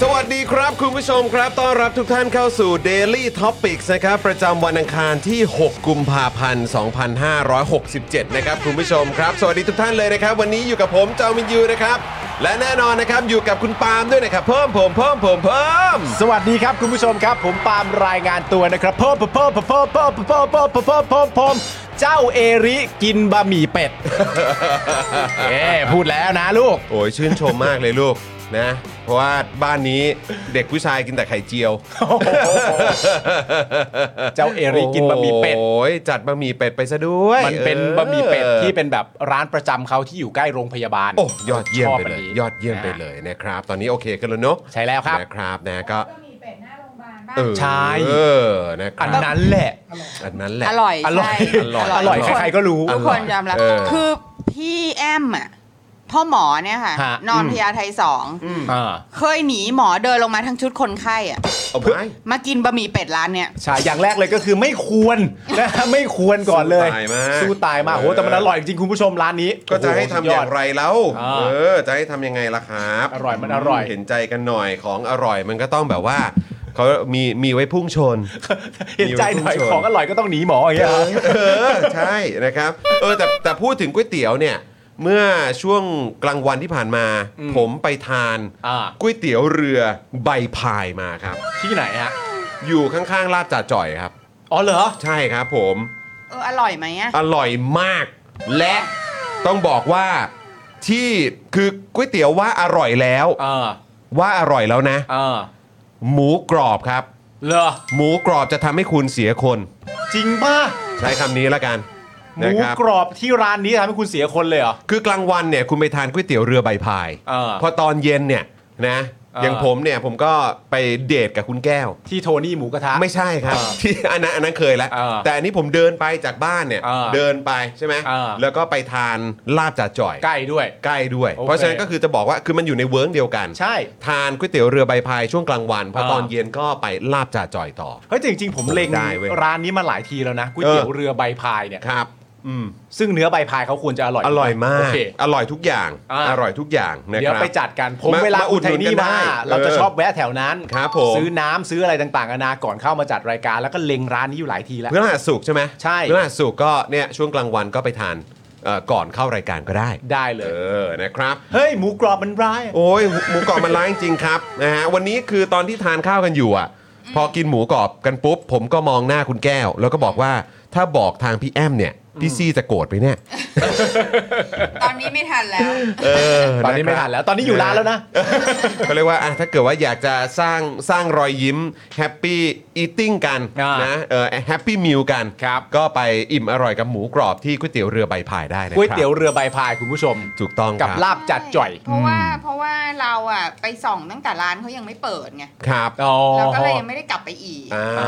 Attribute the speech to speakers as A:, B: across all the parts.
A: สวัสดีครับคุณผู้ชมครับ ต้อนรับทุกท่านเข้าสู่ Daily Topics นะครับ ประจำวันอังคารที่ 6 กุมภาพันธ์ 2567 นะครับ คุณผู้ชมครับ สวัสดีทุกท่านเลยนะครับ วันนี้อยู่กับผมเจ้ามินยูนะครับ และแน่นอนนะครับ อยู่กับคุณปาล์มด้วยนะครับ เพิ่มเพิ่มเพิ่มเพิ่มเพิ่ม
B: สวัสดีครับคุณผู้ชมครับ ผมปาล์มรายงานตัวนะครับเพิ่มเพิ่มเพิ่มเพิ่มเพิ่มเพิ่มเพิ่มเพิ่มเพิ่มเพิ่มเพิ่มเจ้าเอริกินบะหมี่เป็ด เอ้พูดแล้วนะลูก
A: โอ้ยชื่นชมมากเลยลูกนะ เพราะว่าบ้านนี้เด็กผู้ชายกินแต่ไข่เจียว
B: เจ้าเอริกินบะหมี่เป็ด
A: โอ้ยจัดบะหมี่เป็ดไปซะด้วย
B: มันเป็น
A: ออบ
B: ะหมี่เป็ดที่เป็นแบบร้านประจำเขาที่อยู่ใกล้โรงพยาบาล
A: โอ้ยอดเยี่ยม
B: ชบ
A: ไปเล
B: น
A: ย
B: นี้
A: ยอดเยี่ยมไปเลยนะครับ ตอนนี้โอเคกันแล้วเนาะ
B: ใช่แล้วครับ
A: นะครับนะก็เออ
B: ใช่
A: เออนะครับ
B: อันนั้นแหละ
A: อันนั้นแหละ
C: อร่อย
B: อร่อย
C: ใช่
A: อร่อย
C: ทุกน
B: ใครๆก็รู้
C: ทุกคนยอมรับ
A: เออ
C: คือพี่แอมอ่ะพ่อหมอเนี่ยค่ะ
B: ฮะ
C: นอนพยาไทยสอง
B: อ่า
C: เคยหนีหมอเดินลงมาทั้งชุดคนไข้อ่ะ
A: เอาไหม
C: มากินบะหมี่เป็ดร้านเนี่ย
B: ใช่อย่างแรกเลยก็คือไม่ควร นะไม่ควรก่อนเลย
A: สู้ตายมาก
B: สู้ตายมากโอ้โหแต่มันอร่อยจริงคุณผู้ชมร้านนี้
A: ก็จะให้
B: โโ
A: ทำอย่าง
B: สุด
A: ไรแล้ว
B: อ่า
A: เออจะให้ทำยังไงล่ะครับ
B: อร่อยมันอร่อย
A: เห็นใจกันหน่อยของอร่อยมันก็ต้องแบบว่าเขามีมีไว้พุ่งชน
B: เห็นใจหน่อยของอร่อยก็ต้องหนีหมออย่างเงี้ยเหรอ
A: เออ ใช่นะครับ เออแต่แต่พูดถึงก๋วยเตี๋ยวเนี่ย เมื่อช่วงกลางวันที่ผ่านมา
B: อืม
A: ผมไปทาน
B: อ่า
A: ก๋วยเตี๋ยวเรือใบพายมาครับ
B: ที่ไหนฮะ
A: อยู่ข้างๆลาดจ่าจ่อยครับ
B: อ๋อเหรอ
A: ใช่ครับผม
C: เอออร่อยไหมอ่ะ
A: อร่อยมาก และต้องบอกว่าที่คือก๋วยเตี๋ยวว่าอร่อยแล้ว
B: เออ
A: ว่าอร่อยแล้วนะ
B: เออ
A: หมูกรอบครับ
B: เหรอ
A: หมูกรอบจะทำให้คุณเสียคน
B: จริงป่ะ
A: ใช้คำนี้ละกัน
B: ห
A: นะ
B: มู
A: ครับ
B: กรอบที่ร้านนี้ทำให้คุณเสียคนเลยเหรอ
A: คือกลางวันเนี่ยคุณไปทานก๋วยเตี๋ยวเรือใบพาย
B: เออ
A: พอตอนเย็นเนี่ยนะ
B: เออ
A: อ
B: อ
A: ย่างผมเนี่ยผมก็ไปเดทกับคุณแก้ว
B: ที่โทนี่หมูกระทะ
A: ไม่ใช่ครับ
B: เออ
A: ที่อันนั้นอันนั้นเคยแล้ว
B: เออ
A: แต่อันนี้ผมเดินไปจากบ้านเนี่ย
B: เออ
A: เดินไปใช่ไหม
B: เออ
A: แล้วก็ไปทานลาบจ่าจ่อย
B: ใกล้ด้วย
A: ใกล้ด้วย
B: โอเค
A: เพราะฉะนั้นก็คือจะบอกว่าคือมันอยู่ในเวิร์กเดียวกัน
B: ใช่
A: ทานก๋วยเตี๋ยวเรือใบพายช่วงกลางวันพอ
B: เออ
A: ตอนเย็นก็ไปลาบจ่าจ่อยต่อ
B: เฮ้ยแต่จริงๆ ผมเล็ง
A: ได้เว้ย
B: ร้านนี้มาหลายทีแล้วนะก๋วยเตี๋ยว
A: เออ
B: เรือใบพายเนี่ย
A: ครับ อืม
B: ซึ่งเนื้อใบพายเขาควรจะอร่อย
A: อร่อยมา
B: โอก เค
A: อร่อยทุกอย่าง
B: อ่า
A: อร่อยทุกอย่างนะ
B: เดี๋ย
A: คว รับ
B: ไปจัดกันผม
A: มา
B: เวลา
A: มาอุ
B: อุ
A: ด
B: ด
A: ห
B: ห
A: นุน
B: นุน
A: กัน
B: นี่
A: ได้
B: มา เราจะ
A: เออ
B: ชอบแวะแถวนั้น
A: ครับผม
B: ซื้อน้ำซื้ออะไรต่างๆนานาก่อนเข้ามาจัดรายการ แล้วก็เล็งร้านนี้อยู่หลายทีแล้ว
A: พฤหัสสุกร์ใช่ไหม
B: ใช่
A: พฤหัสสุกร์ก็เนี่ยช่วงกลางวันก็ไปทานเอ่อก่อนเข้ารายการก็ได้
B: ได้เล
A: เอย อ นะครับ
B: เฮ้ยหมูกรอบมันร้าย
A: โอ้ยหมูกรอบมันร้ายจริงๆครับนะฮะ วันนี้คือตอนที่ทานข้าวกันอยู่อ่ะ พอกินหมูกรอบกันปุ๊บ ผมก็มองหน้าคุณแก้ว แล้วก็บอกว่าถ้าบอกทางพี่แอมเนี่ย พี่ซี่จะโกรธไหมเนี่ย
C: ตอนนี้ไม่ทันแล้ว
A: เออ
B: ตอนนี้ไม่ทันแล้วตอนนี้อยู่ร้านแล้วนะ
A: เขาเรียกว่าอ่ะถ้าเกิดว่าอยากจะสร้างสร้างรอยยิ้มแฮปปี้อีติ้งกัน
B: อ่าน
A: นะเออแฮปปี้มิลกันครับ ก็ไปอิ่มอร่อยกับหมูกรอบที่ก๋วยเตี๋ยวเรือใบพายได้นะครับ
B: ก๋วยเตี๋ยวเรือใบพายคุณผู้ชม
A: ถูกต้องค
B: กั
A: รั
B: บบ ลาบจัดจ่อย
C: เพราะว่าเพราะว่าเราอ่ะไปส่องตั้งแต่ร้านเขายังไม่เปิดไง
A: ครับ
B: อ๋อ
C: เราก็เลยยังไม่ได้กลับไปอีก
A: อ่า
C: อ่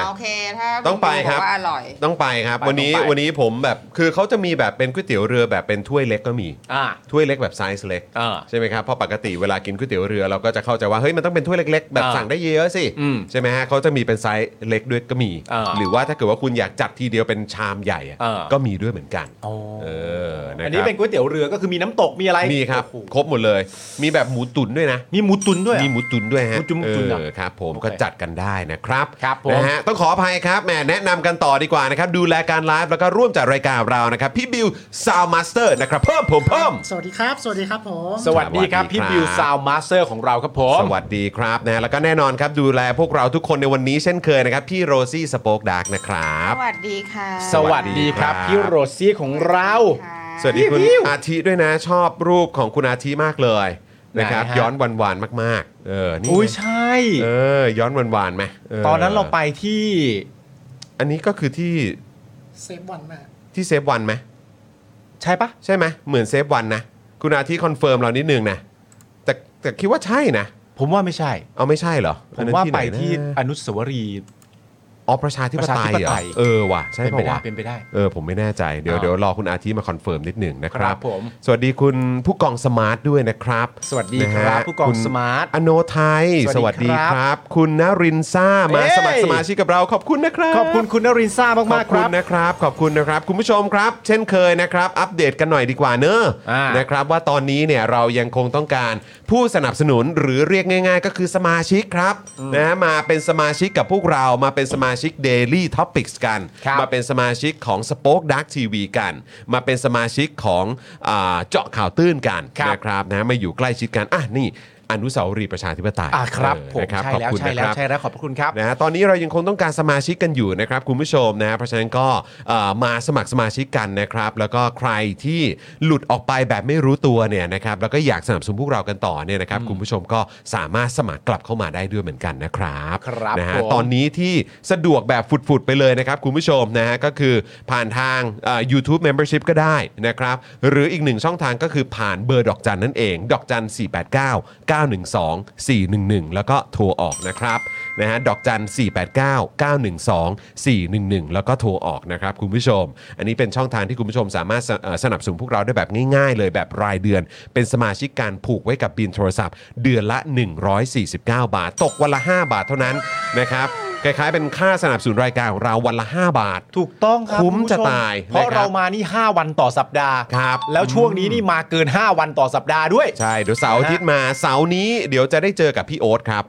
C: าโอเคถ้า
A: ต้องไปครับ
C: ว่าอร่อย
A: ต้องไปครับ
B: ไป
A: วัน นี้
B: ไป
A: วันนี้ผมแบบคือเขาจะมีแบบเป็นก๋วยเตี๋ยวเรือแบบเป็นถ้วยเล็กก็มี
B: อ่า
A: ถ้วยเล็กแบบไซส์เล็ก
B: อ่า
A: ใช่ไหมครับเพราะปกติเวลากินก๋วยเตี๋ยวเรือเราก็จะเข้าใจว่าเฮ้ยมันต้องเป็นถ้วยเล็ก ๆ แบบ
B: อ่า
A: สั่งได้เยอะสิ
B: อืม
A: ใช่ไหมฮะเขาจะมีเป็นไซส์เล็กด้วยก็มี
B: อ่า
A: หรือว่าถ้าเกิดว่าคุณอยากจัดทีเดียวเป็นชามใหญ่อะ
B: อ่า
A: ก็มีด้วยเหมือนกัน
B: อ๋อ
A: เออนะ
B: อั
A: ค
B: นนี้
A: รับ
B: เป็นก๋วยเตี๋ยวเรือก็คือมีน้ำตกมีอะไร
A: มีครับ
B: โอ้โห
A: ครบหมดเลย มีแบบหมูตุ๋นด้วยนะ
B: มีหมูตุนด้วยเหรอ
A: มีหมูตุนด้วยฮะ
B: หมูตุ๋นหมูตุ๋นเหรอ
A: เออครับผม
B: โอเค
A: ก็จัดกันได้นะครับ
B: ครับผม
A: นะฮะต้องขออภัยครับแหมแนะนำกันต่อดีกว่านะครับ ดูแลการไลฟ์แล้วก็ร่วมจัดรายการเรานะครับ พี่บิวซาวมาสเตอร์นะครับ เพิ่มผมเพิ่ม
D: สวัสดีครับ สวัสดีครับผม
B: สวัสดีครับ
A: สวัสดี
B: พี่
A: ครับ
B: บิวซาวมาสเตอร์ของเราครับผม
A: สวัสดีครับนะฮะแล้วก็แน่นอนครับ ดูแลพวกเราทุกคนในวันนี้เช่นเคยนะครับ พี่โรซี่สโปกดาร์กนะครับ
C: สวัสดีค่ะ
B: สวัสดีครับ
A: สวัสดีครับ
B: พี่โรซี่ของเรา
C: ค่ะ
A: สวัสดีคุณอาทิด้วยนะชอบรูปของคุณอาทิมากเลยนะครับ
B: ไหนฮะ
A: ย้อนวันวานๆมาก ๆ เออนี่
B: อุ้ย
A: ไง
B: ใช่
A: เออย้อนวันวานๆไหมเ
B: ตอนนั้นเราไปที่
A: อันนี้ก็คือที่
D: เซฟวันมาก
A: ที่เซฟวันไหม
B: ใช่ปะ
A: ใช่ไหมเหมือนเซฟวันนะ คุณอาทิคอนเฟิร์มเรานิดนึงนะแต่แต่คิดว่าใช่นะ
B: ผมว่าไม่ใช่
A: เอาไม่ใช่เหรอ
B: ผมว่า
A: อันนั้น
B: ไป
A: หนนะ
B: ที่อนุสาวรีย์
A: อ๋อประชาธิปไตย
B: ประชาธิ
A: เหร
B: ป
A: อ
B: ไตย
A: เออว่ะใช่
B: เป็น
A: ป่า
B: ไปได้
A: วะ
B: เป็นไปได้
A: เออผมไม่แน่ใจเดี๋ยว
B: อ่า
A: เดี๋ยวรอคุณอาทิมาคอนเฟิร์มนิดหนึ่งนะครั
B: ครับ บผม
A: สวัสดีคุณผู้กองสมาร์ทด้วยนะครับ
B: สวัสดีครั
A: นะ
B: บ
A: ฮะ
B: ผู้กอง
A: คุณ
B: สมาร์ท
A: อโนไทยส
B: สวั
A: วัส
B: สดี
A: ดี
B: ครับ
A: ครับ คุณนรินทร์ซ่ามา
B: เอ้ย
A: สมัครสมาชิกกับเราขอบคุณนะครับ
B: ขอบคุณคุณนรินทร์ซ่ามากมาก
A: ข
B: ๆค
A: อบ
B: รับ
A: คุณนะครับ ขอบคุณนะครับ คุณผู้ชมครับ เช่นเคยนะครับ อัปเดตกันหน่อยดีกว่าเนอะ
B: อ่าน
A: นะครับว่าตอนนี้เนี่ยเรายังคงต้องการผู้สนับสนุนหรือเรียกง่าย ๆ ก็คือสมาชิกครับนะมาเป็นสมาชิกกับพวกเรามาเป็นสมาชิก Daily Topics กัน
B: ครับ
A: มาเป็นสมาชิกของ Spoke Dark TV กัน มาเป็นสมาชิกของอ่าเจาะข่าวตื้นกัน
B: ครับ
A: นะครับนะมาอยู่ใกล้ชิดกันอ่ะนี่อนุสาวรีย์ประชาธิปไตย
B: ะครับ
A: เออ
B: ผม
A: นะครับ
B: ใช่
A: ขอบ
B: แล้ว
A: คุณ
B: ใช่
A: นะ
B: แล้
A: คว รับ
B: ใช่แล้วขอบพระคุณครับ
A: นะฮะตอนนี้เรายังคงต้องการสมาชิกกันอยู่นะครับคุณผู้ชมนะฮะเพราะฉะนั้นก็เอ่อมาสมัครสมาชิกกันนะครับ แล้วก็ใครที่หลุดออกไปแบบไม่รู้ตัวเนี่ยนะครับแล้วก็อยากสนับสนุนพวกเรากันต่อเนี่ยนะครับคุณผู้ชมก็สามารถสมัครกลับเข้ามาได้ด้วยเหมือนกันนะครับ
B: ครับ
A: นะฮะ
B: ผม
A: ตอนนี้ที่สะดวกแบบฟุดๆไปเลยนะครับคุณผู้ชมนะฮะก็คือผ่านทางเอ่อ YouTube Membership ก็ได้นะครับหรืออีกหนึ่งช่องทางก็คือผ่านเบอร์ดอกจันนั่นเอง ดอกจัน 489 912 411 แล้วก็โทรออกนะครับ นะฮะดอกจัน 489 912 411 แล้วก็โทรออกนะครับคุณผู้ชม อันนี้เป็นช่องทางที่คุณผู้ชมสามารถสเอ่อสนับสนุนพวกเราได้แบบง่ายๆ เลยแบบรายเดือน เป็นสมาชิกการผูกไว้กับบินโทรศัพท์ เดือนละ 149 บาท ตกวันละ 5 บาทเท่านั้นนะครับคล้ายๆเป็นค่าสนับสนุนรายการของเราวันละ 5 บาท
B: ถูกต้องครับ
A: คุ้ม
B: ณผู้ช
A: จะตาย
B: เพราะ
A: นะครับ
B: เรามานี่ 5 วันต่อสัปดาห์
A: ครับ
B: แล้วช่วงนี้นี่มาเกิน 5 วันต่อสัปดาห์ด้วย
A: ใช่เดี๋ยวเสาร์อาทิตย์มาเสาร์นี้เดี๋ยวจะได้เจอกับพี่โอ๊ตครับ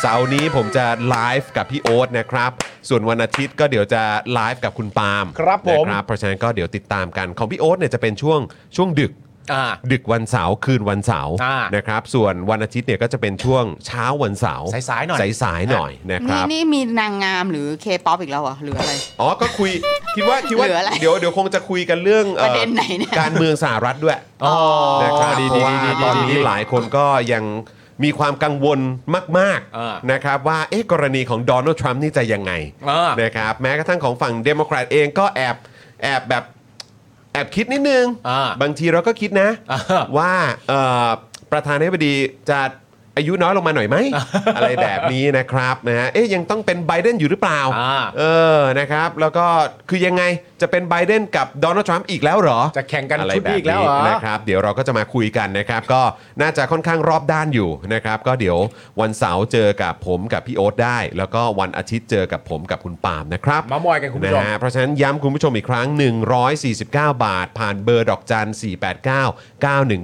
A: เสาร์นี้ผมจะไลฟ์กับพี่โอ๊ตนะครับ ส่วนวันอาทิตย์ก็เดี๋ยวจะไลฟ์กับคุณปาล์ม
B: ครับผม
A: นะครับเพราะฉะนั้นก็เดี๋ยวติดตามกันของพี่โอ๊ตเนี่ยจะเป็นช่วงช่วงดึก
B: อ่า
A: ดึกวันเสาร์คืนวันเสาร์
B: อ่า
A: นะครับ ส่วนวันอาทิตย์เนี่ยก็จะเป็นช่วงเช้าวันเสาร์
B: สายๆหน่อย
A: สายๆหน่อยนะค
C: นี่
A: รับ
C: นี่มีนางงามหรือเคป๊อปอีกแล้วเหรอหรืออะไร
A: อ๋อก็คุยคิดว่าคิดว่า
C: เหลืออะไร
A: เดี๋ยวเดี๋ยวคงจะคุยกันเรื่องอ่อ
C: ประเด็นไหนเนี่ย
A: การเมืองสหรัฐด้วย
B: อ๋อ
A: นะครับ
B: ดี
A: เพ
B: ดี
A: ราะว่าตอน
B: ดีดีดี
A: นี้
B: ดี
A: หลายคนก็ยังมีความกังวลมาก
B: อ่า
A: ๆนะครับว่าเอ๊ะกรณีของโดนัลด์ทรัมป์นี่จะยังไง
B: อ่าน
A: นะครับแม้กระทั่งของฝั่งเดโมแครตเองก็แอบแอบแบบแอบคิดนิดนึง
B: อ่า
A: บางทีเราก็คิดนะ
B: อ่า
A: ว่าเอ่อประธานาธิบดีจะอายุน้อยลงมาหน่อยไหม อะไรแบบนี้นะครับนะฮะเอ๊ยยังต้องเป็นไบเดนอยู่หรือเปล่า
B: อ่า
A: เออนะครับ แล้วก็คือยังไงจะเป็นไบเดนกับโดนัลด์ทรัมป์อีกแล้วเหรอ
B: จะแข่งกัน
A: อะไร
B: ชุด
A: แบบนี้
B: นี้อีกแล้วเหรอ
A: นะครับเดี๋ยวเราก็จะมาคุยกันนะครับ ก็น่าจะค่อนข้างรอบด้านอยู่นะครับ ก็เดี๋ยววันเสาร์เจอกับผมกับพี่โอ๊ตได้ แล้วก็วันอาทิตย์เจอกับผมกับคุณปาล์มนะครับ
B: มามอยกันคุณผู้ชม
A: นะฮะเพราะฉะนั้นย้ำคุณผู้ชมอีกครั้ง 149 บาท ผ่านเบอร์ดอกจัน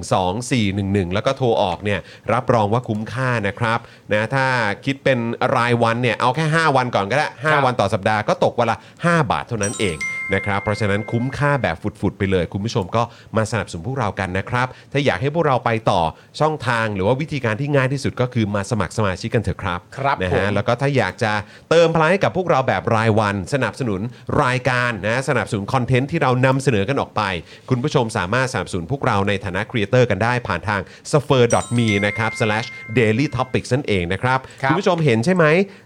A: 489 912 411 แล้วก็โทรออกเนี่ยรับรองว่าคุ้มค่านะครับนะถ้าคิดเป็นรายวันเนี่ยเอาแค่ 5 วันก่อนก็ได้
B: ครั
A: ห้า
B: บ
A: วัน ต่อสัปดาห์ก็ตกวันละ 5 บาทเท่านั้นเองนะครับ เพราะฉะนั้นคุ้มค่าแบบฝุดๆไปเลย คุณผู้ชมก็มาสนับสนุนพวกเรากันนะครับ ถ้าอยากให้พวกเราไปต่อช่องทางหรือว่าวิธีการที่ง่ายที่สุดก็คือมาสมัครสมาชิกกันเถอะครับ
B: ครับ
A: นะ
B: ผ
A: ฮะ
B: ม
A: แล้วก็ถ้าอยากจะเติมพลังให้กับพวกเราแบบรายวัน สนับสนุนรายการนะสนับสนุนคอนเทนต์ที่เรานำเสนอกันออกไป คุณผู้ชมสามารถสนับสนุนพวกเราในฐานะครีเอเตอร์กันได้ผ่านทาง s f e r m e นะครับ slash daily topics นั่นเองนะครับ
B: ครับ
A: คุณผู้ชมเห็นใช่ไหม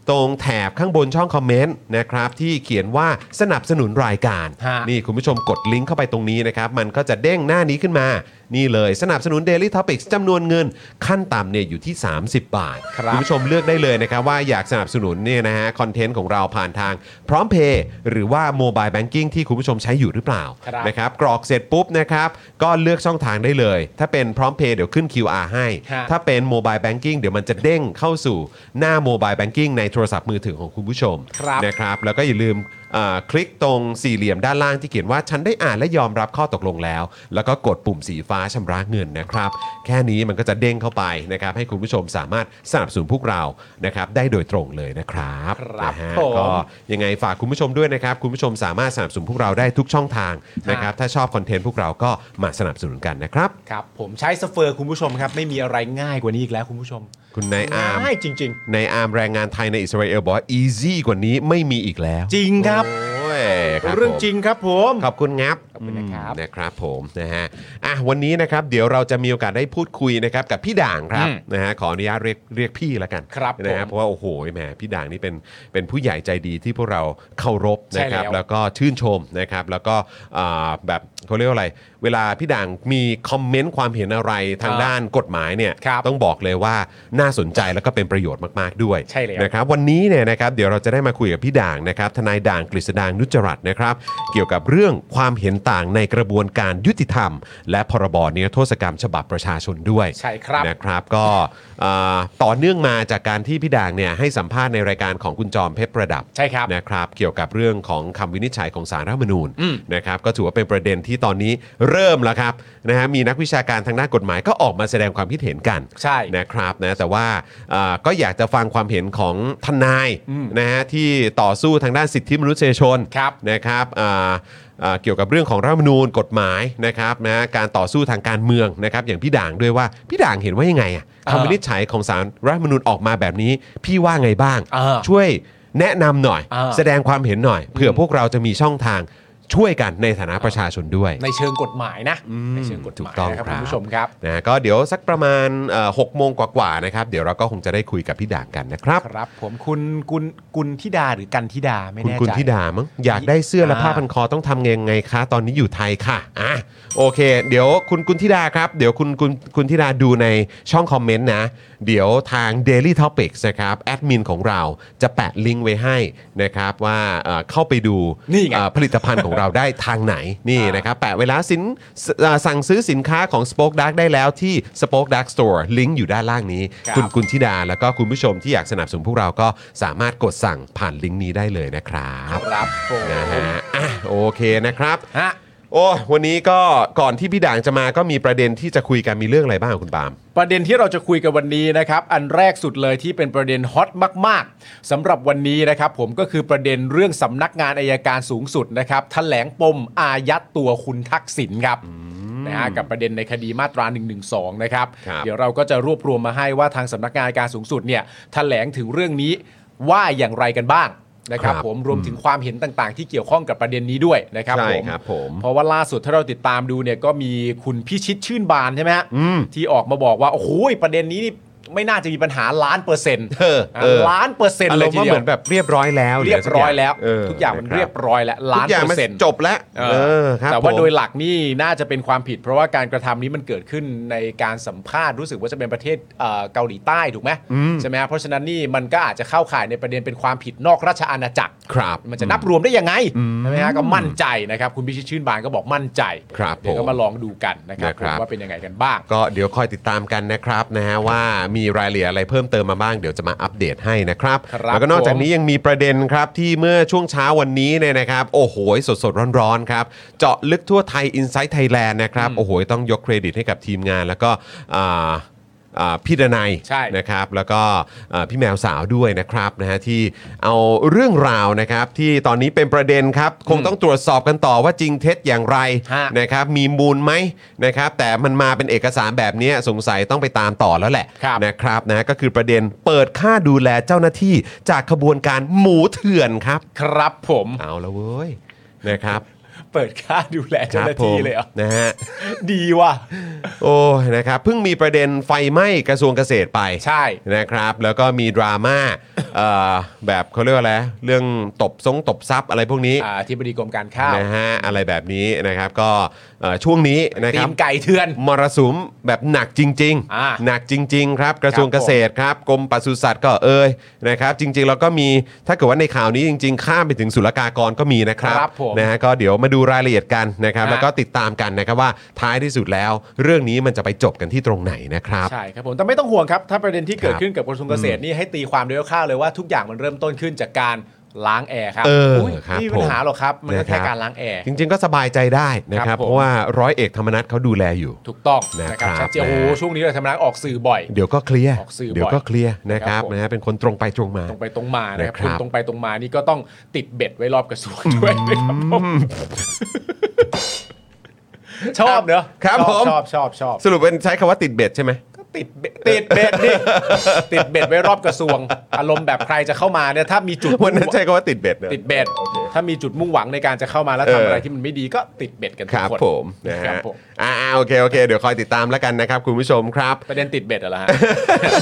A: ตรงแถบข้างบนช่องคอมเมนต์นะครับที่เขียนว่าสนับสนุนรายการ
B: ฮะ
A: นี่คุณผู้ชมกดลิงก์เข้าไปตรงนี้นะครับ มันก็จะเด้งหน้านี้ขึ้นมา นี่เลยสนับสนุน Daily Topics จำนวนเงินขั้นต่ำเนี่ยอยู่ที่ 30 บาท
B: ครับ
A: ณผู้ชมเลือกได้เลยนะครับ ว่าอยากสนับสนุนเนี่ยนะฮะคอนเทนต์ของเราผ่านทางพร้อมเพย์หรือว่าโมบายแบงกิ้งที่คุณผู้ชมใช้อยู่หรือเปล่า
B: ครับ
A: นะครับกรอกเสร็จปุ๊บนะครับก็เลือกช่องทางได้เลย ถ้าเป็นพร้อมเพย์เดี๋ยวขึ้น QR ให้
B: ฮะ
A: ถ้าเป็นโมบายแบงกิ้งเดี๋ยวมันจะเด้งเข้าสู่หน้าโมบายแบงกิ้งในโทรศัพท์มือถือของคุณผู้ชม
B: ครับ
A: นะครับแล้วก็อย่าลืมอ่าคลิกตรงสี่เหลี่ยมด้านล่างที่เขียนว่าฉันได้อ่านและยอมรับข้อตกลงแล้ว แล้วก็กดปุ่มสีฟ้าชำระเงินนะครับ แค่นี้มันก็จะเด้งเข้าไปนะครับให้คุณผู้ชมสามารถสนับสนุนพวกเรานะครับได้โดยตรงเลยนะครับ
B: ครับ
A: นะฮะ
B: ผม
A: ก็ ยังไงฝากคุณผู้ชมด้วยนะครับ คุณผู้ชมสามารถสนับสนุนพวกเราได้ทุกช่องทางนะครับ ถ้าชอบคอนเทนต์พวกเราก็มาสนับสนุนกันนะครับ
B: ครับ ผมใช้สเฟอร์คุณผู้ชมครับ ไม่มีอะไรง่ายกว่านี้อีกแล้วคุณผู้ชม
A: คุณนายอาร์ม
B: ง่ายจริง
A: นายอาร์มแรงงานไทยในอิสราเอลบอกว่า easy กว่านี้ไม่มีอีกแล้ว
B: ๆ จริงครับ
A: โอ้ยคบ
B: เรื่อง
A: ผม
B: จริงครับผม
A: ขอบคุณครับ
B: ขอบคุณนะครับ
A: อืมนะครับผมนะฮะอ่ะวันนี้นะครับเดี๋ยวเราจะมีโอกาสได้พูดคุยนะครับกับพี่ด่างครับ
B: อืม
A: นะฮะขออนุญาตเรียกเรียกพี่ละกัน
B: ครับ
A: นะฮะ
B: ผม
A: เพราะว่าโอ้โหแหมพี่ด่างนี่เป็นเป็นผู้ใหญ่ใจดีที่พวกเราเคารพนะครับ
B: ใช่แล้ว
A: แล้วก็ชื่นชมนะครับแล้วก็อ่าแบบเขาเรียกว่าอะไร เวลาพี่ด่างมีคอมเมนต์ความเห็นอะไรทาง
B: อ่า
A: ด้านกฎหมายเนี่ย
B: ครับ
A: ต้องบอกเลยว่าน่าสนใจแล้วก็เป็นประโยชน์มากๆด้วย
B: ใช่แล้ว
A: นะครับวันนี้เนี่ยนะครับเดี๋ยวเราจะได้มาคุยกับพี่ด่างนะครับทนายด่างกฤษดางนุจรัตน์นะครับ เกี่ยวกับเรื่องความเห็นต่างในกระบวนการยุติธรรม และพรบนิรโทษกรรมฉบับประชาชนด้วย
B: ใช่ครับ
A: นะครับก็เอ่อต่อเนื่องมาจากการที่พี่ด่างเนี่ยให้สัมภาษณ์ในรายการของคุณจอมเพชรประดับ
B: ใช่ครับ
A: นะครับเกี่ยวกับเรื่องของคำวินิจฉัยของสารรัฐธรรมนูญนะครับก็ถือว่าเป็นประเด็นที่ตอนนี้เริ่มแล้วครับนะฮะมีนักวิชาการทางด้านกฎหมายก็ออกมาแสดงความคิดเห็นกัน
B: ใช่
A: นะครับนะแต่ว่าอ่าก็อยากจะฟังความเห็นของทนายนะฮะที่ต่อสู้ทางด้านสิทธิมนุษยชน
B: ครับ
A: นะครับอ่าอ่าเกี่ยวกับเรื่องของรัฐธรรมนูญกฎหมายนะครับนะการต่อสู้ทางการเมืองนะครับอย่างพี่ด่างด้วยว่าพี่ด่างเห็นว่ายังไงอะคำวินิจฉัยของสารรัฐธรรมนูญออกมาแบบนี้ พี่ว่าไงบ้าง
B: เออ
A: ช่วยแนะนำหน่อย
B: อ่า
A: แสดงความเห็นหน่อยเผื่อพวกเราจะมีช่องทางช่วยกันในฐานะประชาชนด้วย
B: ในเชิงกฎหมายนะ ในเชิงกฎหมา
A: ถู
B: ย
A: กต้อง
B: นะค
A: ครั
B: รับคุ
A: บ
B: ณผู้ชมครับ
A: นะก็เดี๋ยวสักประมาณเอ่อหกโมงกว่าๆนะครับ เดี๋ยวเราก็คงจะได้คุยกับพี่ด่างกันนะครับ
B: ครับผมคุณกุลกุลธิดาหรือกันธิดาไม่
A: คุณ
B: แน่ใจ
A: กุลธิดามั้งอยากได้เสื้อและ
B: อ่า
A: ผ้าพันคอต้องทำยังไงคะ ตอนนี้อยู่ไทยค่ะอ่ะโอเค เดี๋ยวคุณกุลธิดาครับ เดี๋ยวคุณคุณคุณธิดาดูในช่องคอมเมนต์นะ เดี๋ยวทาง Daily Topics นะครับแอดมินของเราจะแปะลิงก์ไว้ให้นะครับว่าเอ่อเข้าไปดู
B: นี่ไง
A: เอ่อผลิตภัณฑ์ของเราได้ทางไหนนี่นะครับแปะเวแลาสินสเอ่อสั่งซื้อสินค้าของ Spoke Dark ได้แล้วที่ Spoke Dark Store ลิงก์อยู่ด้านล่างนี้
B: ครับ
A: คุณกุลธิดาแล้วก็คุณผู้ชมที่อยากสนับสนุนพวกเราก็สามารถกดสั่งผ่านลิงก์นี้ได้เลยนะครับ
B: ครับผม
A: นะฮะอ่ะโอเคนะครับ
B: ฮะ
A: โอ้วันนี้ก็ก่อนที่พี่ด่างจะมาก็มีประเด็นที่จะคุยกันมีเรื่องอะไรบ้างคุณปาล์ม
B: ประเด็นที่เราจะคุยกันวันนี้นะครับ อันแรกสุดเลยที่เป็นประเด็นฮอตมาก ๆสำหรับวันนี้นะครับ ผมก็คือประเด็นเรื่องสำนักงานอายการสูงสุดนะครับแถลงปมอายัดตัวคุณทักษิณครับนะฮะกับประเด็นในคดีมาตรา1นึนะครับ
A: ครับ
B: เดี๋ยวเราก็จะรวบรวมมาให้ว่าทางสำนักงานอัยการสูงสุดเนี่ยแถลงถึงเรื่องนี้ว่าอย่างไรกันบ้างนะครับ
A: ครับ
B: ผมรวมถึงความเห็นต่างๆ ที่เกี่ยวข้องกับประเด็นนี้ด้วยนะครับ
A: ใช่
B: ผม
A: ครับผม
B: เพราะว่าล่าสุดถ้าเราติดตามดูเนี่ยก็มีคุณพิชิตชื่นบานใช่ไหมฮะ ที่ออกมาบอกว่า โอ้โหประเด็นนี้นี่ไม่น่าจะมีปัญหาล้านเปอร์เซ็นต์
A: เออเออ
B: ล้านเปอร์เซ็นต์
A: อา
B: เล
A: ร
B: ย
A: มณ์
B: ที
A: ว่า
B: เดี
A: เหมื
B: ย
A: อ
B: ว
A: นแบบเรียบร้อยแล้วห
B: เรียบร้อยแล้ว
A: เ
B: ทุกอย่างมันเรียบร้อยแล้ว
A: ทุ
B: ล้าก น
A: อย่าง
B: เปอ
A: มัน
B: ร์เซ็นต์
A: จบแล้ว
B: เออ
A: เออครับ
B: แต่ว่า
A: ผม
B: โดยหลักนี่น่าจะเป็นความผิด เพราะว่าการกระทำนี้มันเกิดขึ้นในการสัมภาษณ์รู้สึกว่าจะเป็นประเทศเอ่อเกาหลีใต้ถูกไหมใช่ไหมฮะเพราะฉะนั้นนี่มันก็อาจจะเข้าข่ายในประเด็นเป็นความผิดนอกราชอาณาจักร
A: ครับ
B: มันจะนับรวมได้ยังไงใช่ไหมฮะก็มั่นใจนะครับคุณพิชิตชื่นบานก็บอกมั่นใจ
A: ครับ
B: เดี๋ยวก็
A: ผม
B: มาลองดูกันนะครับ
A: นะครับ
B: ว่าเป็นยังไงกันบ้าง
A: ก็เดี๋ยวคอยติดตามกันนะครับนะฮะว่ามีรายละเอียดอะไรเพิ่มเติมมาบ้างเดี๋ยวจะมาอัปเดตให้นะครับ
B: ครับ
A: แล้วก็นอกจาก
B: ผม
A: นี้ยังมีประเด็นครับที่เมื่อช่วงเช้าวันนี้เนี่ยนะครับโอ้โหสดสดๆร้อนๆครับเจาะลึกทั่วไทย Inside Thailand นะครับโอ้โหต้องยกเครดิตให้กับทีมงานแล้วก็อ่าอ่าพี่ดนัย
B: ใช่
A: นะครับแล้วก็อ่าพี่แมวสาวด้วยนะครับนะฮะที่เอาเรื่องราวนะครับที่ตอนนี้เป็นประเด็นครับคงต้องตรวจสอบกันต่อว่าจริงเท็จอย่างไร
B: ฮะ
A: นะครับมีมูลไหมนะครับแต่มันมาเป็นเอกสารแบบเนี้ยสงสัยต้องไปตามต่อแล้วแหละ
B: ครับ
A: นะครับนะก็คือประเด็นเปิดค่าดูแลเจ้าหน้าที่จากขบวนการหมูเถื่อนครับ
B: ครับผม
A: เอาละเว้ยนะครับ
B: เปิดค่าดูแล
A: ค
B: เจ้า
A: รั
B: หน้า
A: ผม
B: ที่เลยเหรอ
A: นะฮะ
B: ดีว่ะ
A: โอ้ยนะครับเพิ่งมีประเด็นไฟไหม้กระทรวงเกษตรไป
B: ใช่
A: นะครับแล้วก็มีดราม่า เอ่อแบบเขาเรียกว่าอะไรเรื่องตบซงตบซับอะไรพวกนี้
B: อ่าที่บดีกรมการข้าว
A: นะฮะอะไรแบบนี้นะครับก็เอ่อช่วงนี้นะค
B: ตี
A: รับ
B: นไก่เถื่อน
A: มรสุมแบบหนักจริง
B: อ่า
A: หนักจริง ๆ ครับ กระทรวง
B: ค
A: เก
B: รับผม
A: ษตรครับกรมปศุสัตว์ก็เอ่ยนะครับ จริง ๆ แล้วก็มีถ้าเกิดว่าในข่าวนี้จริง ๆ ข้ามไปถึงศุลกากรก็มีนะครับ
B: ครับผม
A: นะฮะก็เดี๋ยวมาดูรายละเอียดกันนะครับ
B: ฮะ
A: แล้วก็ติดตามกันนะครับว่าท้ายที่สุดแล้ว เรื่องนี้มันจะไปจบกันที่ตรงไหนนะครับ
B: ใช่ครับผม แต่ไม่ต้องห่วงครับ ถ้าประเด็นที่เกิด
A: ครับ
B: ขึ้นกับกระทรวงเกษตรนี่ให้ตีความโดยคร่าวๆเลยว่าทุกอย่างมันเริ่มต้นขึ้นจากการล้างแอร์ครับ
A: เออครับ
B: ไม่มีปัญหา
A: ผม
B: หรอกครับ มันก็
A: นะครั
B: แค่
A: บ
B: การล้างแอร์
A: จริง ๆ ก็สบายใจได้นะค
B: ค
A: รั
B: รั
A: บบ
B: ผม
A: เพราะว่าร้อยเอกธรรมนัฐเขาดูแลอยู่
B: ถูกต้อง
A: นะ
B: นะครับ
A: ครับ
B: ชัดเจนโอ้โห
A: นะ
B: ช่วงนี้เราทำร้ายออกสื่อบ่อย
A: เดี๋ยวก็เคลียร์
B: ออกสื่อบ่อย
A: เดี๋ยวก็เคลียร์นะค
B: ครั
A: รับบ
B: ผม
A: นะฮะเป็นคนตรงไปตรงมา
B: ตรงไปตรงมานะครับ
A: นะครับ
B: คุณตรงไปตรงมานี่ก็ต้องติดเบ็ดไว้รอบกระทรวงด้วยนะครับผมชอบเนอะ
A: ครับ
B: ช
A: ผ
B: อ
A: ม
B: ชอบชอบชอบ
A: สรุปเป็นใช้คำว่าติดเบ็ดใช่ไหม
B: ก็ติดเบ็ดติดเบ็ดดิติดเบ็ดไว้รอบกระทรวง อารมณ์แบบใครจะเข้ามาเนี่ยถ้ามีจุด
A: วันนั้นใช้คำว่าติดเบ็ดนะ
B: ติดเบ็ดถ้ามีจุดมุ่งหวังในการจะเข้ามาแล้ว
A: เออ
B: ทำอะไรที่มันไม่ดีก็ติดเบ็ดกัน
A: ค
B: ทุก
A: รับ
B: คน
A: ผมนะ
B: ครั
A: ฮะ
B: บผม
A: อ่าอ่าโอเคโอเคเดี๋ยวคอยติดตามแล้วกันนะครับ คุณผู้ชมครับ
B: ประเด็นติดเบ็ด อะไรอฮะ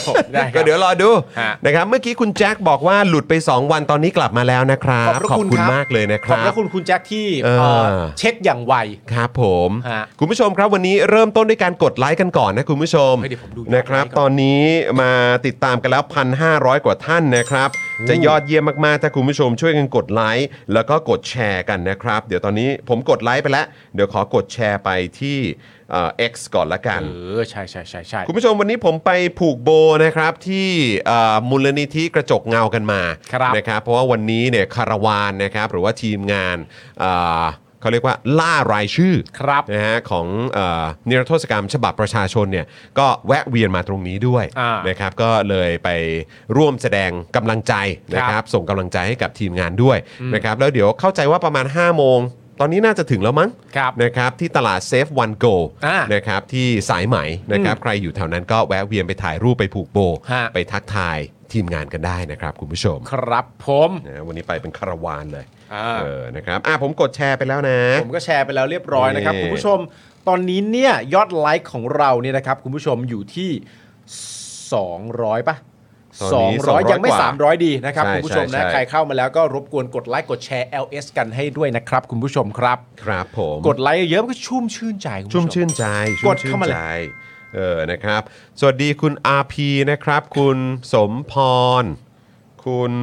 B: ผมได้ครับ
A: ก็เดี๋ยวรอดู
B: ฮะ
A: นะครับเมื่อกี้คุณแจ็คบอกว่าหลุดไป 2 วันตอนนี้กลับมาแล้วนะครับ
B: พระ
A: ขอบคุณ
B: รับ
A: มากเลยนะครั
B: ขอบ บพระคุณคุณแจ็คที่
A: เออ
B: เอ่อเช็คอย่างไว
A: ครับผม
B: ฮะ
A: คุณผู้ชมครับวันนี้เริ่มต้นด้วยการกดไลค์กันก่อนนะคุณผู้ชม
B: เฮ้ยเดี๋ยวผมดูยอดไล
A: นะ
B: ค์ก่อน
A: ครับ ตอนนี้มาติดตามกันแล้ว 1,500 กว่าท่านนะครับ จะยอดเยี่ยมมากๆถ้าคุณผู้ชมช่วยกันกดไลค์แล้วก็กดแชร์กันนะครับ เดี๋ยวตอนนี้ผมกดไลค์ไปแล้ว เดี๋ยวขอกดแชร์ไปที่เอ่อ X ก่อนละกัน
B: เออใช่ใช่ใช่ใช่
A: คุณผู้ชมวันนี้ผมไปผูกโบนะครับที่เอ่อมูลนิธิกระจกเงากันมา
B: ครับ
A: นะครับ เพราะว่าวันนี้เนี่ยคารวานนะครับหรือว่าทีมงานเอ่อเขาเรียกว่าล่ารายชื่อ
B: ครับ
A: นะฮะของเออนิรโทษกรรมฉบับประชาชนเนี่ยก็แวะเวียนมาตรงนี้ด้วย
B: อ่า
A: นะครับก็เลยไปร่วมแสดงกำลังใจนะค
B: ครั
A: รับบ ส่งกำลังใจให้กับทีมงานด้วยนะครับแล้วเดี๋ยวเข้าใจว่าประมาณ 5 โมง ตอนนี้น่าจะถึงแล้วมั้ง
B: ครับ
A: นะครับที่ตลาดเซฟวันโก
B: อ่า
A: นะครับที่สายไหมนะครับใครอยู่แถวนั้นก็แวะเวียนไปถ่ายรูปไปผูกโบ
B: ฮะ
A: ไปทักทายทีมงานกันได้นะครับ คุณผู้ชม
B: ครับผม
A: นะวันนี้ไปเป็นคาราวานเลย
B: อ่า
A: เออนะครับอ่ะผมกดแชร์ไปแล้วนะ
B: ผมก็แชร์ไปแล้วเรียบร้อยนะครับ
A: นี่
B: คุณผู้ชม ตอนนี้เนี่ยยอดไลค์ของเราเนี่ยนะครับ คุณผู้ชมอยู่ที่ 200ป่ะ
A: ตนนี้
B: 200 ยังไม่
A: กว่า
B: 300 ดีนะครับ
A: ใช่
B: คุณผู้ชม
A: ใช่
B: นะ
A: ใช่
B: ใครเข้ามาแล้วก็รบกวนกดไลค์กดแชร์ LS กันให้ด้วยนะครับ คุณผู้ชมครับ
A: ครับผม
B: กดไลค์เยอะๆมันก็ชุ่มชื่นใจคุณผู้ช
A: ชุ่ม
B: ม
A: ชื่นใจ
B: กดเข้ามาเลย
A: ชุ่ชื่นใจเออนะครับ สวัสดีคุณ RP นะครับ คุณสมพร คุณ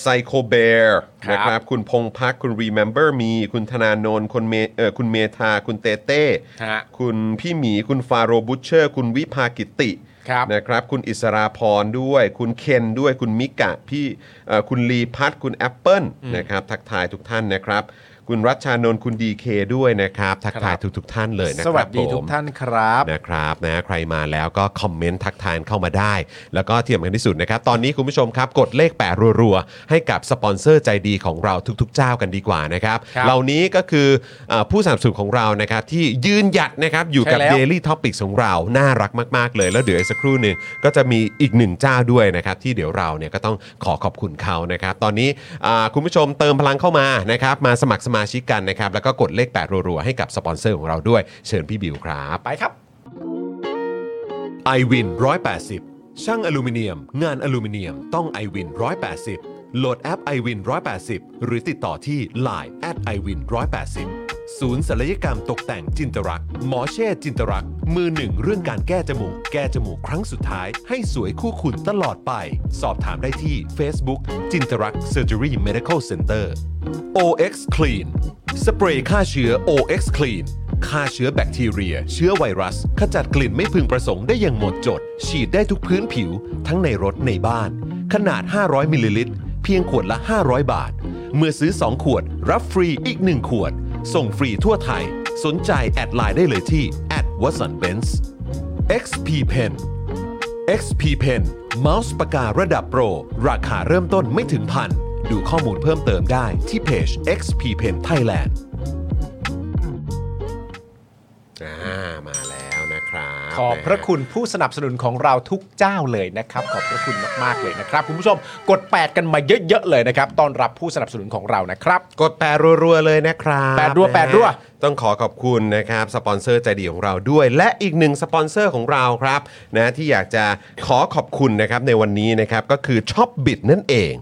A: ไซโคเบร์
B: ครับ
A: นะครับ คุณพงพักคุณ Remember Me คุณธนาโนนคุณเมเอ่อคุณเมธาคุณเตเต้
B: ฮะ
A: คุณพี่หมีคุณฟาโรบุชเชอร์ คุณวิภากิติ
B: ครับ
A: นะครับ คุณอิสราพรด้วย คุณเคนด้วยคุณมิกะพี่เอ่อคุณลีพัทคุณแอปเปิลนะครับทักทายทุกท่านนะครับ คุณรัชชานนท์คุณดีเคด้วยนะครับ ทักทาย
B: ครับ
A: ทุกๆท่านเลยนะครับ
B: สวัสดี
A: ผม
B: ทุกท่านครับ
A: นะครับนะใครมาแล้วก็คอมเมนต์ทักทายเข้ามาได้ แล้วก็เทียมกันที่สุดนะครับ ตอนนี้คุณผู้ชมครับ กดเลขแปดรัวๆ ให้กับสปอนเซอร์ใจดีของเราทุกๆ เจ้ากันดีกว่านะครับ
B: ครับ
A: เรา เหล่านี้ก็คือเอ่อผู้สนับสนุนของเรานะครับที่ยืนหยัดนะครับอยู่กับ
B: ใช่แล้ว
A: Daily Topics ของเรา น่ารักมาก ๆ เลย แล้วเดี๋ยวอีกสักครู่หนึ่งก็จะมีอีกหนึ่งเจ้าด้วยนะครับ ที่เดี๋ยวเราเนี่ยก็ต้องขอขอบคุณเขานะครับ ตอนนี้อ่าคุณผู้ชมเติมพลังเข้ามานะครับ มาสมัครสมาชิกกันนะครับ แล้วก็กดเลข 8 รัว ๆ ให้กับสปอนเซอร์ของเราด้วยเชิญพี่บิวครับ
B: ไปครับ
A: i w วิน180 ช่างอลูมิเนียม งานอลูมิเนียมต้อง i w วิน180 โหลดแอป i w วิน180 หรือติดต่อที่ Line at i w วิน180 ศูนย์ศัลยกรรมตกแต่งจินตรัก หมอเช่จินตรัก มือหนึ่งเรื่องการแก้จมูก แก้จมูกครั้งสุดท้าย ให้สวยคู่คุณตลอดไป สอบถามได้ที่ Facebook จินตรักเซอร์เจอรี่เมดิคอลเซ็นเตอร์ OX Clean สเปรย์ฆ่าเชื้อ OX Clean ฆ่าเชื้อแบคทีเรีย เชื้อไวรัส ขจัดกลิ่นไม่พึงประสงค์ได้อย่างหมดจด ฉีดได้ทุกพื้นผิว ทั้งในรถในบ้าน ขนาด 500 มิลลิลิตร เพียงขวดละ 500 บาท เมื่อซื้อ 2 ขวด รับฟรีอีก 1 ขวด ส่งฟรีทั่วไทย สนใจแอดไลน์ได้เลยที่ w a t s o n b e n z XP Pen XP Pen เมาส์ปากการะดับโปร ราคาเริ่มต้นไม่ถึงพัน ดูข้อมูลเพิ่มเติมได้ที่เพจ XP Pen Thailand อ่ามาแล้วนะครับ
B: ขอบพระคุณผู้สนับสนุนของเราทุกเจ้าเลยนะครับ ขอบพระคุณมากๆเลยนะครับ คุณผู้ชมกด 8 กันมาเยอะๆเลยนะครับต้อนรับผู้สนับสนุนของเรานะครับ
A: กดแปรรัวๆเลยนะครับ
B: แปดรัว
A: นะฮะ
B: แปดรัว
A: ต้องขอขอบคุณนะครับสปอนเซอร์ใจดีของเราด้วย และอีกหนึ่งสปอนเซอร์ของเราครับนะที่อยากจะขอขอบคุณนะครับในวันนี้นะครับก็คือ s h o p b i t นั่นเอง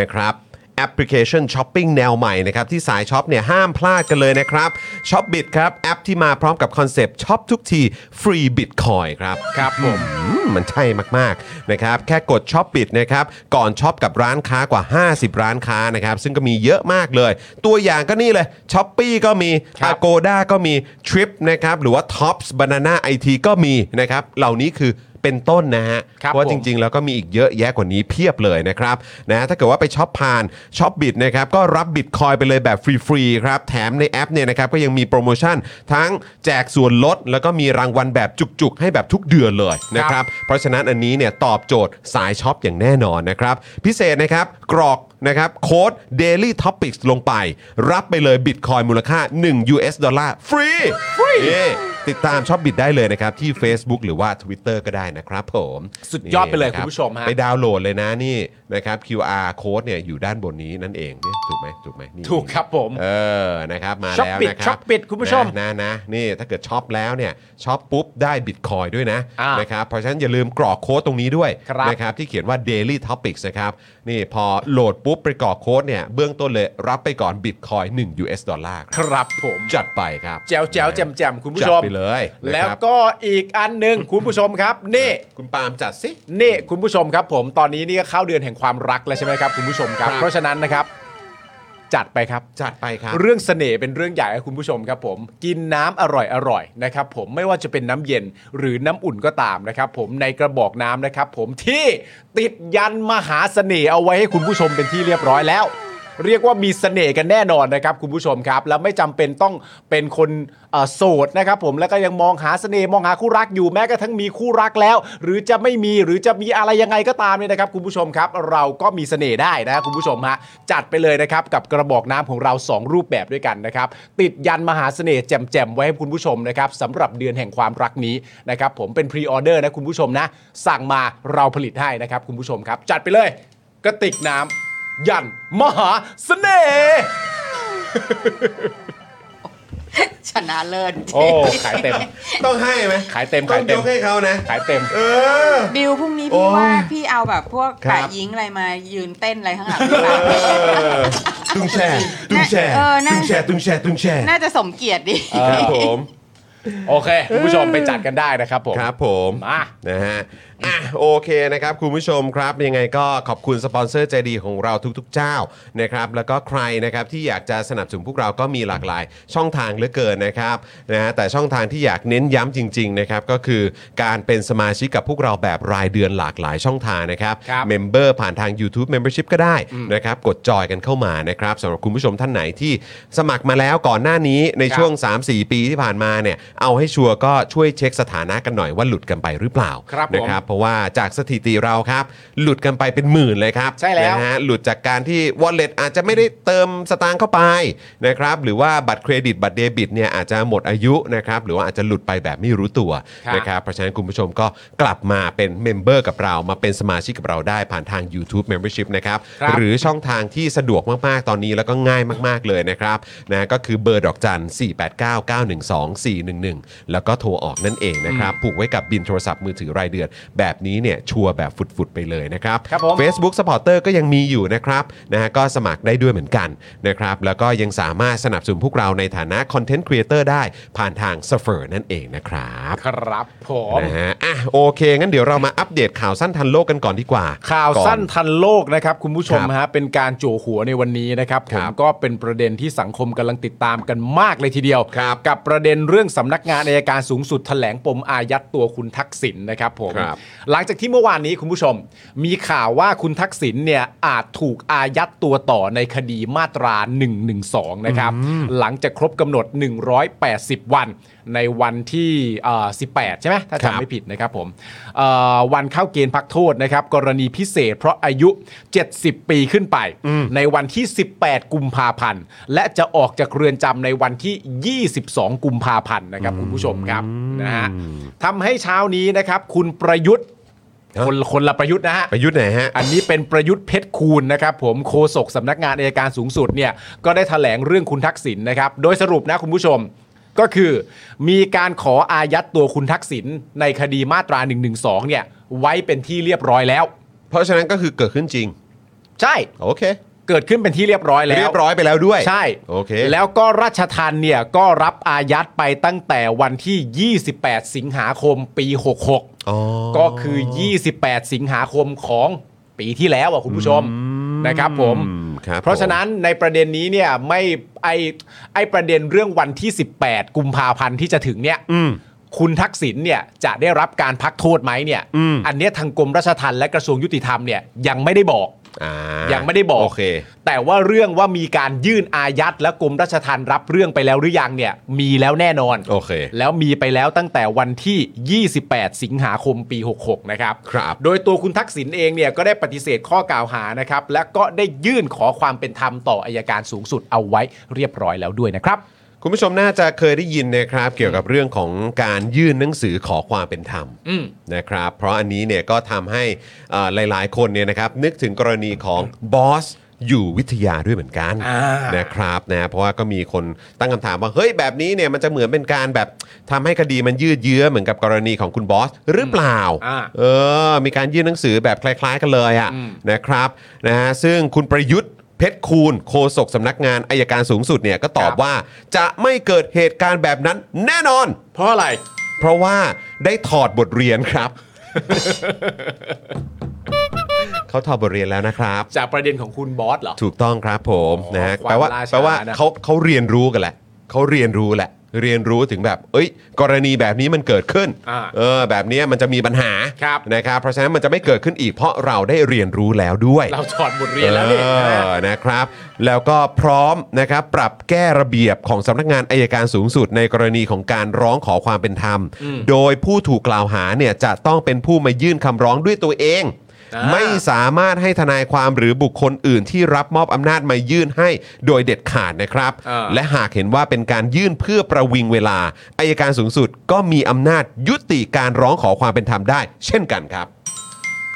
A: นะครับ แอปพลิเคชันช้อปปิ้งแนวใหม่นะครับที่สายช็อปเนี่ยห้ามพลาดกันเลยนะครับช้อปบิตครับแอปที่มาพร้อมกับคอนเซปต์ช็อปทุกทีฟรีบิตคอยครับ
B: ครับผม
A: อืมมันใช่มากๆนะครับแค่กดช้อปบิตนะครับก่อนช็อปกับร้านค้ากว่า 50 ร้านค้านะครับซึ่งก็มีเยอะมากเลย ตัวอย่างก็นี่เลยช้อปปีก็มี
B: ครับ
A: a g o d a ก็มี Trip นะครับหรือว่า Tops Banana IT ก็มีนะครับเหล่านี้คือเป็นต้นนะฮะ
B: ครับ
A: เพราะว่า
B: ผม
A: จริง จริงๆแล้วก็มีอีกเยอะแยะกว่านี้เพียบเลยนะครับนะถ้าเกิดว่าไปช็อปผ่านช็อปบิตนะครับก็รับบิตคอยน์ไปเลยแบบฟรีๆครับแถมในแอปเนี่ยนะครับก็ยังมีโปรโมชั่นทั้งแจกส่วนลด แล้วก็มีรางวัลแบบจุกๆ ให้แบบทุกเดือนเลยนะค
B: ครั
A: รับ
B: บ
A: เพราะฉะนั้นอันนี้เนี่ยตอบโจทย์สายช็อปอย่างแน่นอนนะครับ พิเศษนะครับกรอกนะครับโค้ด daily topics ลงไป รับไปเลยบิตคอยน์มูลค่า 1 US ดอลลาร์ฟรีฟรีติดตามช็อปบิตได้เลยนะครับที่ Facebook หรือว่า Twitter ก็ได้นะครับผม
B: สุดยอดไปเลย
A: นี่นะรับ
B: คุณผู้ชมฮะ
A: ไปดาวน์โหลดเลยนะนี่นะครับ QR code เนี่ยอยู่ด้านบนนี้นั่นเองเนี่ยถูกไหมถูกไหมนี่
B: ถูกครับผม
A: เออนะครับมา
B: ช็อป
A: แล้ว
B: ปิด
A: นะครับ
B: ช็อปปิดคุณผู้ชม
A: นะนะนะนี่ถ้าเกิดช็อปแล้วเนี่ยช็อปปุ๊บได้บิตคอยด้วยนะ
B: อ่าน
A: นะครับเพราะฉะนั้นอย่าลืมกรอกโค้ดตรงนี้ด้วย
B: ครับ
A: นะครับที่เขียนว่า daily topics นะครับนี่พอโหลดปุ๊บไปกรอกโค้ดเนี่ยเบื้องต้นเลยรับไปก่อนบิตคอย1 US ดอลลาร์ค
B: ครับ รับผม
A: จัดไปครับ
B: แจ๋วแจ๋วแจ่มแจ่มคุณผู้ช
A: จั
B: ม
A: ดไปเลยนะครับ
B: แล้วก็อีกอันหนึ่งคุณผู้ชมครับนี่
A: คุณปาล์มจัดสิ
B: นี่คุณผู้ชมครับผมตอนนี้นี่ก็เข้าเดือนแห่งความรักแล้วใช่ไหมครับคุณผู้ชมครับ
A: ครับ
B: เพราะฉะนั้นนะครับ จัดไปครับ
A: จัดไปครับ
B: เรื่องเสน่ห์เป็นเรื่องใหญ่ครับคุณผู้ชมครับผม กินน้ำอร่อยอร่อยนะครับผมไม่ว่าจะเป็นน้ำเย็นหรือน้ำอุ่นก็ตามนะครับผมในกระบอกน้ำนะครับผมที่ติดยันมหาเสน่ห์เอาไว้ให้คุณผู้ชมเป็นที่เรียบร้อยแล้ว เรียกว่ามีเสน่ห์กันแน่นอนนะครับคุณผู้ชมครับ แล้วไม่จำเป็นต้องเป็นคนเอ่อโสดนะครับผมแล้วก็ยังมองหาเสน่ห์มองหาคู่รักอยู่แม้กระทั่งมีคู่รักแล้ว หรือจะไม่มีหรือจะมีอะไรยังไงก็ตามเนี่ยนะครับคุณผู้ชมครับ เราก็มีเสน่ห์ได้นะครับคุณผู้ชมฮะจัดไปเลยนะครับกับกระบอกน้ำของเรา 2 รูปแบบด้วยกันนะครับติดยันมหาเสน่ห์แจ่มๆไว้ให้คุณผู้ชมนะครับสำหรับเดือนแห่งความรักนี้นะครับผมเป็นพรีออเดอร์นะคุณผู้ชมนะสั่งมาเราผลิตให้นะครับคุณผู้ชมครับ จัดไปเลยกระติกน้ำ ยันมหาเสน่ห์
C: ชนะเลิศ
B: โอ้ ขายเต็ม
A: ต้องให้ไหม
B: ขายเต็ม
A: ต้อ
B: ขาง ยเต็
A: ย
B: ม
A: กให้เขานะ
B: ขายเต็ม
A: เออ
C: บิวพรุ่งนี้
A: โอ้
C: พี่
A: ย
C: ว่าพี่เอาแบบพวก
A: ครับ
C: แปะยิงอะไรมายืนเต้นอะไรข้างหลังหรือเปล่า
A: ตุ้งแช่ตุ้งแช่
C: เออน่า
A: ตุ้งแช่ตุ้งแช่ตุ้งแช่
C: น่าจะสมเกียรติดี
A: ครับผม
B: โอเค คุณผู้ชมไปจัดกันได้นะครับผม
A: ครับผม
B: มา
A: นะฮะอ่ะโอเคนะครับ คุณผู้ชมครับ ยังไงก็ขอบคุณสปอนเซอร์ใจดีของเราทุกๆเจ้านะครับ แล้วก็ใครนะครับที่อยากจะสนับสนุนพวกเราก็มีหลากหลาย ช่องทางเหลือเกินนะครับนะฮะแต่ช่องทางที่อยากเน้นย้ำจริง ๆ นะครับ ก็คือการเป็นสมาชิกกับพวกเราแบบรายเดือนหลากหลายช่องทางนะครับ
B: ครับ
A: เมมเบอร์ผ่านทาง YouTube Membership ก็ได้นะครับกดจอยกันเข้ามานะครับสำหรับคุณผู้ชมท่านไหนที่สมัครมาแล้วก่อนหน้านี้ใน
B: ครับ
A: ช่วง 3-4 ปีที่ผ่านมาเนี่ยเอาให้ชัวร์ก็ช่วยเช็คสถานะกันหน่อยว่าหลุดกันไปหรือเปล่า
B: ครับผม
A: นะครับเพราะว่าจากสถิติเราครับ หลุดกันไปเป็นหมื่นเลยครับ
B: ใช่แล้ว
A: นะฮะหลุดจากการที่ Wallet อาจจะไม่ได้เติมสตางค์เข้าไปนะครับหรือว่าบัตรเครดิตบัตรเดบิตเนี่ยอาจจะหมดอายุนะครับหรือว่าอาจจะหลุดไปแบบไม่รู้ตัว
B: ครับ
A: นะครับ นะครับเพราะฉะนั้นคุณผู้ชมก็กลับมาเป็นเมมเบอร์กับเรามาเป็นสมาชิกกับเราได้ผ่านทาง YouTube Membership นะครับ
B: ครับ
A: หรือช่องทางที่สะดวกมากๆ ตอนนี้แล้วก็ง่ายมากๆเลยนะครับนะก็คือเบอร์ดอกจัน 489-912-411 แล้วก็โทรออกนั่นเองนะครับผูกไว้กับบินโทรศัพท์มือถือรายเดือน แบบนี้เนี่ยชัวร์แบบฟุดๆไปเลยนะครับ
B: ครับผม
A: Facebook Supporter ก็ยังมีอยู่นะครับนะฮะก็สมัครได้ด้วยเหมือนกันนะครับแล้วก็ยังสามารถสนับสนุนพวกเราในฐานะคอนเทนต์ครีเอเตอร์ได้ผ่านทาง s u f f e r นั่นเองนะครับ
B: ครับผม
A: นะฮะอ่ะโอเค งั้นเดี๋ยวเรามาอัปเดตข่าวสั้นทันโลกกันก่อนดีกว่า
B: ข่าว
A: ก่อ
B: สั้นทันโลกนะครับ คุณผู้ชม
A: ครับ
B: ฮะเป็นการโจวหัวในวันนี้นะครับ
A: ค
B: ผ
A: รั
B: ม
A: บ
B: ก็เป็นประเด็นที่สังคมกำลังติดตามกันมากเลยทีเดียว
A: ครับ
B: กับประเด็นเรื่องสำนักงานอายการสูงสุดแถลงปมอายัดตัวคุณทักษิณนะครับผม
A: ครับ
B: หลังจากที่เมื่อวานนี้คุณผู้ชม มีข่าวว่าคุณทักษิณเนี่ยอาจถูกอายัดตัวต่อในคดีมาตรา1นึนะครับหลังจากครบกำหนด 180 วัน ในวันที่เอ่อ18 ใช่ไหมถ้า
A: ครับ
B: จำไม่ผิด ผิดนะครับผมเอ่อวันเข้าเกณฑ์พักโทษนะครับ กรณีพิเศษเพราะอายุ 70 ปีขึ้นไป ในวันที่ 18 กุมภาพันธ์ และจะออกจากเรือนจำในวันที่ 22 กุมภาพันธ์นะครับคุณผู้ชมครับนะฮะทำให้เช้านี้นะครับ คุณประยุทธ์
A: ฮะ
B: คนคนละประยุทธ์นะฮะ
A: ประยุทธ์ไหนฮะ
B: อันนี้เป็นประยุทธ์เพชรคูณนะครับผมโฆษกสำนักงานอายการสูงสุดเนี่ยก็ได้แถลงเรื่องคุณทักษิณนะครับ โดยสรุปนะคุณผู้ชม ก็คือมีการขออายัดตัวคุณทักษิณในคดีมาตรา1นึเนี่ยไว้เป็นที่เรียบร้อยแล้ว
A: เพราะฉะนั้นก็คือเกิดขึ้นจริง
B: ใช่
A: โอเค
B: เกิดขึ้นเป็นที่เรียบร้อยแล้ว
A: เรียบร้อยไปแล้วด้วย
B: ใช่
A: โอเค
B: แล้วก็ราชทันเนี่ยก็รับอายัดไปตั้งแต่วันที่ 28 สิงหาคมปี 66
A: อ๋อ
B: ก็คือ 28 สิงหาคมของปีที่แล้วอ่ะคุณผู้ชมนะครับผม
A: ครับ
B: เพราะฉะนั้นในประเด็นนี้เนี่ยไม่ไอไอประเด็นเรื่องวันที่ 18 กุมภาพันธ์ที่จะถึงเนี่ย
A: อืม
B: คุณทักษิณเนี่ยจะได้รับการพักโทษไหมเนี่ย
A: อืม
B: นเนี้ยทางกรมราชทัณฑ์และกระทรวงยุติธรรมเนี่ยยังไม่ได้บอก
A: อ่า
B: ยังไม่ได้บอก
A: โอเค
B: แต่ว่าเรื่องว่ามีการยื่นอายัดและกรมราชทัณฑ์รับเรื่องไปแล้วหรือยังเนี่ยมีแล้วแน่นอน
A: โอเค
B: แล้วมีไปแล้วตั้งแต่วันที่ 28 สิงหาคมปี 66 นะครับ
A: ครับ
B: โดยตัวคุณทักษิณเองเนี่ยก็ได้ปฏิเสธข้อกล่าวหานะครับ และก็ได้ยื่นขอความเป็นธรรมต่ออายการสูงสุดเอาไว้เรียบร้อยแล้วด้วยนะครับ
A: คุณผู้ชมน่าจะเคยได้ยินนะครับ เกี่ยวกับเรื่องของการยื่นหนังสือขอความเป็นธรรม
B: อืม
A: นะครับ เพราะอันนี้เนี่ยก็ทำให้เอ่อหลาย ๆ คนเนี่ยนะครับ นึกถึงกรณีของบอสอยู่วิทยาด้วยเหมือนกัน
B: อ่าน
A: นะครับนะเพราะว่าก็มีคนตั้งคำถามว่าเฮ้ยแบบนี้เนี่ยมันจะเหมือนเป็นการแบบทำให้คดีมันยืดเยื้อเหมือนกับกรณีของคุณบอสหรือเปล่า
B: อ่า
A: เออ มีการยื่นหนังสือแบบคล้าย ๆ กันเลยอะ่ะ
B: อืม
A: นะครับนะฮะซึ่งคุณประยุทธ์เพชรคูณโฆษกสำนักงานอายการสูงสุดเนี่ยก็ตอบว่าจะไม่เกิดเหตุการณ์แบบนั้นแน่นอน
B: เพราะอะไร
A: เพราะว่าได้ถอดบทเรียนครับ เขาถอดบทเรียนแล้วนะครับ
B: จากประเด็นของคุณบอสเหรอ
A: ถูกต้องครับผม
B: อ๋อ
A: นะฮะ
B: ความ
A: แปลว่า
B: ล่าช้า
A: แปลว่า
B: นะ
A: เขาเขาเรียนรู้กันแหละเขาเรียนรู้แหละ เรียนรู้ถึงแบบ เอ้ย กรณีแบบนี้มันเกิดขึ้น
B: อ่า
A: เออ แบบเนี้ยมันจะมีปัญหา
B: ครับ
A: นะครับ เพราะฉะนั้นมันจะไม่เกิดขึ้นอีกเพราะเราได้เรียนรู้แล้วด้วย
B: เราถอดบทเรียนแล้วนี่
A: เออนะครับ แล้วก็พร้อมนะครับปรับแก้ระเบียบของสำนักงานอายการสูงสุดในกรณีของการร้องขอความเป็นธรรม
B: อืม
A: โดยผู้ถูกกล่าวหาเนี่ยจะต้องเป็นผู้มายื่นคำร้องด้วยตัวเอง
B: อ่า
A: ไม่สามารถให้ทนายความหรือบุคคลอื่นที่รับมอบอำนาจมายื่นให้โดยเด็ดขาดนะครับ
B: เออ
A: และหากเห็นว่าเป็นการยื่นเพื่อประวิงเวลาอายการสูงสุดก็มีอำนาจยุติการร้องขอความเป็นธรรมได้ เช่นกันครับ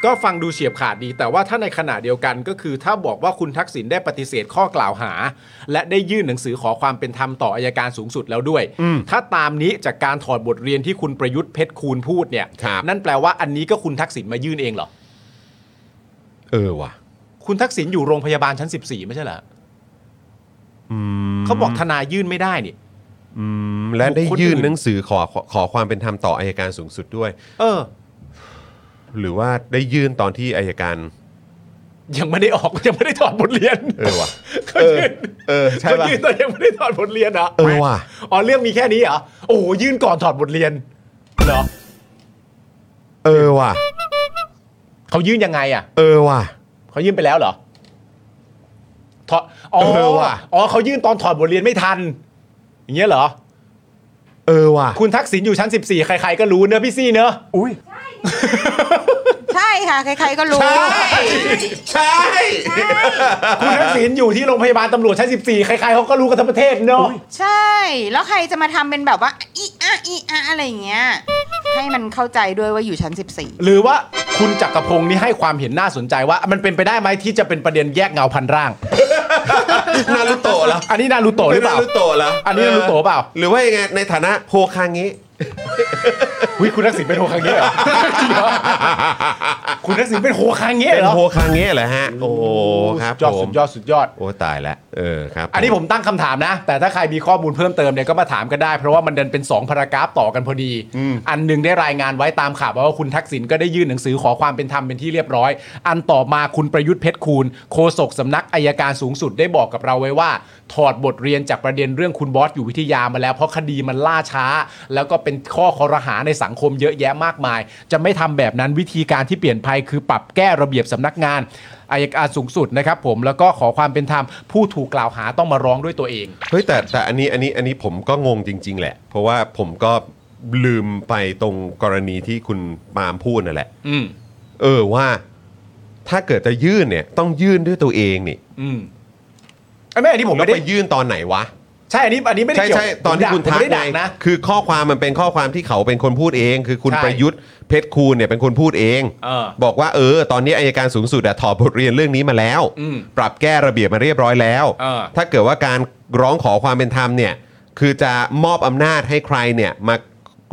B: ก็ฟังดูเฉียบขาดดี แต่ว่าถ้าในขณะเดียวกันก็คือถ้าบอกว่าคุณทักษิณได้ปฏิเสธข้อกล่าวหา และได้ยื่นหนังสือขอความเป็นธรรมต่ออายการสูงสุดแล้วด้วย ถ้าตามนี้จากการถอดบทเรียนที่คุณประยุทธ์เพชรคูณพูดเนี่ย
A: ครับ
B: นั่นแปลว่าอันนี้ก็คุณทักษิณมายื่นเองเหรอ
A: เออว่ะ
B: คุณทักษิณอยู่โรงพยาบาลชั้น 14 ไม่ใช่เหรออเขาบอกทนายยื่นไม่ได้นี่
A: และได้
B: บุคคลอื่น
A: ยื่นหนังสือขอขอขอความเป็นธรรมต่ออายการสูงสุดด้วย
B: เออ
A: หรือว่าได้ยื่นตอนที่อายการ
B: ยังไม่ได้ออก ยังไม่ได้ถอดบทเรียน
A: เออว่ะ
B: เขายื่น
A: เออใช่
B: เขา
A: ป่ะ
B: ยื่นตอนยังไม่ได้ถอดบทเรียนเหรอ
A: เออว่ะ
B: อ๋อเรื่องมีแค่นี้เหรอโอ้โหยื่นก่อนถอดบทเรียนเหรอ
A: เออว่ะ
B: เขายื่นยังไงอ่ะ
A: เออว่ะ
B: เขายื่นไปแล้วเหรอถอดอ๋อ
A: เออว่ะ
B: อ๋อเขายื่นตอนถอดบทเรียนไม่ทัน อย่างเงี้ยเหรอ
A: เออว่ะ
B: คุณทักษิณอยู่ชั้น 14 ใครๆก็รู้เนอะพี่ซี่เนอะ
E: อุ้ย
C: ใช่ค่ะ ใครๆก็รู้
A: ใช่ ใช่
B: คุณทักษิณอยู่ที่โรงพยาบาลตำรวจชั้น 14 ใครๆเขาก็รู้กันทั้งประเทศเนอะ
C: ใช่ แล้วใครจะมาทำเป็นแบบว่าอีอะอีอะอะไรอย่างเงี้ย ให้มันเข้าใจด้วยว่าอยู่ชั้น 14
B: หรือว่าคุณจักรพงศ์นี่ให้ความเห็นน่าสนใจว่า มันเป็นไปได้ไหมที่จะเป็นประเด็นแยกเงาพันร่าง
A: นารุโตะเหรอ
B: อันนี้นารูโตะหรือเปล่า
A: นรุโตะเหรอ
B: อั
A: อั
B: นนี้นารุโตะเปล่า
A: หรือว่ายังไงในฐานะโฮคางิ
B: วิคุณทักษิณเป็นโฮคา เงะเหรอ คุณทักษิณเป็นโฮคาเงะ
A: เป็น
B: เหรอ
A: โฮคางิเหรอฮะ โอ้โหครับ
B: ยอด
A: ผ
B: สุ
A: ม
B: ดยอดสุดยอด
A: โอ้ตายแล้วเออครับ
B: อันนี้ผมตั้งคำถามนะ แต่ถ้าใครมีข้อมูลเพิ่มเติมเนี่ยก็มาถามกันได้ เพราะว่ามันเดินเป็น 2 พารากราฟต่อกันพอดี อันหนึงได้รายงานไว้ตามข่าวว่าคุณทักษิณก็ได้ยื่นหนังสือขอความเป็นธรรมเป็นที่เรียบร้อย อันต่อมาคุณประยุทธ์เพชรคูณโฆษกสำนักอายการสูงสุดได้บอกกับเราไว้ว่า ถอดบทเรียนจากประเด็นเรื่องคุณบอสอยู่วิทยามาแล้วเพราะคดีมันล่าช้า แล้วก็เป็นข้อคอรหาในสังคมเยอะแยะมากมาย จะไม่ทำแบบนั้นวิธีการที่เปลี่ยนไปคือปรับแก้ระเบียบสำนักงาน อายการสูงสุดนะครับผมแล้วก็ขอความเป็นธรรม ผู้ถูกกล่าวหาต้องมาร้องด้วยตัวเอง
A: เฮ้ยแต่แต่อันนี้อันนี้อันนี้ผมก็งงจริง ๆ แหละ เพราะว่าผมก็ลืมไปตรงกรณีที่คุณปาล์มพูดนั่นแหละ
B: อืม
A: เออว่าถ้าเกิดจะยื่นเนี่ยต้องยื่นด้วยตัวเองนี่
B: อืมไอ้แม่อันนี้ผม
A: แล้ว
B: ไม่ได้
A: ไปยื่นตอนไหนวะ
B: ใช่อันนี้อันนี้ไม่ได้
A: ใช่
B: เกี่ยว
A: ใช่ตอนที่คุณ
B: ผม
A: ทัก
B: ไม่ได้
A: ไง
B: ด่านะ
A: คือข้อความมันเป็นข้อความที่เขาเป็นคนพูดเอง คือคุณ
B: ใช่
A: ประยุทธ์เพชรคูณเนี่ยเป็นคนพูดเอง
B: เออ
A: บอกว่าเออ ตอนนี้อายการสูงสุดอะถอดบทเรียนเรื่องนี้มาแล้ว
B: อืม
A: ปรับแก้ระเบียบมาเรียบร้อยแล้ว
B: เออ
A: ถ้าเกิดว่าการร้องขอความเป็นธรรมเนี่ย คือจะมอบอำนาจให้ใครเนี่ยมา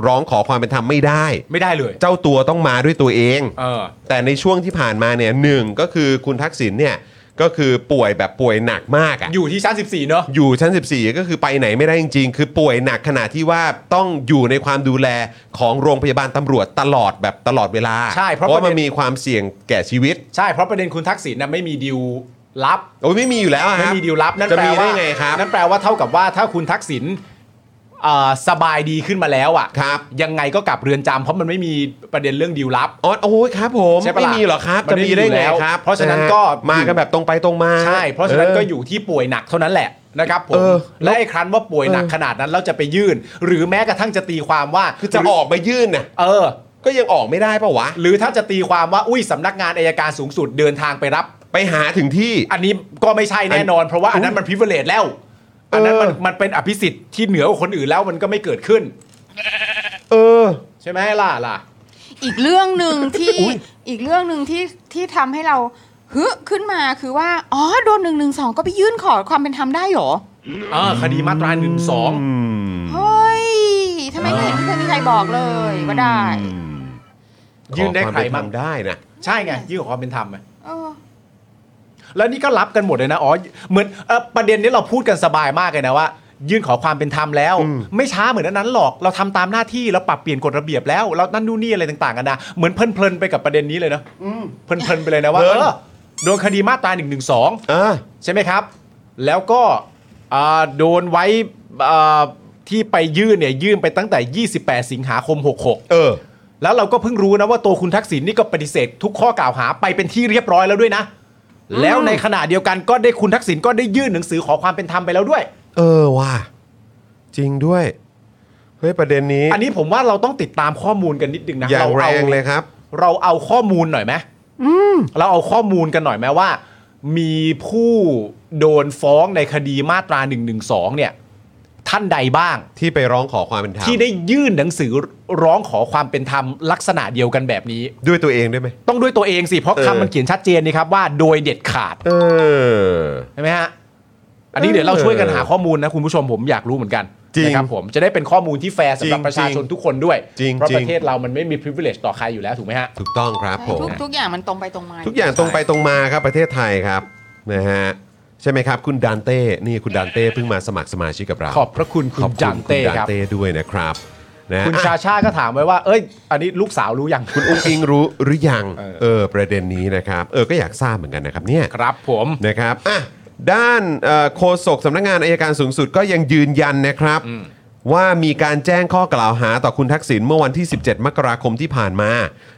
A: ร้องขอความเป็นธรรมไม่ได้
B: ไม่ได้เลย
A: เจ้าตัวต้องมาด้วยตัวเอง
B: เออ
A: แต่ในช่วงที่ผ่านมาเนี่ยหนึ่งก็คือคุณทักษิณเนี่ยก็คือป่วยแบบป่วยหนักมากอะ
B: อยู่ที่ชั้น 14 เนอะ
A: อยู่ชั้น 14 ก็คือไปไหนไม่ได้จริง ๆ คือป่วยหนักขนาดที่ว่าต้องอยู่ในความดูแลของโรงพยาบาลตำรวจตลอดแบบตลอดเวลา
B: ใช่เพราะ
A: ว่ามันมีความเสี่ยงแก่ชีวิต
B: ใช่ เพราะประเด็นคุณทักษิณน่ะไม่มีดิวลับ
A: โอ้ยไม่มีอยู่แล้วอะค
B: ไม่
A: รับ
B: มีดิวลับ นั่น
A: จะ
B: แปล
A: มีได้
B: ว่า
A: ไงครับ
B: นั่นแปลว่าเท่ากับว่าถ้าคุณทักษิณเอ่อสบายดีขึ้นมาแล้วอ่ะ
A: ครับ
B: ยังไงก็กลับเรือนจำเพราะมันไม่มีประเด็นเรื่องดิวลับ
A: อ๋อโอ้ยครับผม
B: ใช่ปะ
A: ไม่
B: ล่ะ
A: มีหรอครับ
B: มัน
A: จะ
B: ไม่
A: มี
B: มี
A: ได้
B: อยู่
A: ไง
B: แล้ว
A: ครับ
B: เพราะฉะนั้น
A: ฮ
B: ก็
A: มากันแบบตรงไปตรงมา
B: ใช่ เพราะฉะนั้น
A: ออ
B: ก็อยู่ที่ป่วยหนักเท่านั้นแหละนะครับผ
A: เอ
B: ม
A: อ
B: และไอ้ครั้นว่าป่วยหนัก
A: เออ
B: ขนาดนั้นเราจะไปยื่น หรือแม้กระทั่งจะตีความว่า
A: คือจะออกไปยื่นน่ะ
B: เออ
A: ก็ยังออกไม่ได้ปะวะ
B: หรือถ้าจะตีความว่าอุ้ยสำนักงานอายการสูงสุดเดินทางไปรับ
A: ไปหาถึงที่
B: อันนี้ก็ไม่ใช่แน่นอน เพราะว่าอันนั้นมันพิเวเลตแล้ว อันนั้นมัน
A: เออ
B: มันเป็นอภิสิทธิ์ที่เหนือกว่าคนอื่นแล้วมันก็ไม่เกิดขึ้น
A: เออ
B: ใช่ไหมล่ะล่ะ
C: อีกเรื่องหนึ่ง ที่อีกเรื่องหนึ่งที่ที่ทำให้เราฮึขึ้นมาคือว่าอ๋อโดนหนึ่งหนึ่งสองก็ไปยื่นขอความเป็นธรรมได้เหรอ
B: เออคดีมาตราหนึ่งสอง
C: เฮ้ยทำไมไม่เห็นที่เคยมีใครบอกเลยว่าได้
B: ยื่นได้ใครบ้าง
A: ขอวามเป็นธมได้นะ
B: ใช่ไง ยื่นขอความเป็นธรรมไหม
C: เออ
B: แล้วนี่ก็รับกันหมดเลยนะ อ๋อ เหมือนเอ่อประเด็นนี้เราพูดกันสบายมากเลยนะว่า ยื่นขอความเป็นธรรมแล้ว
A: อืม
B: ไม่ช้าเหมือนอันนั้นหรอก เราทำตามหน้าที่เราปรับเปลี่ยนกฎระเบียบแล้ว เรานั่นนู่นนี่อะไรต่างๆกันนะเหมือนเพลินๆไปกับประเด็นนี้เลยเนอะเพลินๆไปเลยนะว่าเออโดนคดีมาตราหนึ่งหนึ่งสอง
A: เออ
B: ใช่ไหมครับ แล้วก็อ่าโดนไว้อ่าที่ไปยื่นเนี่ยยื่นไปตั้งแต่ 28 สิงหาคม 66
A: เออ
B: แล้วเราก็เพิ่งรู้นะว่าตัวคุณทักษิณนี่ก็ปฏิเสธทุกข้อกล่าวหาไปเป็นที่เรียบร้อยแล้วด้วยนะ แล้วในขณะเดียวกันก็ได้คุณทักษิณก็ได้ยื่นหนังสือขอความเป็นธรรมไปแล้วด้วย
A: เออว่ะจริงด้วย เฮ้ย ประเด็นนี้
B: อันนี้ผมว่าเราต้องติดตามข้อมูลกันนิดนึงนะ
A: อย่าง
B: เรา
A: แร
B: เอา
A: งเลยครับ
B: เราเอาข้อมูลหน่อยไหมเราเอาข้อมูลกันหน่อยไหมว่า มีผู้โดนฟ้องในคดีมาตรา1นึเนี่ย ท่านใดบ้าง
A: ที่ไปร้องขอความเป็นธรรม
B: ที่ได้ยื่นหนังสือร้องขอความเป็นธรรมลักษณะเดียวกันแบบนี้
A: ด้วยตัวเองด้วยไหม
B: ต้องด้วยตัวเองสิ เพราะ
A: เออ
B: คำมันเขียนชัดเจนนี่ครับว่าโดยเด็ดขาด
A: เออ
B: ใช่ไหมฮะ อันนี้เดี๋ยวเราช่วยกันหาข้อมูลนะคุณผู้ชมผมอยากรู้เหมือนกัน
A: จริง
B: นะครับผมจะได้เป็นข้อมูลที่แฟร์สำหรับ
A: จริง
B: ประชาชนทุกคนด้วย
A: จริง
B: เพราะ
A: จริง
B: ประเทศเรามันไม่มี privilege ต่อใครอยู่แล้วถูกไหมฮะ
A: ถูกต้องครับผม
C: ทุกทุกอย่างมันตรงไปตรงมา
A: ทุกอย่างตรงไปตรงมาครับประเทศไทยครับนะฮะใช่ไหมครับ คุณดันเต้ นี่คุณดันเต้เพิ่งมาสมัครสมาชิกกับเรา
B: ขอบพระคุณคุณ
A: ขอบ
B: จังเต้
A: คุณ
B: ครับ
A: เต้ด้วยนะครับนะ
B: คุณ
A: อ่ะ
B: ชาชาก็ถามไว้ว่า เอ้ย อันนี้ลูกสาวรู้ยัง
A: คุณอุ้งอิงรู้หรือยังเออประเด็นนี้นะครับ เออก็อยากทราบเหมือนกันนะครับเนี่ย
B: ครับผม
A: นะครับอ่ะด้านเอ่อโฆษกสำนักงานอายการสูงสุดก็ยังยืนยันนะครับ ว่ามีการแจ้งข้อกล่าวหาต่อคุณทักษิณเมื่อวันที่ 17 มกราคมที่ผ่านมา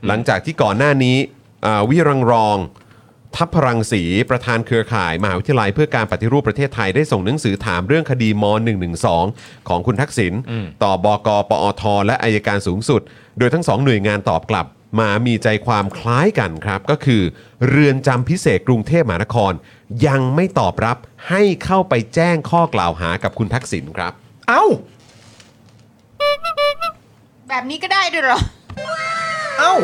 A: หลังจากที่ก่อนหน้านี้อ่าวิรังรอง ทัพพรังสีประธานเครือข่ายมหาวิทยาลัยเพื่อการปฏิรูปประเทศไทยได้ส่งหนังสือถามเรื่องคดีม .112 ของคุณทักษิณต่อบกปอท และอายการสูงสุด โดยทั้งสองหน่วยงานตอบกลับ มามีใจความคล้ายกันครับ ก็คือเรือนจำพิเศษกรุงเทพมหานคร ยังไม่ตอบรับให้เข้าไปแจ้งข้อกล่าวหากับคุณทักษิณครับ
B: เอ้า
C: แบบนี้ก็ได้ด้วยเหรอ
B: เอ้า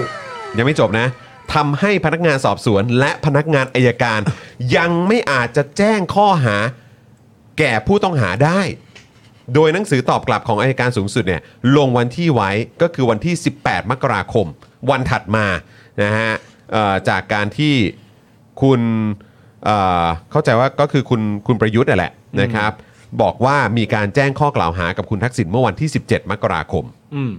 A: ยังไม่จบนะทำให้พนักงานสอบสวนและพนักงานอายการ ยังไม่อาจจะแจ้งข้อหาแก่ผู้ต้องหาได้ โดยหนังสือตอบกลับของอายการสูงสุดเนี่ยลงวันที่ไว้ก็คือวันที่ 18 มกราคม วันถัดมานะฮะเอ่อจากการที่คุณเอ่อเข้าใจว่าก็คือคุณคุณประยุทธ์นั่นแหละนะครับ บอกว่ามีการแจ้งข้อกล่าวหากับคุณทักษิณเมื่อวันที่ 17 มกราคม
B: อืม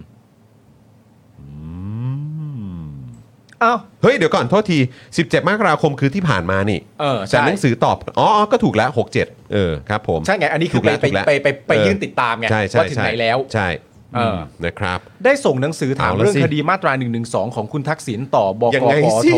B: เอ้า
A: เฮ้ย เดี๋ยวก่อนโทษที 17 มกราคมคือที่ผ่านมานี่
B: เออใช่
A: แต่หนังสือตอบ อ๋อ ก็ถูกแล้ว 67 เออครับผม
B: ใช่ไง อันนี้คือ
A: ถูก
B: ไป
A: แล้ว
B: ไป
A: ถูกแล้ว
B: ไปไปไป
A: เออ
B: ยื่นติดตามไง
A: ใช่ใช่
B: ว่าถึง
A: ใช่
B: ไหนแล้ว
A: ใช่
B: เอออื
A: มนะครับ
B: ได้ส่งหนังสือถาม
A: เอาละ
B: เรื่อง
A: สิ
B: คดีมาตรา1นึของคุณทักษิณต่อบ
A: ยั
B: ก
A: งไง
B: ปอ
A: สิ
B: ท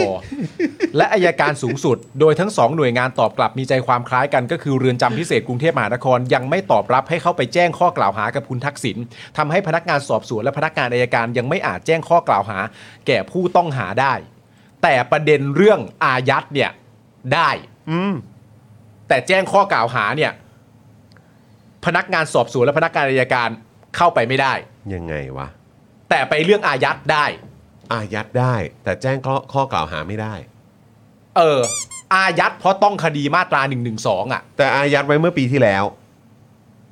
B: และอายการสูงสุด โดยทั้งสองหน่วยงานตอบกลับมีใจความคล้ายกันก็คือเรือนจำพิเศษกรุงเทพมหานคร ยังไม่ตอบรับให้เข้าไปแจ้งข้อกล่าวหากับคุณทักษิณทำให้พนักงานสอบสวนและพนักงานอายการยังไม่อาจแจ้งข้อกล่าวหา แก่ผู้ต้องหาได้ แต่ประเด็นเรื่องอายัดเนี่ยได้
A: อืม
B: แต่แจ้งข้อกล่าวหาเนี่ย พนักงานสอบสวนและพนักงานอายการเข้าไปไม่ได้
A: ยังไงวะ
B: แต่ไปเรื่องอายัดได้
A: อายัดได้ แต่แจ้งข้อข้อกล่าวหาไม่ได้
B: เออ อายัดเพราะต้องคดีมาตรา1นึอ่ะ
A: แต่อายัดไว้เมื่อปีที่แล้ว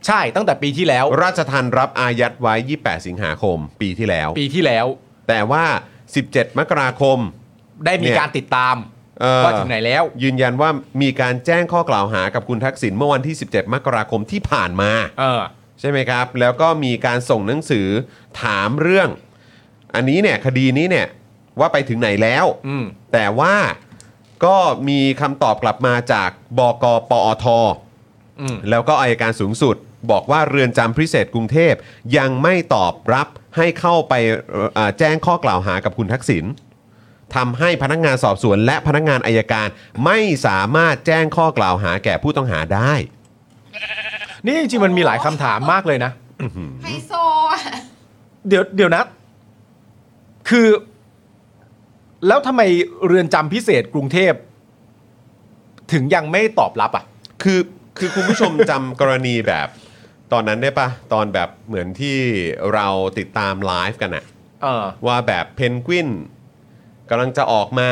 B: ใช่ตั้งแต่ปีที่แล้ว
A: ราชทันรับอายัดไว้ 28 สิงหาคม ปีที่แล้ว
B: ปีที่แล้ว
A: แต่ว่า 17 มกราคม
B: ได้มี
A: เนี่ย
B: การติดตาม
A: เอ่อ
B: ว่าถึงไหนแล้ว
A: ยืนยันว่ามีการแจ้งข้อกล่าวหากับคุณทักษิณเมื่อวันที่ 17 มกราคมที่ผ่านมา
B: เออ
A: ใช่ไหมครับ แล้วก็มีการส่งหนังสือถามเรื่อง อันนี้เนี่ยคดีนี้เนี่ยว่าไปถึงไหนแล้ว
B: อืม
A: แต่ว่าก็มีคำตอบกลับมาจากบกปอท
B: อืม
A: แล้วก็อายการสูงสุด บอกว่าเรือนจำพิเศษกรุงเทพยังไม่ตอบรับให้เข้าไปเอ่ออ่าแจ้งข้อกล่าวหากับคุณทักษิณทำให้พนักงานสอบสวนและพนักงานอายการไม่สามารถแจ้งข้อกล่าวหาแก่ผู้ต้องหาได้
B: นี่จริงๆมันมีหลายคำถามมากเลยนะ
C: ไฮโซอะ
B: เดี๋ยวเดี๋ยวนะ คือ แล้วทำไมเรือนจำพิเศษกรุงเทพ ถึงยังไม่ตอบรับอ่ะ
A: คือคือคุณผู้ชม จำกรณีแบบ ตอนนั้นได้ปะตอนแบบเหมือนที่เราติดตามไลฟ์กันอะ
B: เออ
A: ว่าแบบเพนกวินกำลังจะออกมา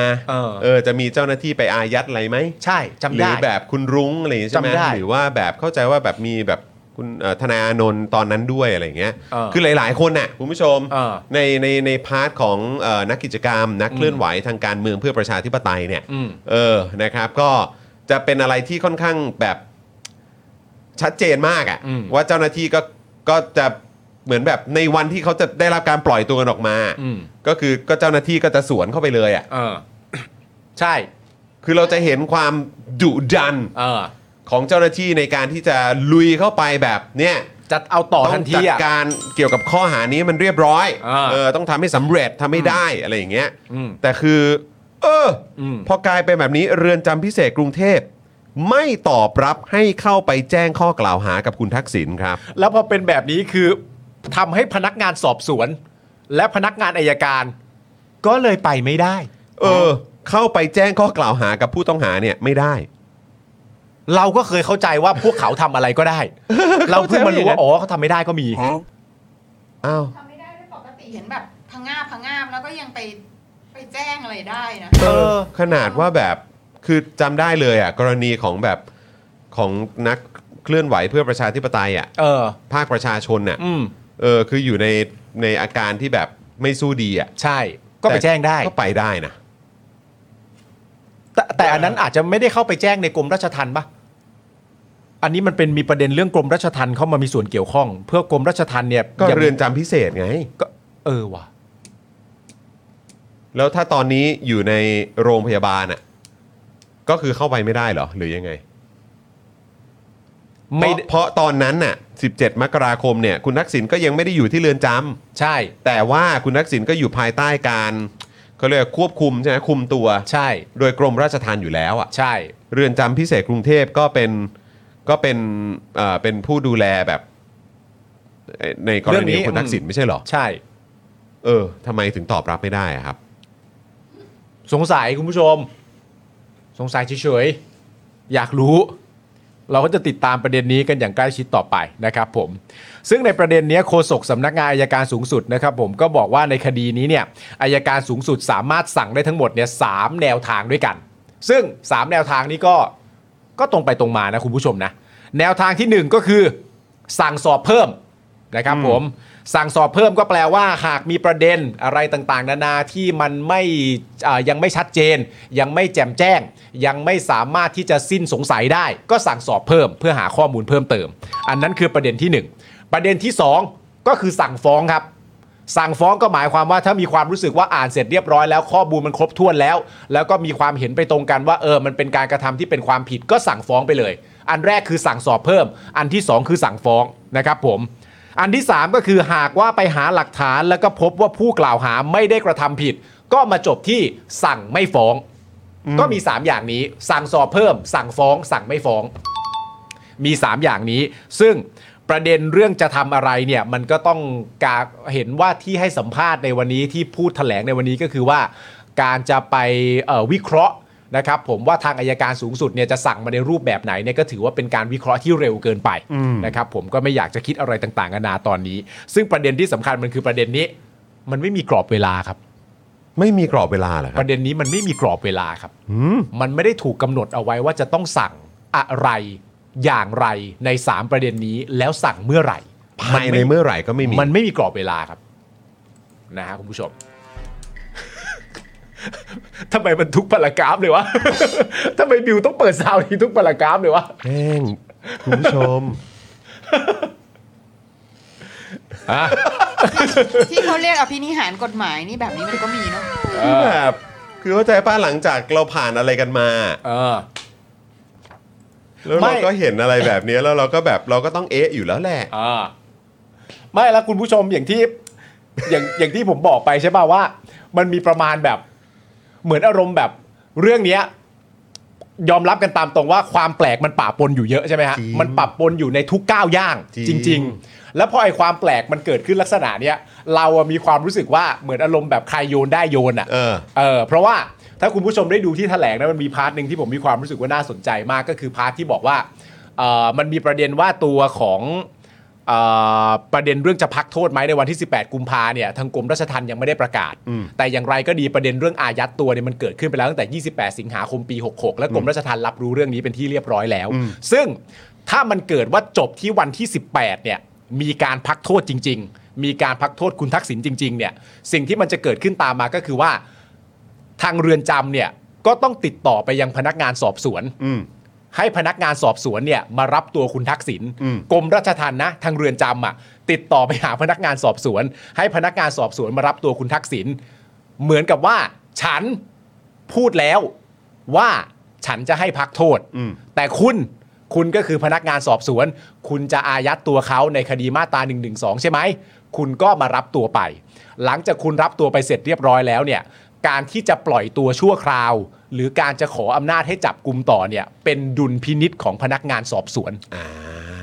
B: เออ
A: จะมีเจ้าหน้าที่ไปอายัดอะไรไหม
B: ใช่จำ
A: หรื
B: ได้
A: อแบบคุณรุ้งอะไรอย่างเงี้ยใช่ไหม
B: จำได้
A: หรือว่าแบบเข้าใจว่าแบบมีแบบคุณเอ่อธนาอานนท์ตอนนั้นด้วยอะไรอย่างเงี้ย
B: เออ
A: คือหลาย ๆ คนน่ะคุณผู้ชม
B: เออ
A: ในในในพาร์ทของเอ่อนักกิจกรรม นักเคลื่อนไหวทางการเมืองเพื่อประชาธิปไตยเนี่ย
B: อืม
A: เออนะครับก็จะเป็นอะไรที่ค่อนข้างแบบชัดเจนมากอะว่าเจ้าหน้าที่ก็ก็จะเหมือนแบบในวันที่เขาจะได้รับการปล่อยตัวกันออกมา
B: อืม
A: ก็คือก็เจ้าหน้าที่ก็จะสวนเข้าไปเลยอะ่ะ
B: เออ ใช่
A: คือเราจะเห็นความดุดัน
B: เออ
A: ของเจ้าหน้าที่ในการที่จะลุยเข้าไปแบบเนี่ย
B: จะเอาต่อ
A: ต้
B: ทั
A: อง
B: นที
A: จัด
B: อ่ะ
A: การเกี่ยวกับข้อหานี้มันเรียบร้อย
B: อ่า
A: เออต้องทำให้สำเร็จทำให้ได้อะไรอย่างเงี้ย
B: อืม
A: แต่คือ เอออ
B: ม
A: พอกลายเป็นแบบนี้เรือนจำพิเศษกรุงเทพ ไม่ตอบรับให้เข้าไปแจ้งข้อกล่าวหากับคุณทักษิณครับ
B: แล้วพอเป็นแบบนี้คือทำให้พนักงานสอบสวน และพนักงานอายการ ก็เลยไปไม่ได้
A: เออ เข้าไปแจ้งข้อกล่าวหากับผู้ต้องหาเนี่ยไม่ได้
B: เราก็เคยเข้าใจว่าพวกเขาทำอะไรก็ ได้ เราเพิ่งมารู้ว่าอ๋อเขาทำไม่ได้ก็มี
A: อ้าว
C: ทำไม่ได้ด้วยปกติเห็นแบบพังงาบพังงาบแล้วก็ยังไปไปแจ้งอะไรได้นะ
A: เออขนาดว่าแบบคือจำได้เลยอ่ะกรณีของแบบของนักเคลื่อนไหวเพื่อประชาธิปไตยอ่ะ
B: เออ
A: ภาคประชาชนน่ะ
B: อืม
A: เออคืออยู่ในในอาการที่แบบไม่สู้ดีอ่ะ
B: ใช่ ก็ไปแจ้งได้
A: ก็ไปได้นะ
B: แต่แต่อันนั้นอาจจะไม่ได้เข้าไปแจ้งในกรมราชทัณฑ์ปะอันนี้มันเป็นมีประเด็นเรื่องกรมราชทัณฑ์เข้ามามีส่วนเกี่ยวข้อง เพื่อกรมราชทัณฑ์เนี่ย
A: ก็
B: ยัง
A: เรือนจำพิเศษไง
B: ก็เออว่ะ
A: แล้วถ้าตอนนี้อยู่ในโรงพยาบาลอ่ะก็คือเข้าไปไม่ได้เหรอ หรือยังไงเพ
B: ไม่
A: ราะเพราะตอนนั้นน่ะ 17 มกราคมเนี่ยคุณทักษิณก็ยังไม่ได้อยู่ที่เรือนจำ
B: ใช่
A: แต่ว่าคุณทักษิณก็อยู่ภายใต้การเขาเรียกว่าควบคุมใช่ไหมคุมตัว
B: ใช่
A: โดยกรมราชทัณฑ์อยู่แล้วอ่ะ
B: ใช่
A: เรือนจำพิเศษกรุงเทพก็เป็นก็เป็นเอ่อเป็นผู้ดูแลแบบเอ่อในกร
B: เรื่อง
A: ณี
B: นี้
A: คุณทักษิณไม่ใช่เหรอ
B: ใช่
A: เออทำไมถึงตอบรับไม่ได้อะครับ
B: สงสัยคุณผู้ชม สงสัยเฉยๆ อยากรู้ เราก็จะติดตามประเด็นนี้กันอย่างใกล้ชิดต่อไปนะครับผม ซึ่งในประเด็นเนี้ยโฆษกสำนักงานอายการสูงสุดนะครับผมก็บอกว่าในคดีนี้เนี่ยอายการสูงสุดสามารถสั่งได้ทั้งหมดเนี่ยสามแนวทางด้วยกัน ซึ่ง 3 แนวทางนี้ก็ก็ตรงไปตรงมานะคุณผู้ชมนะ แนวทางทีหนึ่1 ก็คือ สั่งสอบเพิ่มนะครับผม สั่งสอบเพิ่มก็แปลว่าหากมีประเด็นอะไรต่างๆ นานาที่มันไม่อ่ายังไม่ชัดเจน ยังไม่แจ่มแจ้ง ยังไม่สามารถที่จะสิ้นสงสัยได้ ก็สั่งสอบเพิ่มเพื่อหาข้อมูลเพิ่มเติม อันนั้นคือประเด็นที่หนึ่งประเด็นที่สองก็คือสั่งฟ้องครับ สั่งฟ้องก็หมายความว่าถ้ามีความรู้สึกว่าอ่านเสร็จเรียบร้อยแล้วข้อมูลมันครบถ้วนแล้ว แล้วก็มีความเห็นไปตรงกันว่าเออมันเป็นการกระทำที่เป็นความผิดก็สั่งฟ้องไปเลย อันแรกคือสั่งสอบเพิ่ม อันที่สองคือสั่งฟ้องนะครับผม อันที่สามก็คือหากว่าไปหาหลักฐานแล้วก็พบว่าผู้กล่าวหาไม่ได้กระทำผิด ก็มาจบที่สั่งไม่ฟ้อง ก็มีสามอย่างนี้ สั่งสอบเพิ่ม สั่งฟ้อง สั่งไม่ฟ้อง มี 3 อย่างนี้ ซึ่งประเด็นเรื่องจะทำอะไรเนี่ย มันก็ต้องการเห็นว่าที่ให้สัมภาษณ์ในวันนี้ที่พูดแถลงในวันนี้ก็คือว่า การจะไปเอ่อวิเคราะห์นะครับ ผมว่าทางอายการสูงสุดเนี่ยจะสั่งมาในรูปแบบไหนเนี่ยก็ถือว่าเป็นการวิเคราะห์ที่เร็วเกินไปนะครับผมก็ไม่อยากจะคิดอะไรต่างๆนานาตอนนี้ ซึ่งประเด็นที่สำคัญมันคือประเด็นนี้ มันไม่มีกรอบเวลาครับ
A: ไม่มีกรอบเวลาเหรอค
B: ป
A: รับ
B: ระเด็นนี้มันไม่มีกรอบเวลาครับ มันไม่ได้ถูกกำหนดเอาไว้ว่าจะต้องสั่งอะไร อย่างไรใน 3 ประเด็นนี้แล้วสั่งเมื่อไหร่
A: ภายในเมื่อไหร่ก็ไม่มี
B: มันไม่มีกรอบเวลาครับนะฮะคุณผู้ชม ทำไมมันทุกพารากราฟเลยวะ ทำไมบิวต้องเปิดซาวนี้ทุกพารากราฟเลยวะ
A: แม่งคุณผู้ชม
C: ที่เขาเรียกอภินิหารกฎหมายนี่แบบนี้มันก็มีเนาะ
A: คือแบบคือเข้าใจป้าหลังจากเราผ่านอะไรกันมา
B: เออ
A: แล้ว
B: ไม่
A: เราก็เห็นอะไรแบบนี้แล้วเราก็แบบเราก็ต้องเอะอยู่แล้วแหละ
B: อ่าไม่แล้วคุณผู้ชมอย่างที่อย่างอย่างที่ผมบอกไปใช่ป่าว่า มันมีประมาณแบบเหมือนอารมณ์แบบเรื่องเนี้ยยอมรับกันตามตรงว่าความแปลกมันป่าปนอยู่เยอะใช่ไหมฮะ
A: จริง
B: มันปะปนอยู่ในทุกก้าวย่าง
A: จริง
B: จริง ๆ แล้วพอไอ้ความแปลกมันเกิดขึ้นลักษณะเนี้ยเราอะมีความรู้สึกว่าเหมือนอารมณ์แบบใครโยนได้โยนอ่ะ
A: เออ
B: เออเพราะว่าถ้าคุณผู้ชมได้ดูที่แถลงนะมันมีพาร์ทหนึ่งที่ผมมีความรู้สึกว่าน่าสนใจมากก็คือพาร์ทที่บอกว่าเออมันมีประเด็นว่าตัวของเอ่อประเด็นเรื่องจะพักโทษไหมในวันที่ 18 กุมภาเนี่ยทางกรมราชทัณฑ์ยังไม่ได้ประกาศ
A: อืม
B: แต่อย่างไรก็ดีประเด็นเรื่องอายัดตัวเนี่ยมันเกิดขึ้นไปแล้วตั้งแต่ 28 สิงหาคมปี 66 และกรมราชทัณฑ์รับรู้เรื่องนี้เป็นที่เรียบร้อยแล้ว ซึ่งถ้ามันเกิดว่าจบที่วันที่ 18 เนี่ยมีการพักโทษจริง ๆ มีการพักโทษคุณทักษิณจริง ๆ เนี่ยสิ่งที่มันจะเกิดขึ้นตามมาก็คือว่า ทางเรือนจำเนี่ยก็ต้องติดต่อไปยังพนักงานสอบสวน
A: อืม
B: ให้พนักงานสอบสวนเนี่ยมารับตัวคุณทักษิณ
A: อืม
B: กรมราชทัณฑ์นะทางเรือนจำอ่ะติดต่อไปหาพนักงานสอบสวน ให้พนักงานสอบสวนมารับตัวคุณทักษิณเหมือนกับว่า ฉันพูดแล้วว่าฉันจะให้พักโทษ
A: อืม
B: แต่คุณคุณก็คือพนักงานสอบสวน คุณจะอายัดตัวเขาในคดีมาตรา1นึใช่ไหม คุณก็มารับตัวไป หลังจากคุณรับตัวไปเสร็จเรียบร้อยแล้วเนี่ย การที่จะปล่อยตัวชั่วคราว หรือการจะขออำนาจให้จับกลุ่มต่อเนี่ย เป็นดุลพินิษของพนักงานสอบสวน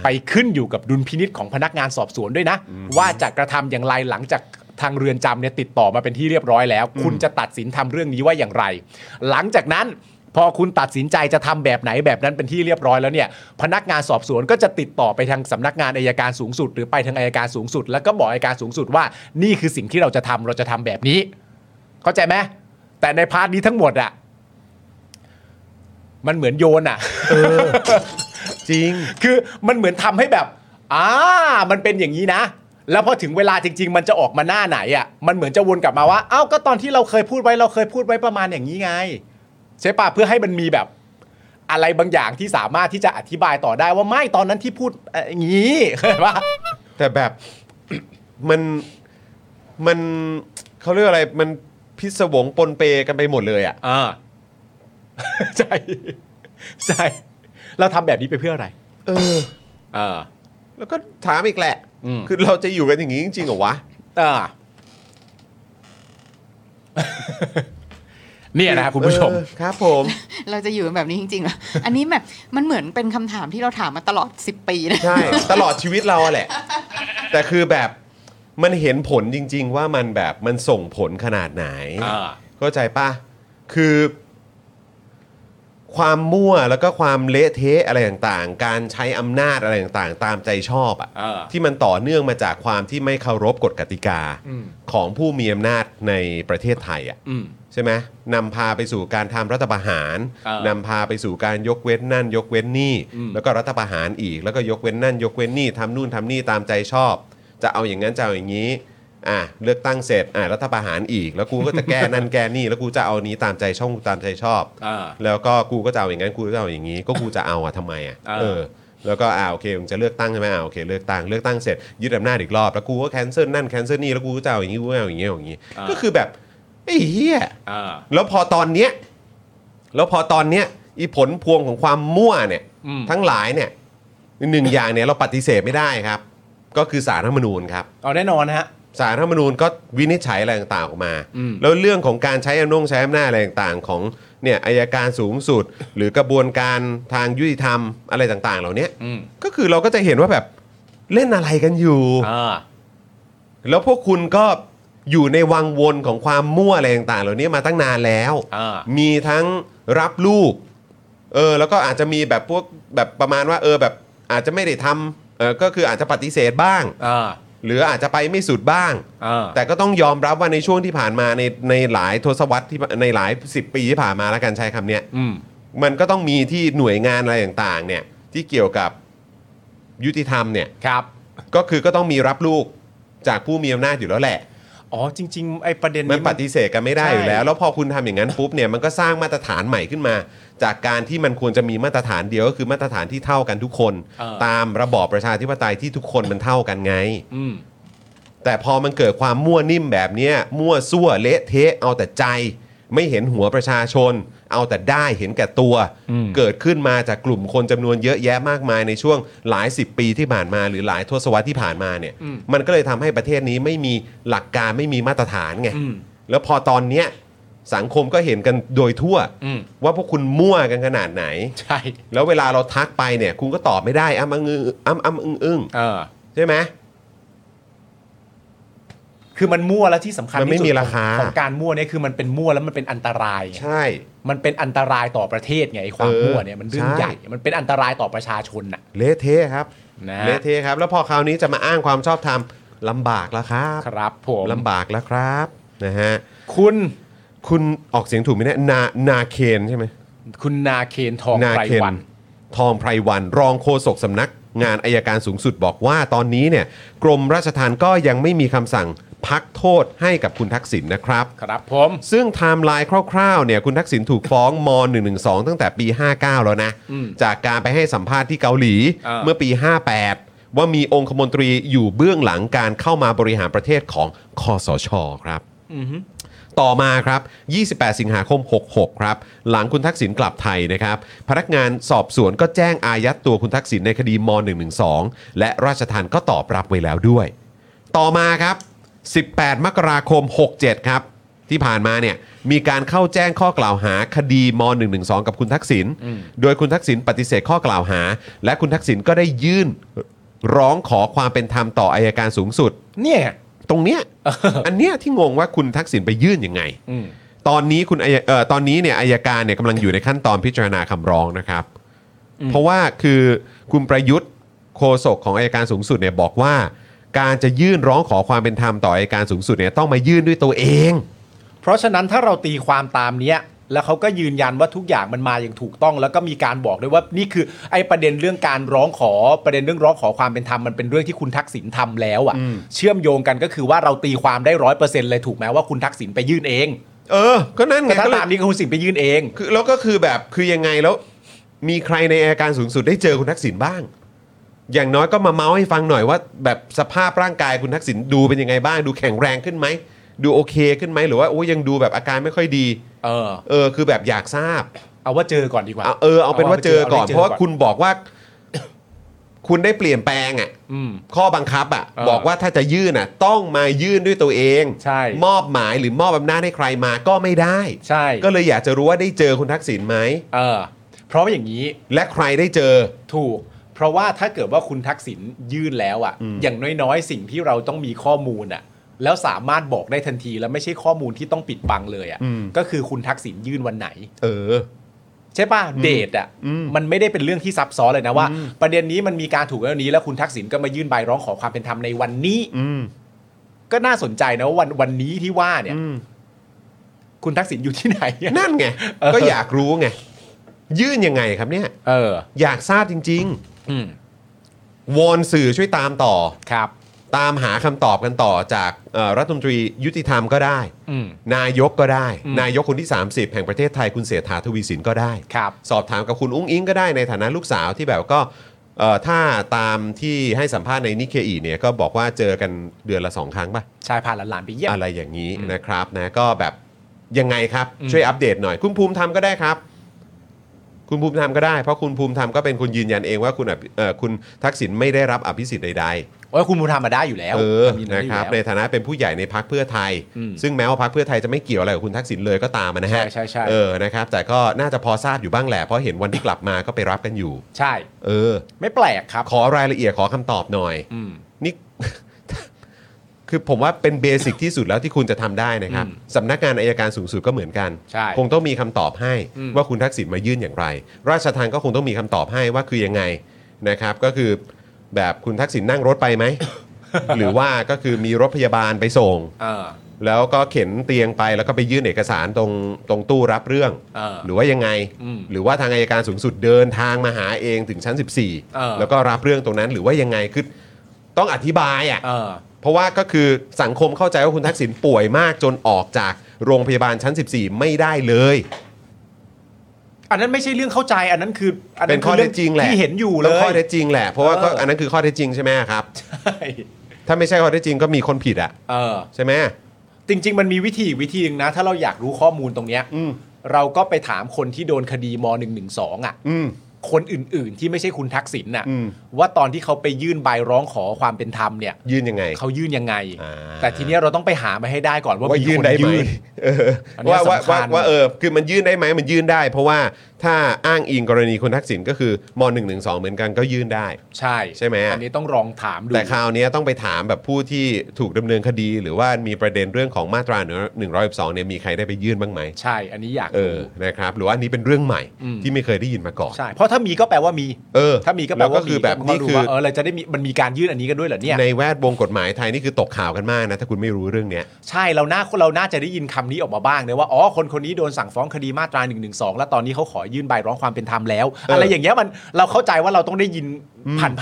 B: ไปขึ้นอยู่กับดุลพินิษของพนักงานสอบสวนด้วยนะ ว่าจะกระทำอย่างไรหลังจากทางเรือนจำเนี่ยติดต่อมาเป็นที่เรียบร้อยแล้ว คุณจะตัดสินทำเรื่องนี้ว่าอย่างไร หลังจากนั้น พอคุณตัดสินใจจะทำแบบไหนแบบนั้นเป็นที่เรียบร้อยแล้วเนี่ย พนักงานสอบสวนก็จะติดต่อไปทางสำนักงานอายการสูงสุด หรือไปทางอายการสูงสุด แล้วก็บอกอายการสูงสุดว่า นี่คือสิ่งที่เราจะทำเราจะทำแบบนี้ เข้าใจไหมแต่ในพาร์ทนี้ทั้งหมดอะมันเหมือนโยนอะ
A: จริง
B: คือมันเหมือนทำให้แบบอ่ามันเป็นอย่างนี้นะ แล้วพอถึงเวลาจริง ๆ มันจะออกมาหน้าไหนอะ่ะ มันเหมือนจะวนกลับมาว่า เอ้าก็ตอนที่เราเคยพูดไว้เราเคยพูดไว้ประมาณอย่างนี้ไง ใช่ปะเพื่อให้มันมีแบบ อะไรบางอย่างที่สามารถที่จะอธิบายต่อได้ว่าไม่ตอนนั้นที่พูดเอ่ออย่างนี้ เข้าใจปะ
A: แต่แบบ มันมันเขาเรียกอะไรมันพิศวงปนเปกันไปหมดเลยอ่ะ
B: อ่า ใช่ ใช่เราทำแบบนี้ไปเพื่ออะไร
A: เออ
B: เออ
A: แล้วก็ถามอีกแหละ
B: อืม
A: คือเราจะอยู่กันอย่างนี้จริงๆเหรอวะ
B: อ่า เนี่ยนะครับคุณผู้ชม
A: เออครับผม
C: เราจะอยู่แบบนี้จริงๆเหรออันนี้แบบมันเหมือนเป็นคำถามที่เราถามมาตลอด 10 ปีนะ
A: ใช่ ตลอดชีวิตเราอะแหละ แต่คือแบบมันเห็นผลจริง ๆ ว่ามันแบบมันส่งผลขนาดไหน
B: อ่า
A: เข้าใจปะคือ ความมั่วแล้วก็ความเละเทะอะไรต่างๆ การใช้อำนาจอะไรต่างๆ ตามใจชอบอะ
B: เออ
A: ที่มันต่อเนื่องมาจากความที่ไม่เคารพกฎกติกาของผู้มีอำนาจในประเทศไทยอะ
B: อืม
A: ใช่ไหมนำพาไปสู่การทำรัฐประหาร
B: เออน
A: ำพาไปสู่การยกเว้นนั่น ยกเว้นนี่
B: อืม
A: แล้วก็รัฐประหารอีก แล้วก็ยกเว้นนั่น ยกเว้นนี่ทำนู่นทำนี่ตามใจชอบ จะเอาอย่างนั้นจะเอาอย่างนี้อ่ะเลือกตั้งเสร็จอ่ะรัฐประหารอีก แล้วกูก็จะแก้ นั่นแก้นี่ แล้วกูจะเอานี้ตามใจช่องตามใจชอบ
B: อ่า
A: แล้วก็กูก็จะเอาอย่างนั้นกูก็จะเอาอย่างนี้ ก็กูจะเอาอะทำไมอะ
B: เออ
A: เออ แล้วก็อ่าโอเคมึงจะเลือกตั้งใช่ไหมอ่าโอเคเลือกตั้งเลือกตั้งเสร็จยึดอำนาจอีกรอบแล้วกูก็แคนเซิลนั่นแคนเซิลนี่แล้วกูก็จะเอาอย่างนี้กูก็เอาอย่างนี้เอาอย่างนี้ ก็คือแบบไอ้เหี้ย
B: อ่า
A: แล้วพอตอนเนี้ยแล้วพอตอนเนี้ยอีผลพวงของความมั่วเนี่ย
B: อืม
A: ทั้งหลายเนี่ยหนึ่งอย่างเนี่ยเราปฏิเสธไม่ได้ครับ ก็คือสารรัฐธรรมนูญครับ
B: เอาแน่นอนฮะ
A: สารรัฐธรรมนูญก็วินิจฉัยอะไรต่างๆออกมา
B: อืม
A: แล้วเรื่องของการใช้อำนงใช้อำนาจอะไรต่างๆ ของเนี่ยอายการสูงสุด หรือกระบวนการทางยุติธรรมอะไรต่างๆ เหล่าเนี้ย
B: อืม
A: ก็คือเราก็จะเห็นว่าแบบเล่นอะไรกันอยู่
B: อ่า
A: แล้วพวกคุณก็อยู่ในวังวนของความมั่วอะไรต่างๆ เหล่านี้มาตั้งนานแล้ว
B: อ่า
A: มีทั้งรับลูก เออ แล้วก็อาจจะมีแบบพวกแบบประมาณว่า เออแบบอาจจะไม่ได้ทำเออก็คืออาจจะปฏิเสธบ้าง
B: อ่า
A: หรืออาจจะไปไม่สุดบ้าง
B: อ่า
A: แต่ก็ต้องยอมรับว่าในช่วงที่ผ่านมาในในหลายทศวรรษที่ในหลาย 10 ปีที่ผ่านมาแล้วกันใช้คำเนี้ย
B: อืม
A: มันก็ต้องมีที่หน่วยงานอะไรต่างๆ เนี่ย ที่เกี่ยวกับยุติธรรมเนี่ย
B: ครับ
A: ก็คือก็ต้องมีรับลูกจากผู้มีอำนาจอยู่แล้วแหละ
B: อ๋อจริง ๆ ไอ้ประเด็น
A: มัน
B: นี้
A: ป
B: มัน
A: ฏิเสธกันไม่ได้
B: ใช่
A: อยู่แล้ว แล้วพอคุณทำอย่างนั้นปุ๊บเนี่ยมันก็สร้างมาตรฐานใหม่ขึ้นมา จากการที่มันควรจะมีมาตรฐานเดียวก็คือมาตรฐานที่เท่ากันทุกคน ตามระบอบประชาธิปไตยที่ทุกคนมันเท่ากันไง
B: อืม
A: แต่พอมันเกิดความมั่วนิ่มแบบเนี้ยมั่วซั่วเละเทะเอาแต่ใจ ไม่เห็นหัวประชาชน เอาแต่ได้เห็นแก่ตัว
B: อืม
A: เกิดขึ้นมาจากกลุ่มคนจำนวนเยอะแยะมากมายในช่วงหลายสิบปีที่ผ่านมาหรือหลายทศวรรษที่ผ่านมาเนี่ย มันก็เลยทำให้ประเทศนี้ไม่มีหลักการไม่มีมาตรฐานไง
B: อืม
A: แล้วพอตอนเนี้ยสังคมก็เห็นกันโดยทั่ว
B: อืม
A: ว่าพวกคุณมั่วกันขนาดไหน
B: ใช่
A: แล้วเวลาเราทักไปเนี่ย คุณก็ตอบไม่ได้อ้ำอึ้งอ้ำอ้ำอึ้งอึ้ง
B: เออ
A: ใช่ไหม
B: คือมันมั่วแล้วที่สำคัญ
A: มันไม่
B: ที่สุด
A: มีราคา
B: ของของการมั่วเนี่ยคือมันเป็นมั่วแล้วมันเป็นอันตรายไง
A: ใช่
B: มันเป็นอันตรายต่อประเทศไงไอ้ความ
A: เออ
B: มั่วเนี่ยมันเรื่อง
A: ใช่
B: ใหญ่มันเป็นอันตรายต่อประชาชนน่ะ
A: เละเทะครับ
B: นะ
A: เละเทะครับ แล้วพอคราวนี้จะมาอ้างความชอบธรรมลำบากแล้วครับ
B: ครับผม
A: ลำบากแล้วครับนะฮะ
B: คุณ
A: คุณออกเสียงถูกไหมเนี่ยนานาเคนใช่ไหม
B: คุณนาเคนทอง
A: นา
B: ไพร
A: เคน
B: วัน
A: ทองไพรวัน รองโฆษกสำนักงานอายการสูงสุดบอกว่าตอนนี้เนี่ยกรมราชทัณฑ์ก็ยังไม่มีคำสั่งพักโทษให้กับคุณทักษิณนะครับ
B: ครับผม
A: ซึ่งไทม์ไลน์คร่าวๆเนี่ยคุณทักษิณถูกฟ้องม .112 ตั้งแต่ปี 59 แล้วนะ
B: อืม
A: จากการไปให้สัมภาษณ์ที่เกาหลี
B: อ่า
A: เมื่อปี 58 ว่ามีองคมนตรีอยู่เบื้องหลังการเข้ามาบริหารประเทศของคอสชครับ ต่อมาครับ 28 สิงหาคม 66 ครับ หลังคุณทักษิณกลับไทยนะครับ พนักงานสอบสวนก็แจ้งอายัดตัวคุณทักษิณในคดีม .112 และราชทานก็ตอบรับไว้แล้วด้วย ต่อมาครับ 18 มกราคม 67 ครับ ที่ผ่านมาเนี่ยมีการเข้าแจ้งข้อกล่าวหาคดีม .112 กับคุณทักษิณ โดยคุณทักษิณปฏิเสธข้อกล่าวหา และคุณทักษิณก็ได้ยื่นร้องขอความเป็นธรรมต่ออายการสูงสุด
B: เนี่ย
A: ตรงเนี้ย อันเนี้ยที่งงว่าคุณทักษิณไปยื่นยังไง
B: อืม
A: ตอนนี้คุณอัยเอ่อตอนนี้เนี่ยอายการเนี่ยกำลังอยู่ในขั้นตอนพิจารณาคำร้องนะครับ เพราะว่าคือคุณประยุทธ์โฆษกของอายการสูงสุดเนี่ยบอกว่า การจะยื่นร้องขอความเป็นธรรมต่ออายการสูงสุดเนี่ยต้องมายื่นด้วยตัวเอง
B: เพราะฉะนั้นถ้าเราตีความตามเนี้ย แล้วเขาก็ยืนยันว่าทุกอย่างมันมาอย่างถูกต้อง แล้วก็มีการบอกด้วยว่านี่คือไอ้ประเด็นเรื่องการร้องขอประเด็นเรื่องร้องขอความเป็นธรรมมันเป็นเรื่องที่คุณทักษิณทำแล้วอะ่ะ เชื่อมโยงกันก็คือว่าเราตีความได้ร้อยเปอร์เซ็นต์เลยถูกไหมว่าคุณทักษิณไปยื่นเอง
A: เออ ก็นั่นไง
B: แต่ถ้า
A: ก็เล
B: ตาย มนี้ก็คุณทักษิณไปยื่นเอง
A: คือแล้วก็คือแบบคือยังไงแล้วมีใครในอายการสูงสุดได้เจอคุณทักษิณบ้าง อย่างน้อยก็มาเมาส์ให้ฟังหน่อยว่า แบบสภาพร่างกายคุณทักษิณดูเป็นยังไงบ้าง ดูแข็งแรงขึ้นไหมดูโอเคขึ้นไหมหรือว่าโอ้ยยังดูแบบอาการไม่ค่อยดี
B: เออ
A: เออคือแบบอยากทราบ
B: เอาว่าเจอก่อนดีกว่า
A: เอาเออเอาเป็นว่าเจอก่อน
B: เอาไปเจอก่อน
A: เพราะว่าคุณบอกว่า คุณได้เปลี่ยนแปลงอ่ะ
B: อืม
A: ข้อบังคับอ่ะ
B: เออ
A: บอกว่าถ้าจะยื่นอ่ะ ต้องมายื่นด้วยตัวเอง
B: ใช่
A: มอบหมายหรือมอบอำนาจให้ใครมาก็ไม่ได้
B: ใช่
A: ก็เลยอยากจะรู้ว่าได้เจอคุณทักษิณไหม
B: เออ เพราะว่าอย่างนี้
A: และใครได้เจอ
B: ถูก เพราะว่าถ้าเกิดว่าคุณทักษิณยื่นแล้วอะ่ะ อย่างน้อยๆ สิ่งที่เราต้องมีข้อมูลอะ่ะ แล้วสามารถบอกได้ทันทีแล้วไม่ใช่ข้อมูลที่ต้องปิดบังเลย
A: อืม
B: อะ่ะ ก็คือคุณทักษิณยื่นวันไหน
A: เออ
B: ใช่ป่ะเดทอ่ะมันไม่ได้เป็นเรื่องที่ซับซ้อนเลยนะว่า ประเด็นนี้มันมีการถูกแล้วนี้ แล้วคุณทักษิณก็มายื่นใบร้องขอความเป็นธรรมในวันนี้
A: อืม
B: ก็น่าสนใจนะว่าวันวันนี้ที่ว่าเนี่ย
A: อืม
B: คุณทักษิณอยู่ที่ไหนอะ
A: นั่นไง
B: เออ
A: ก็อยากรู้ไง ยื่นยังไงครับเนี่ย
B: เออ
A: อยากทราบจริง
B: อืม
A: ๆ วอนสื่อช่วยตามต่อ
B: ครับ
A: ตามหาคำตอบกันต่อจากเอ่อรัฐมนตรียุติธรรมก็ได้
B: อืม
A: นายกก็ได้
B: อืม
A: นายกคนที่ 30 แห่งประเทศไทยคุณเสถาทวีสินก็ได้
B: ครับ
A: สอบถามกับคุณอุ้งอิงก็ได้ในฐานะลูกสาวที่แบบก็เอ่อถ้าตามที่ให้สัมภาษณ์ในนิเคอีเนี่ยก็บอกว่าเจอกันเดือนละสองครั้งป่ะ
B: ชายพาหลานๆไปเยี่ยม
A: อะไรอย่างนี้
B: อืม
A: นะครับนะก็แบบยังไงครับ
B: อืม
A: ช่วยอัปเดตหน่อย คุณภูมิธรรมก็ได้ครับ คุณภูมิธรรมก็ได้เพราะคุณภูมิธรรมก็เป็นคนยืนยันเองว่าคุณอภิเอ่อคุณทักษิณไม่ได้รับอภิสิทธิ์ใดๆ
B: โอ้ยคุณมูทามาได้อยู่แล้ว
A: เออ
B: ทำยิได้
A: นะ
B: ยู่
A: ครับ ใน
B: แล้ว
A: ฐานะเป็นผู้ใหญ่ในพักเพื่อไทย
B: อืม
A: ซึ่งแม้ว่าพักเพื่อไทยจะไม่เกี่ยวอะไรกับคุณทักษิณเลยก็ตามนะฮะ
B: ใช่ใช่ใช่
A: เออ นะครับ แต่ก็น่าจะพอทราบอยู่บ้างแหละ เพราะเห็นวันที่กลับมาก็ไปรับกันอยู่
B: ใช่
A: เออ
B: ไม่แปลกครับ
A: ขอรายละเอียดขอคำตอบหน่อย
B: อืม
A: นี่ คือผมว่าเป็นเบสิกที่สุดแล้วที่คุณจะทำได้นะครับ
B: อืม
A: สำนักงานอายการสูงสุดก็เหมือนกัน
B: ใช่
A: คงต้องมีคำตอบให้
B: อืม
A: ว่าคุณทักษิณมายื่นอย่างไร ราชทานก็คงต้องมีคำตอบให้ว่าคือยังไงนะครับ ก็คือแบบคุณทักษิณนั่งรถไปไหม หรือว่าก็คือมีรถพยาบาลไปส่ง
B: เออ
A: แล้วก็เข็นเตียงไปแล้วก็ไปยื่นเอกสารตรงตรงตู้รับเรื่อง
B: เออ
A: หรือว่ายังไง
B: อืม
A: หรือว่าทางอายการสูงสุดเดินทางมาหาเองถึงชั้น
B: เออ
A: 14 แล้วก็รับเรื่องตรงนั้นหรือว่ายังไงคือต้องอธิบายอ่ะ
B: เออ
A: เพราะว่าก็คือสังคมเข้าใจว่าคุณทักษิณป่วยมากจนออกจากโรงพยาบาลชั้น 14 ไม่ได้เลย
B: อันนั้นไม่ใช่เรื่องเข้าใจอันนั้นคืออั
A: เป็นข้อเท็จจริงแหละ
B: ที่เห็นอยู่เล
A: ต้ข้อย เท็จจริงแหละเพราะว่าก็
B: เอออั
A: อันนั้นคือข้อเท็จจริงใช่ไหมครับ
B: ใช่
A: ถ้าไม่ใช่ข้อเท็จจริงก็มีคนผิดอ่ะ
B: เออ
A: ใช่ไหม
B: จริง ๆ มันมีวิธีอีกวิธีหนึงนะ ถ้าเราอยากรู้ข้อมูลตรงเนี้ย
A: อืม
B: เราก็ไปถามคนที่โดนคดีม .112 อ่ะ
A: อืม
B: คนอื่น ๆ ที่ไม่ใช่คุณทักษิณน่ะ
A: อืม
B: ว่าตอนที่เขาไปยื่นใบร้องขอความเป็นธรรมเนี่ย
A: ยื่นยังไง
B: เขายื่นยังไง
A: อ่า
B: แต่ทีเนี้ยเราต้องไปหามาให้ได้ก่อนว่า
A: ว่า
B: มี
A: ยื่น
B: ค
A: ได้ไหม
B: ยื่น
A: เออ
B: อันเนี้ย
A: ว่าว่า
B: สำคั
A: ว่า
B: ญ
A: ว่าเออคือมันยื่นได้ไหมมันยื่นได้ เพราะว่าถ้าอ้างอิงกรณีคุณทักษิณก็คือม .112 เหมือนกันก็ยื่นได้
B: ใช่
A: ใช่ไหม
B: อันนี้ต้องลองถามดู
A: แต่คราวเนี้ยต้องไปถามแบบผู้ที่ถูกดำเนินคดี หรือว่ามีประเด็นเรื่องของมาตรา112เนี่ยมีใครได้ไปยื่นบ้างไหม
B: ใช่ อันนี้อยาก
A: เออ
B: รู้
A: นะครับหรือว่าอันนี้เป็นเรื่องใหม่
B: อืม
A: ที่ไม่เคยได้ยินมาก่อน
B: ใช่ เพราะถ้ามีก็แปลว่ามี
A: เออ
B: ถ้ามีก็แปล
A: ล้ว
B: ว่ามี
A: คือแบบ
B: ก็
A: นี่
B: รู้
A: คือ
B: ว่าเออเราจะได้มีมันมีการยื่นอันนี้กันด้วยเหรอเนี่ย
A: ในแวดวงกฎหมายไทยนี่คือตกข่าวกันมากนะถ้าคุณไม่รู้เรื่องเนี้ย
B: ใช่เราน่าเราน่าจะได้ยินคำนี้ออกมาบ้างนะว่าอ๋อคนคนนี้โดนสั่งฟ้องคดีมาตรา1นึแล้วตอนนี้เขาขอยื่นใบร้องความเป็นธรรมแล้ว
A: เอออ
B: อะไรอย่างเงี้ยมันเราเข้าใจว่าเราต้องได้ยิน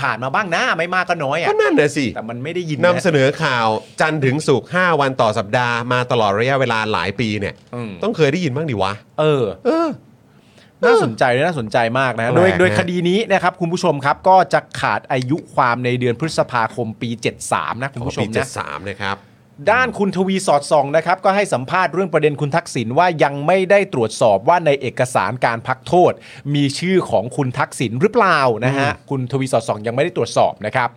B: ผ่านๆมาบ้างนะไม่มากก็น้อย
A: ก็
B: อะ
A: นั่นน่ะสิ
B: แต่มันไม่ได้ยิน
A: นำเส
B: นะ
A: นอข่าวจันทร์ถึงศุกร์5วันต่อสัปดาห์มาตลอดระยะเวลาหลายปีเนี่ย
B: อืม
A: ต้องเคยได้ยินบ้างดิวะ
B: เออ
A: เออ
B: น่าสนใจน่าสนใจมากนะฮะ
A: แปลก
B: โดย
A: นะ
B: โดยคดีนี้นะครับคุณผู้ชมครับก็จะขาดอายุความในเดือนพฤษภาคมปี 73 นะคุณ
A: ของ
B: ผู้ช
A: ปี
B: มนะ
A: 73 นะครับ
B: ด้านคุณทวีสอดส่องนะครับ ก็ให้สัมภาษณ์เรื่องประเด็นคุณทักษิณว่ายังไม่ได้ตรวจสอบว่าในเอกสารการพักโทษ มีชื่อของคุณทักษิณหรือเปล่านะฮะคุณทวีสอดส่องยังไม่ได้ตรวจสอบนะครับ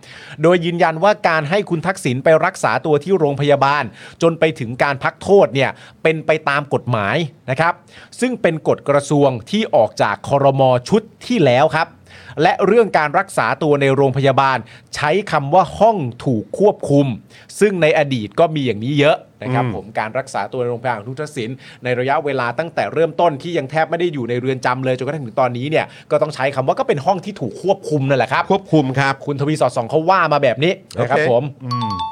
B: โดยยืนยันว่าการให้คุณทักษิณไปรักษาตัวที่โรงพยาบาล จนไปถึงการพักโทษเนี่ยเป็นไปตามกฎหมายนะครับ ซึ่งเป็นกฎกระทรวงที่ออกจากคอรมอชุดที่แล้วครับ และเรื่องการรักษาตัวในโรงพยาบาล ใช้คำว่าห้องถูกควบคุม ซึ่งในอดีตก็มีอย่างนี้เยอะนะครับ
A: อืม
B: ผมการรักษาตัวในโรงพยาบาลของทุกทศินในระยะเวลาตั้งแต่เริ่มต้นที่ยังแทบไม่ได้อยู่ในเรือนจำเลยจนกระทั่งถึงตอนนี้เนี่ยก็ต้องใช้คำว่าก็เป็นห้องที่ถูกควบคุมนั่นแหละครับ
A: ควบคุมครับ
B: คุณทวีสอดส่องเขาว่ามาแบบนี้นะครับ
A: โอเค
B: ผม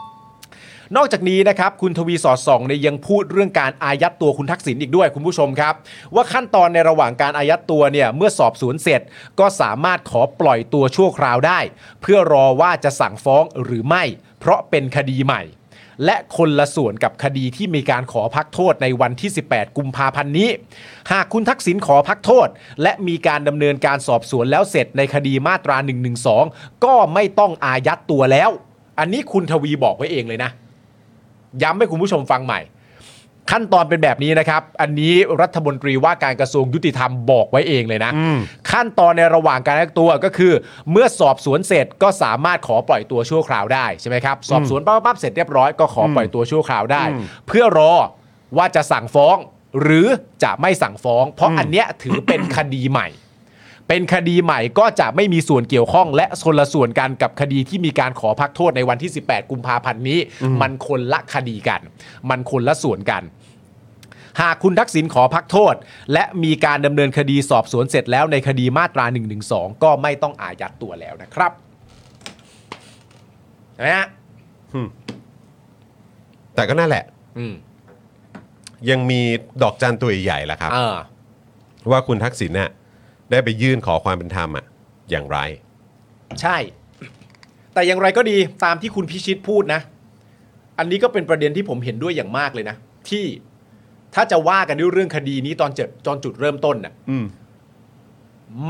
B: นอกจากนี้นะครับ คุณทวีสอดส่องเนี่ยยังพูดเรื่องการอายัดตัวคุณทักษิณอีกด้วยคุณผู้ชมครับ ว่าขั้นตอนในระหว่างการอายัดตัวเนี่ยเมื่อสอบสวนเสร็จ ก็สามารถขอปล่อยตัวชั่วคราวได้ เพื่อรอว่าจะสั่งฟ้องหรือไม่ เพราะเป็นคดีใหม่ และคนละส่วนกับคดีที่มีการขอพักโทษในวันที่ 18 กุมภาพันธ์นี้ หากคุณทักษิณขอพักโทษ และมีการดำเนินการสอบสวนแล้วเสร็จในคดีมาตรา 112 ก็ไม่ต้องอายัดตัวแล้ว อันนี้คุณทวีบอกไว้เองเลยนะ ย้ำให้คุณผู้ชมฟังใหม่ ขั้นตอนเป็นแบบนี้นะครับ อันนี้รัฐมนตรีว่าการกระทรวงยุติธรรมบอกไว้เองเลยนะ ขั้นตอนในระหว่างการแยกตัวก็คือ เมื่อสอบสวนเสร็จก็สามารถขอปล่อยตัวชั่วคราวได้ใช่ไหมครับสอบสวนปั๊บปั๊บเสร็จเรียบร้อยก็ขอปล่อยตัวชั่วคราวได้ เพื่อรอว่าจะสั่งฟ้อง หรือจะไม่สั่งฟ้อง เพราะอันเนี้ยถือเป็นคดีใหม่ เป็นคดีใหม่ก็จะไม่มีส่วนเกี่ยวข้อง และคนละส่วนกันกับคดีที่มีการขอพักโทษในวันที่ 18 กุมภาพันธ์นี้ มันคนละคดีกัน มันคนละส่วนกัน หากคุณทักษิณขอพักโทษ และมีการดำเนินคดีสอบสวนเสร็จแล้วในคดีมาตรา1นึก็ไม่ต้องอายัดตัวแล้วนะครับเห็นะฮะ
A: แต่ก็นั่นแหละ
B: อืม
A: ยังมีดอกจันตัวใหญ่ๆล่ะครับ
B: เออ
A: ว่าคุณทักษิณเนี่ยได้ไปยื่นขอความเป็นธรรมอะอย่างไร
B: ใช่ แต่อย่างไรก็ดีตามที่คุณพิชิตพูดนะ อันนี้ก็เป็นประเด็นที่ผมเห็นด้วยอย่างมากเลยนะ ที่ถ้าจะว่ากันด้วยเรื่องคดีนี้ตอนเจ็บตอนจุดเริ่มต้นน่ะ
A: อืม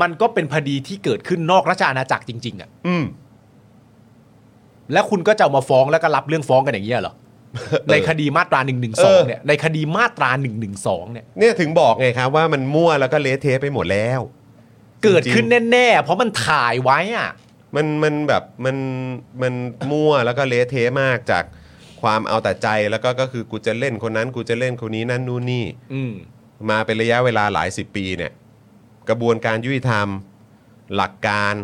B: มันก็เป็นคดีที่เกิดขึ้นนอกราชอาณาจักรจริง ๆอะ่ะ
A: อืม
B: และคุณก็จะเอามาฟ้องแล้วก็รับเรื่องฟ้องกันอย่างเงี้ยเหรอ ในคดีมาตรา1นึเนี่ย ในคดีมาตรา1นึเนี่ย
A: เนี่ยถึงบอกไงครับว่ามันมั่วแล้วก็เละเทะไปหมดแล้ว
B: เกิดขึ้นแน่ๆ เพราะมันถ่ายไว้อ่ะ
A: มันมันแบบมันมันมั่วแล้วก็เละเทะมากจากความเอาแต่ใจแล้วก็ก็คือกูจะเล่นคนนั้น กูจะเล่นคนนี้นั่นนู่นนี่
B: อืม
A: มาเป็นระยะเวลาหลายสิบปีเนี่ยกระบวนการยุติธรรม หลักการ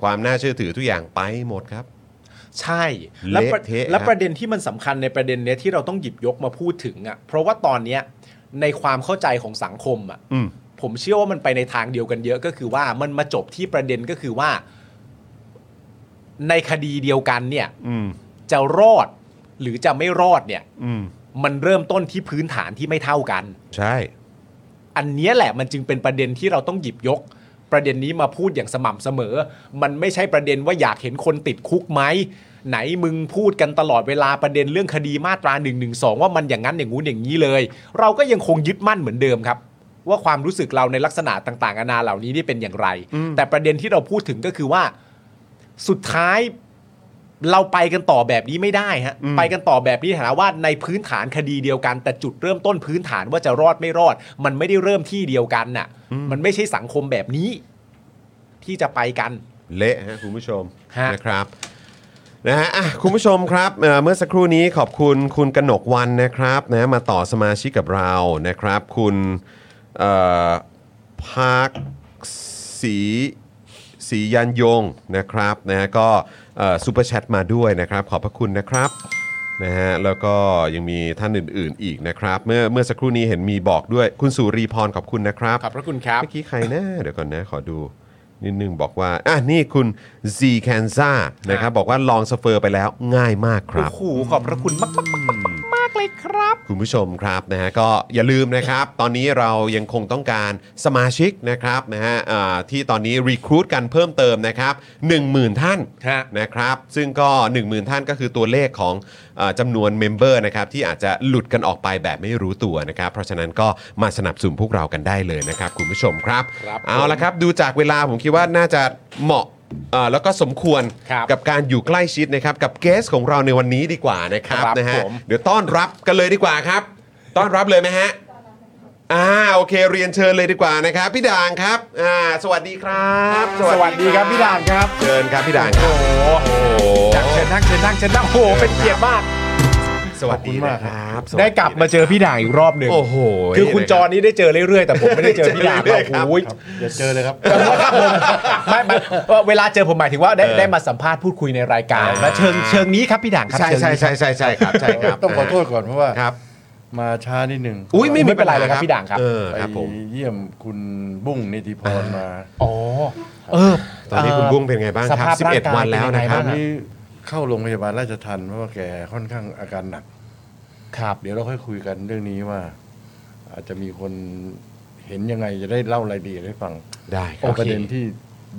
A: ความน่าเชื่อถือทุกอย่างไปหมดครับ
B: ใช่ แล้วประ
A: เละเทะฮะ
B: และประเด็นที่มันสำคัญในประเด็นเนี้ยที่เราต้องหยิบยกมาพูดถึงอ่ะ เพราะว่าตอนเนี้ยในความเข้าใจของสังคมอ่ะ
A: อืม
B: ผมเชื่อว่ามันไปในทางเดียวกันเยอะก็คือว่ามันมาจบที่ประเด็นก็คือว่า ในคดีเดียวกันเนี่ย
A: อืม
B: จะรอด หรือจะไม่รอดเนี่ย
A: อืม
B: มันเริ่มต้นที่พื้นฐานที่ไม่เท่ากัน
A: ใช่
B: อันเนี้ยแหละมันจึงเป็นประเด็นที่เราต้องหยิบยก ประเด็นนี้มาพูดอย่างสม่ำเสมอ มันไม่ใช่ประเด็นว่าอยากเห็นคนติดคุกไหมไหนมึงพูดกันตลอดเวลาประเด็นเรื่องคดีมาตรา1นึว่ามันอย่างนั้นอย่างงู้นอย่างนี้เลย เราก็ยังคงยึดมั่นเหมือนเดิมครับ ว่าความรู้สึกเราในลักษณะต่างๆนานาเหล่านี้นี่เป็นอย่างไร แต่ประเด็นที่เราพูดถึงก็คือว่า สุดท้ายเราไปกันต่อแบบนี้ไม่ได้ฮะ
A: อืม
B: ไปกันต่อแบบนี้ในฐานะว่าในพื้นฐานคดีเดียวกัน แต่จุดเริ่มต้นพื้นฐานว่าจะรอดไม่รอด มันไม่ได้เริ่มที่เดียวกันน่ะ มันไม่ใช่สังคมแบบนี้ ที่จะไปกัน
A: เละฮะคุณผู้ชม
B: ฮะ
A: นะครับนะฮะอ่ะคุณผู้ชมครับเอ่อเมื่อสักครู่นี้ขอบคุณคุณกนกวันนะครับนะมาต่อสมาชิกกับเรานะครับ คุณเอ่อภาคสีสียันยงนะครับนะฮะก็ซูเปอร์แชทมาด้วยนะครับ ขอบพระคุณนะครับนะฮะแล้วก็ยังมีท่านอื่น ๆ อีกนะครับ เมื่อเมื่อสักครู่นี้เห็นมีบอกด้วยคุณสุรีพรขอบคุณนะครับ
B: ขอบพระคุณครับ
A: เมื่อกี้ใครนะ เดี๋ยวก่อนนะ ขอดูนิดนึงบอกว่า อ่ะ นี่คุณ Z Canza นะครับ บอกว่าลองสเฟอร์ไปแล้วง่ายมากค
B: โอ้
A: รับ
B: โหขอบพระคุณมากๆมากๆเลยครับ
A: คุณผู้ชมครับนะฮะก็อย่าลืมนะครับ ตอนนี้เรายังคงต้องการสมาชิกนะครับนะฮะอ่าที่ตอนนี้รีครู t กันเพิ่มเติมนะครับ10,000 ท่าน
B: ฮะ
A: นะครับ ซึ่งก็ 10,000 ท่านก็คือตัวเลขของอาจำนวนเมมเบอร์นะครับที่อาจจะหลุดกันออกไปแบบไม่รู้ตัวนะครับ เพราะฉะนั้นก็มาสนับสนุนพวกเรากันได้เลยนะครับ คุณผู้ชมครับ
B: ครับ
A: เอาละครับดูจากเวลาผมคิดว่าน่าจะเหมาะเอ่อแล้วก็สมควร
B: ครับ
A: กับการอยู่ใกล้ชิดนะครับกับเกสของเราในวันนี้ดีกว่านะครับ ครับ
B: ครับ
A: นะฮะ
B: ผม
A: เดี๋ยวต้อนรับกันเลยดีกว่าครับ ต้อนรับเลยไหมฮะอ่าโอเคเรียนเชิญเลยดีกว่านะครับ พี่ด่างครับอ่าสวัสดีครับ
B: สวัสดีครับพี่ด่างครับ
A: เชิญครับพี่ด่างค
B: โอ้
A: รับ
B: โห
A: โอ้โห
B: อยากเชิญนั่งเชิญนั่งเชิญนั่งโอ้โหเป็นเกียรติมาก
A: สวัสดีนะครับสวัส
B: ได้กลับมาเจอพี่ด่างอีกรอบหนึ่ง
A: โอ้โห
B: คือคุณจอนี่ได้เจอเรื่อยๆแต่ผมไม่ได้เจอพี่ด่าง
A: เจอเรื่อยๆครั
B: โอ้
A: บ
B: โห
F: อย่าเจอเลยครับ
B: แต่ว่าครับผม ไม่ไม่เวลาเจอผมหมายถึงว่าได้ได้มาสัมภาษณ์พูดคุยในรายการ
A: อ่า
B: และเชิงเชิงนี้ครับพี่ด่างครับ
A: ใช่
B: เชิง
A: ใช่
B: นี้
A: ใช่ใช่ใช่ครับใช่ครับ
F: ต้องขอโทษก่อนเพราะว่า
A: ครับ
F: มาช้านิดหนึ่ง
A: อุ้ยไม่
B: ไม่เป็นไรเลยค
A: ปัญ
B: รับ
A: ห
B: พี่ด่างครับ
A: เออ
F: ไป
A: ครับผม
F: เยี่ยมคุณบุ้งนิติพรมา
B: อ๋อเออ
A: ตอนนี้คุณบุ้งเป็นไงบ้าง
B: ส
A: ครับ
B: ภาพร่างกา
A: 11
B: ย
A: วันแล้วนะค
F: ต
A: รั
F: อบ นนี้เข้าโรงพยาบาลราชทันเพราะว่าแกค่อนข้างอาการหนัก
B: ครับ
F: เดี๋ยวเราค่อยคุยกันเรื่องนี้ว่า อาจจะมีคนเห็นยังไงจะได้เล่ารายละเอียดให้ฟัง
A: ได้ค
F: เอา
A: รับ
F: ประเด็นที่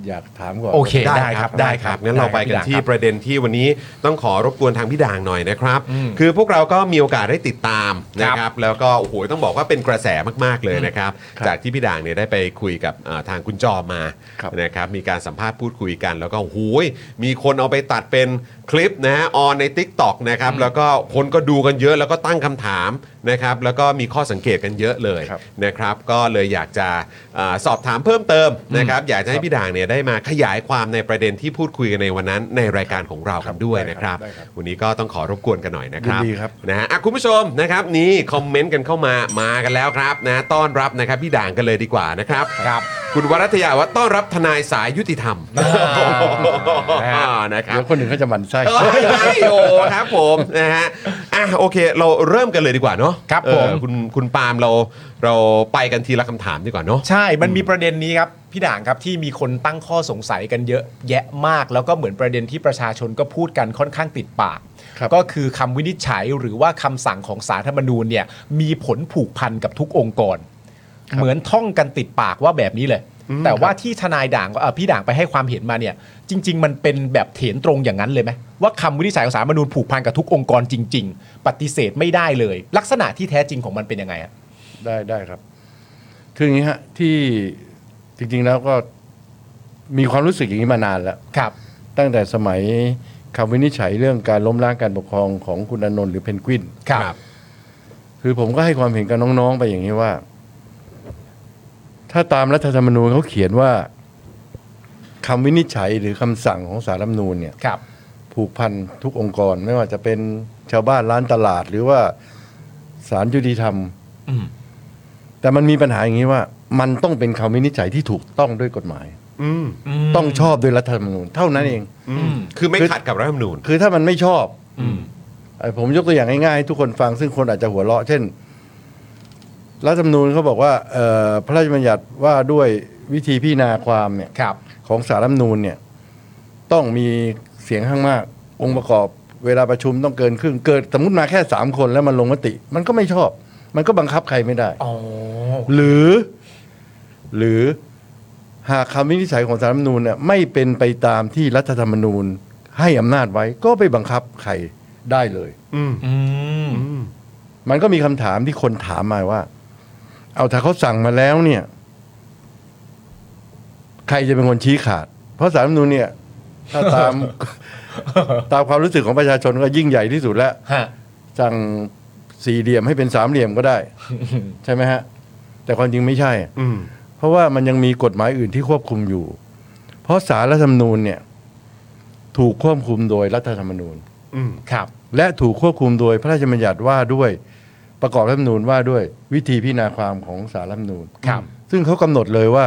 F: อยากถามก่อน
B: โอเค ได้รับได้
A: ได้
B: ค
A: ค
B: รั
A: รั
B: บบ
A: งั้นเราไปกันที่
B: ได้ครับ
A: ประเด็นที่วันนี้ต้องขอรบกวนทางพี่ด่างหน่อยนะครับ
B: อืม
A: คือพวกเราก็มีโอกาสได้ติดตามนะค
B: ครั
A: รั
B: บบ
A: แล้วก็โอ้โหต้องบอกว่าเป็นกระแสมากๆเลยนะครับ
F: ครับ
A: จากที่พี่ด่างเนี่ยได้ไปคุยกับเอ่อทางคุณจอมา
F: ครับ
A: นะครับมีการสัมภาษณ์พูดคุยกันแล้วก็โอ้โหยมีคนเอาไปตัดเป็นคลิปนะฮะออนใน Tik t o อกนะครับแล้วก็คนก็ดูกันเยอะแล้วก็ตั้งคำถามนะครับแล้วก็มีข้อสังเกตกันเยอะเลย
F: ครับ
A: นะครับก็เลยอยากจะอาสอบถามเพิ่มเติมนะครับอยากจะให้พี่ด่างเนี่ยได้มาขยายความในประเด็นที่พูดคุยกันในวันนั้นในรายการของเรากันด้วย
F: ได้
A: นะค
F: ครั
A: รับบ
F: ได้ครับ
A: วันนี้ก็ต้องขอรบกวนกันหน่อยนะครับ
F: ยินดีครับ
A: นะฮะอ่ะคุณผู้ชมนะครับนี่คอมเมนต์กันเข้ามามากันแล้วครับนะต้อนรับนะครับพี่ด่างกันเลยดีกว่านะครับ
B: ครับ
A: คุณวรัตยาว่าต้อนรับทนายสายยุติธรรม
B: อ่า
A: นะครั
F: เดี๋
A: บ
F: ยวคนหนึ่งเขาจะหมั่นไส้
A: เอ้ยไม่โอ้ครับผมนะฮะอ่ะโอเคเราเริ่มกันเลยดีกว่าเนาะ
B: ครับ
A: เออ
B: ผม
A: คุณคุณปาล์มเราเราไปกันทีละคำถามดีกว่าเนาะ
B: ใช่ มันมีประเด็นนี้ครับ พี่ด่างครับที่มีคนตั้งข้อสงสัยกันเยอะแยะมาก แล้วก็เหมือนประเด็นที่ประชาชนก็พูดกันค่อนข้างติดปาก
F: ครับ
B: ก็คือคำวินิจฉัยหรือว่าคำสั่งของสาลรฐธรรมนูญเนี่ยมีผลผูกพันกับทุกองค์กร เหมือนท่องกันติดปากว่าแบบนี้เลย แต่ว่าที่ทนายด่างเอ่อพี่ด่างไปให้ความเห็นมาเนี่ย จริง ๆ มันเป็นแบบเถนตรงอย่างนั้นเลยไหมว่าคำวินิจฉัยของสาลรฐธรรมนูญผูกพันกับทุกองค์กรจริง ๆ ปฏิเสธไม่ได้เลย ลักษณะที่แท้จริงของมันเป็นยังไงอะ
F: ได้ได้ครับ คืออย่างนี้ฮะที่จริงๆแล้วก็มีความรู้สึกอย่างนี้มานานแล้ว
B: ครับ
F: ตั้งแต่สมัยคำวินิจฉัยเรื่องการล้มล้างการปกครองของคุณอนนท์หรือเพนกวิน
B: ครับ
F: คือผมก็ให้ความเห็นกับน้องๆ ไปอย่างนี้ว่า ถ้าตามรัฐธรรมนูญเขาเขียนว่าคำวินิจฉัยหรือคำสั่งของสารรัฐธรรมนูญเนี่ย
B: ครับ
F: ผูกพันทุกองค์กร ไม่ว่าจะเป็นชาวบ้านร้านตลาด หรือว่าศาลยุติธรรม
B: อืม
F: แต่มันมีปัญหาอย่างนี้ว่า มันต้องเป็นคำวินิจฉัยที่ถูกต้องด้วยกฎหมาย
A: อืม
F: ต้องชอบด้วยรัฐธรรมนูญเท่านั้นเอง
A: อืมคือไม่ขัดกับรัฐธรรมนูญ
F: คือถ้ามันไม่ชอบ
B: อืม
F: ไอ้ผมยกตัวอย่างง่ายๆให้ทุกคนฟังซึ่งคนอาจจะหัวเราะ เช่น รัฐธรรมนูญเขาบอกว่าเอ่อพระราชบัญญัติว่าด้วยวิธีพิจารณาความเนี่ย
B: ครับ
F: ของสารรัฐธรรมนูญเนี่ย ต้องมีเสียงข้างมาก องค์ประกอบ เวลาประชุมต้องเกินครึ่งเกิดสมมติมาแค่ 3 คนแล้วมันลงมติ มันก็ไม่ชอบ มันก็บังคับใครไม่ได้
B: อ๋อ
F: หรือ หรือหากคำวินิจฉัยของสารรัฐธรรมนูญเนี่ยไม่เป็นไปตามที่รัฐธรรมนูญให้อำนาจไว้ก็ไปบังคับใครได้เลย
B: อืม
F: มันก็มีคำถามที่คนถามมาว่า เอาถ้าเขาสั่งมาแล้วเนี่ย ใครจะเป็นคนชี้ขาด เพราะสารรัฐธรรมนูญเนี่ย ถ้าตาม ตามความรู้สึกของประชาชนก็ยิ่งใหญ่ที่สุดแล้ว
B: ฮะ
F: สั่งสี่เหลี่ยมให้เป็นสามเหลี่ยมก็ได้ ใช่ไหมฮะ แต่ความจริงไม่ใช่
A: อืม
F: เพราะว่ามันยังมีกฎหมายอื่นที่ควบคุมอยู่ เพราะสารรัฐธรรมนูญเนี่ย ถูกควบคุมโดยรัฐธรรมนูญ
A: อืม
B: ครับ
F: และถูกควบคุมโดยพระราชบัญญัติว่าด้วยประกอบรัฐธรรมนูญว่าด้วยวิธีพิจารณาความของสารรัฐธรรมนูญ
B: ครับ
F: ซึ่งเขากำหนดเลยว่า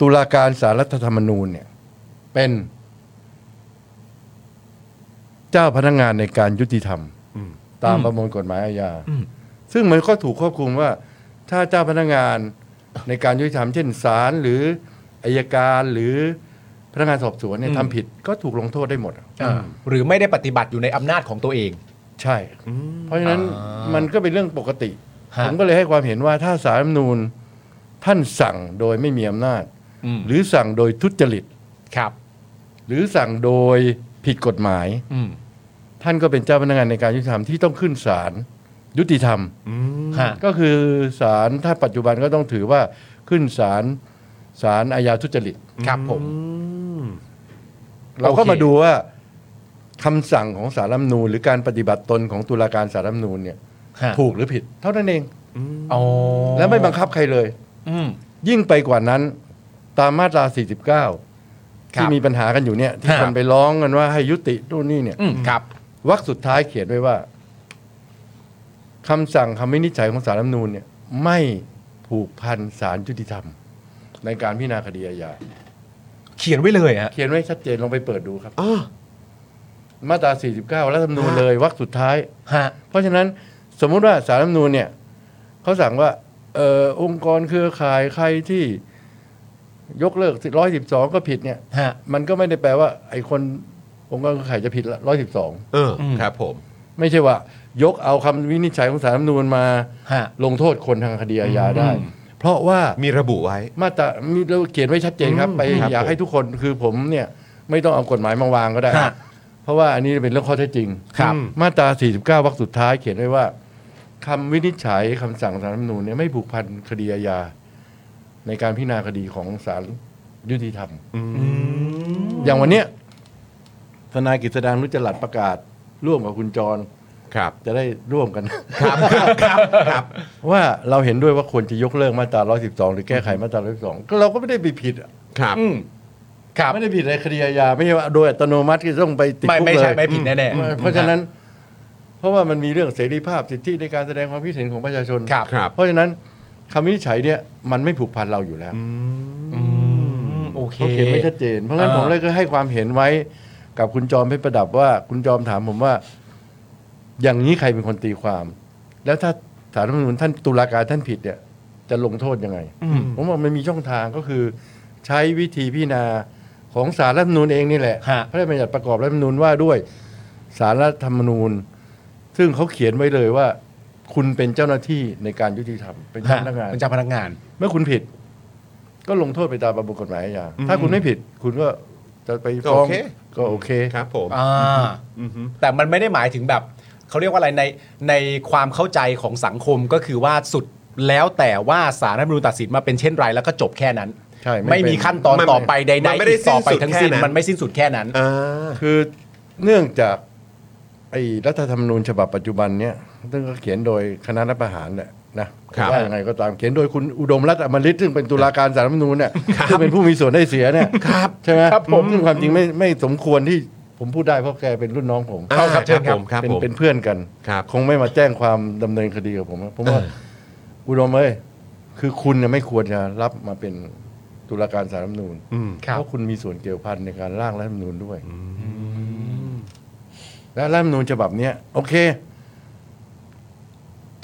F: ตุลาการสารรัฐธรรมนูญเนี่ย เป็นเจ้าพนักงานในการยุติธรรม
A: อืม
F: ตามประมวลกฎหมายอาญา
B: อืม
F: ซึ่งมันก็ถูกควบคุมว่า ถ้าเจ้าพนักงานในการยุติธรรม เช่นศาลหรืออายการหรือพนักงานสอบสวนเนี่ยทำผิดก็ถูกลงโทษได้หมดอะ
B: อ่าหรือไม่ได้ปฏิบัติอยู่ในอำนาจของตัวเอง
F: ใช่ เพราะฉะนั้น
B: อ่ามั
F: มันก็เป็นเรื่องปกติ
B: ฮะ
F: ผมก็เลยให้ความเห็นว่าถ้าสารรัฐธรรมนูญท่านสั่งโดยไม่มีอำนาจ
B: อืม
F: หรือสั่งโดยทุจริต
B: ครับ
F: หรือสั่งโดยผิดกฎหมาย
B: อืม
F: ท่านก็เป็นเจ้าพนักงานในการยุติธรรมที่ต้องขึ้นศาลยุติธรรม
B: ฮะ
F: ก็คือศาลถ้าปัจจุบันก็ต้องถือว่าขึ้นศาลศาลอาญาทุจริต
B: ครับผม
F: เราก็
B: โอเค
F: มาดูว่าคำสั่งของสารรัฐธรรมนูญหรือการปฏิบัติตนของตุลาการสารรัฐธรรมนูญเนี่ย
B: ฮะ
F: ถูกหรือผิด เท่านั้นเอง
B: อ๋อ
F: และไม่บังคับใครเลย
B: อืม
F: ยิ่งไปกว่านั้นตามมาตรา
B: ค
F: 49
B: รับ
F: ที่มีปัญหากันอยู่เนี่ยที่
B: ฮะ
F: คนไปร้องกันว่าให้ยุตินู่นนี่เนี่ย
B: อืมครับ
F: วรรคสุดท้ายเขียนไว้ว่าคำสั่งคำวินิจฉัยของสารรัฐธรรมนูญเนี่ย ไม่ผูกพันสารยุติธรรม ในการพิจารณาคดีอาญา
B: เขียนไว้เลยฮะ
F: เขียนไว้ชัดเจนลองไปเปิดดูครับ
A: อ๋อ
F: มาตรา 49 รัฐธรรมนูญ
A: ฮะ
F: เลยวรรคสุดท้าย
B: ฮะ
F: เพราะฉะนั้นสมมุติว่าสารรัฐธรรมนูญเนี่ยเขาสั่งว่าเออองค์กรเครือข่ายใครที่ยกเลิกร้อยสิบสองก็ผิดเนี่ย
B: ฮะ
F: มันก็ไม่ได้แปลว่า ไอ้คนองค์กรเครือข่ายจะผิดละร้อยสิบสอง
A: เอออ
B: ม
A: ครับผม
F: ไม่ใช่ว่า ยกเอาคำวินิจฉัยของสารรัฐธรรมนูญมา
B: ฮะ
F: ลงโทษคนทางคดีอาญาได้
B: อืม
F: เพราะว่า
A: มีระบุไว้
F: มาตรามีเราเขียนไว้ชัดเจนครับ
A: อืม
F: ไป
A: ครับ
F: อยาก
A: ผม
F: ให้ทุกคนคือผมเนี่ย ไม่ต้องเอากฎหมายมาวางก็ได้
B: ฮะ
F: เพราะว่าอันนี้เป็นเรื่องข้อเท็จจริง
B: ครับ
F: มาตรา 49 วรรคสุดท้ายเขียนไว้ว่าคำวินิจฉัยคำสั่งสารรัฐธรรมนูญเนี่ยไม่ผูกพันคดีอาญาในการพิจารณาคดีของศาลยุติธรรม อย่างวันเนี้ยทนายกิษดางนุจจลัดประกาศ ร่วมกับคุณจร
A: ครับ
F: จะได้ร่วมกัน
A: ครับ ครับ ครับ
F: ว่าเราเห็นด้วยว่าควรจะยกเลิกมาตรา 112 หรือแก้ไขมาตรา 112 ก็เราก็ไม่ได้ไปผิดอะ
A: ครับ
B: อืมครับ
F: ไม่ได้ผิดในคดีอาญาไม่ใช่ว่าโดยอัตโนมัติที่ต้องไปติด
B: ไม่
F: คุก
B: ไม่
F: เล
B: ใช่
F: ย
B: ไม่ผิดแน่ๆ
F: เพราะฉะนั้น เพราะว่ามันมีเรื่องเสรีภาพสิทธิในการแสดงความคิดเห็นของประชาชน
B: ครับ
A: ครับ
F: เพราะฉะนั้นคำวินิจฉัยเนี่ยมันไม่ผูกพันเราอยู่แล้ว
B: อืมโอเค
F: เขาเขียนไม่ชัดเจน เพราะงั้น
B: อ่า
F: ผมเลยก็ให้ความเห็นไว้กับคุณจอมเพชรประดับว่าคุณจอมถามผมว่า อย่างนี้ใครเป็นคนตีความ แล้วถ้าสารรัฐธรรมนูญท่านตุลาการท่านผิดเนี่ย จะลงโทษยังไง ผมบอกมันมีช่องทางก็คือ ใช้วิธีพิจารณาของสารรัฐธรรมนูญเองนี่แหละ
B: ฮะ
F: พระราชบัญญัติประกอบรัฐธรรมนูญว่าด้วยสารรัฐธรรมนูญ ซึ่งเขาเขียนไว้เลยว่า คุณเป็นเจ้าหน้าที่ในการยุติธรรมเป็นเจ้า
B: ฮะ
F: พนักงาน
B: เป็นเจ้าพนักงาน
F: เมื่อคุณผิด ก็ลงโทษไปตามประมวลกฎหมายอาญาถ้าคุณไม่ผิด คุณก็จะไป
A: ก็
F: ฟ้อ
A: โอง เค
F: ก็โอเค
A: ครับผม
B: อ่าแต่มันไม่ได้หมายถึงแบบ เขาเรียกว่าอะไรในในความเข้าใจของสังคมก็คือว่าสุดแล้วแต่ว่าสารรัฐธรรมนูญตัดสินมาเป็นเช่นไรแล้วก็จบแค่นั้น
F: ใช่ไม่
B: ไม่มี
F: เป็น
B: ขั้นตอน
A: มัน
B: ต่อไปใด
A: มัน
B: ๆ
A: ไม่ได้
B: อีกต่อไป
A: สิ้นสุด
B: ทั้งสิ้น
A: แค่นั้น
B: มันไม่สิ้นสุดแค่นั้น
A: อ่า
F: คือเนื่องจากไอ้รัฐธรรมนูญฉบับปัจจุบันเนี่ยซึ่งก็เขียนโดยคณะรัฐประหารเนี่ยนะครับ ว่ายังไงก็ตามเขียนโดยคุณอุดมรัตน์อมฤตซึ่งเป็นตุลาการสารรัฐธรรมนูญเนี่ยซึ่งเป็นผู้มีส่วนได้เสียเนี่ยใช่ไหม
B: ครับผม
F: ซึ่งความจริงไม่ไม่สมควรที่ผมพูดได้เพราะแกเป็นรุ่นน้องผม
A: อ่าครับครับผมครับ
F: เป็น
A: ผม
F: เป็นเพื่อนกัน
A: ครับ
F: คงไม่มาแจ้งความดำเนินคดีกับผมนะผมว่า
A: เออ
F: อุดมเอ้ยคือคุณเนี่ยไม่ควรจะรับมาเป็นตุลาการสารรัฐธรรมนูญ
A: อืม
B: ครับ
F: เพราะคุณมีส่วนเกี่ยวพันในการร่างรัฐธรรมนูญด้วย และรัฐธรรมนูญฉบับเนี้ยโอเค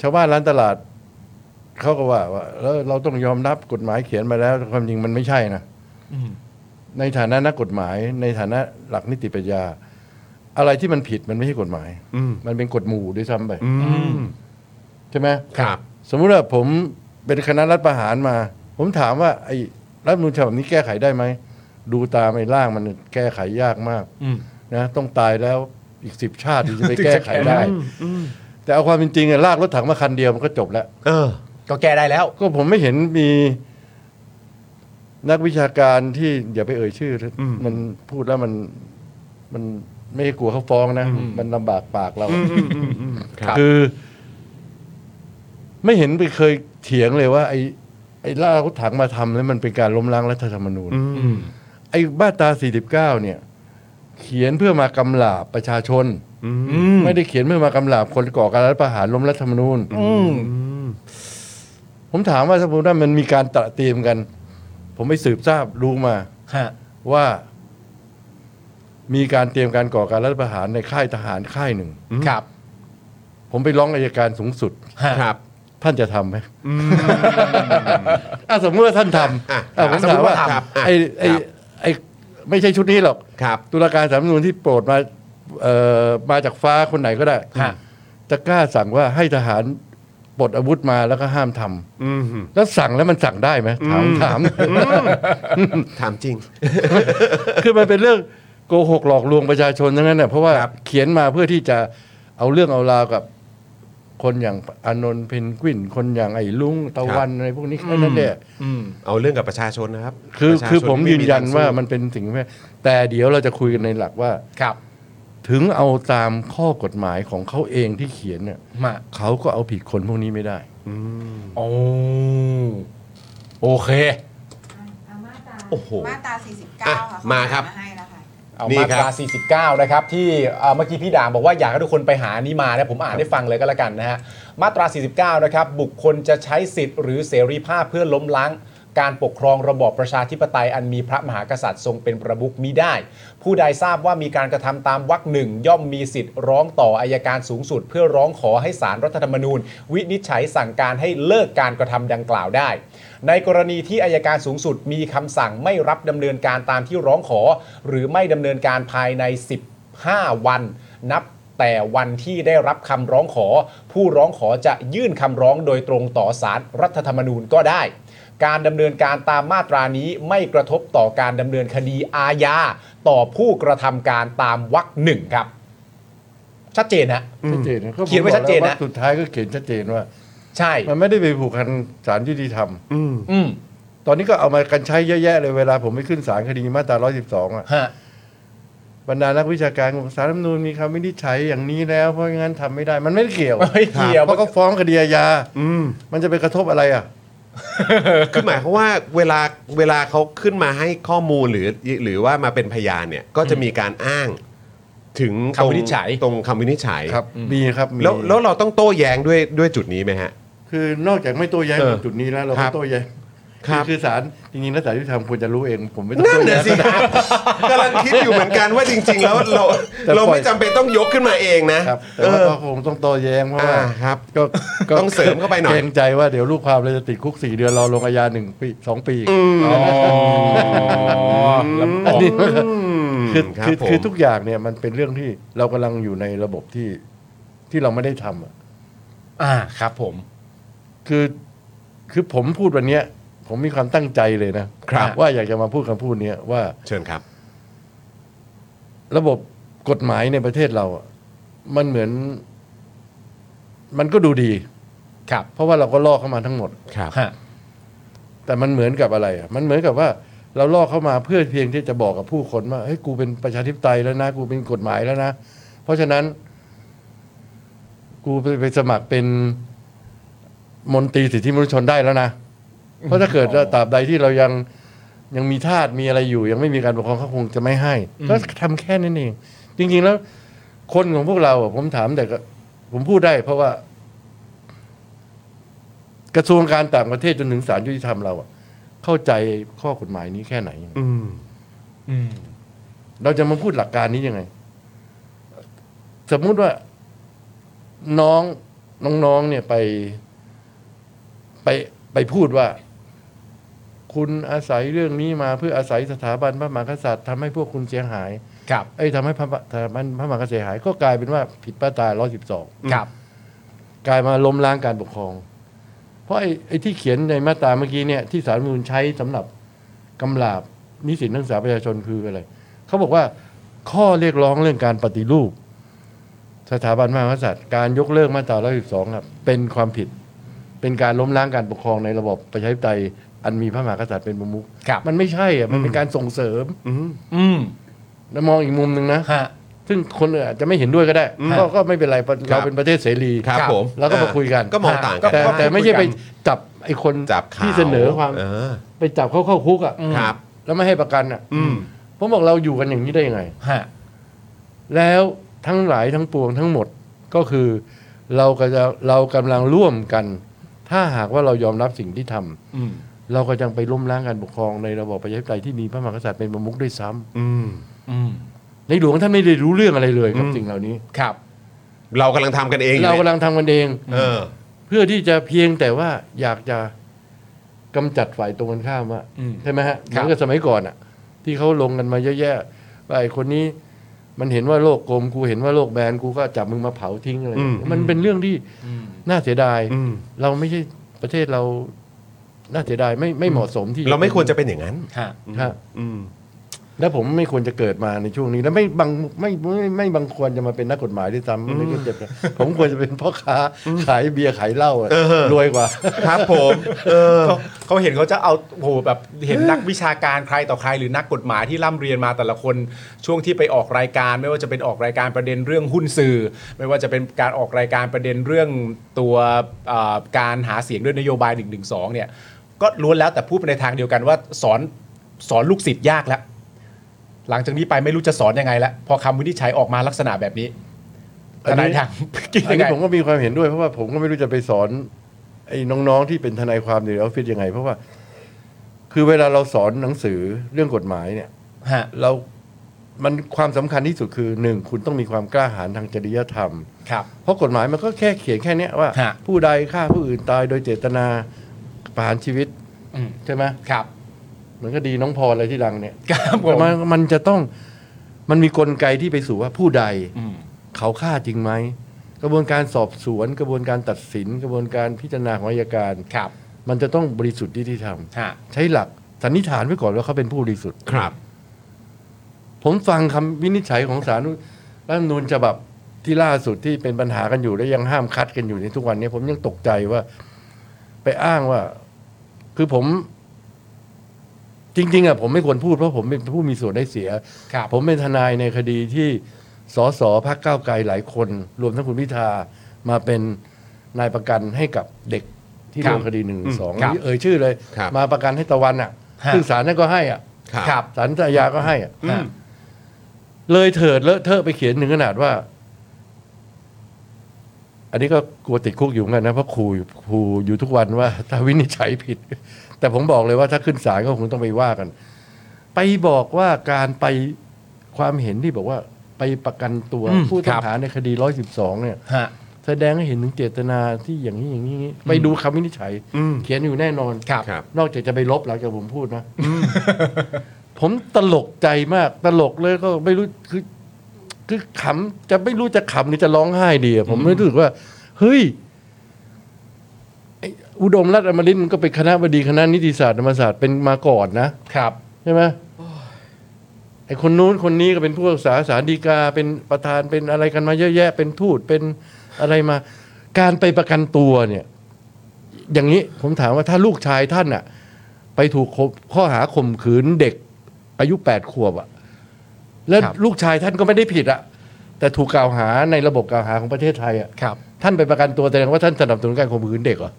F: ชาวบ้านร้านตลาด เขาก็ว่าว่าแล้วเราต้องยอมรับกฎหมายเขียนมาแล้วความจริงมันไม่ใช่นะในฐานะนักกฎหมาย ในฐานะหลักนิติปัญญา อะไรที่มันผิดมันไม่ใช่กฎหมาย
A: อืม
F: มันเป็นกฎหมู่ด้วยซ้ำไป
A: อืม
F: ใช่ไหม
A: ครับ
F: สมมุติว่าผมเป็นคณะรัฐประหารมา ผมถามว่าไอ้รัฐธรรมนูญฉบับนี้แก้ไขได้ไหม ดูตามไอ้ร่างมันแก้ไขยากมาก
B: อืม
F: นะต้องตายแล้วอีกสิบชาติถึงจะไปแก้ไขได้ แต่เอาความเป็นจริงอะลากรถถังมาคันเดียวมันก็จบแล้ว
A: เออ
B: ก็แก้ได้แล้ว
F: ก็ผมไม่เห็นมีนักวิชาการที่อย่าไปเอ่ยชื่อ
A: อืม
F: มันพูดแล้วมันมันไม่ให้กลัวเขาฟ้องนะ มันลำบากปากเรา
A: ครับ
F: คือ ไม่เห็นไปเคยเถียงเลยว่า ไอ้ไอ้ล่ารถถังมาทำแล้วมันเป็นการล้มล้างรัฐธรรมนูญ
A: อืม
F: ไอ้มาตรา49 เนี่ย เขียนเพื่อมากำลาบประชาชน
A: อืม
F: ไม่ได้เขียนเพื่อมากำลาบคนก่อการรัฐประหารล้มรัฐธรรมนูญ
B: อืม
F: ผมถามว่าสมมติว่ามันมีการตระเตรียมกัน ผมไปสืบทราบรู้มา
B: ฮะ
F: ว่า มีการเตรียมการก่อการรัฐประหารในค่ายทหารค่ายหนึ่ง
B: ครับ
F: ผมไปร้องอายการสูงสุด
B: ฮะ
A: ครับ
F: ท่านจะทำไหมอ่ะสมมติว่าท่านท
A: อ่ะ
F: ำอ่ะผม
B: สมมุ
F: ถาม
B: ติ
F: ว่า
B: ว่าทำอ่ะ
F: ไอ้ไอ้
A: ครับ
F: ไอ้ไม่ใช่ชุดนี้หรอก
A: ครับ
F: ตุลาการสาลรฐธรรมนูญที่โปรดมาเอ่อมาจากฟ้าคนไหนก็ได้
B: ฮะ
F: จะกล้าสั่งว่าให้ทหารปลดอาวุธมาแล้วก็ห้ามทำ
A: อืม
F: แล้วสั่งแล้วมันสั่งได้ไหมถามถาม
A: ถามจริง
F: คือมันเป็นเรื่องโกหกหลอกลวงประชาชนทั้งนั้นน่ะเพราะว่า
A: ครับ
F: เขียนมาเพื่อที่จะเอาเรื่องเอาราวกับคนอย่างอานนท์เพนกวิน คนอย่างไอ้ลุงตะวันอะไรพวกนี้
A: อืม
F: แค่นั้นแหละ
B: อืม
A: เอาเรื่องกับประชาชนนะครับ
F: คือ
A: ประชาช
F: คือผมยืนยันว่า
A: ไ
F: มันเป็นสิ่งที่แต่เดี๋ยวเราจะคุยกันในหลักว่า
B: ครับ
F: ถึงเอาตามข้อกฎหมายของเขาเองที่เขียนเนี่ย
B: มา
F: เขาก็เอาผิดคนพวกนี้ไม่ได้
A: อืม
B: โอ้โอเค
A: โอ้โห
C: มาตรา49
A: อ่ะ
C: ค่ะเข
A: มาครับ
C: หให้แล้วค่ะ
B: เอา
A: นี่
B: มา
A: ค
B: ต
A: รับ
B: รา 49 นะครับ ที่เอ่อเมื่อกี้พี่ด่างบอกว่าอยากให้ทุกคนไปหานี้มานะผมอ่านให้ฟังเลยก็แล้วกันนะฮะ มาตรา 49 นะครับ บุคคลจะใช้สิทธิ์หรือเสรีภาพเพื่อล้มล้าง การปกครองระบอบประชาธิปไตยอันมีพระมหากษัตริย์ทรงเป็นประมุขมิได้ ผู้ใดทราบว่ามีการกระทำตามวรรคหนึ่งย่อมมีสิทธิ์ร้องต่ออายการสูงสุด เพื่อร้องขอให้ศาลรัฐธรรมนูญ วินิจฉัยสั่งการให้เลิกการกระทำดังกล่าวได้ ในกรณีที่อายการสูงสุดมีคำสั่งไม่รับดำเนินการตามที่ร้องขอ หรือไม่ดำเนินการภายใน 15 วัน นับแต่วันที่ได้รับคำร้องขอ ผู้ร้องขอจะยื่นคำร้องโดยตรงต่อศาลรรัฐธรรมนูญก็ได้ การดำเนินการตามมาตรานี้ไม่กระทบต่อการดำเนินคดีอาญาต่อผู้กระทำการตามวรรคหนึ่งครับ ชัดเจนฮะ
F: ชัดเจนนะก็ผม
B: เขียนไว้ชัดเจนนะ
F: บอกแล้ว่าสุดท้ายก็เขียนชัดเจนว่า
B: ใช่
F: มันไม่ได้ไปผูกพันศาลยุติธรรม
A: อืม
B: อืม
F: ตอนนี้ก็เอามากันใช้เยอะแยะเลยเวลาผมไปขึ้นศาลคดีมาตรา 112 อ่ะ
B: ฮะ
F: บรรดานักวิชาการของศาลรัฐธรรมนูญมีคำวินิจฉัยอย่างนี้แล้ว เพราะงั้นทำไม่ได้ มันไม่เกี่ยว
B: ไม่เกี่ยว
F: เพราะก็ฟ้องคดีอาญา
A: อืม
F: มันจะไปกระทบอะไรอ่ะ
A: คือหมายความว่าเวลาเวลาเขาขึ้นมาให้ข้อมูลหรือหรือว่ามาเป็นพยานเนี่ยก็จะมีการอ้างถึงตรง
B: คำวินิจฉัย
A: ตรงคำวินิจฉัย
F: ครับ มีครับมี
A: แล้วแล้วเราต้องโต้แย้งด้วยด้วยจุดนี้ไหมฮะ
F: คือนอกจากไม่โต้แย้ง
A: เออ
F: กับจุดนี้แล้วเรา
A: ครั
F: ก็
A: บ
F: โต้แย้ง
A: ครับ
F: คือศาลจริงๆแล้วศาลยุติธรรมควรจะรู้เองผมไม่ต้อง
A: นั่น
F: โต้แย้
A: น่ะ
F: ง
A: สิฮะกำลังคิดอยู่เหมือนกันว่าจริ ง ๆ แล้วเรา
F: แต่ปล่อย
A: เราไม่จำเป็นต้องยกขึ้นมาเองนะครับ
F: แต่
A: เอ
F: ว่า
A: อ
F: ก็คงต้องโต้แย้งเพราะ
A: อ่า
F: ว่า
A: ครับ
F: ก็ก็
A: ต้องเสริมเข้าไปหน่อย
F: เกรงใจว่าเดี๋ยวลูกความเราจะติดคุกสี่เดือนรอลงอาญาหนึ่งปีสองปี อันนี้คือคือ
A: ผม
F: คือทุกอย่างเนี่ยมันเป็นเรื่องที่เรากำลังอยู่ในระบบที่ที่เราไม่ได้ทำอะ
B: อ่าครับผม
F: คือคือผมพูดวันเนี้ย ผมมีความตั้งใจเลยนะครับ ว่าอยากจะมาพูดคำพูดเนี้ยว่า
A: เชิญครับ
F: ระบบกฎหมายในประเทศเราอะมันเหมือน มันก็ดูดี
B: ครับ
F: เพราะว่าเราก็ลอกเข้ามาทั้งหมด
A: ครับ
B: ฮะ
F: แต่มันเหมือนกับอะไรอ่ะ มันเหมือนกับว่าเราลอกเข้ามาเพื่อเพียงที่จะบอกกับผู้คนว่าเฮ้ยกูเป็นประชาธิปไตยแล้วนะ กูเป็นกฎหมายแล้วนะ เพราะฉะนั้น กูไปไปสมัครเป็นมนตรีสิทธิมนุษยชนได้แล้วนะ เพราะถ้าเกิดว่าตราบใดที่เรายังยังมีทาสมีอะไรอยู่ ยังไม่มีการปกครองเขาคงจะไม่ให้ ก็ทำแค่นั้นเอง จริง ๆ แล้ว คนของพวกเราอะผมถามแต่ก็ผมพูดได้ เพราะว่า กระทรวงการต่างประเทศจนถึงศาลยุติธรรมเราอะเข้าใจข้อกฎหมายนี้แค่ไหน
A: อืม
B: อืม
F: เราจะมาพูดหลักการนี้ยังไง สมมุติว่าน้องน้องๆเนี่ยไป ไปไปพูดว่า คุณอาศัยเรื่องนี้มาเพื่ออาศัยสถาบันพระมหากษัตริย์ทำให้พวกคุณเสียหาย
B: ครับ
F: เอ้ยทำให้พระมหาทำให้พระมหากษัตริย์เสียหาย ก็กลายเป็นว่าผิดพระตรา112
B: ครับ
F: กลายมาล้มล้างการปกครอง เพราะไอ้ไอ้ที่เขียนในมาตราเมื่อกี้เนี่ยที่สาลรฐธรรมนูญใช้สำหรับกำลาบนิสิตนักศึกษาประชาชนคืออะไร เขาบอกว่าข้อเรียกร้องเรื่องการปฏิรูป สถาบันมหากษัตริย์การยกเลิกมาตรา 112 ครับ เป็นความผิด เป็นการล้มล้างการปกครองในระบบประชาธิปไตยอันมีพระมหากษัตริย์เป็นประมุข
B: ครับ
F: มันไม่ใช่อะมันเป็นการส่งเสริม
B: อืม
F: แล้วมองอีกมุมหนึ่งนะ
B: ฮะ
F: ซึ่งคนอื่นอาจจะไม่เห็นด้วยก็ได้ก็ก็ไม่เป็นไรเราเป็นประเทศเสรี
A: ครับผม
F: แล้วก็มาคุยกัน
A: ก็มองต่าง
B: ก็
A: กัน
F: แต่
B: ครับ
F: แต่ไม่ใช่
B: คุยกั
F: ไป
B: น
F: จับไอ้คน
A: จับขาว
F: ที่เสนอความ
A: เอ
F: ไปจับเขาเข้าคุกอ่ะ
A: ครับ
F: แล้วไม่ให้ประกันอ่ะ
A: อืม
F: ผมบอกเราอยู่กันอย่างนี้ได้ยังไง
B: ฮะ
F: แล้วทั้งหลายทั้งปวงทั้งหมดก็คือเราก็จะเรากำลังร่วมกัน ถ้าหากว่าเรายอมรับสิ่งที่ทำ
B: อืม
F: เราก็ยังไปล้มล้างการปกครองในระบอบประชาธิปไตยที่มีพระมหากษัตริย์เป็นประมุขด้วยซ้ำ
A: อืม
B: อืม
F: ในหลวงท่านไม่ได้รู้เรื่องอะไรเลยกับ
A: อืม
F: สิ่งเหล่านี้
B: ครับ
A: เรากำลังทำกันเองอยู่
F: เรากำลังทำกันเอง
A: เออ
F: เพื่อที่จะเพียงแต่ว่าอยากจะกำจัดฝ่ายตรงกันข้ามอะ
B: อืม
F: ใช่ไหมฮะเห
B: ครั
F: มื
B: บ
F: อนกับสมัยก่อนอะที่เขาลงกันมาเยอะแยะว่าไอ้คนนี้มันเห็นว่าโลกกลมกูเห็นว่าโลกแบนกูก็จับมึงมาเผาทิ้งอะไร
A: อืม
F: มันเป็นเรื่องที่
B: อืม
F: น่าเสียดาย
A: อืม
F: เราไม่ใช่ประเทศเราน่าเสียดายไม่ไม่เหมาะสมที่
A: เราไม่ควรจะเป็นอย่างนั้น
B: ฮะ
F: ฮะ
A: อืม
F: แล้วผมไม่ควรจะเกิดมาในช่วงนี้ แล้วไม่บางไม่ไม่ไม่ไม่บางควรจะมาเป็นนักกฎหมายด้วยซ้ำไม่ควรจะเป็นผมควรจะเป็นพ่อค้าขายเบียร์ขายเหล้าอะ
A: เออ
F: รวยกว่า
A: ครับผม เออ
B: เขาเขาเห็นเขาจะเอาโอ้โหแบบเห็นนักวิชาการใครต่อใครหรือนักกฎหมายที่ร่ำเรียนมาแต่ละคนช่วงที่ไปออกรายการ ไม่ว่าจะเป็นออกรายการประเด็นเรื่องหุ้นสื่อ ไม่ว่าจะเป็นการออกรายการประเด็นเรื่องตัวเอ่อการหาเสียงด้วยนโยบาย1นึเนี่ยก็ล้วนแล้วแต่พูดไปในทางเดียวกันว่าสอนสอนลูกศิษย์ยากแล้ว หลังจากนี้ไปไม่รู้จะสอนยังไงแล้วพอคำวินิจฉัยออกมาลักษณะแบบนี้
F: อั
B: ท
F: นนี้
B: นายทางคิด
F: อัน
B: ยัง
F: นี้
B: ไง
F: ผมก็มีความเห็นด้วยเพราะว่าผมก็ไม่รู้จะไปสอนไอ้น้องๆที่เป็นทนายความในออฟฟิศยังไง เพราะว่า คือเวลาเราสอนหนังสือเรื่องกฎหมายเนี่ย
B: ฮะ
F: เรามันความสำคัญที่สุดคือหนึ่งคุณต้องมีความกล้าหาญทางจริยธรรม
B: ครับ
F: เพราะกฎหมายมันก็แค่เขียนแค่เนี้ยว่า
B: ฮะ
F: ผู้ใดฆ่าผู้อื่นตายโดยเจตนาประหารชีวิต
B: อืม
F: ใช่ไหม
B: ครับ
F: เหมือนก็ดีน้องพออะไรที่ดังเนี่ย
B: ครับผ
F: แต่
B: ม
F: มันมันจะต้องมันมีกลไกที่ไปสู่ว่าผู้ใด
B: อืม
F: เขาฆ่าจริงไหม กระบวนการสอบสวน กระบวนการตัดสิน กระบวนการพิจารณาของอายการ
B: ครับ
F: มันจะต้องบริสุทธิ์ยุติธรรม
B: ฮะ
F: ใช้หลักสันนิษฐานไว้ก่อนว่าเขาเป็นผู้บริสุทธิ์
A: ครับ
F: ผมฟังคำวินิจฉัยของศาลรัฐธรรมนูญฉบับที่ล่าสุดที่เป็นปัญหากันอยู่และยังห้ามคัดกันอยู่ในทุกวันนี้ ผมยังตกใจว่า ไปอ้างว่า คือผม จริง ๆอ่ะผมไม่ควรพูดเพราะผมเป็นผู้มีส่วนได้เสีย
B: ครับ
F: ผมเป็นทนายในคดีที่สสพักก้าวไกลหลายคน รวมทั้งคุณพิธามาเป็นนายประกันให้กับเด็กที่
B: ครับ
F: โดนคดีหนึ่งสอง
B: ครับ
F: นี่เอ่ยชื่อเลย
A: ครับ
F: มาประกันให้ตะวันอ่ะ
B: ฮะ
F: ซึ่งศาลนั่นก็ให้อ่ะ
A: ค
B: ค
A: รั
B: รับ บ
F: ศาลอาญาก็ให้อ่ะ
A: อืม
F: เลยเถิดเลอะเทอะไปเขียนถึงขนาดว่า อันนี้ก็กลัวติดคุกอยู่เหมือนกันนะเพราะขู่ขู่อยู่ทุกวันว่า ถ้าวินิจฉัยผิด แต่ผมบอกเลยว่าถ้าขึ้นศาลก็คงต้องไปว่ากัน ไปบอกว่าการไปความเห็นที่บอกว่าไปประกันตัว
B: อืม
F: ผู้
B: ค
F: ต้อ
B: รั
F: ง
B: บ
F: หาในคดี 112 เนี่ย
B: ฮะ
F: แสดงให้เห็นถึงเจตนาที่อย่างนี้อย่างนี้ ไปดูคำวินิจฉัย
A: อืม
F: เขียนอยู่แน่นอน
B: ครับ
A: ครับ
F: นอกจากจะไปลบหลังจากผมพูดนะ ผมตลกใจมาก ตลกเลยก็ไม่รู้คือคือขำจะไม่รู้จะขำหรือจะร้องไห้ดีอะผมรู้สึกว่า เฮ้ยไอ้อุดมรัตน์อมรินทร์มันก็เป็นคณะบดีคณะนิติศาสตร์ธรรมศาสตร์เป็นมาก่อนนะ
B: ครับ
F: ใช่ไหมไอคนนู้นคนนี้ก็เป็นผู้รักษาสารดีกาเป็นประธานเป็นอะไรกันมาเยอะแยะ เป็นทูตเป็นอะไรมา การไปประกันตัวเนี่ย อย่างนี้ผมถามว่าถ้าลูกชายท่านอะไปถูกข่มข้อหาข่มขืนเด็ก อายุแปดขวบอะแล้ว
B: ครับ
F: ลูกชายท่านก็ไม่ได้ผิดอะแต่ถูกกล่าวหาในระบบกล่าวหาของประเทศไทยอะ
B: ครับ
F: ท่านไปประกันตัวแสดงว่าท่านสนับสนุนการข่มขืนเด็กเหรอ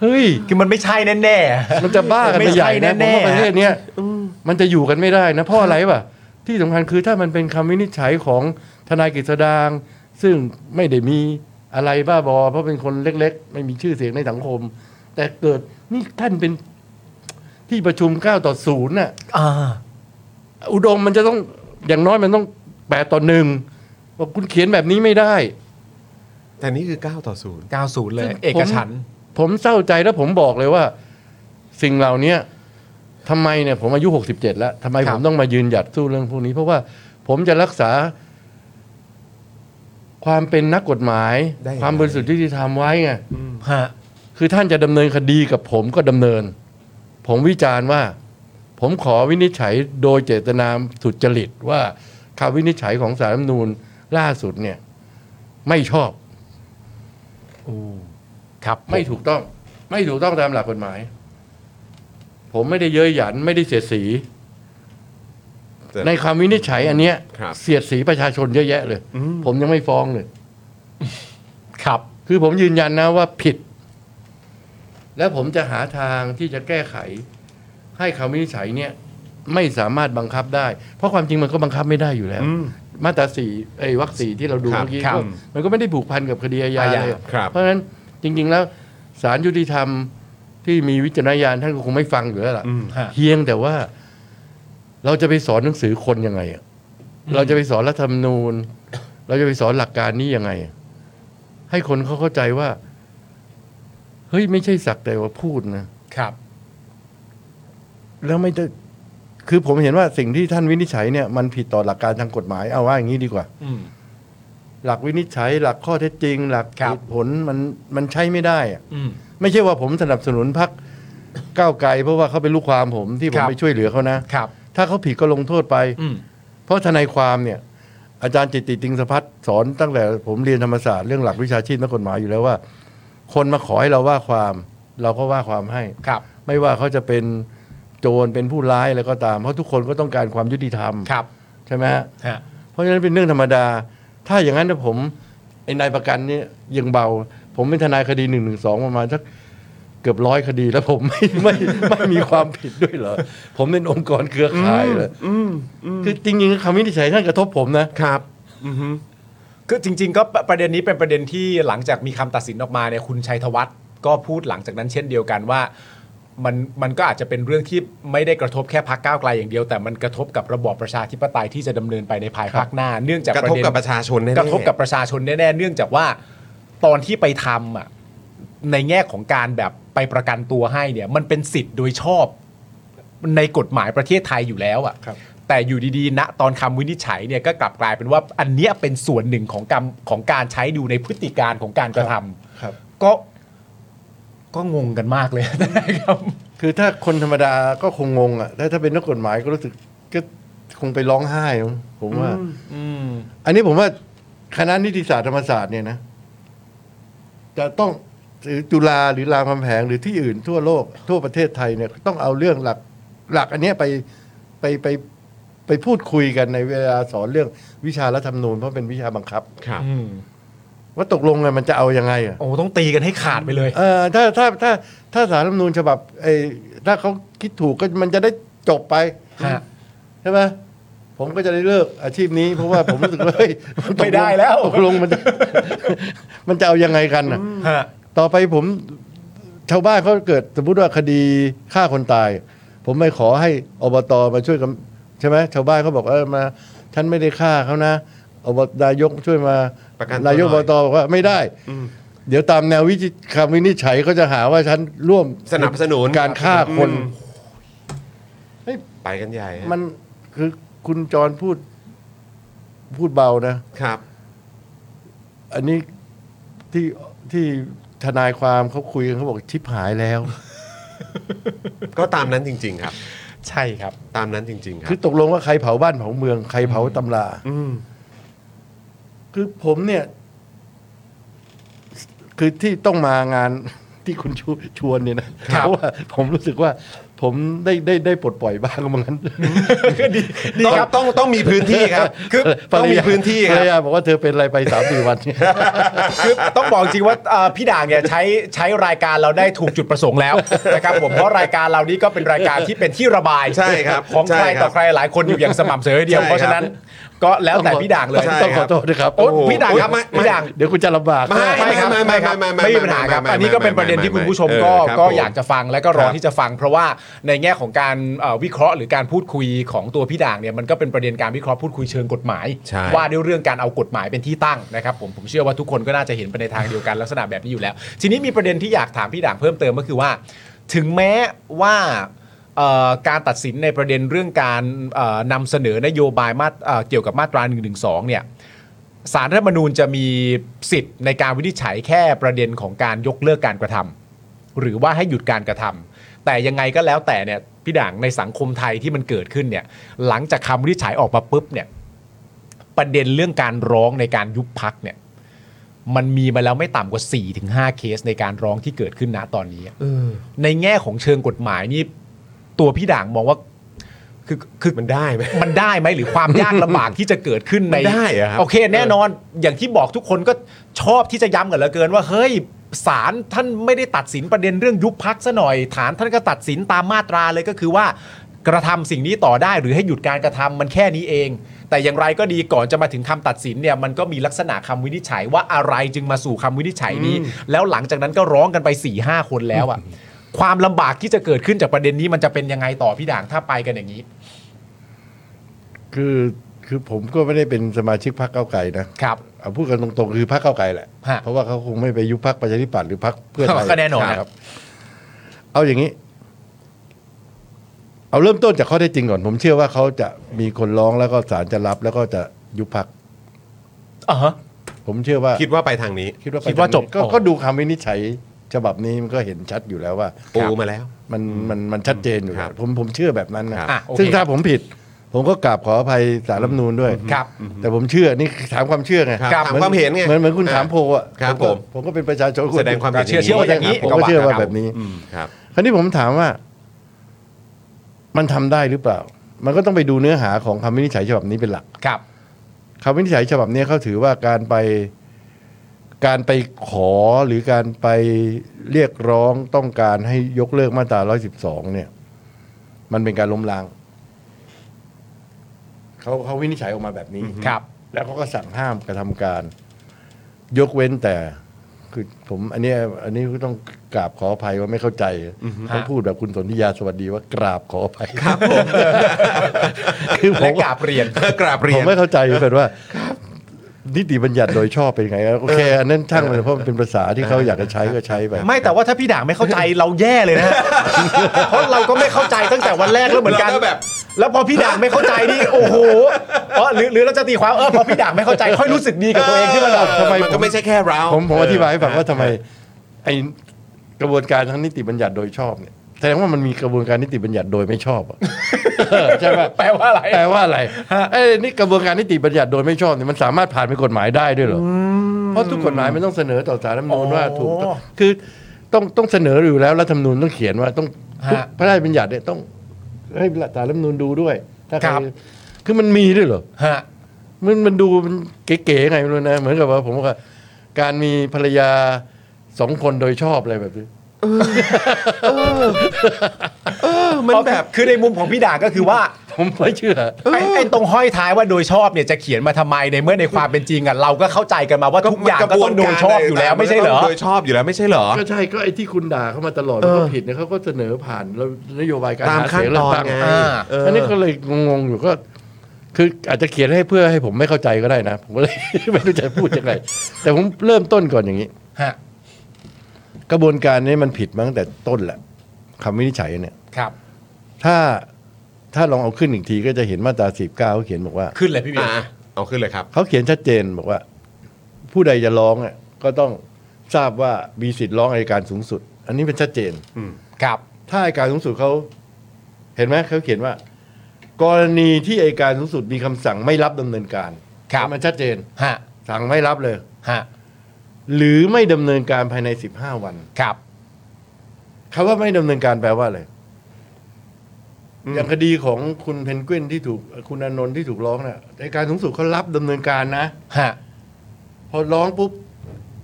F: เฮ้ย
B: คือมันไม่ใช่แน่
F: มันจะบ้ากันไปใหญ่
B: ไม่ใช่
F: นะผม
B: แน่ๆ
F: ว่าประเทศเนี้ยมันจะอยู่กันไม่ได้นะเพราะอะไรวะที่สำคัญคือถ้ามันเป็นคำวินิจฉัยของทนายกฤษดาง ซึ่งไม่ได้มีอะไรบ้าบอ เพราะเป็นคนเล็ก ๆ ไม่มีชื่อเสียงในสังคม แต่เกิดนี่ท่านเป็นที่ประชุม9ต่อศูนย์น่ะ
B: ๆอ่า
F: อุดมมันจะต้องอย่างน้อยมันต้องแปดต่อหนึ่งบอกคุณเขียนแบบนี้ไม่ได้
A: แต่นี่คือ 9 ต่อ 0
B: 90 เลย
F: ซึ่งผม
B: เอกฉันท์
F: ผมเศร้าใจแล้วผมบอกเลยว่า สิ่งเหล่านี้ ทำไมเนี่ยผมอายุ 67 แล้วทำไม
B: ครั
F: ผ
B: บ
F: มต้องมายืนหยัดสู้เรื่องพวกนี้ เพราะว่าผมจะรักษา ความเป็นนักกฎหมาย
B: ได้ยังไง
F: ความบริสุทธิ์ยุติธรรมไว้ไง
B: ฮะ
F: คือท่านจะดำเนินคดีกับผมก็ดำเนิน ผมวิจารณ์ว่า ผมขอวินิจฉัยโดยเจตนาสุจริตว่าคำวินิจฉัยของสารรัฐธรรมนูญล่าสุดเนี่ย ไม่ชอบ
B: ครับ
F: ไม่ถูกต้อง ไม่ถูกต้องตามหลักกฎหมาย ผมไม่ได้เย้ยหยันไม่ได้เสียดสี
A: แต่
F: ในคำวินิจฉัยอันเนี้ย
A: ครับ
F: เสียดสีประชาชนเยอะแยะเลย ผมยังไม่ฟ้องเลย
B: ครับ
F: คือผมยืนยันนะว่าผิด และผมจะหาทางที่จะแก้ไข ให้คำวินิจฉัยเนี่ย ไม่สามารถบังคับได้ เพราะความจริงมันก็บังคับไม่ได้อยู่แล้ว มาตราสี่ไอ้วักสี่ที่เราดู
A: ครับ
F: เมื่อกี้
A: ครับ
F: ก็มันก็ไม่ได้ผูกพันกับคดีอาญา
A: อาญา
F: เลย
A: ครับ
F: เพราะฉะนั้นจริง ๆ แล้วสารยุติธรรมที่มีวิจารณญาณท่านก็คงไม่ฟังอยู่แล้วล่ะ
B: ฮะ
F: เพียงแต่ว่าเราจะไปสอนหนังสือคนยังไงอะเราจะไปสอนรัฐธรรมนูญ เราจะไปสอนหลักการนี้ยังไงอะให้คนเขาเข้าใจว่า เฮ้ยไม่ใช่สักแต่ว่าพูดนะ
B: ครับ
F: แล้วไม่ได้คือผมเห็นว่าสิ่งที่ท่านวินิจฉัยเนี่ยมันผิดต่อหลักการทางกฎหมายเอาว่าอย่างนี้ดีกว่า
B: อืม
F: หลักวินิจฉัย หลักข้อเท็จจริง หลัก
B: ครับ
F: เหตุผลมันมันใช้ไม่ได้อะ
B: อืม
F: ไม่ใช่ว่าผมสนับสนุนพรรคก้าวไกลเพราะว่าเขาเป็นลูกความผมที่ผ
B: ค
F: ม
B: รับ
F: ไปช่วยเหลือเขานะ
B: ครับ
F: ถ้าเขาผิดก็ลงโทษไป
B: อืม
F: เพราะทนายความเนี่ย อาจารย์จิตติติงสพัฒน์สอนตั้งแต่ผมเรียนธรรมศาสตร์เรื่องหลักวิชาชีพและกฎหมายอยู่แล้วว่า คนมาขอให้เราว่าความ เราก็ว่าความให้
B: ครับ
F: ไม่ว่าเขาจะเป็นโจรเป็นผู้ร้ายอะไรก็ตาม เพราะทุกคนก็ต้องการความยุติธรรม
B: ครับ
F: ใช่ไหมฮะ
B: ฮะ
F: เพราะฉะนั้นเป็นเรื่องธรรมดา ถ้าอย่างนั้นนะผมไอ้นายประกันเนี่ยยังเบา ผมเป็นทนายคดีหนึ่งหนึ่งสองประมาณสักเกือบร้อยคดีแล้วผมไม่ไม่ไม่มีความผิดด้วยเหรอผมเป็นองค์กรเครือข่ายเลย
A: อืมอืม
F: คือจริงๆคำวินิจฉัยท่านกระทบผมนะ
A: ครับอือฮึ
B: คือจริง ๆ ก็ประประเด็นนี้เป็นประเด็นที่หลังจากมีคำตัดสินออกมาเนี่ยคุณชัยธวัฒน์ก็พูดหลังจากนั้นเช่นเดียวกันว่า มันมันก็อาจจะเป็นเรื่องที่ไม่ได้กระทบแค่พักก้าวไกลอย่างเดียว แต่มันกระทบกับระบอบประชาธิปไตยที่จะดำเนินไปในภายภาคหน้า เนื่องจาก
A: กระ
B: ป
A: ทบ
B: เด็น
A: กับประชาชนแน่ๆ
B: กระทบกับประชาชนแน่ๆ เนื่องจากว่าตอนที่ไปทำอ่ะในแง่ของการแบบไปประกันตัวให้เนี่ยมันเป็นสิทธิ์โดยชอบในกฎหมายประเทศไทยอยู่แล้วอ่ะ
F: ครับ
B: แต่อยู่ดีๆณตอนคำวินิจฉัยเนี่ยก็กลับกลายเป็นว่าอันเนี้ยเป็นส่วนหนึ่งของกรรมของการใช้ดูในพฤติการของการกระทำ
F: ครับ
B: ก็ก็งงกันมากเลยนะครับ
F: คือถ้าคนธรรมดาก็คงงงอ่ะแต่ถ้าเป็นนักกฎหมายก็รู้สึกก็คงไปร้องไห้มั้งผมว่า อันนี้ผมว่าคณะนิติศาสตร์ธรรมศาสตร์เนี่ยนะ จะต้องหรือจุฬาหรือรามคำแหงหรือที่อื่นทั่วโลก ทั่วประเทศไทยเนี่ย ต้องเอาเรื่องหลักหลักอันเนี้ยไปไปไปไปพูดคุยกันในเวลาสอนเรื่องวิชารัฐธรรมนูญเพราะเป็นวิชาบังคับ
A: ครับ
F: ว่าตกลงไงมันจะเอายังไงอ่ะ
B: โอ้ต้องตีกันให้ขาดไปเลย
F: เออถ้าถ้าถ้าถ้าสารรัฐธรรมนูญฉบับไอ้ถ้าเขาคิดถูกก็มันจะได้จบไป
B: ฮะ
F: ใช่ไหมผมก็จะได้เลิกอาชีพนี้ เพราะว่าผมรู้สึกว่าเฮ้ยนตกง
B: ไม่ได้แล้ว
F: ตกลงมันจะ มันจะเอายังไงกันน่ะ
B: ฮะ
F: ต่อไปผมชาวบ้านเขาเกิดสมมติว่าคดีฆ่าคนตาย ผมไม่ขอให้อบตมาช่วยกันใช่ไหมชาวบ้านเขาบอกเออมา ฉันไม่ได้ฆ่าเขานะอบตนายกช่วยมา
A: ประกันตัวหน่อย
F: นายกอบตบอกว่าไม่ได้ เดี๋ยวตามแนววิจิคำวินิจฉัยก็จะหาว่าฉันร่วม
A: สนับสนุน
F: การฆ่าคน
A: อืมไปกันใหญ่ฮะ
F: มันคือคุณจรพูดพูดเบานะ
A: ครับ
F: อันนี้ที่ที่ทนายความเขาคุยกันเขาบอกชิบหายแล้ว
A: ก็ตามนั้นจริง ๆ ครับ
B: ใช่ครับ
A: ตามนั้นจริง ๆ ครับ
F: คือตกลงว่าใครเผาบ้านเผาเมืองใครเผาตำรา
A: อืม
F: คือผมเนี่ย คือที่ต้องมางาน ที่คุณชชวนเนี่ยนะเพราะว่าผมรู้สึกว่า ผมได้ได้ได้ปลดปล่อยบ้างมั้งนั้น
B: ดีดี
A: ต้อง
B: ครับ
A: ต้องต้องมีพื้นที่ครับ คือต้องมีพื้นที่ค
F: ภ
A: รับ
F: รรยาบอกว่าเธอเป็นอะไรไปสามสี่วันเนี่ย
B: คือต้องบอกจริงว่าเอ่อพี่ด่างเนี่ยใช้ใช้รายการเราได้ถูกจุดประสงค์แล้ว นะครับผมเพราะรายการเรานี้ก็เป็นรายการที่เป็นที่ระบาย
A: ใช่ครับ
B: ของ
A: ใช่
B: ใคร
A: ครับ
B: ต่อใครหลายคนอยู่อย่างสม่ำเสมอเดียว
A: ใช่ครับ
B: เพราะฉะนั้นก็แล้วแต่พี่ด่างเลย
A: ใช่
F: ต้องขอโทษด้วยครับ
B: โอ้พี่ด่างครับ
A: โอ้ยไม่
B: พี่ด่าง
F: เดี๋ยวคุณจะลำบาก
A: ไม่
B: ครับ
A: ไม่
B: ครับ
A: ไม่ไม่ไม่
B: ไม่มีปัญหาครับ
A: ไม่ไม่
B: อันนี้ก็เป็นประเด็นที่คุณผู้ชมก็
A: เออครับ
B: ก็
A: ผม
B: อยากจะฟังและก็ร
A: ค
B: อ
A: รับ
B: ที่จะฟัง เพราะว่าในแง่ของการเอ่อวิเคราะห์หรือการพูดคุยของตัวพี่ด่างเนี่ยมันก็เป็นประเด็นการวิเคราะห์พูดคุยเชิงกฎหมาย
A: ใช่
B: ว่าด้วยเรื่องการเอากฎหมายเป็นที่ตั้งนะครับผมผมเชื่อว่าทุกคนก็น่าจะเห็นไปในทางเดียวกันลักษณะแบบนี้อยู่แล้ว ทีนี้มีประเด็นที่อยากถามพี่ด่างเพิ่มเติมก็คือว่า ถึงแม้ว่า เอ่อการตัดสินในประเด็นเรื่องการเอ่อนำเสนอนโยบายมาตรเอ่อเกี่ยวกับมาตรา1นึเนี่ยสารรัฐธรรมนูญจะมีสิทธิ์ในการวินิจฉัยแค่ประเด็นของการยกเลิกการกระทำหรือว่าให้หยุดการกระทำแต่ยังไงก็แล้วแต่เนี่ยพี่ด่างในสังคมไทยที่มันเกิดขึ้นเนี่ยหลังจากคำวินิจฉัยออกมาปุ๊บเนี่ยประเด็นเรื่องการร้องในการยุบพักเนี่ย มันมีมาแล้วไม่ต่ำกว่า4-5ถึงเคสในการร้องที่เกิดขึ้นณตอนนี้ ในแง่ของเชิงกฎหมายนี่ตัวพี่ด่างมองว่าคือคือ
A: มันได้ไหม
B: มันได้ไหมหรือความยากลำบากที่จะเกิดขึ้นใน
A: มันได้เหรอครับ
B: โอเค แน่นอนอย่างที่บอกทุกคนก็ชอบที่จะย้ำกันเหลือเกินว่าเฮ้ยศาลท่านไม่ได้ตัดสินประเด็นเรื่องยุบพักซะหน่อยฐานท่านก็ตัดสินตามมาตราเลยก็คือว่า กระทำสิ่งนี้ต่อได้หรือให้หยุดการกระทำมันแค่นี้เอง แต่อย่างไรก็ดีก่อนจะมาถึงคำตัดสินเนี่ยมันก็มีลักษณะคำวินิจฉัยว่าอะไรจึงมาสู่คำวินิจฉัยนี้ แล้วหลังจากนั้นก็ร้องกันไป4ี่ห้าคนแล้วอะ ความลำบากที่จะเกิดขึ้นจากประเด็นนี้มันจะเป็นยังไงต่อพี่ด่างถ้าไปกันอย่างนี้
F: คือคือผมก็ไม่ได้เป็นสมาชิกพรรคเก้าวไกลนะครับ เอาพูดกันตรงๆคือพรรคเก้าวไกลแหละ
B: ฮะ
F: เพราะว่าเขาคงไม่ไปยุบพรรคประชาธิปัตย์หรือพรรคเพื่อไทย
B: ก็แน่นอนครับ
F: เอาอย่างนี้ เอาเริ่มต้นจากข้อเท็จจริงก่อน ผมเชื่อว่าเขาจะมีคนร้องแล้วก็ศาลจะรับแล้วก็จะยุบพรรค
B: อ่าฮะ
F: ผมเชื่อว่า
A: คิดว่าไปทางนี้
F: คิดว่าไป
B: คิดว่า
F: ทงนี้
B: จบ
F: ก็
B: อ๋อ
F: ก็ดูคำวินิจฉัยฉบับนี้มันก็เห็นชัดอยู่แล้วว่า
A: ปูมาแล้ว
F: มันมันมันชัดเจนอยู่
A: ค
F: แล้
A: รั
F: ว
A: บ
F: ผมผมเชื่อแบบนั้นนะครับ
B: อ่ะโอเค
F: ซึ่งถ้าผมผิด ผมก็กราบขออภัยสารรัฐธรรมนูนด้วย
B: ครับ
F: แต่ผมเชื่อนี่ถามความเชื่อไง
A: ครับ
B: ครับ
A: ถามความเห็นไง
F: เหมือนเหมือนคุณถามโพลอ่ะ
A: ครับผ
F: ก็
A: ม
F: ผมก็เป็นประชาชน
A: แสดงความ
B: เชื่อเชื่อว่าอย่างนี้
F: ผมก็เชื่อว่าแบบนี้
A: อืมครับ
F: คราวนี้ผมถามว่า มันทำได้หรือเปล่า มันก็ต้องไปดูเนื้อหาของคำวินิจฉัยฉบับนี้เป็นหลัก
B: ครับ
F: คำวินิจฉัยฉบับนี้เขาถือว่าการไปการไปขอหรือการไปเรียกร้องต้องการให้ยกเลิกมาตรา 112 เนี่ย มันเป็นการล้มล้างเขาเขาวินิจฉัยออกมาแบบนี้
B: ครับ
F: แล้วเขาก็สั่งห้ามกระทำการ ยกเว้นแต่ คือผมอันเนี้ยอันนี้ก็ต้องกราบขออภัยว่าไม่เข้าใจต้องพูดแบบคุณสนธิยาสวัสดีว่ากราบขออภัยครับคือผม
B: และกราบเรียน
A: กราบเรีย
F: ผ
A: น
F: มไม่เข้าใจเหมือนกันว่า นิติบัญญัติโดยชอบเป็นไงโอเคอันนั้นช่างมันเพราะมันเป็นภาษาที่เขาอยากจะใช้ก็ใช้ไป
B: ไม่แต่ว่าถ้าพี่ด่างไม่เข้าใจเราแย่ เลยนะ เพราะเราก็ไม่เข้าใจตั้งแต่วันแรกแล้วเหมือนกัน
A: เราก็แบบ
B: แล้วพอพี่ด่างไม่เข้าใจนี่โอ้โหอ๋อหรือหรือเราจะตีความเออพอพี่ด่างไม่เข้าใจค่อยรู้สึกดีกับตัวเองที่มันแบบ
A: เออมันก็ไม่ใช่แค่เรา
F: ผมผมอธิบายให้ฟังว่าทำไมไอกระบวนการทางนิติบัญญัติโดยชอบเนี่ยแสดงว่ามันมีกระบวนการนิติบัญญัติโดยไม่ชอบอะ ใช่ไหม
B: แปลว่าอะไร
F: แปลว่าอะไรเอ้ยนี่กระบวนการนิติบัญญัติโดยไม่ชอบเนี่ยมันสามารถผ่านเป็นกฎหมายได้ด้วยเหรออเพราะทุกกฎหมายมันต้องเสนอต่อสารรัฐธรรมนูญว่า
B: อ๋อ
F: ถูกต้องคือต้องต้องเสนออยู่แล้วรัฐธรรมนูญต้องเขียนว่าต้อง
B: ฮะ
F: ทุกพระราชบัญญัติเนี่ยต้องให้สารรัฐธรรมนูญดูด้วย ถ้าใคร
B: ครับ
F: คือมันมีด้วยเหรอ
B: ฮะ
F: มันมันดูมันเก๋ๆไงไม่รู้นะ เหมือนกับว่าผมว่าการมีภรรยาสองคนโดยชอบอะไรแบบนี้
B: มันแบบคือในมุมของพี่ด่างก็คือว่า
F: ผมไม่เชื่อ
B: ไอ้ไอ้ตรงห้อยท้ายว่าโดยชอบเนี่ยจะเขียนมาทำไมในเมื่อในความเป็นจริงอ่ะเราก็เข้าใจกันมาว่าทุกอย่างก็ต้องโดยชอบอยู่แล้วไม่ใช่เหรอ
A: โดยชอบอยู่แล้วไม่ใช่เหรอ
F: ก็ใช่ก็ไอ้ที่คุณด่าเข้ามาตลอดมันก็ผิดนะเขาก็เสนอผ่านแล้วนโยบายการ
A: ตาม
F: หาเสียง
A: ขั้นตอน
F: เลืกตั้
A: ไง
F: อ่า
A: เอออั
F: อันนี้ก็เลยงงๆอยู่ก็ คืออาจจะเขียนให้เพื่อให้ผมไม่เข้าใจก็ได้นะ ผมก็เลย ไม่รู้จะพูดยังไงแต่ผมเริ่มต้นก่อนอย่างนี้
B: ฮะ
F: กระบวนการนี้มันผิดมาตั้งแต่ต้นแหละคำวินิจฉัยเนี่ย
B: ครับ
F: ถ้าถ้าลองเอาขึ้นอีกทีก็จะเห็นมาตราสิบเก้าเขาเขียนบอกว่า
B: ขึ้นเลยพี่เบียร์
A: อ่ะเอาขึ้นเลยครับ
F: เขาเขียนชัดเจนบอกว่า ผู้ใดจะร้องอ่ะก็ต้องทราบว่ามีสิทธิ์ร้องอัยการสูงสุด อันนี้เป็นชัดเจน
B: ครับ
F: ถ้าอัยการสูงสุดเขาเห็นไหมเขาเขียนว่า กรณีที่อัยการสูงสุดมีคำสั่งไม่รับดำเนินการ
B: ครับ
F: มันชัดเจน
B: ฮะ
F: สั่งไม่รับเลย
B: ฮะ
F: หรือไม่ดำเนินการภายใน 15 วัน
B: ครับ
F: คำว่าไม่ดำเนินการแปลว่าอะไรอย่างคดีของคุณเพนกวินที่ถูกคุณอานนท์ที่ถูกร้องน่ะอัยการสูงสุดเขารับดำเนินการนะ
B: ฮะ
F: พอร้องปุ๊บ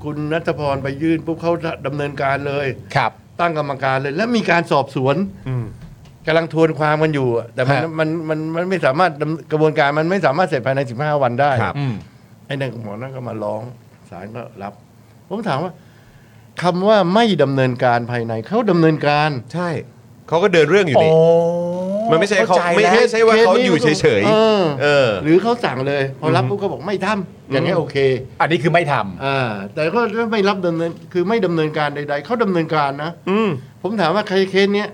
F: คุณนัทพรไปยื่นปุ๊บเขาดำเนินการเลย
B: ครับ
F: ตั้งกรรมการเลย แล้วมีการสอบสวนกำลังทวนความกันอยู่อะแต่มัน
B: ฮะ
F: มันมันมันไม่สามารถดำกระบวนการมันไม่สามารถเสร็จภายใน 15 วันได้
A: ครับ
B: อืม
F: ไอ้นั่นหมอนั่นก็มาร้องศาลก็รับ ผมถามว่าคำว่าไม่ดำเนินการภายในเขาดำเนินการ
A: ใช่เขาก็เดินเรื่องอยู่นี่มันไม่ใช่เขาไม่ไม่ใช่ว่าเขาอยู่เฉย
F: เออ
A: ๆเออ
F: หรือเขาสั่งเลย พอรับปุ๊บก็บอกไม่ทำอย่างนี้โอเค
B: อันนี้คือไม่ทำ
F: อ่าแต่ก็ไม่รับดำเนินคือไม่ดำเนินการใด ๆ เขาดำเนินการนะ
A: อืม
F: ผมถามว่าใครเคสเนี้ย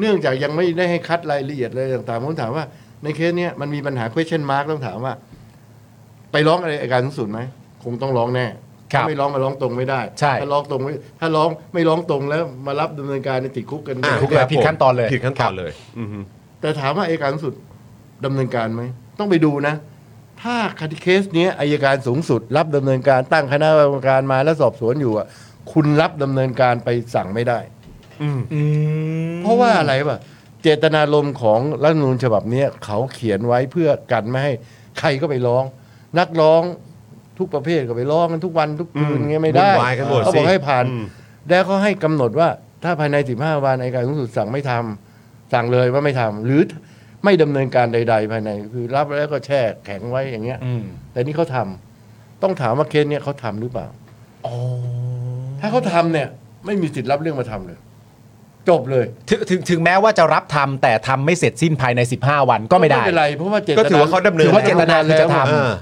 F: เนื่องจากยังไม่ได้ให้คัดรายละเอียดเลยต่างๆผมถามว่า ในเคสเนี้ยมันมีปัญหา question mark ต้องถามว่า ไปร้องอะไรอัยการสูงสุดไหมคงต้องร้องแน่
B: ครับ
F: ถ้าไม่ร้องมาร้องตรงไม่ได้
B: ใช่
F: ถ้าร้องตรงไม่ถ้าร้องไม่ร้องตรงแล้วมารับดำเนินการในยติดคุกกัน
A: อ่ะ
B: ถูกแล้วผิดขั้นตอนเลย
A: ผิดขั้นตอน
B: ครับ
A: เลย อือฮึ
F: แต่ถามว่าอัยการสูงสุดดำเนินการไหมต้องไปดูนะ ถ้าคดีเคสเนี้ยอัยการสูงสุด รับดำเนินการตั้งคณะกรรมการมาแล้วสอบสวนอยู่อะคุณรับดำเนินการไปสั่งไม่ได้ เพราะว่าอะไรป่ะ เจตนารมณ์ของรัฐธรรมนูญฉบับเนี้ยเขาเขียนไว้เพื่อกันไม่ให้ใครก็ไปร้อง นักร้องทุกประเภทก็ไปร้องกันทุกวันทุกคืน
A: อืม
F: เงี้ยไม่ได้
A: วุ่นวายกันหมดสิ
F: เขาบอกให้ผ่าน
A: อืม
F: แล้วเขาให้กำหนดว่าถ้าภายใน 15 วันอัยการสูงสุดสั่งไม่ทำสั่งเลยว่าไม่ทำหรือไม่ดำเนินการใด ๆ ภายใน คือรับแล้วก็แช่แข็งไว้อย่างเงี้ย
B: อืม
F: แต่นี่เขาทำต้องถามว่าเคสเนี้ยเขาทำหรือเปล่า
B: อ๋อ
F: ถ้าเขาทำเนี่ย ไม่มีสิทธิ์รับเรื่องมาทำเลย จบเลย
B: ถึงถึงถึงแม้ว่าจะรับทำแต่ทำไม่เสร็จสิ้นภายใน 15 วันก็ไม่ได้
F: ไม่เป็นไรเพราะว่าเจตนา
A: ก็ถือว่าเขาดำเนิน
F: ถือว่าเจตนา
B: คือจะทำ
A: อ่า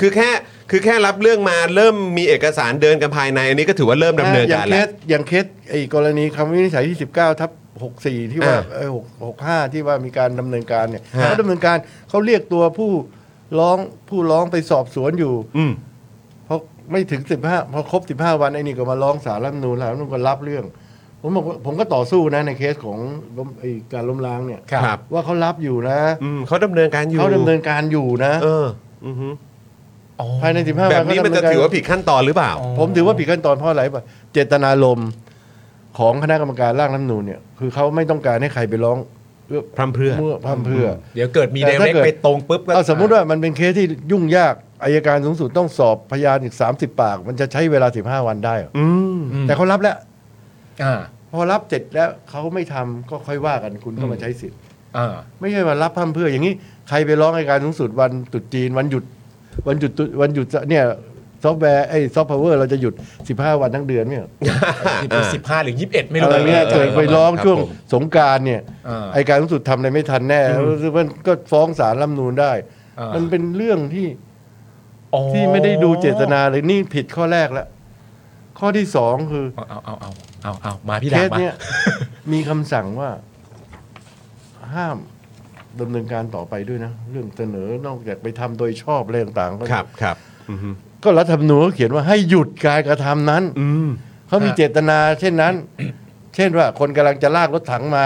A: คือแค่คือแค่รับเรื่องมาเริ่มมีเอกสารเดินกันภายใน อันนี้ก็ถือว่าเริ่มดำเนินการ
F: อย่า
A: แล้
F: ง
A: ว
F: เคสอย่างเคสไอ้กรณีคำวินิจฉัยที่ 19ทับ64 ที่ว่า
A: อ่า
F: เอ้ย6 65 ที่ว่ามีการดำเนินการเนี่ย
A: ฮะ
F: เขาดำเนินการเขาเรียกตัวผู้ร้องผู้ร้องไปสอบสวนอยู่
A: อืม
F: เพราะไม่ถึง 15 พอครบ 15 วันไอ้นี่ก็มาร้องศาลรัฐธรรมนูลศาลรัฐธรรมนูลก็รับเรื่อง ผมบอกว่าผมก็ต่อสู้นะในเคสของล้มไอ้การล้มล้างเนี่ย
A: ครับ
F: ว่าเขารับอยู่นะ
A: อืมเขาดำเนินการอยู่
F: เขาดำเนินการอยู่นะ
A: เอออือฮึ
B: อ๋อ
F: ภายใน 15 วัน
A: แบบนี้มัน
F: เขาดำเ
A: จะถือว่าผิดขั้นตอนหรือเปล่า
F: ผมถือว่าผิดขั้นตอนเพราะอะไรป่ะเจตนารมณ์ของคณะกรรมการร่างรัฐธรรมนูญเนี่ยคือเขาไม่ต้องการให้ใครไปร้องเอื้อ
A: พร่ำเพรื่อ
F: เมื่อพร่ำเพรื่อ
B: เดี๋ยวเกิดมี
F: แต่
B: เด
F: ถ้า
B: เรก
F: เกิด
B: ไปตรงปุ๊บก็
F: เอาสมมุติว่ามันเป็นเคสที่ยุ่งยากอายการสูงสุดต้องสอบพยานอีก 30 ปาก มันจะใช้เวลา 15 วันได้เหรอ
A: อืม
F: แต่เขารับแล้ว
B: อ่า
F: พอรับเสร็จแล้วเขาไม่ทำก็ค่อยว่ากันคุณก็มาใช้สิทธิ์
B: อ่า
F: ไม่ใช่มารับพร่ำเพรื่ออย่างนี้ใครไปร้องอายการสูงสุดวันตรุษจีนวันหยุดวันหยุดตุวันหยุดเนี่ยซอฟต์แวร์ไอ้ซอฟต์พาวเวอร์เราจะหยุด 15 วันทั้งเดือนเนี่ย
B: สิบห้าหรือยี่สิบเอ็ดไม่
F: อะ
B: รู้
F: ไรเงี้ย
B: ออ
F: เกิดไปร้อง
A: ครับ
F: ช่วง
A: ผม
F: สงกรารเนี่ย
B: อ่า
F: ไอการสูงสุดทำอะไรไม่ทันแน่ซึ่งมันก็ฟ้องศาลรัฐธรรมนูนได้
B: อ่ามั
F: มันเป็นเรื่องที่
B: อ๋อ
F: ที่ไม่ได้ดูเจตนาเลยนี่ผิดข้อแรกแล้ว ข้อที่สองคือ
B: เอาเอาเอาเอาเอาเอามาพี่
F: เค
B: ดาบ
F: ส
B: มา
F: เนี่ย มีคำสั่งว่า ห้ามดำเนินการต่อไปด้วยนะ เรื่องเสนอนอกจากไปทำโดยชอบอะไรต่างๆก็
A: ครับครับอือฮึ
F: ก็รัฐธรรมนูญก็เขียนว่าให้หยุดการกระทำนั้น
A: อืม
F: เขามีเจตนา เช่นนั้น เช่นว่าคนกำลังจะลากรถถังมา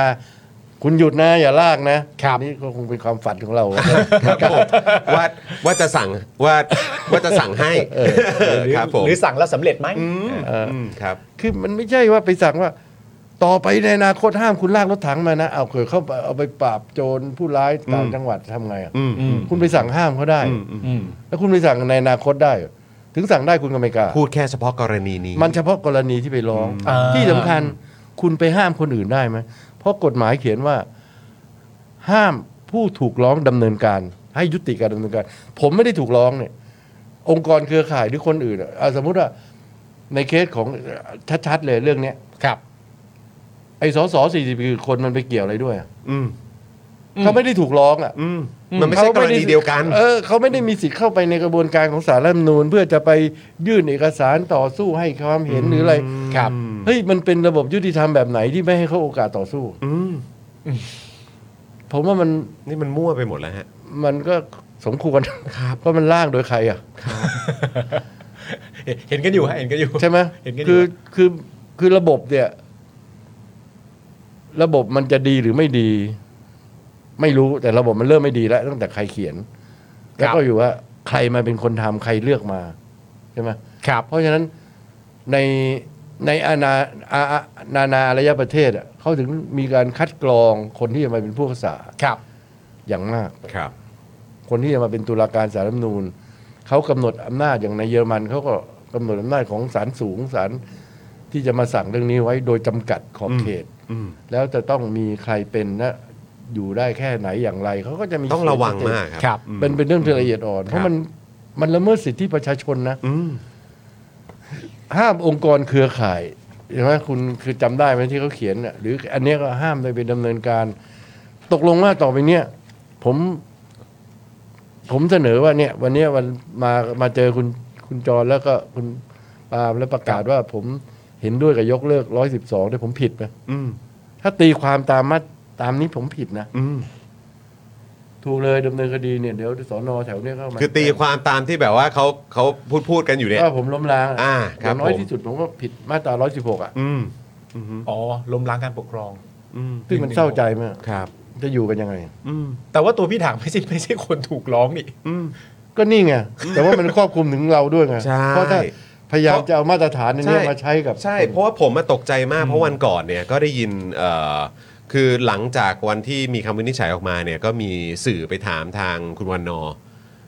F: คุณหยุดนะ อย่าลากนะนี่ก็คงเป็นความฝันของเรา
A: ครับผมว่าว่าจะสั่งว่าว่าจะสั่งให้ครับผม
B: หรือสั่งแล้วสำเร็จไหม
F: เอออื
A: มครับ
F: คือมันไม่ใช่ว่าไปสั่งว่า ต่อไปในอนาคตห้ามคุณลากรถถังมานะเอาเกิดเขาเอาไปปราบโจรผู้ร้ายต่างจังหวัดทำไงอะ
A: อืมอืม
F: คุณไปสั่งห้ามเขาได้
B: อืม
F: แล้วคุณไปสั่งในอนาคตได้เหรอถึงสั่งได้คุณก็ไม่กล้า
A: พูดแค่เฉพาะกรณีนี้
F: มันเฉพาะกรณีที่ไปร้อง
B: อ่า
F: ที่สำคัญคุณไปห้ามคนอื่นได้ไหมเพราะกฎหมายเขียนว่า ห้ามผู้ถูกร้องดำเนินการ ให้ยุติการดำเนินการ ผมไม่ได้ถูกร้องเนี่ย องค์กรเครือข่ายหรือคนอื่นอะอ่ะสมมุติว่าในเคสของชัดๆเลยเรื่องเนี้ย
B: ครับ
F: ไอ้สสสี่สิบคนมันไปเกี่ยวอะไรด้วยอะ
A: อืม
F: เขาไม่ได้ถูกร้องอ่ะ
A: อืมมันไม่ใช่กรณีเดียวกัน
F: เออเขาไม่ได้มีสิทธิ์เข้าไปในกระบวนการของศาลรัฐธรรมนูญ เพื่อจะไปยื่นเอกสารต่อสู้ให้ความเห็นหรืออะไร
B: ครับ
F: เฮ้ยมันเป็นระบบยุติธรรมแบบไหนที่ไม่ให้เขาโอกาสต่อสู้
A: อืม
F: ผมว่ามัน
A: นี่มันมั่วไปหมดแล้วฮะ
F: มันก็สมควร
A: ครับ
F: เพราะมันล่างโดยใครอ่ะ
B: เห็นเห็นกันอยู่ฮะเห็นกันอยู่
F: ใช่ไหม
B: เห็นกันอยู่
F: คือคือคือระบบเนี่ย ระบบมันจะดีหรือไม่ดี ไม่รู้แต่ระบบมันเริ่มไม่ดีแล้ว ตั้งแต่ใครเขียน แล้วก็อยู่ว่า ใครมาเป็นคนทำใครเลือกมาใช่ไหม
B: ครับ
F: เพราะฉะนั้นในในอาณาอาอานานาอารยประเทศอะเขาถึงมีการคัดกรองคนที่จะมาเป็นผู้รักษา
B: ครับ
F: อย่างมาก
A: ครับ
F: คนที่จะมาเป็นตุลาการสารรัฐธรรมนูญเขากำหนดอำนาจอย่างในเยอรมันเขาก็กำหนดอำนาจของศาลสูงศาลที่จะมาสั่งเรื่องนี้ไว้โดยจำกัดขอบเขต
A: อืม
F: แล้วจะต้องมีใครเป็นและอยู่ได้แค่ไหนอย่างไรเขาก็จะมี
A: ต้องระวังมาก
B: ครับ
A: อืม
F: เป็นเป็นเรื่องที่ละเอียดอ่อน
A: ค
F: เพ
A: รั
F: ราะ
A: บ
F: มันมันละเมิดสิทธิประชาชนนะ
A: อืม
F: ห้ามองค์กรเครือข่ายใช่ไหมคุณคือจำได้ไหมที่เขาเขียนน่ะหรืออันเนี้ยก็ห้ามไปเป็นดำเนินการ ตกลงว่าต่อไปเนี้ยผม ผมเสนอว่าเนี่ย วันเนี้ยวันมามาเจอคุณคุณจรแล้วก็คุณปาล์มแล้วประกาศว่า ผมเห็นด้วยกับยกเลิกร้อยสิบสองแต่ผมผิดไหม
A: อืม
F: ถ้าตีความตามมา ตามนี้ผมผิดนะ
A: อืม
F: ถูกเลยดำเนินคดีเนี่ยเดี๋ยวสอนอแถวเนี้ยเข้ามา
A: คือตีความตามที่แบบว่าเขาเขาพูดพูดกันอยู่เนี่ย
F: ก็ผมล้มล้างะ
A: อ่า
F: อ
A: ครับ
F: ย่างน้อย
A: ผม
F: ที่สุดผมก็ผิดมาตรา 116 อ่ะ
A: อืมอืม
B: อ๋อล้มล้างการปกครอง
A: อืม
F: ซึ่งมันเศร้าใจมาก
A: ครับ
F: จะอยู่กันยังไง
A: อืม
B: แต่ว่าตัวพี่ถางไม่ใช่ไม่ใช่คนถูกร้องนี่
A: อืม
F: ก็นี่ไง แต่ว่ามันครอบคลุมถึงเราด้วยไง
A: ใช่
F: เพราะถ้าพยายามจะเอามาตรฐานอันเนี้ยมาใช้กับ
A: ใช่ เพราะว่าผมมาตกใจมาก เพราะวันก่อนเนี่ยก็ได้ยินเอ่อคือหลังจากวันที่มีคำวินิจฉัยออกมาเนี่ยก็มีสื่อไปถามทางคุณวันนอร์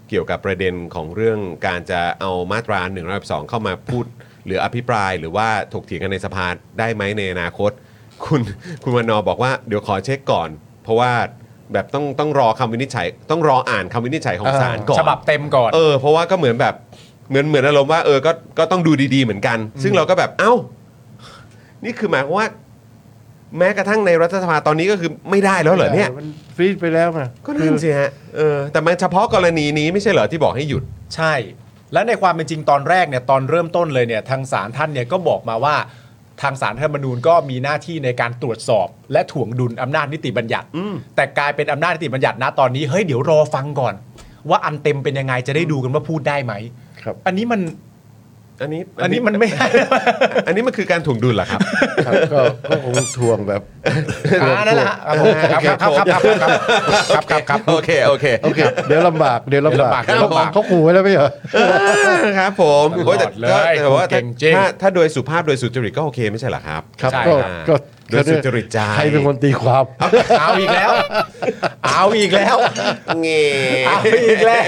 A: เกี่ยวกับประเด็นของเรื่องการจะเอามาตรา1นึเข้ามาพูด หรืออภิปรายหรือว่าถกเถียงกันในสภาได้ไหมในอนาคต คุณคุณวันนอร์บอกว่าเดี๋ยวขอเช็คก่อน เพราะว่าแบบต้องต้องรอคำวินิจฉัย ต้องรออ่านคำวินิจฉัยของศาลก่อน
B: ฉบับเต็มก่อน
A: เออเพราะว่าก็เหมือนแบบเหมือนเหมือนอารมณ์ว่าเออก็ก็ต้องดูดีๆเหมือนกัน ซึ่งเราก็แบบเอ้า นี่คือหมายความว่า แม้กระทั่งในรัฐสภาตอนนี้ก็คือไม่ได้แล้วเหรอเนี่ย
F: มันฟรีดไปแล้วไง
A: ก็นั่นสิฮะเออแต่มันเฉพาะกรณีนี้ไม่ใช่เหรอที่บอกให้หยุด
B: ใช่ และในความเป็นจริงตอนแรกเนี่ยตอนเริ่มต้นเลยเนี่ยทางศาลท่านเนี่ยก็บอกมาว่า ทางศาลรัฐธรรมนูญก็มีหน้าที่ในการตรวจสอบ และถ่วงดุลอำนาจนิติบัญญัติ แต่กลายเป็นอำนาจนิติบัญญัตินะตอนนี้เฮ้ยเดี๋ยวรอฟังก่อน ว่าอันเต็มเป็นยังไงจะได้ดูกันว่าพูดได้ไหม
F: ครับ
B: อันนี้มัน
A: อันนี้
B: อันนี้มันไม่
A: อันนี้มันคือการถ่วงดุลเหรอครับ
F: ครับก็ก็คงทวงแบบ
B: อ่านั่นแหละครับครับครับครับครับครับครับ
A: โอเคโอเค
F: โอเค เดี๋ยวลำบากเดี๋ยวลำบาก
B: เดี๋ยวลำบาก
F: เขาขู่ไว้แล้วไม่เหรอ
A: ครับ ผมโอ้ยแต่
B: ตล
A: ก็
B: อดเลย
A: แต่ว่าถ้า
B: เก่งจริง
A: ถ้าถ้าโดยสุภาพโดยสุจริตก็โอเคไม่ใช่เหรอครับ
F: ครับ
B: ใช่
F: ก็
A: อ่า
F: ก็
A: โดยสุจริตใจ
F: ใครเป็นคนตีความ
B: เอาอีกแล้ว เอาอีกแล้ว
A: เงี้ย
B: เอาอีกแล้ว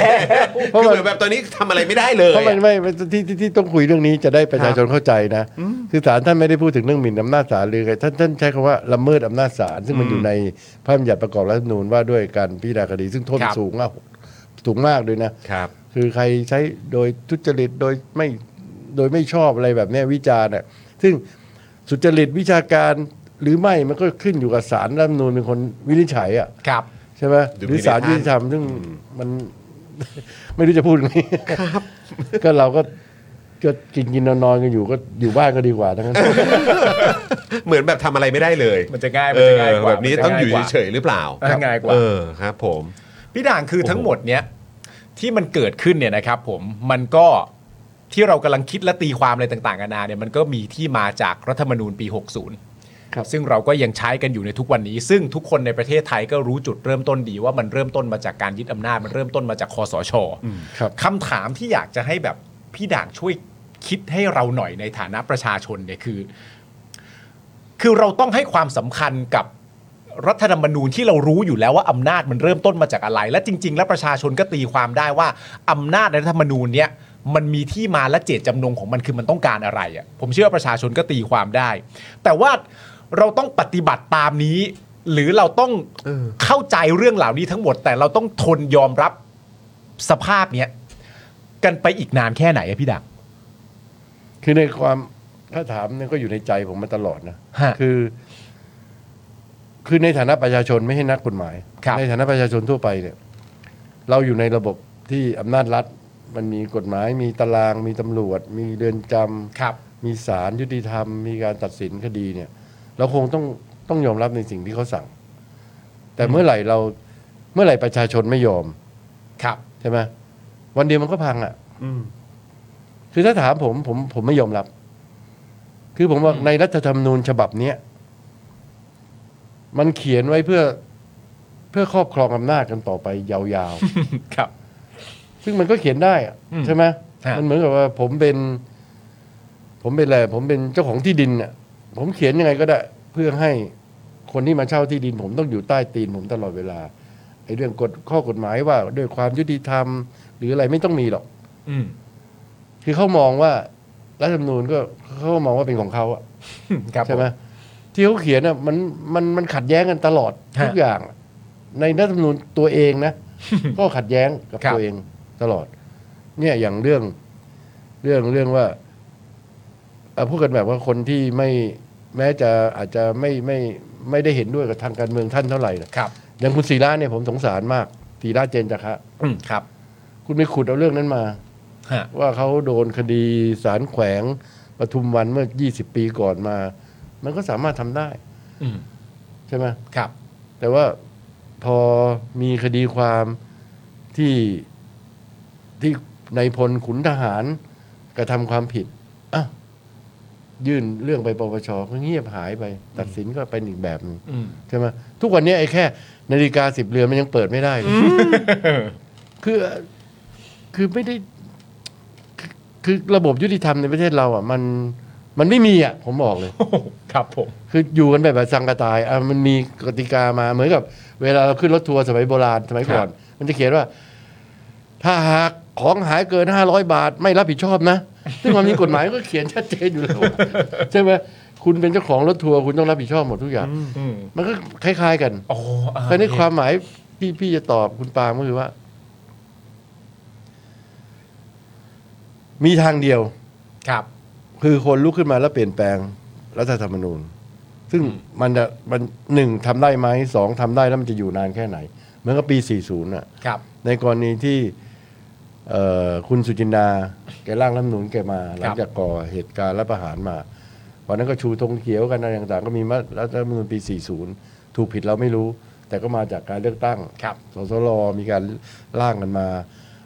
A: คือเหมือนแบบตอนนี้ทำอะไรไม่ได้เลย
F: เพราะมัน
A: อะ
F: ไม่ไม่ที่ที่ที่ต้องคุยเรื่องนี้จะได้ประชาชนเข้าใจนะ คือศาลท่านไม่ได้พูดถึงเรื่องหมิ่นอำนาจศาลเลยท่านท่านใช้คำว่าละเมิดอำนาจศาลซึ่งมันอยู่ในพระบัญญัติประกอบรัฐธรรมนูญว่าด้วยการพิจารณาคดี ซึ่งโทษ
B: ครับ
F: สูงอ่ะสูงมากด้วยนะ
A: ครับ
F: คือใครใช้โดยทุจริตโดยไม่โดยไม่ชอบอะไรแบบเนี้ยวิจารณ์อ่ะซึ่งสุจริตวิชาการหรือไม่มันก็ขึ้นอยู่กับศาลรัฐธรรมนูญเป็นคนวินิจฉัยอ่ะ
B: ครับ
F: ใช่ไหม
A: ดู
F: หรือสาร
A: พิ
F: ยุ
A: นิจ
F: ติ
A: ฐาน
F: ธรรมซึ่งมัน ไม่รู้จะพูดยังไง ก็เราก็ก็กินกินนอนนอนกันอยู่ก็อยู่บ้านก็ดีกว่าทั้งนั้น
A: เหมือนแบบทำอะไรไม่ได้เลย
B: มันจะง่าย
A: เอ
B: มันจะ
A: อ
B: ง่ายกว่า
A: แบบนี้
B: มันจะ
A: ต้องอยู่
B: ง่ายกว่า
A: เฉยๆหรือเปล่า
B: ครับง่ายกว่า
A: เออครับ ผม
B: พี่ด่างคือ
A: โอ้โห
B: ทั้งหมดเนี้ยที่มันเกิดขึ้นเนี่ยนะครับผมมันก็ที่เรากำลังคิดและตีความอะไรต่างๆนานาเนี่ยมันก็มีที่มาจากรัฐธรรมนูญปี 60
F: ครับ
B: ซึ่งเราก็ยังใช้กันอยู่ในทุกวันนี้ ซึ่งทุกคนในประเทศไทยก็รู้จุดเริ่มต้นดีว่ามันเริ่มต้นมาจากการยึดอำนาจมันเริ่มต้นมาจากคอสช
F: ครับ
B: คำถามที่อยากจะให้แบบพี่ด่างช่วยคิดให้เราหน่อยในฐานะประชาชนเนี่ยคือ คือเราต้องให้ความสำคัญกับรัฐธรรมนูญที่เรารู้อยู่แล้วว่าอำนาจมันเริ่มต้นมาจากอะไร และจริง ๆ แล้วประชาชนก็ตีความได้ว่าอำนาจในรัฐธรรมนูญเนี่ยมันมีที่มาและเจตจำนงของมันคือมันต้องการอะไรอะ่ะผมเชื่อว่าประชาชนก็ตีความได้ แต่ว่าเราต้องปฏิบัติตามนี้ หรือเราต้องเข้าใจเรื่องเหล่านี้ทั้งหมด แต่เราต้องทนยอมรับสภาพเนี้ย กันไปอีกนานแค่ไหนอะพี่ดัง
F: คือในความถ้าถามเนี่ยก็อยู่ในใจผมมาตลอดนะ
B: ฮะ
F: คือ คือในฐานะประชาชนไม่ใช่นักกฎหมาย
B: ครับ
F: ในฐานะประชาชนทั่วไปเนี่ย เราอยู่ในระบบที่อำนาจรัฐ มันมีกฎหมาย มีตาราง มีตำรวจ มีเรือนจำ
B: ครับ
F: มีศาลยุติธรรมมีการตัดสินคดีเนี่ย เราคงต้องต้องยอมรับในสิ่งที่เขาสั่ง แต่เมื่อไหร่เราเมื่อไหร่ประชาชนไม่ยอม
B: ครับ
F: ใช่ไหมวันเดียวมันก็พังอ่ะคือถ้าถามผมผมผมไม่ยอมรับ คือผมว่าในรัฐธรรมนูญฉบับเนี้ยมันเขียนไว้เพื่อเพื่อครอบครองอำนาจกันต่อไปยาว
B: ค
F: ๆ
B: รับ
F: ซึ่งมันก็เขียนได้อะ
B: อืม
F: ใช่ไหม
B: ฮะ
F: มันเหมือนกับว่าผมเป็น ผมเป็นอะไรผมเป็นเจ้าของที่ดินอ่ะ ผมเขียนยังไงก็ได้ เพื่อให้คนที่มาเช่าที่ดิน ผมต้องอยู่ใต้ตีนผมตลอดเวลาไอ้เรื่องกฎข้อกฎหมายว่า ด้วยความยุติธรรม หรืออะไรไม่ต้องมีหรอก
B: อืม
F: คือเขามองว่ารัฐธรรมนูญก็เขาก็มองว่าเป็นของเขาอะ
B: ครับ
F: ใช่ไหม
B: ผ
F: ที่เขาเขียนอ่ะมันมันมันขัดแย้งกันตลอด
B: ฮะ
F: ทุกอย่างอะในรัฐธรรมนูญตัวเองนะ ก็ ขัดแย้งกับ
B: ครับ
F: ตัวเองตลอด เนี่ยอย่างเรื่องเรื่องเรื่องว่าเอาพูดกันแบบว่าคนที่ไม่แม้จะอาจจะไม่ไม่ไม่ได้เห็นด้วยกับทางการเมืองท่านเท่าไหร่นะครับ อย่างคุณศิระเนี่ยผมสงสารมากศิระเจนจะคะ
B: อืมครับ
F: คุณไปขุดเอาเรื่องนั้นมา
B: ฮะ
F: ว่าเขาโดนคดีสารแขวงปทุมวันเมื่อ 20 ปีก่อนมา มันก็สามารถทำได้
B: อืม
F: ใช่ไหม
B: ครับ
F: แต่ว่าพอมีคดีความที่ที่ในายพลขุนทหารกระทำความผิดอ่ะยื่นเรื่องไปปปชก็เงียบหายไป ตัดสินก็เป็นอีกแบบหนึง
B: อืม
F: ใช่ไหมทุกวันนี้ไอ้แค่ นาฬิกาสิบเรือนมันยังเปิดไม่ได้เลยคือ คือไม่ได้ คือคือระบบยุติธรรมในประเทศเราอ่ะ มันมันไม่มีอ่ะ ผมบอกเลย
B: ครับผม
F: คืออยู่กันแบบแบบสังกะตายอ่ะมันมีกติกามาเหมือนกับ เวลาเราขึ้นรถทัวร์สมัยโบราณสมัยก่อน มันจะเขียนว่า ถ้าหากของหายเกินห้าร้อยบาทไม่รับผิดชอบนะ ซึ่งความจริงกฎหมายก็เขียนชัดเจนอยู่ แล้วใช่ไหมคุณเป็นเจ้าของรถทัวร์คุณต้องรับผิดชอบหมดทุกอย่าง
B: อืม
F: มันก็คล้าย ๆ กัน
B: โอ้อ่า
F: คราวนี้ความหมายพี่พี่จะตอบคุณปาล์มก็คือว่า มีทางเดียว
B: ครับ
F: คือคนลุกขึ้นมาแล้วเปลี่ยนแปลงรัฐธรรมนูญ ซึ่งมันจะมันหนึ่งทำได้ไหมสองทำได้แล้วมันจะอยู่นานแค่ไหน เหมือนกับปี 40น่ะ
B: ครับ
F: ในกรณีที่เอ่อคุณสุจินดาแกร่างรัฐธรรมนูญแกมา หลังจากก่อเหตุการณ์รัฐประหารมา วันนั้นก็ชูธงเขียวกันอะไรต่างๆ ก็มีมารัฐธรรมนูญปี 40 ถูกผิดเราไม่รู้ แต่ก็มาจากการเลือกตั้ง
B: ครับ
F: สสรมีการร่างกันมา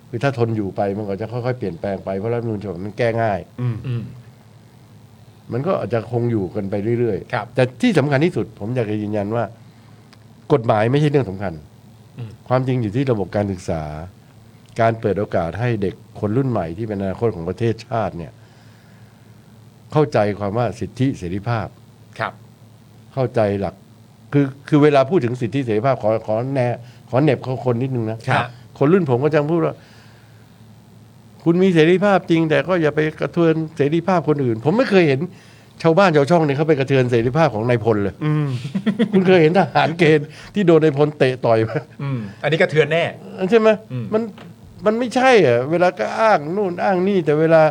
F: คือถ้าทนอยู่ไปมันก็จะค่อยๆ เปลี่ยนแปลงไปเพราะรัฐธรรมนูญฉบับมันแก้ง่าย
B: อืม
F: มันก็อาจจะคงอยู่กันไปเรื่อย
B: ครับ
F: แต่ที่สำคัญที่สุด ผมอยากจะยืนยันว่า กฎหมายไม่ใช่เรื่องสำคัญ
B: อืม
F: ความจริงอยู่ที่ระบบการศึกษา การเปิดโอกาสให้เด็กคนรุ่นใหม่ที่เป็นอนาคตของประเทศชาติเนี่ย เข้าใจความว่าสิทธิเสรีภาพ
B: ครับ
F: เข้าใจหลัก คือคือเวลาพูดถึงสิทธิเสรีภาพขอขอแนขอเหน็บเขาคนนิดนึงนะครับ คนรุ่นผมก็จะพูดว่า คุณมีเสรีภาพจริง แต่ก็อย่าไปกระเทือนเสรีภาพคนอื่น ผมไม่เคยเห็น ชาวบ้านชาวช่องเนี่ยเขาไปกระเทือนเสรีภาพของนายพลเลยคุณเคยเห็นทหารเกณฑ์ที่โดนนายพลเตะต่อยไหม
B: อืม อันนี้กระเทือนแน่
F: ใช่ไหม
B: อืม
F: มันมันไม่ใช่อะเวลาก็อ้างนู่นอ้างนี่ แต่เวลา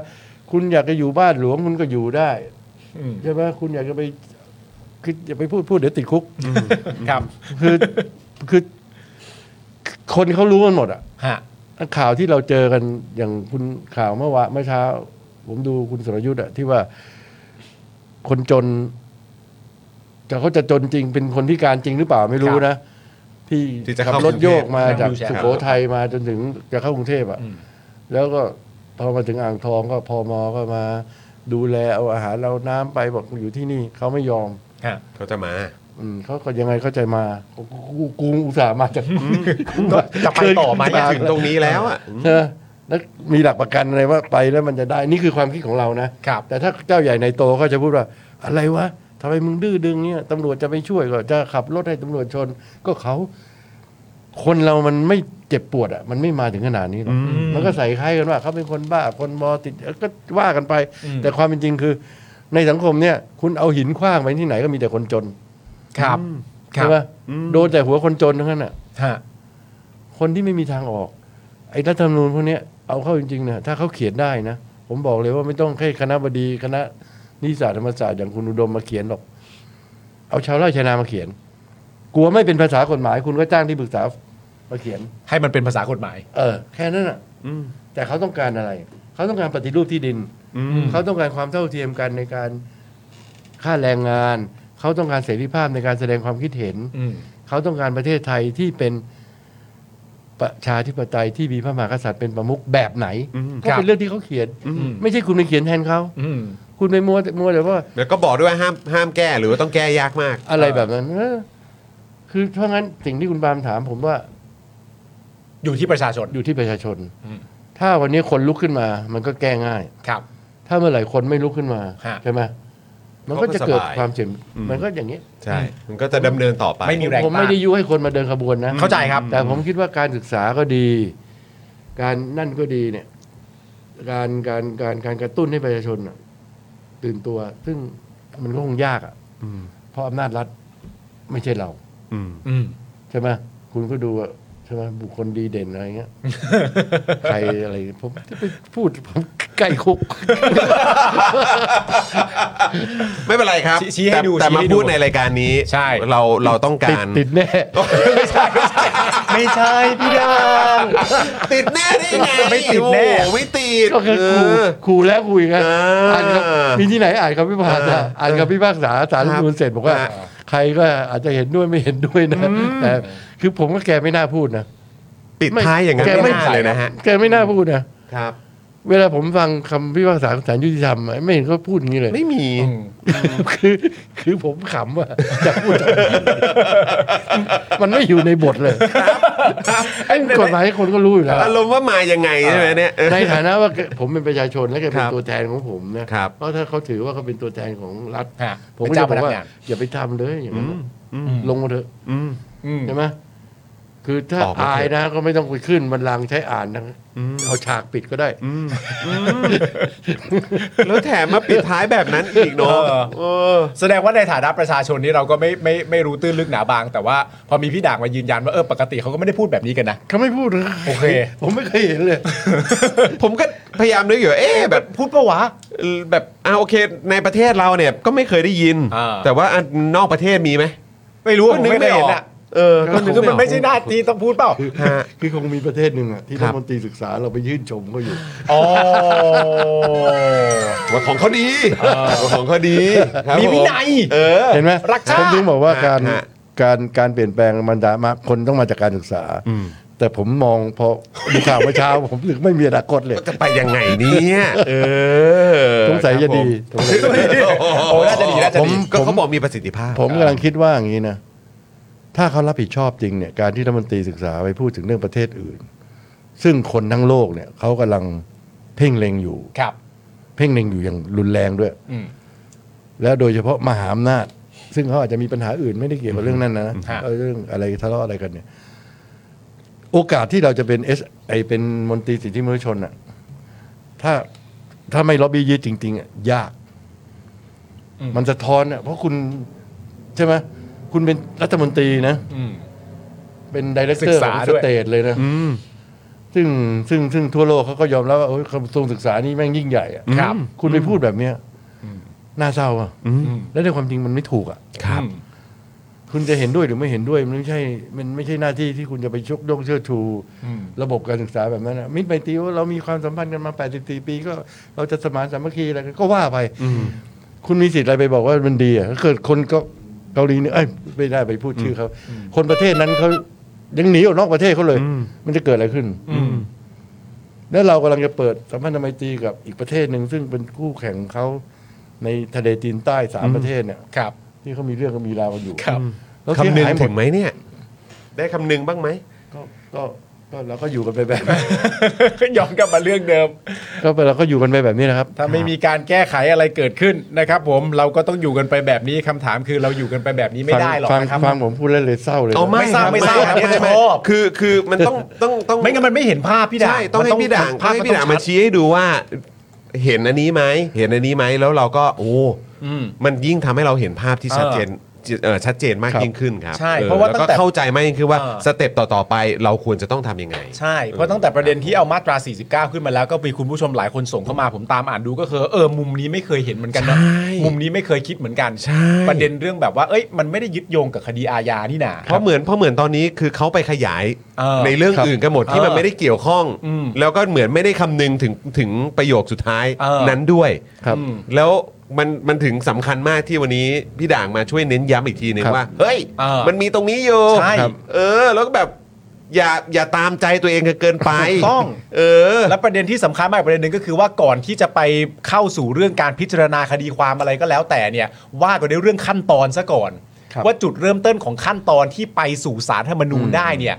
F: คุณอยากจะอยู่บ้านหลวงคุณก็อยู่ได้
B: อืม
F: ใช่ไหมคุณอยากจะไปคืออย่าไปพูดพูดเดี๋ยวติดคุก
B: ครับ
F: คือคือคนเขารู้กันหมดอะ
B: ฮะ
F: ข่าวที่เราเจอกันอย่างคุณข่าวเมื่อวานเมื่อเช้า ผมดูคุณสรยุทธ์อะที่ว่าคนจนจะเขาจะจนจริงเป็นคนพิการจริงหรือเปล่าไม่รู้นะ ที่
A: ที่จะ
F: ขั
A: เข้า
F: บรถโยกมา
B: เข้า
F: จาก
B: กรุงเทพ
F: สุโขทัยมาจนถึงจะเข้ากรุงเทพอะ
B: อืม
F: แล้วก็พอมาถึงอ่างทองก็พอมอก็มา ดูแลเอาอาหารเราน้ำไปบอกอยู่ที่นี่เขาไม่ยอม
B: ฮะ
A: เขาจะมา
F: อืมเขาก็ยังไงเข้าใจมากูกูกูอุตส่าห์มาจาก
B: จะไปต่อไหม
A: มาถึงตรงนี้แล้วอ่ะ
F: เออแล้วมีหลักประกันอะไรว่าไปแล้วมันจะได้ นี่คือความคิดของเรานะ
B: ครับ
F: แต่ถ้าเจ้าใหญ่ในโตก็จะพูดว่า อะไรวะทำไมมึงดื้อดึงเนี่ยตำรวจจะไม่ช่วยก็จะขับรถให้ตำรวจชน ก็เขา คนเรามันไม่เจ็บปวดอ่ะ มันไม่มาถึงขนาดนี้หรอกมันก็ใส่ค่ายกันว่าเขาเป็นคนบ้าคนมอติดก็ว่ากันไป
B: อืม
F: แต่ความเป็นจริงคือ ในสังคมเนี่ย คุณเอาหินขว้างไปที่ไหนก็มีแต่คนจน
B: ครับ ครั
F: ใช่
B: บ
F: ปะโดนแต่หัวคนจนทั้งนั้นอ่ะ
B: ฮะ
F: คนที่ไม่มีทางออก ไอ้รัฐธรรมนูญพวกเนี้ยเอาเข้าจริงๆนะถ้าเขาเขียนได้นะ ผมบอกเลยว่าไม่ต้องให้คณะบดีคณะนิติศาสตร์ธรรมศาสตร์อย่างคุณอุดมมาเขียนหรอก เอาชาวไร่ชาวนามาเขียน กลัวไม่เป็นภาษากฎหมาย คุณก็จ้างที่ปรึกษามาเขียน
B: ให้มันเป็นภาษากฎหมาย
F: เออ แค่นั้นอ่ะแต่เขาต้องการอะไร เขาต้องการปฏิรูปที่ดิน
B: ม
F: เขาต้องการความเท่าเทียมกันในการค่าแรงงาน เขาต้องการเสรีภาพในการแสดงความคิดเห็น
B: อืม
F: เขาต้องการประเทศไทยที่เป็นประชาธิปไตยที่มีพระมหากษัตริย์เป็นประมุขแบบไหน ก็
B: ครับ
F: เป็นเรื่องที่เขาเขียน
B: อืม
F: ไม่ใช่คุณไปเขียนแทนเขา
B: อืม
F: คุณไปมัวมัวแต่ว่า
A: แล้วก็บอกด้วยว่าห้ามห้ามแก้หรือว่าต้องแก้ยากมาก
F: อะไรแบบนั้นเออคือเพราะงั้นสิ่งที่คุณปาล์มถาม ผมว่า
B: อยู่ที่ประชาชน
F: อยู่ที่ประชาชน
B: อืม
F: ถ้าวันนี้คนลุกขึ้นมา มันก็แก้ง่าย
B: ครับ
F: ถ้าเมื่อไหร่คนไม่ลุกขึ้นมา
B: ฮะ
F: ใช่ไหมมันก็จะเกิด
A: เขาก็สบาย
F: ความเจ็บ
A: อืม
F: มันก็อย่างนี้ย
A: ใช่ มันก็จะดำเนินต่อไป
B: ไม่มีแรง
F: ผมไม่
B: ต้าน
F: ได้ยุให้คนมาเดินขบวนนะ
B: เข้าใจครับ
F: แต่ผมคิดว่าการศึกษาก็ดี การนั่นก็ดีเนี่ย การการการการกระตุ้นให้ประชาชนน่ะตื่นตัว ซึ่งมันก็คงยากอ่ะเพราะอำนาจรัฐไม่ใช่เรา
B: อืม
F: ใช่ไหมคุณก็ดูว่าใช่ไหมบุคคลดีเด่นอะไรเงี้ย ใครอะไรผมจะไปพูดผมใกล้คุก
A: ไม่เป็นไรครับ
B: ชี้ชี้ให้ดู
A: แต่แต่
B: ชี้
A: มา
B: ให้ดู
A: พูดในรายการนี้
B: ใช่
A: เราเราต้อง
F: ติด
A: การ
F: ติดแน่
B: ไม่ใช่พี่ดา
A: ติดแน่ได้ไง
B: ไม่ติดแน่
A: โอ้โหไม่ติด
F: ก็คือ
A: เอ
F: ครู
A: อ
F: ครูแล้วคุยกัน
A: อ่า
F: อ่านครับมีที่ไหนอ่านคำพิพากษาอ่านคำพิพากษาสารรัฐธรรมนูญเสร็จบอกว่า
A: อ่า
F: ใครก็อาจจะเห็นด้วยไม่เห็นด้วยนะแต่คือผมก็แกไม่น่าพูดนะ
A: ปิดท้ายอย่างนั้น
F: แกไม่
A: ไม่ได้เลยนะฮะ
F: แกไม่น่าพูดนะ
A: ครับ
F: เวลาผมฟังคำพิพากษาของศาลยุติธรรมอะไม่เห็นเขาพูดอย่างนี้เลย
A: ไม่มี
F: คือคือผมขำว่าจะ พูดทำไมมันไม่อยู่ในบทเลยไอ้กฎหมายคนก็รู้อยู่แล้ว
A: อารมณ์ว่ามายังไงใช่ไหมเนี่ย
F: ในฐานะว่าผมเป็นประชาชนและแก
A: คน
F: เป็
A: รับ
F: ตัวแทนของผมนะครับ เพราะถ้าเขาถือว่าเขาเป็นตัวแทนของรัฐ
B: ฮะ
F: ผม
B: เป็น
F: ก็
B: เจ้า
F: จะ
B: พ
F: บอก
B: นั
F: ว่าง
B: กาน
F: อย่าไปทำเลยอย่างนั้น
A: อืม
F: ลงมาเถอะ
A: อืม
B: อืม
F: ใช่ไหมคือถ้า
A: ตอบมาเถอะ
F: อายนะก็ไม่ต้องไปขึ้นบันลังก์ใช้อ่านนะ
A: อืม
F: เอาฉากปิดก็ได้
A: แล้วแถมมาปิดท้ายแบบนั้นอีกเนาะ
B: เออ
A: เออ
B: แสดงว่าในฐานะประชาชนนี่เราก็ไม่ไม่ไม่รู้ตื้นลึกหนาบาง แต่ว่าพอมีพี่ด่างมายืนยันว่าเออปกติเขาก็ไม่ได้พูดแบบนี้กันนะ
F: เขาไม่พูดเลย
B: โอเค
F: ผมไม่เคยเห็นเลย
A: ผมก็พยายามนึกอยู่ว่าเอ๊ะแบบ
B: พูดปะวะ
A: แบบอ่าโอเค ในประเทศเราเนี่ยก็ไม่เคยได้ยิน
B: อ่า
A: แต่ว่าอันนอกประเทศมีไหม
B: ไม่รู้อะผมไม่ได้เห็น
A: ก
B: อะ
A: เออก็นึก
B: คือ
A: ไม่
B: มั
A: อน อก
B: ไม่ใช่หน้าที่ต้องพูดเปล่า
F: คือ
A: ฮะ
F: คือคงมีประเทศหนึ่งอะที่
A: ครั
F: รับ ฐมนตรีศึกษาเราไปยื่นชมเขาอยู่
B: อ๋อ
A: ว่าของเขาดีว่าของเขาดีครับ
B: มีวิ
A: ผ
B: นัย
A: เออ
F: เห็นไหม
B: รักชาติ
F: ผมถึงบอกว่า
A: ฮะ
F: การ
A: ฮะ
F: การการเปลี่ยนแปลงมันดามาคนต้องมาจากการศึกษา แต่ผมมองพอดูข่าวเมื่อเช้า ผมถึงไม่มีอนาคตเลย
A: จะไปยังไงเนี่ยเออ
F: สงสัย
A: ครับ
F: จะดี
A: ผม
F: สงสัยจะดี
B: โอ้น่าจะดีน่าจะดี
A: ก็เขาบอกมีประสิทธิภาพ
F: ผมกำลังคิดว่าอย่างนี้นะ ถ้าเขารับผิดชอบจริงเนี่ยการที่รัฐมนตรีศึกษาไปพูดถึงเรื่องประเทศอื่น ซึ่งคนทั้งโลกเนี่ยเขากำลังเพ่งเล็งอยู่
B: ครับ
F: เพ่งเล็งอยู่อย่างรุนแรงด้วย
B: อืม
F: และโดยเฉพาะมหาอำนาจ ซึ่งเขาอาจจะมีปัญหาอื่นไม่ได้เกี่ยวกับเรื่องนั้นนะ
B: อืมฮะ
F: เอาเรื่องอะไรทะเลาะอะไรกันเนี่ย โอกาสที่เราจะเป็นเอสไอเป็นมนตรีสิทธิมนุษยชนอะถ้าถ้าไม่ล็อบบี้ยืดจริง ๆอะยาก มันสะท้อนอะเพราะคุณใช่ไหมคุณเป็นรัฐมนตรีนะ
B: อืม
F: เป็นดีเลก
B: ศึ
F: เตอกร์ข
B: ษา
F: อง
B: ด้
F: ส
B: วย
F: เตทเลยนะซึ่งซึ่งซึ่งทั่วโลกเขาก็ยอมรับว่าโอ้ยกระทรวงศึกษานี่แม่งยิ่งใหญ่อะ
B: ครับ
F: คุณไปพูดแบบเนี้ยน่าเศร้าอ่ะและในความจริงมันไม่ถูกอ่ะ
B: ครับ
F: คุณจะเห็นด้วยหรือไม่เห็นด้วย มันไม่ใช่ มันไม่ใช่หน้าที่ที่คุณจะไปชกย่องเชิดชู
B: อืม
F: ระบบการศึกษาแบบนั้นนะมิตรไมตรีว่าเรามีความสัมพันธ์กันมา 84 ปีก็เราจะสมานสามัคคีอะไรกันก็ว่าไปคุณมีสิทธิ์อะไรไปบอกว่ามันดีอ่ะถ้าเกิดคนก็เกาหลีเหนี่ยเอ้ยไม่ได้ไปพูดชื่อเขาคนประเทศนั้นเขายังหนีออกนอกประเทศเขาเลย มันจะเกิดอะไรขึ้นแล้วเรากำลังจะเปิดสัมพันธไมตรีกับอีกประเทศหนึ่งซึ่งเป็นคู่แข่งของเขาในทะเลจีนใต้สามประเทศเนี่ย
B: ครับ
F: ที่เขามีเรื่องกันมีราวกันอยู่
B: ครับ
F: แล้วเสีย
A: คำนึง
F: หายหม
A: ถึ
F: ด
A: งไหมเนี่ย ได้คำนึงบ้างไหม
F: ก็ก็ก็เราก็อยู่กันไปแบบ
B: ก็ย้อนกลับมาเรื่องเดิม
F: ก็ไปเราก็อยู่กันไปแบบนี้นะครับ
B: ถ้าไม่มีการแก้ไขอะไรเกิดขึ้นนะครับผมเราก็ต้องอยู่กันไปแบบนี้คำถามคือเราอยู่กันไปแบบนี้ไม่ได้หรอก
F: ฟัง
B: นะครับ
F: ฟังผมพูดแล้วเลยเศร้าเลยนะ
A: เอา
B: ไม่ทราบไม่ทราบ
A: ค
B: อั
A: รั
B: นนี้
A: ไม่
B: ชอบ
A: คือคือมันต้องต้องต้อง
B: ไม่งั้นมันไม่เห็นภาพพี่ด่าง
A: ใช่ ต้องให้
B: มัน
A: พี่ด่าง
B: ภาพ
A: ให้
B: น
A: พี่ด่างมา
B: ชั
A: ชี้ให้ดูว่า เห็นอันนี้ไหมเห็นอันนี้ไหมแล้วเราก็โอ้
B: อืม
A: มันยิ่งทำให้เราเห็นภาพที่
B: เออ
A: ชัดเจนเอ่อชัดเจนมาก
F: ครับ
A: ยิ่งขึ้นครับ
B: ใช่
A: ออ
B: เพราะว่า
A: แล้
B: ตั้
A: ก็
B: งแต่
A: เข้าใจมากยิ่งขึ้นว่า
B: เออ
A: สเต็ปต่อๆไปเราควรจะต้องทำยังไง
B: ใช่ เพราะตั้งแต่ประเด็นที่เอามาตรา 49 ขึ้นมาแล้วก็มีคุณผู้ชมหลายคนส่งเข้ามาผมตามอ่านดูก็คือเออมุมนี้ไม่เคยเห็นเหมือนกันเนอะ
A: ใช่
B: มุมนี้ไม่เคยคิดเหมือนกัน
A: ใช่
B: ประเด็นเรื่องแบบว่าเอ้ยมันไม่ได้ยึดโยงกับคดีอาญานี่นา
A: เพราะเหมือนเพราะเหมือนตอนนี้คือเขาไปขยาย
B: เออ
A: ในเรื่อง
F: ครับ
A: อื่นกันหมดที่มัน
B: เออ
A: ไม่ได้เกี่ยวข้อง
B: อืม
A: แล้วก็เหมือนไม่ได้คำนึงถึงถึงประโยคสุดท้าย
B: เออ
A: นั้นด้วย
F: ครับ
B: อืม
A: แล้วมันมันถึงสำคัญมากที่วันนี้พี่ด่างมาช่วยเน้นย้ำอีกทีนึง
F: ครับ
A: ว่า เฮ้ย
B: เออ
A: มันมีตรงนี้อยู่
B: ใช่ครับ
A: เออ แล้วก็แบบ อย่าอย่าตามใจตัวเองเกินไป
B: ถูกต้อง
A: เออ
B: และประเด็นที่สำคัญมากประเด็นหนึ่งก็คือว่าก่อนที่จะไปเข้าสู่เรื่องการพิจารณาคดีความอะไรก็แล้วแต่เนี่ยว่ากันด้วยเรื่องขั้นตอนซะก่อน
F: ครับ
B: ว่าจุดเริ่มต้นของขั้นตอนที่ไปสู่สารธรรมนูญได้เนี่ย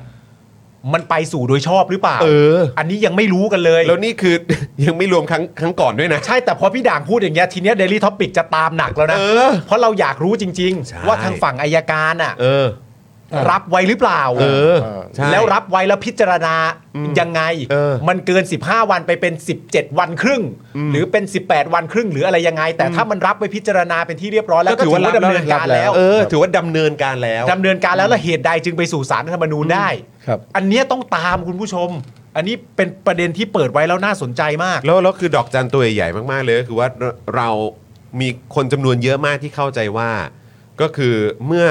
B: มันไปสู่โดยชอบหรือเปล่า
A: เออ
B: อันนี้ยังไม่รู้กันเลย
A: แล้วนี่คือ ยังไม่รวมครั้งครั้งก่อนด้วยนะ
B: ใช่แต่พอพี่ด่างพูดอย่างเงี้ยทีเนี้ยเดลี่ท็อปิกจะตามหนักแล้วนะ
A: เออ
B: ราะเราอยากรู้จริง
A: ใช่
B: ๆ ว่าทางฝั่งอายการอ่ะ
A: เออ
B: รับไว้หรือเปล่า
A: เออ
F: เออ
A: ใช่
B: แล้วรับไว้แล้วพิจารณายังไง
A: เออ
B: มันเกิน 15 วันไปเป็น 17 วันครึ่ง หรือเป็น 18 วันครึ่งหรืออะไรยังไง แต่ถ้ามันรับไว้พิจารณาเป็นที่เรียบร้อยแล้ว
A: ก็
B: ก็
A: ถื
B: ถื
A: อ
B: อ
A: ว่า
B: ว่า
A: รับ
B: ดำเนินการแล้ว
A: เออ ถือว่าดำเนินการแล้ว
B: ดำเนินการแล้วแล้วเหตุใดจึงไปสู่สารรัฐธรรมนูญได้
F: ครับ
B: อันเนี้ยต้องตามคุณผู้ชม อันนี้เป็นประเด็นที่เปิดไว้แล้วน่าสนใจมาก
A: แล้วแล้วคือดอกจันตัวใหญ่ๆมากๆเลยก็คือว่าเรามีคนจำนวนเยอะมากที่เข้าใจว่า ก็คือเมื่อ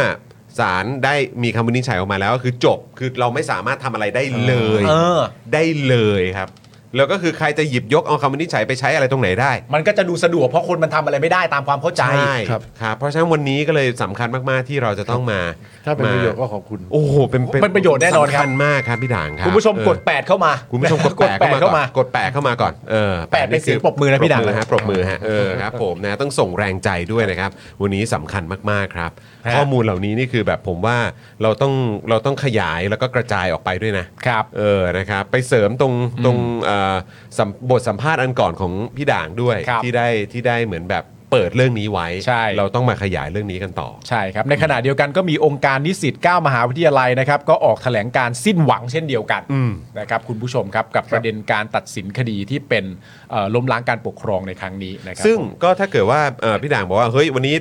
A: ศาลได้มีคำวินิจฉัยออกมาแล้วก็คือจบคือเราไม่สามารถทำอะไรได้เลย
B: เออ
A: ได้เลยครับ แล้วก็คือใครจะหยิบยกเอาคำวินิจฉัยไปใช้อะไรตรงไหนได้
B: มันก็จะดูสะดวกเพราะคนมันทำอะไรไม่ได้ตามความเข้าใจ
A: ครับครับ เพราะฉะนั้นวันนี้ก็เลยสำคัญมากๆที่เราจะต้องมา
F: ถ้าเป็นประโยชน์
A: ม
F: ก็ขอบคุณ
A: โอ้โหเป็น
B: เป็นประโยชน์แน่นอนค
A: สำ
B: รับ
A: คัญมากครับพี่ด่างครับ
B: คุณผู้ชมกด
A: เออ
B: 8 เข้ามา
A: คุณผู้ชมกดแปะเข้ามาก่อนกดแปะเข้ามาก่อนเออ
B: แปดเป็
A: คือ
B: นเสียงปรบมือนะพี่ดัง
A: ปรบมือฮะปรบมือฮะเออครับผมนะต้องส่งแรงใจด้วยนะครับ วันนี้สำคัญมากๆครับ
B: ฮะ
A: ข้อมูลเหล่านี้นี่คือแบบผมว่าเราต้องเราต้องขยายแล้วก็กระจายออกไปด้วยนะครับ เออนะครับไปเสริมตรงตรงเอ่อสัมบทสัมภาษณ์อันก่อนของพี่ด่างด้วย
B: ครับ
A: ที่ได้ที่ได้เหมือนแบบเปิดเรื่องนี้ไว้
B: ใช่
A: เราต้องมาขยายเรื่องนี้กันต่อ
B: ใช่ครับ ในขณะเดียวกันก็มีองค์การนิสิต9มหาวิทยาลัยนะครับ ก็ออกแถลงการสิ้นหวังเช่นเดียวกัน
A: อืม
B: นะครับคุณผู้ชมครับกับประเด็นการตัดสินคดีที่เป็นเอ่อล้มล้างการปกครองในครั้งนี้นะครั
A: ซึ่ง
B: ผม
A: ก็ถ้าเกิดว่าเอ่อพี่ด่างบอกว่าเฮ้ยวันนี้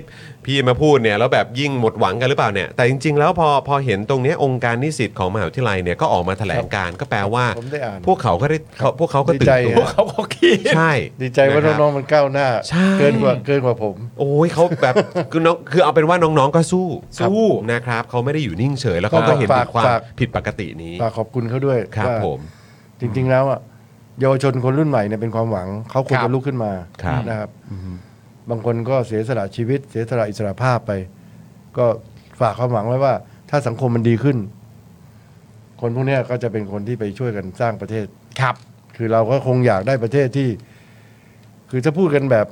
A: พี่มาพูดเนี่ยแล้วแบบยิ่งหมดหวังกันหรือเปล่าเนี่ยแต่จริง ๆ แล้วพอพอเห็นตรงเนี้ยองค์การนิสิตของมหาวิทยาลัยเนี่ยก็ออกมาแถลงการณ์ก็แปลว่า
F: ผมได้อ่าน
A: พวกเขาก็ได้เขาพวกเขาก็ตื่น
F: ดี
A: ตัว
F: ใจ
B: เขาก็คิด
A: ใช่
F: ดีใจว่า
A: ะครับ
F: น้องๆมันก้าวหน้า
A: ใช่
F: เกินกว่าเกินกว่าผม
A: โอ้ยเขาแบบ คือน้องคือเอาเป็นว่าน้องๆก็สู้
B: สู้
A: นะครับเขาไม่ได้อยู่นิ่งเฉยแล้วเขาก็เห็นถึงความ
F: ฝาก
A: ผิดปกตินี้
F: ฝากขอบคุณเขาด้วย
A: ครับ
F: ว่า
A: ผม
F: จริง ๆ แล้วอ่ะเยาวชนคนรุ่นใหม่เนี่ยเป็นความหวังเขาควร
B: ครับ
F: จะลุกขึ้นมา
A: ครับ
F: นะครับบางคนก็เสียสละชีวิต เสียสละอิสระภาพไป ก็ฝากความหวังไว้ว่า ถ้าสังคมมันดีขึ้น คนพวกเนี้ยก็จะเป็นคนที่ไปช่วยกันสร้างประเทศ
B: ครับ
F: คือเราก็คงอยากได้ประเทศที่ คือถ้าพูดกันแบบ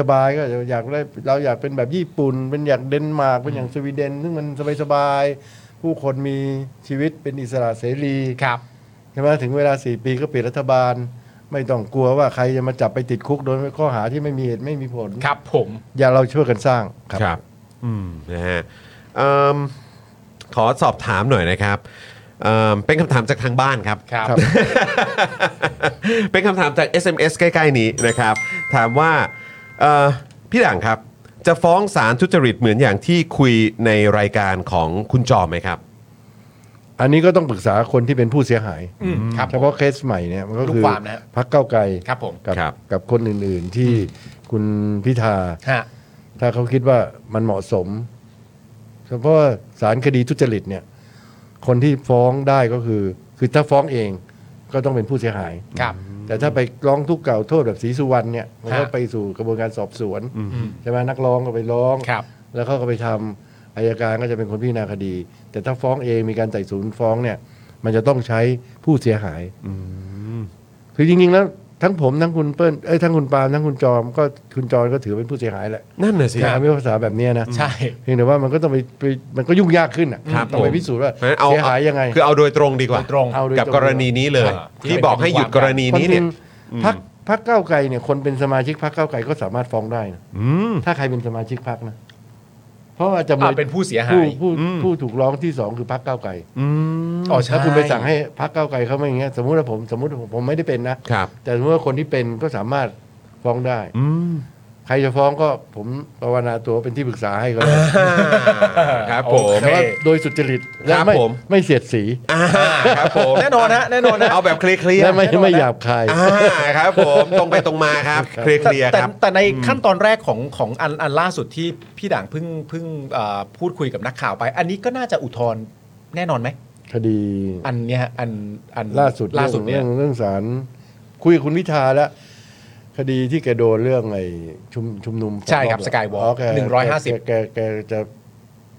F: สบายๆก็อยากได้เราอยากเป็นแบบญี่ปุ่น เป็นอย่างเดนมาร์กเป็นอย่างสวีเดน ซึ่งมันสบายๆผู้คนมีชีวิตเป็นอิสระเสรี
B: ครับ
F: ใช่ไหมถึงเวลาสี่ปีก็เปลี่ยนรัฐบาล ไม่ต้องกลัวว่าใครจะมาจับไปติดคุกโดยข้อหาที่ไม่มีเหตุไม่มีผล
B: ครับผม
F: อย่าเราช่วยกันสร้าง
A: ครับ อืม นะฮะเอิ่มขอสอบถามหน่อยนะครับเอิ่มเป็นคำถามจากทางบ้านครับ
B: ครับ
F: ครับ
A: เป็นคำถามจาก SMS ใกล้ ๆ นี้นะครับ ถามว่าเอ่อพี่ด่างครับ จะฟ้องศาลทุจริตเหมือนอย่างที่คุยในรายการของคุณจอมไหมครับ
F: อันนี้ก็ต้องปรึกษาคนที่เป็นผู้เสียหาย
B: อืมครับผม
F: เฉพาะเคสใหม่เนี่ยมันก็
B: ลูก
F: คือ
B: ความนะฮะ
F: พักเก้าวไกล
B: ครับผม
F: กับ
A: ครับ
F: กับคนอื่นๆที่คุณพิธา
B: ฮะ
F: ถ้าเขาคิดว่ามันเหมาะสม เฉพาะสารคดีทุจริตเนี่ย คนที่ฟ้องได้ก็คือ คือถ้าฟ้องเองก็ต้องเป็นผู้เสียหาย
B: ครับ
F: แต่ถ้าไปร้องทุกข์กล่าวโทษแบบศรีสุวรรณเนี่ยมันก็
B: ฮะ
F: ไปสู่กระบวนการสอบสวนใช่ไหมนักร้องก็ไปร้อง
B: ครับ
F: แล้วเขาก็ไปทำอายการก็จะเป็นคนพิจารณาคดี แต่ถ้าฟ้องเองมีการไต่สวนฟ้องเนี่ย มันจะต้องใช้ผู้เสียหายคือจริงๆแล้วทั้งผมทั้งคุณเปิ้ลเอ้ยทั้งคุณปาล์มทั้งคุณจอมก็คุณจอนก็ถือเป็นผู้เสียหายแหละ
A: นั่นน่ะสิ
F: การพิพากษาแบบเนี้ยนะ
B: ใช่
F: เพียงแต่ว่ามันก็ต้องไปไปมันก็ยุ่งยากขึ้นอ่ะ
A: ครับ
F: ต้องไป
A: ผม
F: พิสูจน์ว่า
A: เพราะฉะนั้นเอา
F: เสียหายยังไง
A: คือเอาโดยตรงดีกว่า
B: โดยตรง
F: เอาโดยตรง
A: กับกรณีนี้เลย
B: ใช่
A: ที่บอกให้หยุดกรณีนี้เนี่ย
F: คจริงพักพักเก้าวไกลเนี่ยคนเป็นสมาชิกพักเก้าวไกลก็สามารถฟ้องได้นะ
A: อืม
F: ถ้าใครเป็นสมาชิกพักนะ เพราะว่าจำเล
B: อ่าย เป็นผู้เสียหา
F: ผู้
B: ย
F: ผู้
A: อืม
F: ผู้ถูกร้องที่สองคือพักเก้าวไกล
A: อืม
B: อ๋อใช่
F: ถ้าคุณไปสั่งให้พักเก้าวไกลเขาไม่อย่างเงี้ยสมมติว่าผมสมมติว่าผมผมไม่ได้เป็นนะครับ แต่สมมติว่าคนที่เป็นก็สามารถฟ้องได้
A: อืม
F: ใครจะฟ้องก็ผมภาวนาตัวเป็นที่ปรึกษาให้ก็แล้วกัน
A: ครับผม
F: แต่ว่าโดยสุจริตและ
A: ครับ
F: ไม่
A: ผม
F: ไม่เสียดสี
A: อ่าครับผม
B: แน่นอนฮะแน่นอนฮะ
A: เอาแบบเคลียร์ๆ
F: และไม่
B: แน่นอนนะ
F: ไม่หยาบคาย
A: อ่าครับผมตรงไปตรงมาครับ เคลียร์เค
B: แต่
A: ลียร์
B: แต่
A: ครับ
B: แต่ในขั้นตอนแรกของของอันอันล่าสุดที่พี่ด่างเพิ่งเพิ่งเอ่อพูดคุยกับนักข่าวไป อันนี้ก็น่าจะอุทธรณ์แน่นอนไหม
F: คดี
B: อันเนี้ยฮะอันอัน
F: ล่าสุด
B: ล่าสุดเนี่
F: เรื่
B: ย
F: องเรื่องสารคุยกับคุณวิทาแล้ว คดีที่แกโดนเรื่องไอ้ชุมชุมนุม
B: ใช่ครับ Skywalk
F: แก
B: 150
F: แกแกแกจะ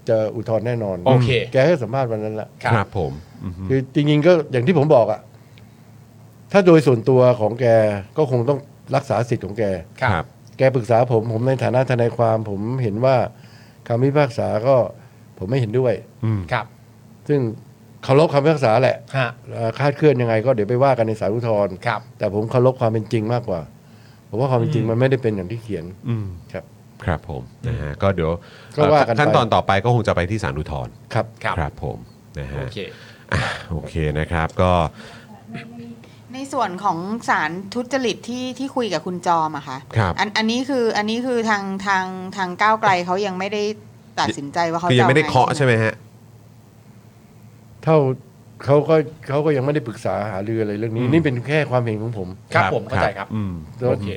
F: จะอุทธรณ์แน่นอน
B: โอเค
F: แกให้สัมภาษณ์วันนั้นแหละ
B: ครับ
A: ครับผม
F: คือจริงๆก็อย่างที่ผมบอกอะถ้าโดยส่วนตัวของแกก็คงต้องรักษาสิทธิ์ของแก
B: ครับ
F: แกปรึกษาผมผมในฐานะทนายความ ผมเห็นว่าคำพิพากษาก็ผมไม่เห็นด้วย
B: ครับ
F: ซึ่งเคารพคำพิพากษาแหละ
B: ฮะ
F: เอ่อคาดเคลื่อนยังไงก็เดี๋ยวไปว่ากันในสารอุทธรณ์
B: ครับ
F: แต่ผมเคารพความเป็นจริงมากกว่า ผมว่าความเป็นจริงมันไม่ได้เป็นอย่างที่เขียน
A: อืม
F: ครับ
A: ครับผมนะฮะก็เดี๋ยว
F: ก็ว่ากันไป
A: ขั้นตอนต่อไปก็คงจะไปที่ศาลอุทธรณ์
F: ครับ
B: ครับ
A: ครับผมนะฮะ
B: โอเค
A: อ่ะโอเคนะครับก็
C: ในส่วนของสารทุจริตที่ที่คุยกับคุณจอมอะคะ
A: ครับ
C: อันอันนี้คืออันนี้คือทางทางทางก้าวไกลเขายังไม่ได้ตัดสินใจว่าเขา
A: คือ
C: จะ
A: ยังไม่ได้
C: อ
A: เคาะใช่ไหมฮะ
F: เท่าเขาก็เขาก็ยังไม่ได้ปรึกษาหารืออะไรเรื่องนี้
A: อืม
F: นี่เป็นแค่ความเห็นของผม
B: ครับผมเข้าใจครับ
A: อืม
B: โอเค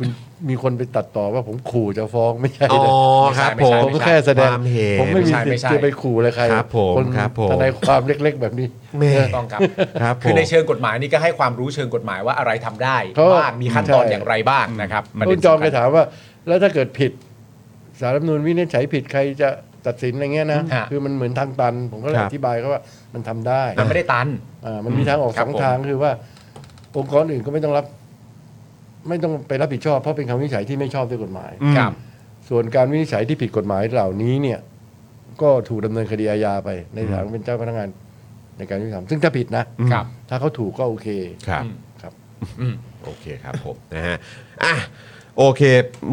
F: คุณมีคนไปตัดต่อว่าผมขู่จะฟ้องไม่ใช่
A: อ๋อ
F: นะ
A: ครับ
B: ไม่
A: ผ
B: ใช่
A: ม
F: ผมก็แค่แสดง
A: ความเห็น
F: ผมไม่มีสิท
B: ไม่
F: ธิ์
B: ใช่
F: จะไปขู่เลยใคร
A: ครับผม
F: น
A: ครับผม
F: ทนายความเล็ก ๆ แบบนี้
A: แม่
B: ต้องครับ
A: ครับผม
B: คือในเชิงกฎหมายนี่ก็ให้ความรู้เชิงกฎหมายว่าอะไรทำได้
F: เขา
B: บ้างมีขั้นตอน
F: ใช่
B: อย่างไรบ้างนะครับประเด็
F: คุ
B: น
F: ณจอม
B: สำ
F: ไป
B: คัญ
F: ถามว่า แล้วถ้าเกิดผิดสารรัฐธรรมนูญวินิจฉัยผิดใครจะตัดสินอะไรเงี้ยนะ
B: ะ
F: คือมันเหมือนทางตัน ผมก็เลย
A: ครั
F: อบ ธิบายเขาว่ามันทำได้
B: มันไม่ได้ตัน
F: อ่ามันมีทางออก
B: ครั
F: ส
B: บ
F: อง
B: ผม
F: ทางคือว่า องค์กรอื่นก็ไม่ต้องรับ ไม่ต้องไปรับผิดชอบ เพราะเป็นคำวินิจฉัยที่ไม่ชอบด้วยกฎหมาย
A: อืม
B: ครับ
F: ส่วนการวินิจฉัยที่ผิดกฎหมายเหล่านี้เนี่ย ก็ถูกดำเนินคดีอาญาไป ในฐานะเป็นเจ้าพนักงานในการยุติธรรมซึ่งถ้าผิดนะครับ ถ้าเขาถูกก็โอเค
A: ครับ
B: อืม
F: ครับ
B: อืม
A: โอเคครับผม นะฮะอ่ะโอเค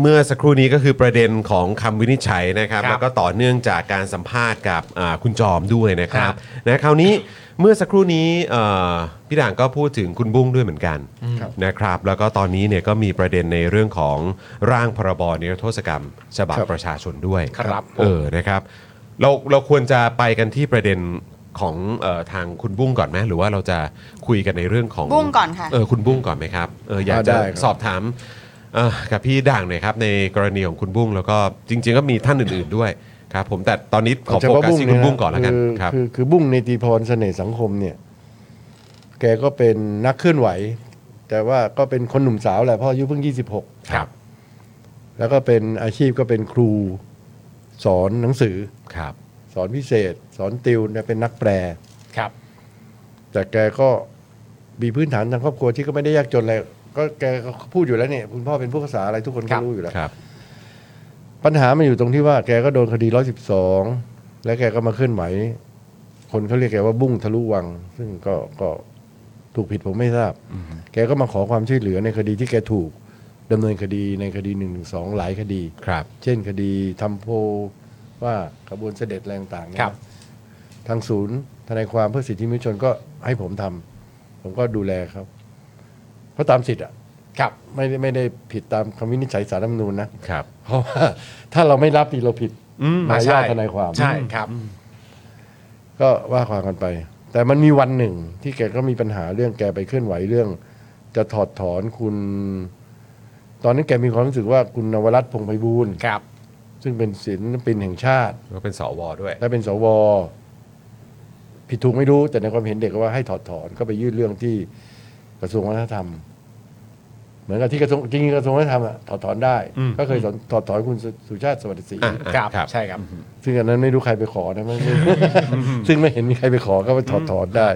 A: เมื่อสักครู่นี้ก็คือประเด็นของคำวินิจฉัยนะครับ
B: ครับ
A: แล้วก็ต่อเนื่องจากการสัมภาษณ์กับอ่าคุณจอมด้วยนะครับ
B: ครับ
A: นะคราวนี้เมื่อสักครู่นี้เอ่อพี่ด่างก็พูดถึงคุณบุ้งด้วยเหมือนกัน
F: ครับ
A: นะครับ แล้วก็ตอนนี้เนี่ยก็มีประเด็นในเรื่องของร่างพรบนิรโทษกรรม ฉบับ
F: ครับ
A: ประชาชนด้วย
B: ครับผม
A: เออนะครับ เราเราควรจะไปกันที่ประเด็นของเออทางคุณบุ้งก่อนไหมหรือว่าเราจะคุยกันในเรื่องของ
C: บุ้งก่อนค่ะ
A: เออคุณบุ้งก่อนไหมครับเอออยาก
F: อ่า
A: จะ
F: ได้ครับ
A: สอบถามเอ่อกับพี่ด่างหน่อยครับ ในกรณีของคุณบุ้งแล้วก็จริง ๆ ก็มีท่านอื่น ๆด้วยครับผมแต่ตอนนี้ขอ
F: เาเฉ
A: โฟ
F: พาะ
A: กัสที่คุณ
F: เยะ
A: บุ้งก่อนแล้วกัน
F: คือ
A: ครับ
F: คือคือบุ้งในตีพรเสน่ห์สังคมเนี่ย แกก็เป็นนักเคลื่อนไหว แต่ว่าก็เป็นคนหนุ่มสาวแหละเพ่ออายุเพิ่งยี่สิบหก
A: ครับ
F: แล้วก็เป็นอาชีพก็เป็นครูสอนหนังสือ
A: ครับ
F: สอนพิเศษ สอนติวเนี่ยเป็นนักแปล
B: ครับ
F: แต่แกก็มีพื้นฐานทางครอบครัวที่ก็ไม่ได้ยากจนอะไรก็แกก็พูดอยู่แล้วเนี่ยคุณพ่อเป็นผู้ภาษาอะไรทุกคน
B: ค
F: ก็
B: รับ
F: รู้อยู่แล้ว
A: ครับ
F: ปัญหามันอยู่ตรงที่ว่าแกก็โดนคดีร้อยสิบสองแล้วแกก็มาเคลื่อนไหว คนเขาเรียกแกว่าบุ้งทะลุวัง ซึ่งก็ก็ถูกผิดผมไม่ทราบ แกก็มาขอความช่วยเหลือในคดีที่แกถูกดำเนินคดีในคดีหนึ่งสองหลายคดี
A: ครับ
F: เช่นคดีทำโพลว่าขบวนเสด็จแรงต่างๆเนี่ย
B: ครับ
F: ทางศูนย์ทนายความเพื่อสิทธิมนุษยชนก็ให้ผมทำผมก็ดูแลครับเพราะตามสิทธิ์อ่ะ
B: ครับ
F: ไม่ได้ไม่ได้ผิดตามคำวินิจฉัยสารรัฐธรรมนูญนะครับ เพราะว่าถ้าเราไม่รับนี่เราผิด
A: อืม
F: หมายยาทนายความ
B: ใช่ครับ
F: ก็ว่าความกันไป แต่มันมีวันหนึ่งที่แกก็มีปัญหาเรื่องแกไปเคลื่อนไหวเรื่อง จะถอดถอนคุณ ตอนนั้นแกมีความรู้สึกว่าคุณนวรัตน์พงษ์ไพบูลย์
B: ครับ
F: ซึ่งเป็นศิลปินแห่งชาติ
A: แล้วก็เป็นสวด้วย
F: และเป็นสวผิดถูกไม่รู้แต่ในความเห็นเด็กก็ว่าให้ถอดถอนก็ไปยื่นเรื่องที่กระทรวงวัฒนธรรม เหมือนกับที่กระทรวงจริงๆกระทรวงวัฒนธรรมอะถอดถอนได้
A: อืม
F: ก็เคยถอนถอดถอนคุณสุสุชาติสวัสดิศรี
A: อ่ะ
B: ค
A: อ่ะ
B: รับ
A: ครับ
B: ใช่ครับ
F: ซึ่งอันนั้นไม่รู้ใครไปขอนะไม่ไม่ ซึ่งไม่เห็นมีใครไปขอก็ไปถอดถอนได้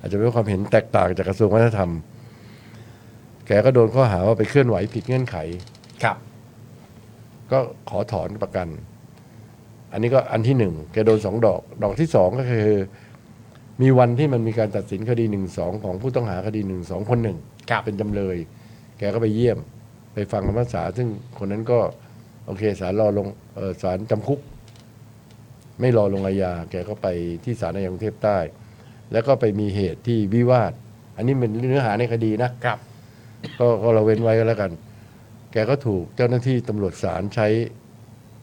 F: อาจจะเป็นความเห็นแตกต่างจากกระทรวงวัฒนธรรม แกก็โดนข้อหาว่าไปเคลื่อนไหวผิดเงื่อนไข
B: ครับ
F: ก็ขอถอนประกัน อันนี้ก็อันที่หนึ่งแกโดนสองดอก ดอกที่สองก็คือ มีวันที่มันมีการตัดสินคดีหนึ่งสองของผู้ต้องหาคดีหนึ่งสองคนหนึ่ง
B: ครับ
F: เป็นจำเลย แกก็ไปเยี่ยม ไปฟังคำพิพากษา ซึ่งคนนั้นก็โอเคศาลรอลงเอ่อศาลจำคุก ไม่รอลงอาญาแกก็ไปที่ศาลอาญากรุงเทพใต้ แล้วก็ไปมีเหตุที่วิวาท อันนี้เป็นเนื้อหาในคดีนะ
B: ครับ
F: ก็ก็เราเว้นไว้ก็แล้วกัน แกก็ถูกเจ้าหน้าที่ตำรวจศาลใช้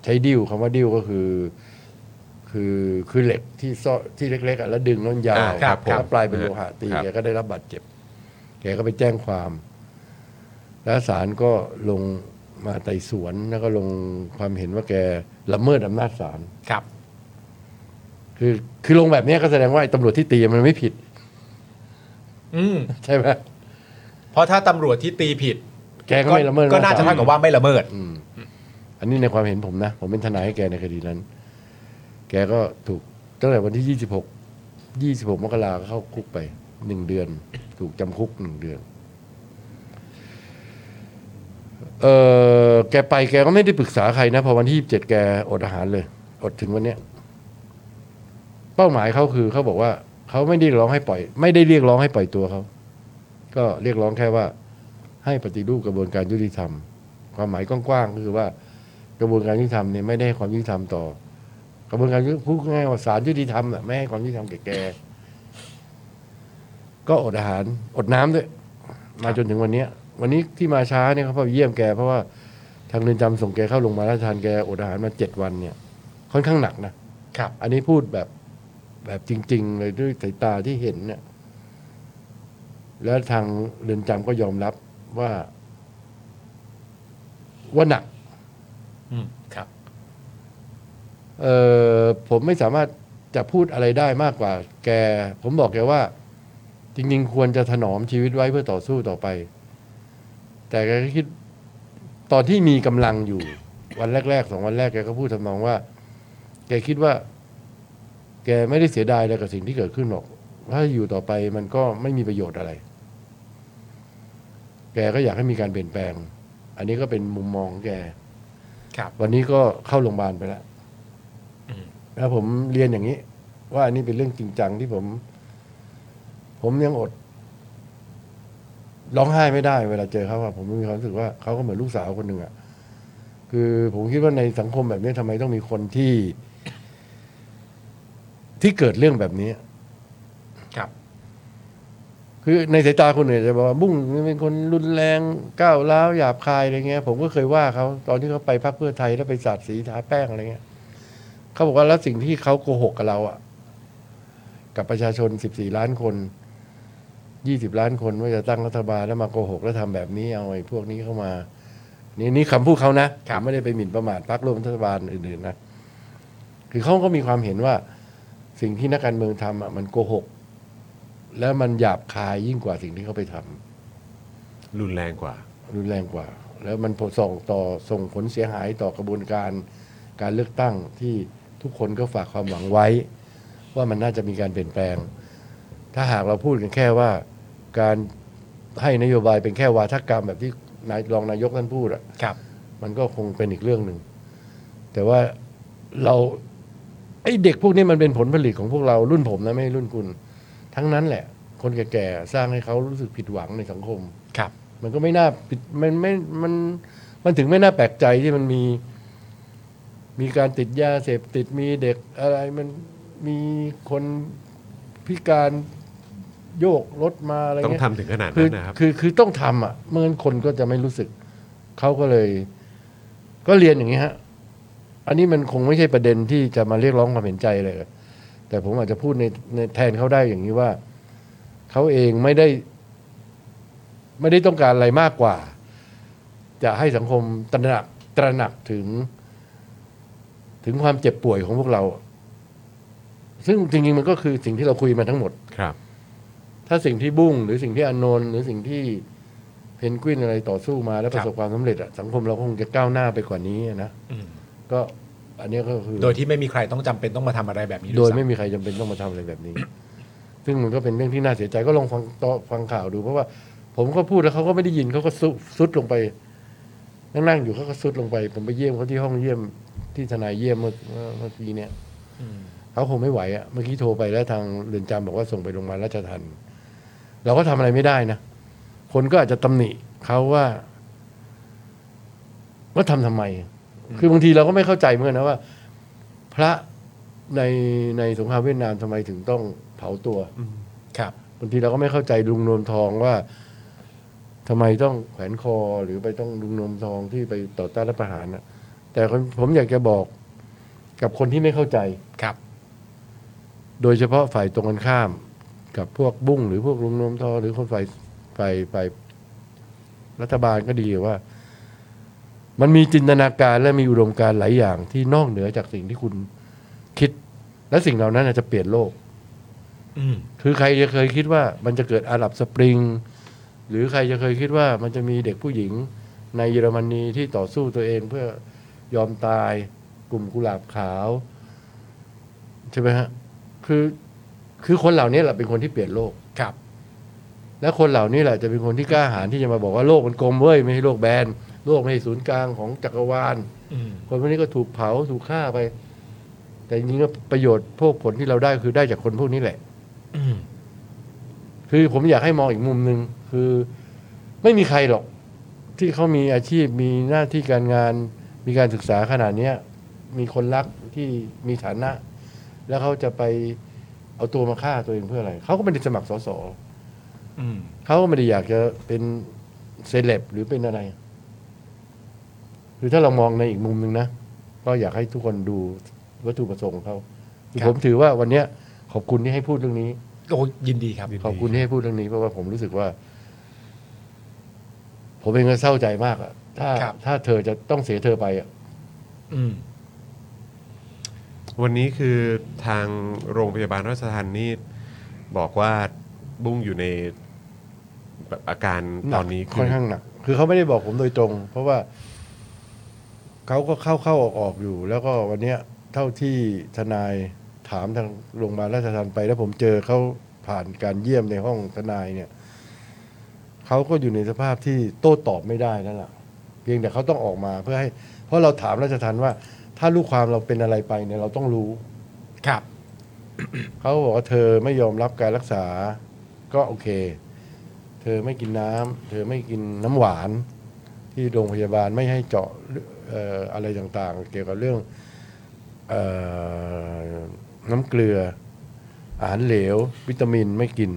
F: ใช้ดิ้วคำว่าดิ้วก็คือ คือคือเหล็กที่ซ่อที่เล็กๆอ่ะแล้วดึงแล้วมันยาว
A: อ่าครับผม
F: แล้วปลายเป็นโลหะตี
A: ครับ
F: แกก็ได้รับบาดเจ็บ แกก็ไปแจ้งความ แล้วศาลก็ลงมาไต่สวนแล้วก็ลงความเห็นว่าแกละเมิดอำนาจศาล
B: ครับ
F: คือคือลงแบบเนี้ยก็แสดงว่าไอ้ตำรวจที่ตีมันไม่ผิด
B: อืม
F: ใช่ไหม
B: เพราะถ้าตำรวจที่ตีผิด
F: แกก็ไม่ละเมิด
B: ก็
F: อำ
B: น่า
F: ศล
B: จะเท่ากับว่าไม่ละเมิด
F: อืมอันนี้ในความเห็นผมนะ ผมเป็นทนายให้แกในคดีนั้น แกก็ถูกตั้งแต่วันที่ 26 26 มกราก็เข้าคุกไปหนึ่งเดือน ถูกจำคุกหนึ่งเดือน เออแกไปแกก็ไม่ได้ปรึกษาใครนะพอวันที่ 27 แกอดอาหารเลย อดถึงวันเนี้ย เป้าหมายเขาคือเขาบอกว่า เขาไม่ได้ร้องให้ปล่อย ไม่ได้เรียกร้องให้ปล่อยตัวเขา ก็เรียกร้องแค่ว่า ให้ปฏิรูปกระบวนการยุติธรรม ความหมายกว้างๆก็คือว่ากระบวนการยุติธรรมเนี่ยไม่ได้ให้ความยุติธรรมต่อ กระบวนการยุติพูดง่ายๆว่าศาลยุติธรรมน่ะไม่ให้ความยุติธรรมแก่แกก็อดอาหารอดน้ำด้วย มาจนถึงวันเนี้ย วันนี้ที่มาช้าเนี่ยเขาเพราะเยี่ยมแก เพราะว่าทางเรือนจำส่งแกเข้าโรงพยาบาลราชทานแกอดอาหารมาเจ็ดวันเนี่ย ค่อนข้างหนักนะครับ อันนี้พูดแบบแบบจริง ๆ เลยด้วยสายตาที่เห็นเนี่ยแล้วทางเรือนจำก็ยอมรับว่า ว่าหนัก
B: อืมครับ
F: เอ่อผมไม่สามารถจะพูดอะไรได้มากกว่า แก ผมบอกแกว่า จริง ๆ ควรจะถนอมชีวิตไว้เพื่อต่อสู้ต่อไป แต่แกก็คิดตอนที่มีกำลังอยู่ วันแรกๆสองวันแรกแกก็พูดทำนองว่า แกคิดว่า แกไม่ได้เสียดายอะไรกับสิ่งที่เกิดขึ้นหรอก ถ้าอยู่ต่อไปมันก็ไม่มีประโยชน์อะไร แกก็อยากให้มีการเปลี่ยนแปลง อันนี้ก็เป็นมุมมองของแก
B: ครับ
F: วันนี้ก็เข้าโรงพยาบาลไปแล้ว
B: อืม
F: แล้วผมเรียนอย่างนี้ ว่าอันนี้เป็นเรื่องจริงจังที่ผม ผมยังอด ร้องไห้ไม่ได้เวลาเจอเขาอะผมมีความรู้สึกว่าเขาก็เหมือนลูกสาวคนหนึ่งอะคือผมคิดว่าในสังคมแบบนี้ทำไมต้องมีคนที่ ที่เกิดเรื่องแบบนี้
B: ครับ
F: คือในสายตาคนอื่นอาจจะบอกว่าบุ้งเป็นคนรุนแรงก้าวร้าวหยาบคายอะไรเงี้ย ผมก็เคยว่าเขาตอนที่เขาไปพักเพื่อไทยแล้วไปสาดสีทาแป้งอะไรเงี้ยเขาบอกว่าแล้วสิ่งที่เขาโกหกกับเราอ่ะ กับประชาชน 14 ล้านคน 20 ล้านคนว่าจะตั้งรัฐบาลแล้วมาโกหกแล้วทำแบบนี้เอาไอ้พวกนี้เข้ามา นี่นี่คำพูดเขานะผมไม่ได้ไปหมิ่นประมาทพรรคร่วมรัฐบาลอื่นๆนะคือเขาก็มีความเห็นว่า สิ่งที่นักการเมืองทำอ่ะมันโกหก แล้วมันหยาบคายยิ่งกว่าสิ่งที่เขาไปทำ
A: รุนแรงกว่า
F: รุนแรงกว่า แล้วมันส่งต่อส่งผลเสียหายต่อกระบวนการการเลือกตั้งที่ทุกคนก็ฝากความหวังไว้ ว่ามันน่าจะมีการเปลี่ยนแปลง ถ้าหากเราพูดกันแค่ว่า การให้นโยบายเป็นแค่วาทกรรมแบบที่นายรองนายกท่านพูดอะ
B: ครับ
F: มันก็คงเป็นอีกเรื่องหนึ่ง แต่ว่าเราไอ้เด็กพวกนี้มันเป็นผลผลิตของพวกเรารุ่นผมนะไม่ใช่รุ่นคุณ ทั้งนั้นแหละ คนแก่ๆสร้างให้เขารู้สึกผิดหวังในสังคม
B: ครับ
F: มันก็ไม่น่าผิดมันไม่มันมันถึงไม่น่าแปลกใจที่มันมี มีการติดยาเสพติดมีเด็กอะไรมันมีคนพิการโยกรถมาอะไร
A: ต้อง
F: เงี้ย
A: ทำถึงขนาด
F: คือ
A: นั้นนะครับ
F: คือคือต้องทำอ่ะเมื่อนั้นคนก็จะไม่รู้สึก เขาก็เลย ก็เรียนอย่างนี้ฮะ อันนี้มันคงไม่ใช่ประเด็นที่จะมาเรียกร้องความเห็นใจเลย แต่ผมอาจจะพูดในในแทนเขาได้อย่างนี้ว่า เขาเองไม่ได้ ไม่ได้ต้องการอะไรมากกว่า จะให้สังคมตระหนักตระหนักถึง ถึงความเจ็บป่วยของพวกเรา ซึ่งจริงๆมันก็คือสิ่งที่เราคุยมาทั้งหมด
A: ครับ
F: ถ้าสิ่งที่บุ้งหรือสิ่งที่อานนท์หรือสิ่งที่เพนกวินอะไรต่อสู้มา แล้ว
B: ค
F: ป
B: รับ
F: ระสบความสำเร็จอะสังคมเราก็คงจะก้าวหน้าไปกว่านี้อะนะ
B: อืม
F: ก็อันเนี้ยก็คือ
B: โดยที่ไม่มีใครต้องจำเป็นต้องมาทำอะไรแบบนี้
F: โดย
B: ซ้ำ
F: ไม่มีใครจำเป็นต้องมาทำอะไรแบบนี้ ซึ่งมันก็เป็นเรื่องที่น่าเสียใจก็ลองฟังต่อฟังข่าวดู เพราะว่าผมก็พูดแล้วเขาก็ไม่ได้ยินเขาก็ซุซุดลงไป นั่งๆอยู่เขาก็ซุดลงไป ผมไปเยี่ยมเขาที่ห้องเยี่ยมที่ทนายเยี่ยมเมื่อเมื่อเมื่อกี้เนี่ย
B: อืม
F: เขาคงไม่ไหวอะเมื่อกี้โทรไปแล้วทางเรือนจำบอกว่าส่งไปโรงพยาบาลราชทันเราก็ทำอะไรไม่ได้นะ คนก็อาจจะตำหนิเขาว่า ว่าทำทำไม คือบางทีเราก็ไม่เข้าใจเหมือนกันนะว่า พระในในสงครามเวียดนามทำไมถึงต้องเผาตัว
B: ครับ
F: บางทีเราก็ไม่เข้าใจลุงนวมทองว่าทำไมต้องแขวนคอหรือไปต้องลุงนวมทองที่ไปต่อต้านรัฐประหารนะแต่คนผมอยากจะบอกกับคนที่ไม่เข้าใจ
B: ครับ
F: โดยเฉพาะฝ่ายตรงกันข้ามกับพวกบุ้งหรือพวกลุงนมทอหรือคนฝ่ายฝ่ายฝ่ายรัฐบาลก็ดีว่า มันมีจินตนาการและมีอุดมการณ์หลายอย่างที่นอกเหนือจากสิ่งที่คุณคิด และสิ่งเหล่านั้นอาจจะเปลี่ยนโลก
B: อืม
F: คือใครจะเคยคิดว่ามันจะเกิดอาหรับสปริง หรือใครจะเคยคิดว่ามันจะมีเด็กผู้หญิงในเยอรมนีที่ต่อสู้ตัวเองเพื่อยอมตายกลุ่มกุหลาบขาวใช่ไหมฮะคือคือคนเหล่านี้แหละเป็นคนที่เปลี่ยนโลก
B: ครับ
F: และคนเหล่านี้แหละจะเป็นคนที่กล้าหาญที่จะมาบอกว่าโลกมันกลมเว้ยไม่ใช่โลกแบนโลกไม่ใช่ศูนย์กลางของจักรวาล
B: อืม
F: คนพวกนี้ก็ถูกเผาถูกฆ่าไป แต่จริงๆก็ประโยชน์พวกผลที่เราได้คือได้จากคนพวกนี้แหละ
B: อืม
F: คือผมอยากให้มองอีกมุมหนึ่งคือไม่มีใครหรอก ที่เขามีอาชีพมีหน้าที่การงาน มีการศึกษาขนาดเนี้ย มีคนรักที่มีฐานะ แล้วเขาจะไปเอาตัวมาฆ่าตัวเองเพื่ออะไรเขาก็ไม่ได้สมัครสส
B: อืม
F: เขาก็ไม่ได้อยากจะเป็นเซเลบหรือเป็นอะไรคือถ้าเรามองในอีกมุมหนึ่งนะก็อยากให้ทุกคนดูวัตถุประสงค์ของเขาคือผมถือว่าวันเนี้ยขอบคุณที่ให้พูดเรื่องนี้
B: โอ้ยยินดีครับ
F: ขอบคุณที่ให้พูดเรื่องนี้เพราะว่าผมรู้สึกว่า ผมเองก็เศร้าใจมากอะถ้า
B: ครับ
F: ถ้าเธอจะต้องเสียเธอไปอะ
B: อืม
A: วันนี้คือทางโรงพยาบาลราชทันนี่บอกว่าบุ้งอยู่ในแบบอาการตอนนี้
F: หกค่อนข้างหนัก คือเขาไม่ได้บอกผมโดยตรง เพราะว่าเขาก็เข้าเข้าออกออกอยู่ แล้วก็วันเนี้ยเท่าที่ทนายถามทางโรงพยาบาลราชทัณฑ์ไป แล้วผมเจอเขาผ่านการเยี่ยมในห้องทนายเนี่ยเขาก็อยู่ในสภาพที่โต้ตอบไม่ได้นั่นแหละเพียงแต่เขาต้องออกมาเพื่อให้ เพราะเราถามราชทัณฑ์ว่า ถ้าลูกความเราเป็นอะไรไปเนี่ยเราต้องรู้
B: ครับ
F: เขาบอกว่าเธอไม่ยอมรับการรักษา ก็โอเค เธอไม่กินน้ำเธอไม่กินน้ำหวาน ที่โรงพยาบาลไม่ให้เจาะเอ่ออะไรต่างๆ เกี่ยวกับเรื่องเออน้ำเกลือ อาหารเหลว วิตามินไม่กิน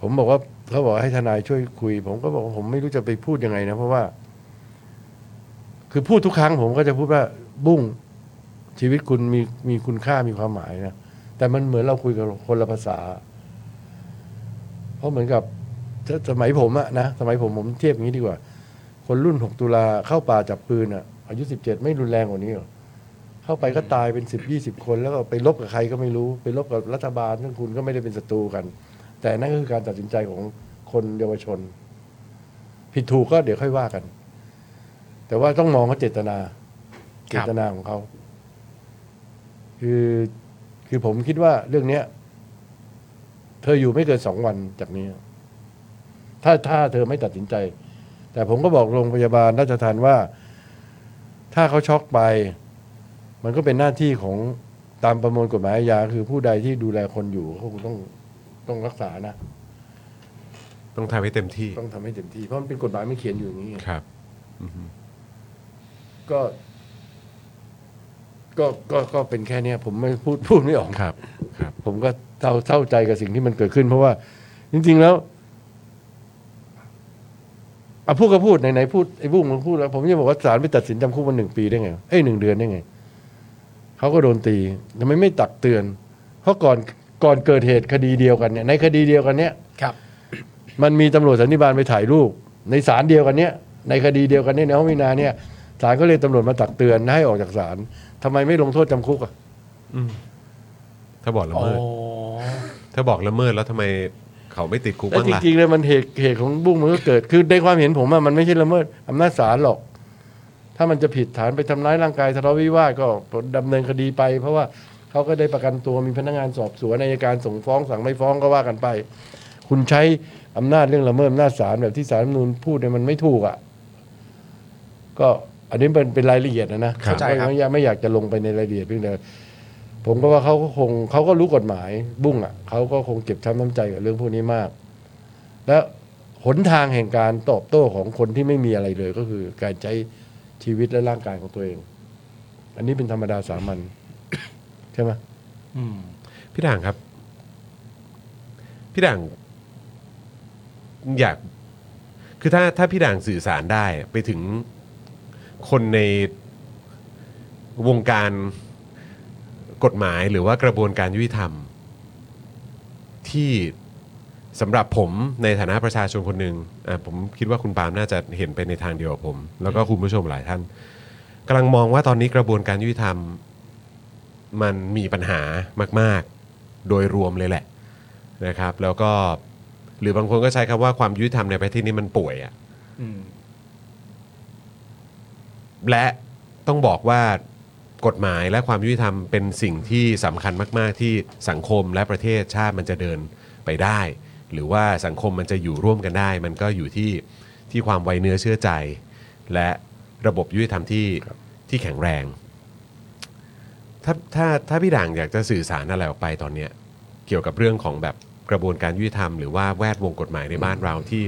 F: ผมบอกว่าเขาบอกให้ทนายช่วยคุย ผมก็บอกว่าผมไม่รู้จะไปพูดยังไงนะ เพราะว่า คือพูดทุกครั้งผมก็จะพูดว่าบุ้งชีวิตคุณมีมีคุณค่ามีความหมายนะ แต่มันเหมือนเราคุยกับคนละภาษา เพราะเหมือนกับถ้าสมัยผมอะนะสมัยผมผมเทียบอย่างนี้ดีกว่า คนรุ่น 6 ตุลาเข้าป่าจับปืนอะอายุ 17 ไม่รุนแรงกว่านี้หรอเข้าไปก็ตายเป็น 10 20 คนแล้วก็ไปลบกับใครก็ไม่รู้ ไปลบกับรัฐบาลซึ่งคุณก็ไม่ได้เป็นศัตรูกัน แต่นั่นก็คือการตัดสินใจของคนเยาวชน ผิดถูกก็เดี๋ยวค่อยว่ากัน แต่ว่าต้องมองเขาเจตนา
B: ค
F: เจ
B: รับ
F: ตนาของเขาคือคือผมคิดว่าเรื่องเนี้ย เธออยู่ไม่เกินสองวันจากนี้ ถ้าถ้าเธอไม่ตัดสินใจ แต่ผมก็บอกโรงพยาบาลราชทานว่า ถ้าเขาช็อกไป มันก็เป็นหน้าที่ของตามประมวลกฎหมายอาญาคือผู้ใดที่ดูแลคนอยู่เขาคงต้องต้องรักษานะ
A: ต้องทำให้เต็มที่
F: ต้องทำให้เต็มที่ เพราะมันเป็นกฎหมายมันเขียนอยู่อย่างนี้ไง
A: ครับ
F: ก็ ก็ก็ก็เป็นแค่เนี้ย ผมไม่พูดพูดไม่ออก
A: ครับ
F: ผมก็เศร้าเศร้าใจกับสิ่งที่มันเกิดขึ้น เพราะว่า จริง ๆ แล้วอะพูดก็พูดไหนๆพูดไอ้บุ้งมันพูดแล้ว ผมจะบอกว่าศาลไปตัดสินจำคุกมันหนึ่งปีได้ไงเอ้ยหนึ่งเดือนได้ไงเขาก็โดนตีทำไมไม่ตักเตือน เพราะก่อนก่อนเกิดเหตุคดีเดียวกันเนี่ย ในคดีเดียวกันเนี่ย
B: ครับ
F: มันมีตำรวจสันนิบาลไปถ่ายรูป ในศาลเดียวกันเนี้ยในคดีเดียวกันเนี้ยในห้องพิจารณาเนี่ยศาลก็เลยกตำรวจมาตักเตือนให้ออกจากศาลทำไมไม่ลงโทษจำคุกอ่ะ
A: ถ้าบอกละ
B: อ๋อ
A: เมิด ถ้าบอกละเมิดแล้วทำไมเขาไม่ติดคุก
F: แล้ว
A: บ้าง
F: จ
A: ล่ะ
F: ริงๆเลยมันเหตุเหตุของบุ้งมันก็เกิดคือในความเห็นผมอะมันไม่ใช่ละเมิดอำนาจศาลหรอก ถ้ามันจะผิดฐานไปทำร้ายร่างกายทะเลาะวิวาทก็ดำเนินคดีไป เพราะว่าเขาก็ได้ประกันตัวมีพนักงานสอบสวนอัยการส่งฟ้องสั่งไม่ฟ้องก็ว่ากันไป คุณใช้อำนาจเรื่องละเมิดอำนาจศาลแบบที่ศาลรัฐธรรมนูญพูดเนี่ยมันไม่ถูกอ่ะก็อันนี้เป็นเป็นรายละเอียดนะนะ
B: เข้าใจครับ
F: ไม่อยากไม่อยากจะลงไปในรายละเอียดเพียงแต่ผมก็ว่าเขาก็คงเขาก็รู้กฎหมายบุ้งอ่ะเขาก็คงเก็บช้ำน้ำใจกับเรื่องพวกนี้มาก และหนทางแห่งการตอบโต้ของคนที่ไม่มีอะไรเลยก็คือการใช้ชีวิตและร่างกายของตัวเอง อันนี้เป็นธรรมดาสามัญ ใช่ไหม
B: อืม
A: พี่ด่างครับ พี่ด่าง อยาก คือถ้าถ้าพี่ด่างสื่อสารได้ไปถึงคนในวงการกฎหมายหรือว่ากระบวนการยุติธรรม ที่สำหรับผมในฐานะประชาชนคนหนึ่งอ่ะผมคิดว่าคุณปาล์มน่าจะเห็นไปในทางเดียวกับผม แล้วก็คุณผู้ชมหลายท่านกำลังมองว่าตอนนี้กระบวนการยุติธรรม มันมีปัญหามาก ๆ โดยรวมเลยแหละนะครับ แล้วก็หรือบางคนก็ใช้คำว่าความยุติธรรมในประเทศนี้มันป่วยอะ่ะ
B: อืม
A: และต้องบอกว่ากฎหมายและความยุติธรรมเป็นสิ่งที่สำคัญมาก ๆ ที่สังคมและประเทศชาติมันจะเดินไปได้ หรือว่าสังคมมันจะอยู่ร่วมกันได้ มันก็อยู่ที่ที่ความไวเนื้อเชื่อใจ และระบบยุติธรรมที่ที่แข็งแรง ถ้าถ้าถ้าพี่ด่างอยากจะสื่อสารอะไรออกไปตอนเนี้ยเกี่ยวกับเรื่องของแบบกระบวนการยุติธรรมหรือว่าแวดวงกฎหมายในบ้านเราที่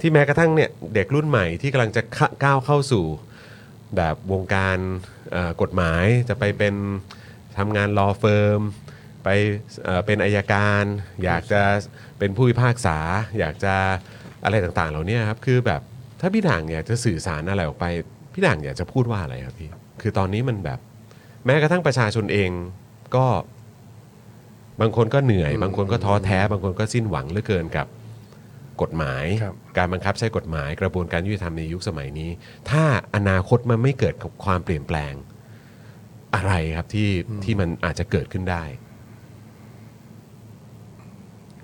A: ที่แม้กระทั่งเนี่ยเด็กรุ่นใหม่ที่กำลังจะเข้าก้าวเข้าสู่แบบวงการเอ่อกฎหมายจะไปเป็นทำงาน law firm ไปเอ่อเป็นอายการ อยากจะเป็นผู้พิพากษา อยากจะอะไรต่างๆ เหล่านี้ครับคือแบบถ้าพี่ด่างอยากจะสื่อสารอะไรออกไป พี่ด่างอยากจะพูดว่าอะไรครับพี่คือตอนนี้มันแบบ แม้กระทั่งประชาชนเองก็บางคนก็เหนื่อย บางคนก็ท้อแท้ บางคนก็สิ้นหวังเหลือเกินกับ กฎหมาย
F: ครับ
A: การบังคับใช้กฎหมาย กระบวนการยุติธรรมในยุคสมัยนี้ ถ้าอนาคตมันไม่เกิดกับความเปลี่ยนแปลง อะไรครับที่ที่มันอาจจะเกิดขึ้นได้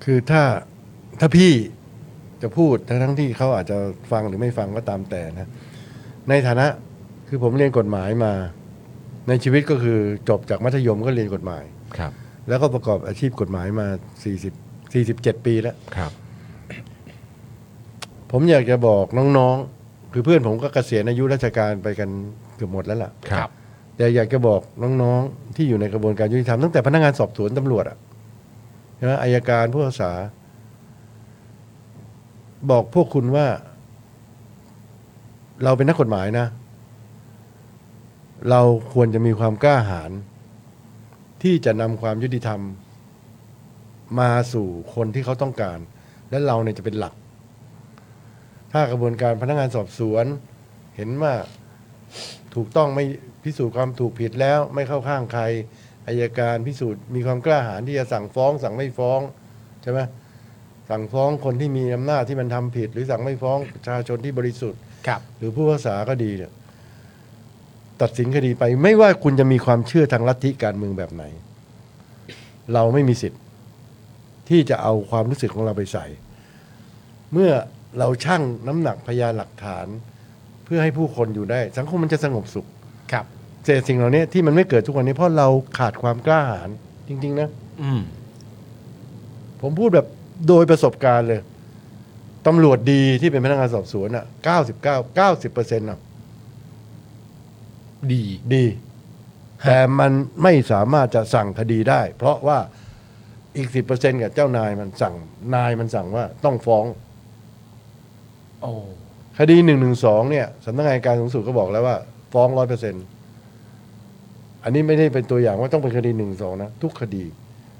F: คือถ้าถ้าพี่จะพูดทั้งทั้งที่เขาอาจจะฟังหรือไม่ฟังก็ตามแต่นะ ในฐานะคือผมเรียนกฎหมายมา ในชีวิตก็คือจบจากมัธยมก็เรียนกฎหมาย
A: ครับ
F: แล้วก็ประกอบอาชีพกฎหมายมา 40 47 ปีแล้ว
A: ครับ
F: ผมอยากจะบอกน้องๆ คือเพื่อนผมก็เกษียณอายุราชการไปกันเกือบหมดแล้วล่ะ
A: ครับ
F: แต่อยากจะบอกน้องๆ ที่อยู่ในกระบวนการยุติธรรมตั้งแต่พนักงานสอบสวนตำรวจอะใช่ไหมอายการผู้พิพากษา บอกพวกคุณว่า เราเป็นนักกฎหมายนะ เราควรจะมีความกล้าหาญที่จะนำความยุติธรรม มาสู่คนที่เขาต้องการ และเราเนี่ยจะเป็นหลัก ถ้ากระบวนการพนักงานสอบสวน เห็นว่า ถูกต้องไม่พิสูจน์ความถูกผิดแล้วไม่เข้าข้างใครอายการพิสูจน์มีความกล้าหาญที่จะสั่งฟ้อง สั่งไม่ฟ้องใช่ไหมสั่งฟ้องคนที่มีอำนาจที่มันทำผิด หรือสั่งไม่ฟ้องประชาชนที่บริสุทธิ์
B: ครับ
F: หรือผู้พิพากษาก็ดีเนี่ยตัดสินคดีไป ไม่ว่าคุณจะมีความเชื่อทางลัทธิการเมืองแบบไหน เราไม่มีสิทธิ์ ที่จะเอาความรู้สึกของเราไปใส่ เมื่อเราชั่งน้ำหนักพยานหลักฐาน เพื่อให้ผู้คนอยู่ได้ สังคมมันจะสงบสุข
B: ครับ
F: เศษสิ่งเหล่านี้ที่มันไม่เกิดทุกวันนี้เพราะเราขาดความกล้าหาญจริง ๆ นะ
B: อืม
F: ผมพูดแบบโดยประสบการณ์เลย ตำรวจดีที่เป็นพนักงานสอบสวนอ่ะ 99 90เปอร์เซ็นต์อ่ะ
B: ดี
F: ดี แต่มันไม่สามารถจะสั่งคดีได้ เพราะว่าอีก 10เปอร์เซ็นต์กับเจ้านายมันสั่งนายมันสั่งว่าต้องฟ้อง
B: โอ้
F: คดี 112 เนี่ยสำนักงานอัยการสูงสุดก็บอกแล้วว่า ฟ้องร้อยเปอร์เซ็นต์อันนี้ไม่ได้เป็นตัวอย่างว่าต้องเป็นคดี 1-2 นะ ทุกคดี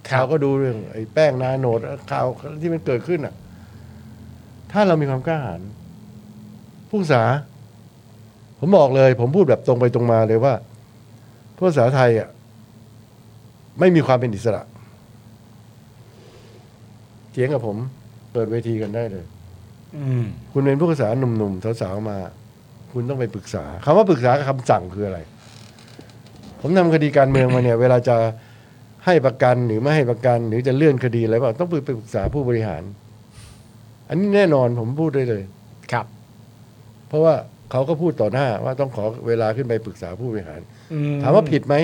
B: ครั
F: ข่าว
B: บ
F: ก็ดูเรื่องไอ้แป้งนาโหนดข่าวที่มันเกิดขึ้นอ่ะ ถ้าเรามีความกล้าหาญผู้สา ผมบอกเลย ผมพูดแบบตรงไปตรงมาเลยว่า ผู้สาไทยอ่ะไม่มีความเป็นอิสระเถียงกับผม เปิดเวทีกันได้เลย
B: อืม
F: คุณเป็นผู้ภาษาหนุ่มๆสาวๆมา คุณต้องไปปรึกษาคำว่าปรึกษากับคำสั่งคืออะไร ผมทำคดีการเมืองมาเนี่ย เวลาจะให้ประกันหรือไม่ให้ประกัน หรือจะเลื่อนคดีอะไรบ้างต้องไปปรึกษาผู้บริหาร อันนี้แน่นอนผมพูดได้เลย
B: ครับ
F: เพราะว่าเขาก็พูดต่อหน้าว่าต้องขอเวลาขึ้นไปปรึกษาผู้บริหาร
B: อื
F: ถามว่าผิดไหม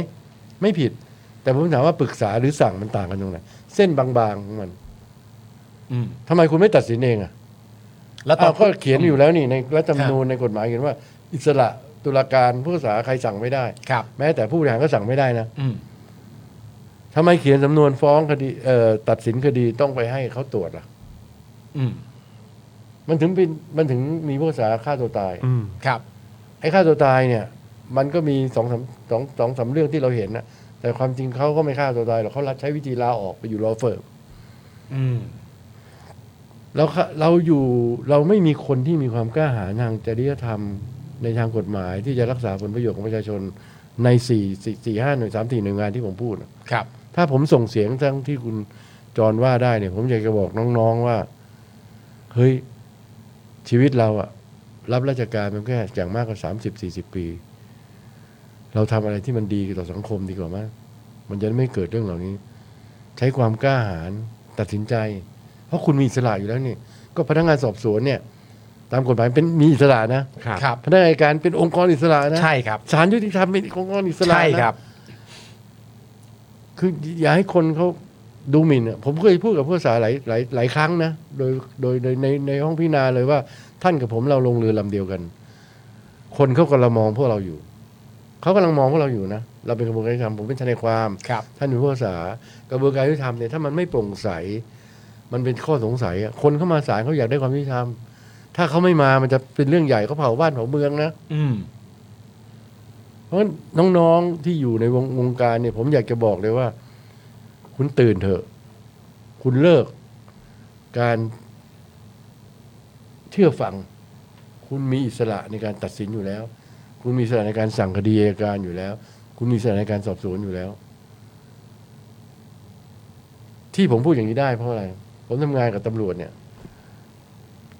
F: ไม่ผิด แต่ผมถามว่าปรึกษาหรือสั่งมันต่างกันตรงไหนเส้นบางๆของมัน
B: อืม
F: ทำไมคุณไม่ตัดสินเองอะ
B: แล้วตอ
F: อ้าน วก็เขียนอยู่แล้วนี่ในรัฐธรรมนูญในกฎหมายเขียนว่า อิสระตุลาการผู้พิพากษาใครสั่งไม่ได้
B: ครับ
F: แม้แต่ผู้บริหารก็สั่งไม่ได้นะ
B: อืม
F: ทำไมเขียนสำนวนฟ้องคดีเอ่อตัดสินคดีต้องไปให้เขาตรวจล่ะ
B: อืม
F: มันถึงเป็นมันถึงมีผู้พิพากษาฆ่าตัวตาย
B: ครับ
F: ไอ้ฆ่าตัวตายเนี่ย มันก็มีสองสามสองสองสามเรื่องที่เราเห็นนะแต่ความจริงเขาก็ไม่ฆ่าตัวตายหรอกเขารัดใช้วิธีลาออกไปอยู่รอเฟิร์ม
B: อืม
F: เราค่ะเราอยู่เราไม่มีคนที่มีความกล้าหาญทางจริยธรรมในทางกฎหมาย ที่จะรักษาผลประโยชน์ของประชาชนในสี่สี่สี่ห้าหน่วยสามสี่หน่วยงานที่ผมพูดน่ะ
B: ครับ
F: ถ้าผมส่งเสียงทั้งที่คุณจรว่าได้เนี่ย ผมอยากจะบอกน้องๆว่า เฮ้ย ชีวิตเราอะรับราชการมันแค่อย่างมากก็สามสิบสี่สิบปี เราทำอะไรที่มันดีต่อสังคมดีกว่ามาก มันจะไม่เกิดเรื่องเหล่านี้ ใช้ความกล้าหาญตัดสินใจ เพราะคุณมีอิสระอยู่แล้วนี่ ก็พนักงานสอบสวนเนี่ย ตามกฎหมายเป็นมีอิสระนะ
A: ครั
B: ครับ
F: พนักงานอัยการเป็นองค์กรอิสระนะ
B: ใช่ครับ
F: ศาลยุติธรรมเป็นองค์กรอิสระนะ
B: ใช่ครับ
F: คืออย่าให้คนเขาดูหมิ่นอะผมเคยพูดกับผู้สาหลายหลายหลายครั้งนะ โดยโดยโดยในในห้องพิจารณาเลยว่า ท่านกับผมเราลงเรือลำเดียวกัน คนเขากำลังมองพวกเราอยู่ เขากำลังมองพวกเราอยู่นะ เราเป็นกระบวนการยุติธรรมผมเป็นทนายความ
B: ครับ
F: ท่านเป็นผู้ภากษากระบวนการยุติธรรมเนี่ยถ้ามันไม่โปร่งใส มันเป็นข้อสงสัยอะคนเข้ามาศาลเขาอยากได้ความยุติธรรม ถ้าเขาไม่มามันจะเป็นเรื่องใหญ่เขาเผาบ้านเผาเมืองนะ
B: อืม
F: เพราะฉะนั้นน้องๆที่อยู่ในวงวงการเนี่ย ผมอยากจะบอกเลยว่า คุณตื่นเถอะ คุณเลิก การเชื่อฟัง คุณมีอิสระในการตัดสินอยู่แล้ว คุณมีอิสระในการสั่งคดีอัยการอยู่แล้ว คุณมีอิสระในการสอบสวนอยู่แล้ว ที่ผมพูดอย่างนี้ได้เพราะอะไร ผมทำงานกับตำรวจเนี่ย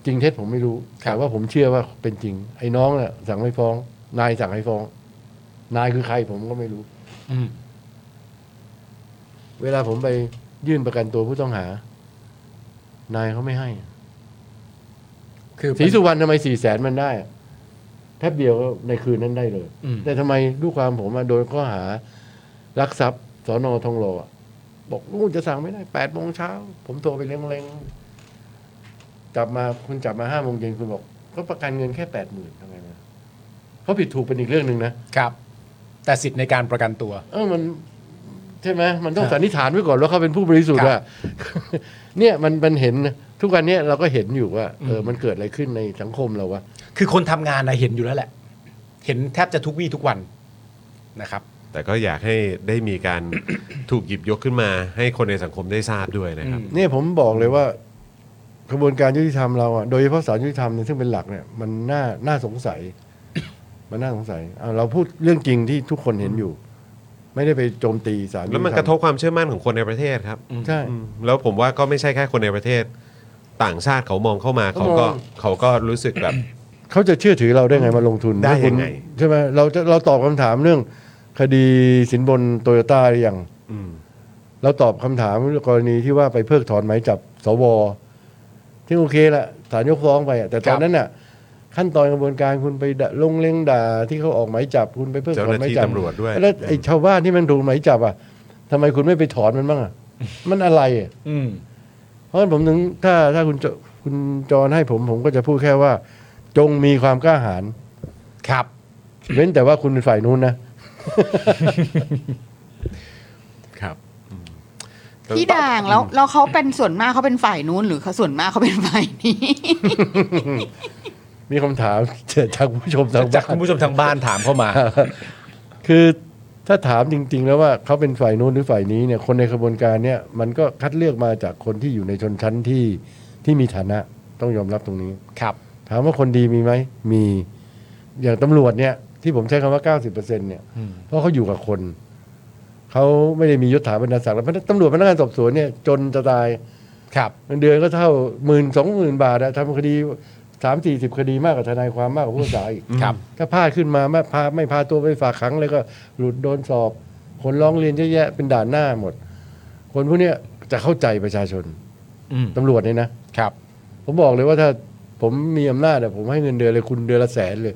F: จริงเท็จผมไม่รู้แต่ว่าผมเชื่อว่าเป็นจริง ไอ้น้องน่ะสั่งไม่ฟ้อง นายสั่งให้ฟ้อง นายคือใครผมก็ไม่รู้
B: อืม
F: เวลาผมไปยื่นประกันตัวผู้ต้องหา นายเขาไม่ให้
B: คือ
F: ศรีสุวรรณทำไมสี่แสนมันได้อะแทบเดียวก็ในคืนนั้นได้เลย
B: อืม
F: แต่ทำไมลูกความผมอะโดนข้อหารักทรัพย์สอนอทองหล่ออะบอกลูกจะสั่งไม่ได้แปดโมงเช้า ผมโทรไปเล็งๆกลับมาคุณกลับมาห้าโมงเย็นคุณบอก ก็ประกันเงินแค่แปดหมื่นทำไมนะเขาผิดถูกเป็นอีกเรื่องหนึ่งนะครับ
B: แต่สิทธิ์ในการประกันตัว
F: เออมันใช่ไหมมันต้อง
B: ครับ
F: สันนิษฐานไว้ก่อนว่าเขาเป็นผู้บริสุทธิ์
B: ครับ
F: อะ เนี่ยมันมันเห็นทุกวันเนี้ยเราก็เห็นอยู่ว่าเอออ
B: ม
F: มันเกิดอะไรขึ้นในสังคมเราวะ
B: คือคนทำงานนะเห็นอยู่แล้วแหละ เห็นแทบจะทุกวี่ทุกวันนะครับ
A: แต่ก็อยากให้ได้มีการ ถูกหยิบยกขึ้นมา ให้คนในสังคมได้ทราบด้วยนะครับ
B: อืม
F: เนี่ยผมบอกเลยว่ากระบวนการยุติธรรมเราอ่ะโดยเฉพาะศาลยุติธรรมเนี่ยซึ่งเป็นหลักเนี่ยมันน่าน่าสงสัย มันน่าสงสัยเอาเราพูดเรื่องจริงที่ทุกคนเห็นอยู่ ไม่ได้ไปโจมตีศาลยุติธ
A: แล้วมันกระทบความเชื่อมั่นของคนในประเทศครับ
F: ใช่
A: อืมแล้วผมว่าก็ไม่ใช่แค่คนในประเทศ ต่างชาติเขามองเข้ามาเขาก็
F: เขามอง
A: เขาก็รู้สึกแบบ
F: เขาจะเชื่อถือเราได้ไงมาลงทุน
A: ได้
F: ถ้าคุณ
A: ยังไง
F: ใช่ไหมเราจะเราตอบคำถามเรื่อง คดีสินบนโตโยต้าหรือยัง
A: อืม
F: เราตอบคำถามกรณีที่ว่าไปเพิกถอนหมายจับสวที่โอเคละศาลยกฟ้องไปอะแต่ตอนนั้นน่ะ ขั้นตอนกระบวนการคุณไปด่าลงเล้งด่าที่เขาออกหมายจับคุณไปเพิก
A: เจ้า
F: ถ
A: ห
F: อน
A: น้า
F: หมาย
A: ที่
F: จับ
A: ตำรวจด้วย
F: แล้วไอ้ชาวบ้านที่มันถูกหมายจับอ่ะทำไมคุณไม่ไปถอนมันบ้างอ่ะ มันอะไรอะ
B: อืม
F: เพราะฉะนั้นผมถึงถ้าถ้าคุณจคุณจรให้ผมผมก็จะพูดแค่ว่า จงมีความกล้าหาญ
B: ครับ
F: เว้นแต่ว่าคุณเป็นฝ่ายนู้นนะ
B: ครับ
C: พี่ด่างแล้วแล้วเขาเป็นส่วนมากเขาเป็นฝ่ายนู้น หรือเขาส่วนมากเขาเป็นฝ่ายนี้
F: มีคำถาม จากผู้ชมทาง
B: จาก
F: บ้า
B: คุ
F: น
B: ณผู้ชมทางบ้านถามเข้ามา
F: คือถ้าถามจริง ๆ แล้วว่าเขาเป็นฝ่ายนู้นหรือฝ่ายนี้เนี่ยคนในขบวนการเนี่ยมันก็คัดเลือกมาจากคนที่อยู่ในชนชั้นที่ที่มีฐานะต้องยอมรับตรงนี้
B: ครับ
F: ถามว่าคนดีมีไหม มี อย่างตำรวจเนี่ย ที่ผมใช้คำว่า 90%เนี่ย
B: อืม
F: เพราะเขาอยู่กับคน เขาไม่ได้มียศถาบรรดาศักดิ์แล้วพนักตำรวจพนักงานสอบสวนเนี่ย จนจะตาย
B: ครับ
F: เงินเดือนก็เท่าหมื่นสองหมื่นบาทอะทำคดีสามสี่สิบคดีมากกว่าทนายความมากกว่าผู้สายอีก
B: ครับ
F: ถ้าพลาดขึ้นมาไม่พาไม่พาตัวไปฝากขังเลยก็หลุดโดนสอบ คนร้องเรียนเยอะแยะเป็นด่านหน้าหมด คนพวกเนี้ยจะเข้าใจประชาชน
B: อืม
F: ตำรวจเนี่ยนะ
B: ครับ
F: ผมบอกเลยว่าถ้าผมมีอำนาจอะผมให้เงินเดือนเลยคุณเดือนละแสนเลย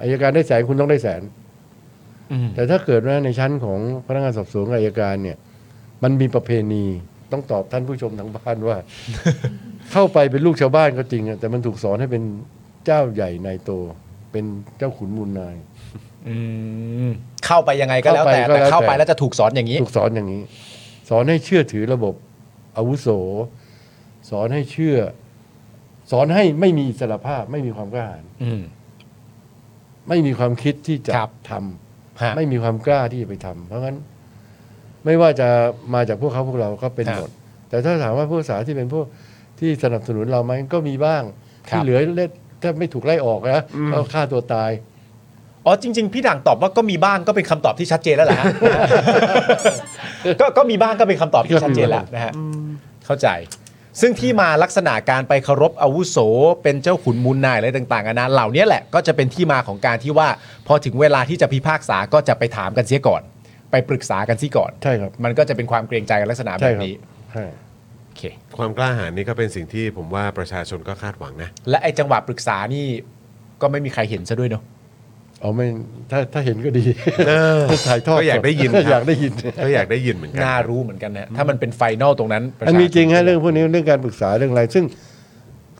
F: อายการได้แสนคุณต้องได้แสน
B: อืม
F: แต่ถ้าเกิดว่าในชั้นของพนักงานสอบสวนกับอายการเนี่ย มันมีประเพณีต้องตอบท่านผู้ชมทางบ้าน ว่า เข้าไปเป็นลูกชาวบ้านก็จริงอะแต่มันถูกสอนให้เป็นเจ้าใหญ่นายโต เป็นเจ้าขุนมูลนาย
B: อืมเข้าไปยังไงก็แล้วแต่
F: เข้าไปก็
B: แต่
F: แล้วแต่
B: เข้าไปแล้วจะถูกสอนอย่างนี้
F: ถูกสอนอย่างนี้ สอนให้เชื่อถือระบบอาวุโส สอนให้เชื่อ สอนให้ไม่มีอิสรภาพ ไม่มีความกล้าหาญ
B: อืม
F: ไม่มีความคิดที่จะ
B: ครับ
F: ทำ
B: ฮะ
F: ไม่มีความกล้าที่จะไปทำเพราะงั้น ไม่ว่าจะมาจากพวกเขาพวกเราก็เป็น
B: ครับ
F: หมด แต่ถ้าถามว่าผู้สาที่เป็นพวกที่สนับสนุนเราไหมก็มีบ้าง
B: ครับ
F: ที่เหลือเล็ดถ้าไม่ถูกไล่ออกนะก็ฆ่าตัวตาย
B: อ๋อจริง ๆ พี่ด่างตอบว่าก็มีบ้างก็เป็นคำตอบที่ชัดเจนแล้วแหละฮะ ก็ก็มีบ้างก็เป็นคำตอบที่ชัดเจนแล้วนะฮะเข้าใจ ซึ่งที่มาลักษณะการไปเคารพอาวุโส เป็นเจ้าขุนมูลนายอะไรต่างๆนานาเหล่านี้แหละก็จะเป็นที่มาของการที่ว่า พอถึงเวลาที่จะพิพากษาก็จะไปถามกันเสียก่อน ไปปรึกษากันเสียก่อน
F: ใช่ครับ
B: มันก็จะเป็นความเกรงใจกันลักษณะแบ
F: ใช่
B: บ
F: ครับ
B: นี้
F: ใช่
B: โอเค
A: ความกล้าหาญนี่ก็เป็นสิ่งที่ผมว่าประชาชนก็คาดหวังนะ
B: และไอ้จังหวะปรึกษานี่ก็ไม่มีใครเห็นซะด้วยเนาะ
F: เอาไม่ถ้าถ้าเห็นก็ดี
A: เออ
F: ถ้าถ่ายทอด
A: ก็อยากได้ยินครับ
F: อยากได้ยิน
A: ก็อยากได้ยินเหมือนกั
B: น่ารู้เหมือนกันนะฮะถ้ามันเป็นไฟนอลตรงนั้นปะชาช
F: อันมีจริงฮะเรื่องพวกนี้เรื่องการปรึกษาเรื่องอะไร ซึ่ง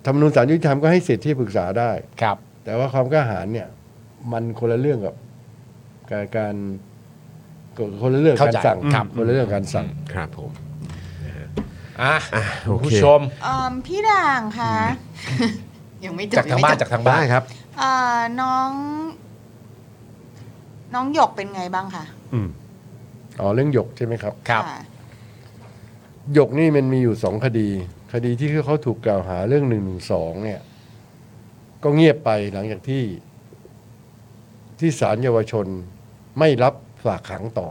F: ธรรมนูญศาลยุติธรรมก็ให้สิทธิ์ที่ปรึกษาได้
B: ครับ
F: แต่ว่าความกล้าหาญเนี่ย มันคนละเรื่องกับการการคนละเรื่องกับ
B: เข้า
F: การ
B: ใจ
F: สั่ง
B: ครับ
F: คนละเรื่องกับการสั่ง
A: ครับผม
B: อ่ะ
A: อ่ะโอเค
B: ผู้ชม
C: เอิ่มพี่ด่างคะยังไม่จบ
B: จากทาง
C: ยั
B: บ้า
C: ไม่จ
B: น
C: บ
B: จากทางบ้านครับ
C: เอ่อน้อง น้องหยกเป็นไงบ้างคะ
F: อ๋อเรื่องหยกใช่ไหมครับ
B: ครับ
C: ะ
F: หยกนี่มันมีอยู่สองคดี คดีที่เขาถูกกล่าวหาเรื่องหนึ่งหนึ่งสองเนี่ย ก็เงียบไปหลังจากที่ ที่ศาลเยาวชนไม่รับฝากขังต่อ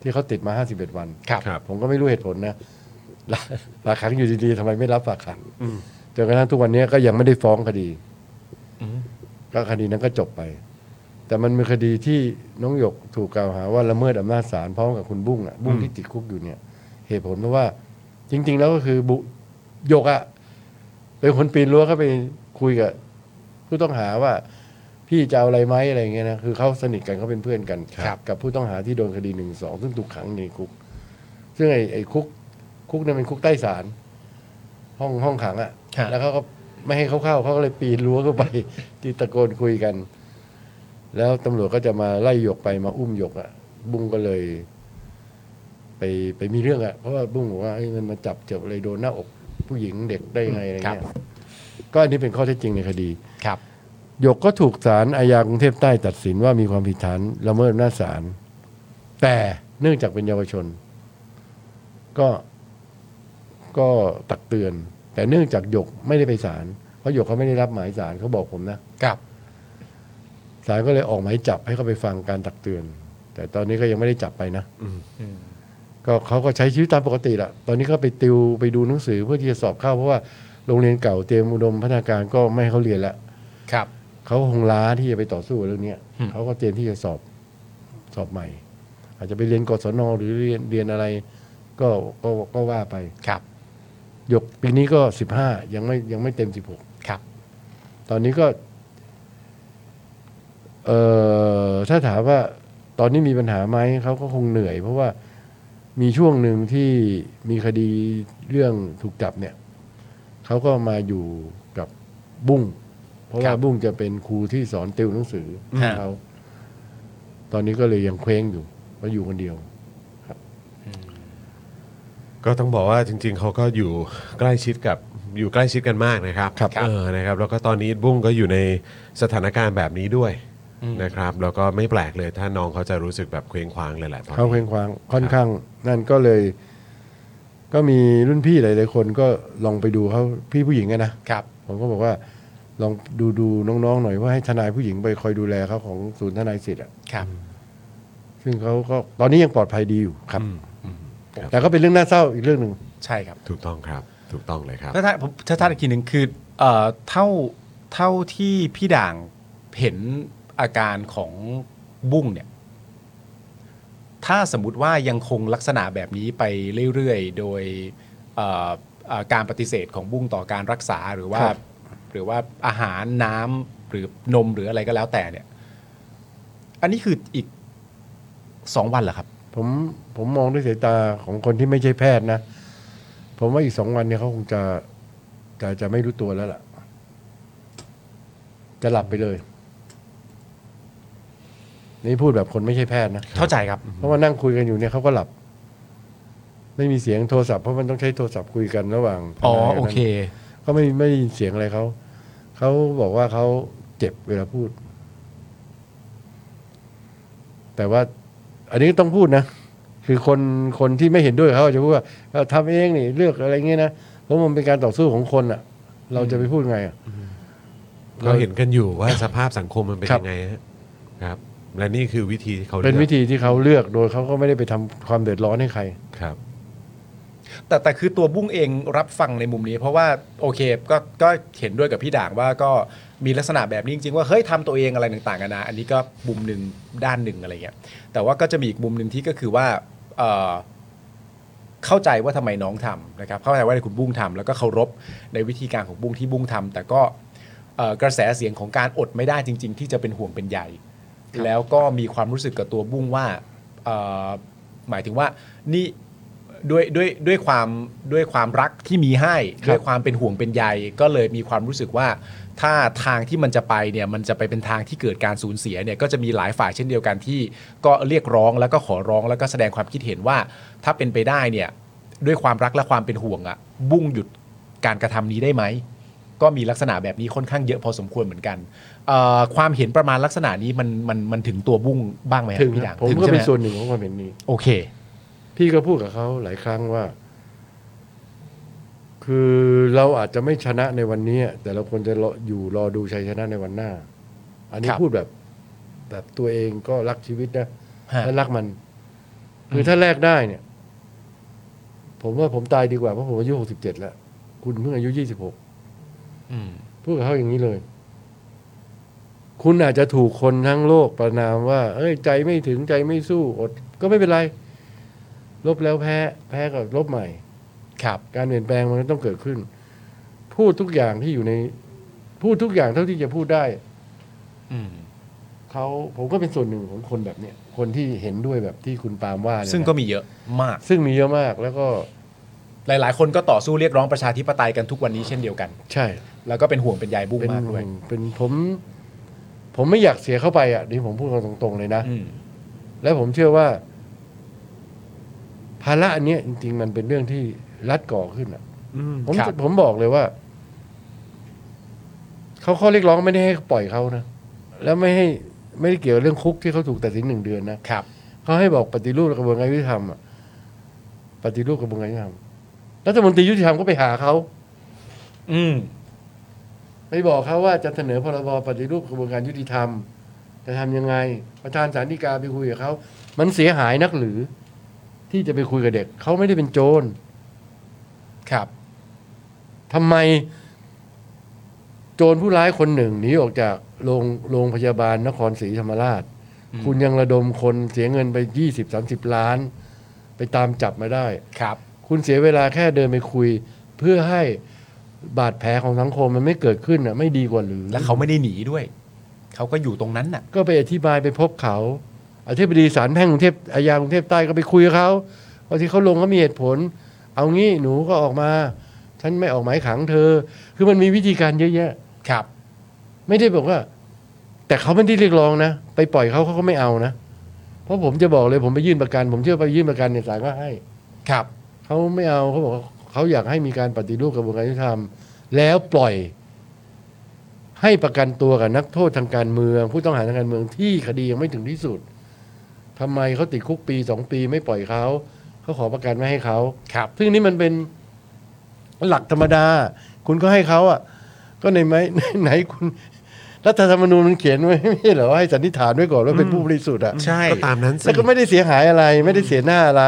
F: ที่เขาติดมาห้าสิบเอ็ดวัน
B: ครับ
A: ครับ
F: ผมก็ไม่รู้เหตุผลนะ ฝากขังอยู่ดีๆทำไมไม่รับฝากขัง จนกระทั่งทุกวันนี้ก็ยังไม่ได้ฟ้องคดีก็คดีนั้นก็จบไป แต่มันเป็นคดีที่น้องหยกถูกกล่าวหาว่าละเมิดอำนาจศาลพร้อมกับคุณบุ้งอ่ะบุ้งที่ติดคุกอยู่เนี่ย เหตุผลเพราะว่า จริง ๆ แล้วก็คือบุหยกอ่ะเป็นคนปีนรั้วเข้าไปคุยกับ ผู้ต้องหาว่า พี่จะเอาอะไรไหมอะไรเงี้ยนะคือเขาสนิทกันเขาเป็นเพื่อนกัน
B: ครับ
F: กับผู้ต้องหาที่โดนคดีหนึ่งสองซึ่งถูกขังในคุก ซึ่งไอ้ไอ้คุก คุกเนี่ยเป็นคุกใต้ศาลห้องห้องขังอะ
B: ฮะ
F: ่ะ แล้วเขาก็ไม่ให้เขาเข้าเขาก็เลยปีนรั้วเข้าไป ที่ตะโกนคุยกัน แล้วตำรวจก็จะมาไล่หยกไปมาอุ้มหยกอะ่ะ บุ้งก็เลย ไปไปมีเรื่องอะ่ะเพราะว่าบุ้งบอกว่าเอ้ยมันมาจับเจ็บอะไรโดนหน้าอกผู้หญิงเด็กได้ยังไงอะไรเงี้ยก็อันนี้เป็นข้อเท็จจริงในคดี
B: ครับ
F: หยกก็ถูกศาลอาญากรุงเทพใต้ตัดสินว่ามีความผิดฐานละเมิดอำนาจศาลแต่เนื่องจากเป็นเยาวชน ก็ก็ตักเตือน แต่เนื่องจากหยกไม่ได้ไปศาลเพราะหยกเขาไม่ได้รับหมายศาลเขาบอกผมนะครับ ศาลก็เลยออกหมายจับให้เขาไปฟังการตักเตือน แต่ตอนนี้ก็ยังไม่ได้จับไปนะก็เขาก็ใช้ชีวิตตามปกติละตอนนี้ก็ไปติวไปดูหนังสือเพื่อที่จะสอบเข้าเพราะว่าโรงเรียนเก่าเตรียมอุดมพัฒนาการก็ไม่ให้เขาเรียนละ
B: ครับ
F: เขาคงล้าที่จะไปต่อสู้กับเรื่องเนี้ย
B: อืม
F: เขาก็เตรียมที่จะสอบสอบใหม่ อาจจะไปเรียนกศนหรือเรียนเรียนอะไร ก็ก็ก็ว่าไป
B: ครับ
F: หยกปีนี้ก็สิบห้ายังไม่ยังไม่เต็มสิบหก
B: ครับ
F: ตอนนี้ก็ เอ่อถ้าถามว่าตอนนี้มีปัญหาไหมเขาก็คงเหนื่อย เพราะว่ามีช่วงหนึ่งที่มีคดีเรื่องถูกจับเนี่ยเขาก็มาอยู่กับบุ้งเพราะ
B: ครั
F: ว่า
B: บ
F: บุ้งจะเป็นครูที่สอนติวหนังสือ
B: ฮะ
F: เขาตอนนี้ก็เลยยังเคว้งอยู่มาะอยู่คนเดียว
A: ก็ต้องบอกว่าจริง ๆ เขาก็อยู่ใกล้ชิดกับอยู่ใกล้ชิดกันมากนะครับ
F: ครับ
A: เออนะครับ แล้วก็ตอนนี้บุ้งก็อยู่ในสถานการณ์แบบนี้ด้วยนะครับ แล้วก็ไม่แปลกเลยถ้าน้องเขาจะรู้สึกแบบเคว้งคว้างเลยแหละตอน
F: เขาเคว้
A: นี้
F: งคว้างค่อนข้าง นั่นก็เลย ก็มีรุ่นพี่หลายๆคนก็ลองไปดูเขาพี่ผู้หญิงอะนะครับ ผมก็บอกว่า ลองดูดูน้องๆหน่อยว่าให้ทนายผู้หญิงไปคอยดูแลเขาของศูนย์ทนายสิทธิ์อะ
B: ครับ
F: ซึ่งเขาก็ตอนนี้ยังปลอดภัยดีอยู่ครับ แต่ก็เป็นเรื่องน่าเศร้าอีกเรื่องหนึ่ง
B: ใช่ครับ
A: ถูกต้องครับ ถูกต้องเลยครับ
B: ถ้าท่านผมถ้าท่านอีกทีหนึ่งคือเอ่อเท่าเท่าที่พี่ด่างเห็นอาการของบุ้งเนี่ย ถ้าสมมติว่ายังคงลักษณะแบบนี้ไปเรื่อยๆ โดยเอ่อเอ่อการปฏิเสธของบุ้งต่อการรักษาหรือว่า
F: ครับ
B: หรือว่าอาหารน้ำหรือนมหรืออะไรก็แล้วแต่เนี่ย อันนี้คืออีกสองวันเหรอครับ
F: ผมผมมองด้วยสายตาของคนที่ไม่ใช่แพทย์นะ ผมว่าอีกสองวันเนี่ยเขาคงจะจะจะไม่รู้ตัวแล้วล่ะ จะหลับไปเลย นี่พูดแบบคนไม่ใช่แพทย์นะ
B: เข้าใจครับ
F: เพราะว่านั่งคุยกันอยู่เนี่ยเขาก็หลับ ไม่มีเสียงโทรศัพท์เพราะมันต้องใช้โทรศัพท์คุยกันระหว่าง
B: อ๋อ
F: ทนายกับ
B: โอเค
F: นั่นก็ไม่ไม่ได้ยินเสียงอะไรเขาเขาบอกว่าเขาเจ็บเวลาพูด แต่ว่า อันนี้ต้องพูดนะ คือคนคนที่ไม่เห็นด้วยเขาจะพูดว่าเอ่อทำเองนี่เลือกอะไรเงี้ยนะเพราะมันเป็นการต่อสู้ของคนอะเราจะไปพูดไงอะ
A: ก็เห็นกันอยู่ว่าสภาพสังคมมันเป็น
F: ครับ
A: ยังไงฮะครับ และนี่คือวิธีที่เขาลือก
F: เป็นวิธีที่เขาเลือกโดยเขาก็ไม่ได้ไปทำความเดือดร้อนให้ใคร
A: ครับ
B: แต่แต่คือตัวบุ้งเองรับฟังในมุมนี้ เพราะว่าโอเคก็ก็เห็นด้วยกับพี่ด่างว่าก็มีลักษณะแบบนี้จริงๆว่าเฮ้ยทำตัวเองอะไรต่างๆกันานะอันนี้ก็มุมหนึ่งด้านหนึ่งอะไรเงี้ยแต่ว่าก็จะมีอีกมุมหนึ่งที่ก็คือว่าเอ่อเข้าใจว่าทำไมน้องทำนะครับเข้าใจว่าคุณบุ้งทำแล้วก็เคารพในวิธีการของบุ้งที่บุ้งทำแต่ก็เอ่อกระแสเสียงของการอดไม่ได้จริง ๆ ที่จะเป็นห่วงเป็นใย แล้วก็มีความรู้สึกกับตัวบุ้งว่าเอ่อหมายถึงว่านี่ด้วยด้วยด้วยความด้วยความรักที่มีให้
F: ครับ
B: ด้วยความเป็นห่วงเป็นใยก็เลยมีความรู้สึกว่า ถ้าทางที่มันจะไปเนี่ยมันจะไปเป็นทางที่เกิดการสูญเสียเนี่ยก็จะมีหลายฝ่ายเช่นเดียวกันที่ก็เรียกร้องแล้วก็ขอร้องแล้วก็แสดงความคิดเห็นว่า ถ้าเป็นไปได้เนี่ยด้วยความรักและความเป็นห่วงอะบุ้งหยุดการกระทำนี้ได้ไหม ก็มีลักษณะแบบนี้ค่อนข้างเยอะพอสมควรเหมือนกันเอ่อความเห็นประมาณลักษณะนี้มันมันมันถึงตัวบุ้งบ้างไหมฮะ
F: ถึง
B: พี่
F: นะ
B: ด่าง
F: ผม
B: ถึง
F: ก็
B: ใช่ไห
F: เป็น
B: ม
F: ส่วนหนึ่งของความเห็นนี้
B: โอเค
F: พี่ก็พูดกับเขาหลายครั้งว่า คือเราอาจจะไม่ชนะในวันนี้ แต่เราควรจะรออยู่รอดูชัยชนะในวันหน้า อันนี้
B: ครับ
F: พูดแบบ แบบตัวเองก็รักชีวิตนะ
B: ฮะ
F: และรักมัน คือถ้าแลกได้เนี่ย ผมว่าผมตายดีกว่าเพราะผมอายุหกสิบเจ็ดแล้ว คุณเพิ่งอายุยี่สิบหก
B: อืม
F: พูดกับเขาอย่างนี้เลย คุณอาจจะถูกคนทั้งโลกประนามว่า เอ้ย ใจไม่ถึงใจไม่สู้อด ก็ไม่เป็นไร ลบแล้วแพ้ แพ้ก็ลบใหม่
B: ครับ
F: การเปลี่ยนแปลงมันก็ต้องเกิดขึ้น พูดทุกอย่างที่อยู่ใน พูดทุกอย่างเท่าที่จะพูดได้
B: อืม
F: เขาผมก็เป็นส่วนหนึ่งของคนแบบเนี้ยคนที่เห็นด้วยแบบที่คุณปาล์มว่าเนี่ยนะ
B: ซึ่งก็มีเยอะมาก
F: ซึ่งมีเยอะมากแล้วก็
B: หลาย ๆ คนก็ต่อสู้เรียกร้องประชาธิปไตยกันทุกวันนี้เช่นเดียวกัน
F: ใช่
B: แล้วก็เป็นห่วงเป็นใยบุ้ง
F: เป็น
B: มากด้วย
F: เป็นผม ผมไม่อยากเสียเข้าไปอ่ะนี่ผมพูดกันตรงๆเลยนะ
B: อืม
F: และผมเชื่อว่า ภาระอันเนี้ยจริง ๆ มันเป็นเรื่องที่รัฐก่อขึ้นอ่ะ ผม
B: ครับ
F: ผมบอกเลยว่า เขาข้อเรียกร้องไม่ได้ให้ปล่อยเขานะ แล้วไม่ให้ไม่ได้เกี่ยวเรื่องคุกที่เขาถูกตัดสินหนึ่งเดือนนะ
B: ครับ
F: เขาให้บอกปฏิรูปกระบวนการยุติธรรมอะปฏิรูปกระบวนการยุติธรรมรัฐมนตรียุติธรรมก็ไปหาเขา
B: อืม
F: ไปบอกเขาว่าจะเสนอพรบปฏิรูปกระบวนการยุติธรรม จะทำยังไง ประธานสารดีกาไปคุยกับเขามันเสียหายนักหรือ ที่จะไปคุยกับเด็ก เขาไม่ได้เป็นโจร
B: ครับ
F: ทำไม โจรผู้ร้ายคนหนึ่งหนีออกจากโรงโรงพยาบาลนครศรีธรรมราช
B: อืม
F: คุณยังระดมคนเสียเงินไปยี่สิบสามสิบล้าน ไปตามจับมาได้
B: ครับ
F: คุณเสียเวลาแค่เดินไปคุย เพื่อให้บาดแผลของสังคมมันไม่เกิดขึ้นอ่ะ ไม่ดีกว่าหรือ
B: แล้วเขาไม่ได้หนีด้วย เขาก็อยู่ตรงนั้นน่ะ
F: ก็ไปอธิบายไปพบเขาอธิบดีศาลแพ่งกรุงเทพอาญากรุงเทพใต้ก็ไปคุยกับเขาว่าที่เขาลงก็มีเหตุผล เอางี้หนูก็ออกมาฉันไม่ออกหมายขังเธอ คือมันมีวิธีการเยอะแยะ
B: ครับ
F: ไม่ได้บอกว่า แต่เขาไม่ได้เรียกร้องนะ ไปปล่อยเขาเขาก็ไม่เอานะ เพราะผมจะบอกเลยผมไปยื่นประกัน ผมเชื่อไปยื่นประกันเนี่ยศาลก็ให้
B: ครับ
F: เขาไม่เอาเขาบอกว่าเขาอยากให้มีการปฏิรูปกระบวนการยุติธรรม แล้วปล่อย ให้ประกันตัวกับนักโทษทางการเมือง ผู้ต้องหาทางการเมืองที่คดียังไม่ถึงที่สุดทำไมเขาติดคุกปีสองปีไม่ปล่อยเขาเขาขอประกันไม่ให้เขา
B: ครับ
F: ซึ่งนี่มันเป็นหลักธรรมดา คุณก็ให้เขาอ่ะ ก็ในไหม ไหนคุณรัฐธรรมนูญมันเขียนไว้ไม่ใช่เหรอว่าให้สันนิษฐานไว้ก่อนว่าเป็นผู้บริสุทธิ์อ่ะ
B: ใช่
A: ก็ตามนั้นสิ
F: แล้วก็ไม่ได้เสียหายอะไรไม่ได้เสียหน้าอะไร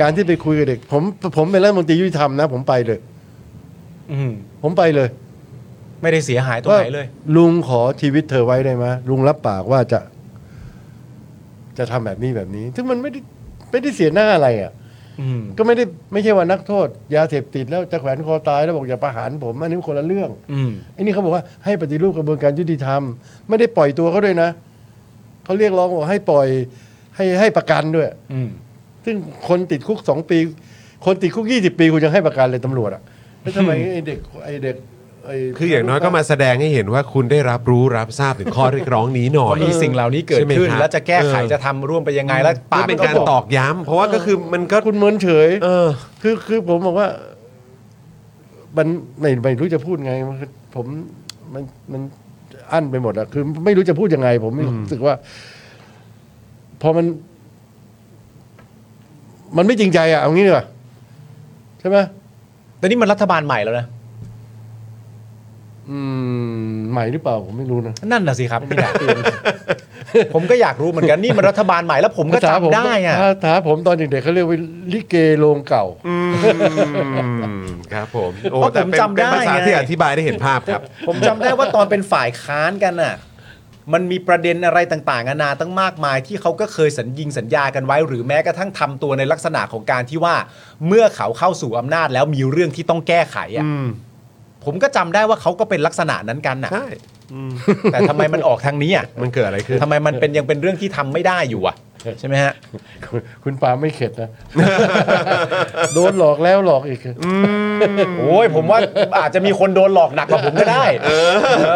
F: การที่ไปคุยกับเด็ก ผมผมเป็นรัฐมนตรียุติธรรมนะ ผมไปเลย
B: อืม
F: ผมไปเลย
B: ไม่ได้เสียหายตรงไหนเลย
F: ว่าลุงขอชีวิตเธอไว้ได้ไหมลุงรับปากว่าจะ จะทำแบบนี้แบบนี้ ซึ่งมันไม่ได้ไม่ได้เสียหน้าอะไรอ่ะ
B: อืม
F: ก็ไม่ได้ไม่ใช่ว่านักโทษ ยาเสพติดแล้วจะแขวนคอตายแล้วบอกอย่าประหารผมอันนี้คนละเรื่อง
B: อืม
F: ไอ้นี่เขาบอกว่าให้ปฏิรูปกระบวนการยุติธรรม ไม่ได้ปล่อยตัวเขาด้วยนะเขาเรียกร้องบอกให้ปล่อย ให้ให้ประกันด้วย
B: อืม
F: ซึ่งคนติดคุกสองปี คนติดคุกยี่สิบปีคุณยังให้ประกันเลยตำรวจอ่ะแล้วทำไมไอ้เด็กไอ้เด็กไ
A: คืออย่างน้อยก็มาแสดงให้เห็นว่าคุณได้รับรู้รับทราบถึงข้อเรียกร้องนี้หน่อย
B: มีสิ่งเหล่านี้เกิด
A: ใช่ไหม
B: ขึ้น
A: ครับ
B: แล้วจะแก้ไขจะทำร่วมไปยังไง แล้ว
A: เพื่อ
B: ปาล์ม
A: เป็นการ
B: บอ
A: ตอกย้ำเพราะว่าก็คือมันก็
F: คุณเมินเฉย
A: เออ
F: คือคือผมบอกว่า มันไม่ไม่รู้จะพูดไงมันผมมันมันอั้นไปหมดอะคือ ไม่รู้จะพูดยังไง ผมรู้สึกว่า พอมัน มันไม่จริงใจอะเอางี้ดีกว่าใช่ไหม
B: แต่นี่มันรัฐบาลใหม่แล้วนะ
F: อืม ใหม่หรือเปล่า ผมไม่รู้นะ
B: นั่นน่ะสิครับไม่อยาก ผมก็อยากรู้เหมือนกันนี่มันรัฐบาลใหม่แล้วผมก็
F: ภาษาผม
B: จำได้อะ
F: ภาษาผมตอนเด็กๆเขาเรียกว่าลิเกโรงเก่า
A: อืมครับผมโอ้
B: เพราะ
A: แต่
B: ผม
A: เป็น
B: จำ
A: เป็น
B: ได้
A: ภาษา
B: ไง
A: ที่อธิบายได้เห็นภาพครับ
B: ผมจำได้ว่าตอนเป็นฝ่ายค้านกันน่ะ มันมีประเด็นอะไรต่างๆนานาตั้งมากมายที่เขาก็เคยสัญญิงสัญญากันไว้ หรือแม้กระทั่งทำตัวในลักษณะของการที่ว่า เมื่อเขาเข้าสู่อำนาจแล้วมีเรื่องที่ต้องแก้ไขอ่ะผมก็จำได้ว่าเขาก็เป็นลักษณะนั้นกันน่ะ
A: ใช่
B: แต่ทำไมมันออกทาง นี้อ่ะ
A: มันเกิดอะไรขึ้น
B: ทำไมมันเป็นยังเป็นเรื่องที่ทำไม่ได้อยู่อ่ะ ใช่ไหมฮะ
F: คุณคุณปาไม่เข็ดนะ โดนหลอกแล้วหลอกอีก
B: โอ้ยผมว่าอาจจะมีคนโดนหลอกหนักกว่าผมก็ได้ เอ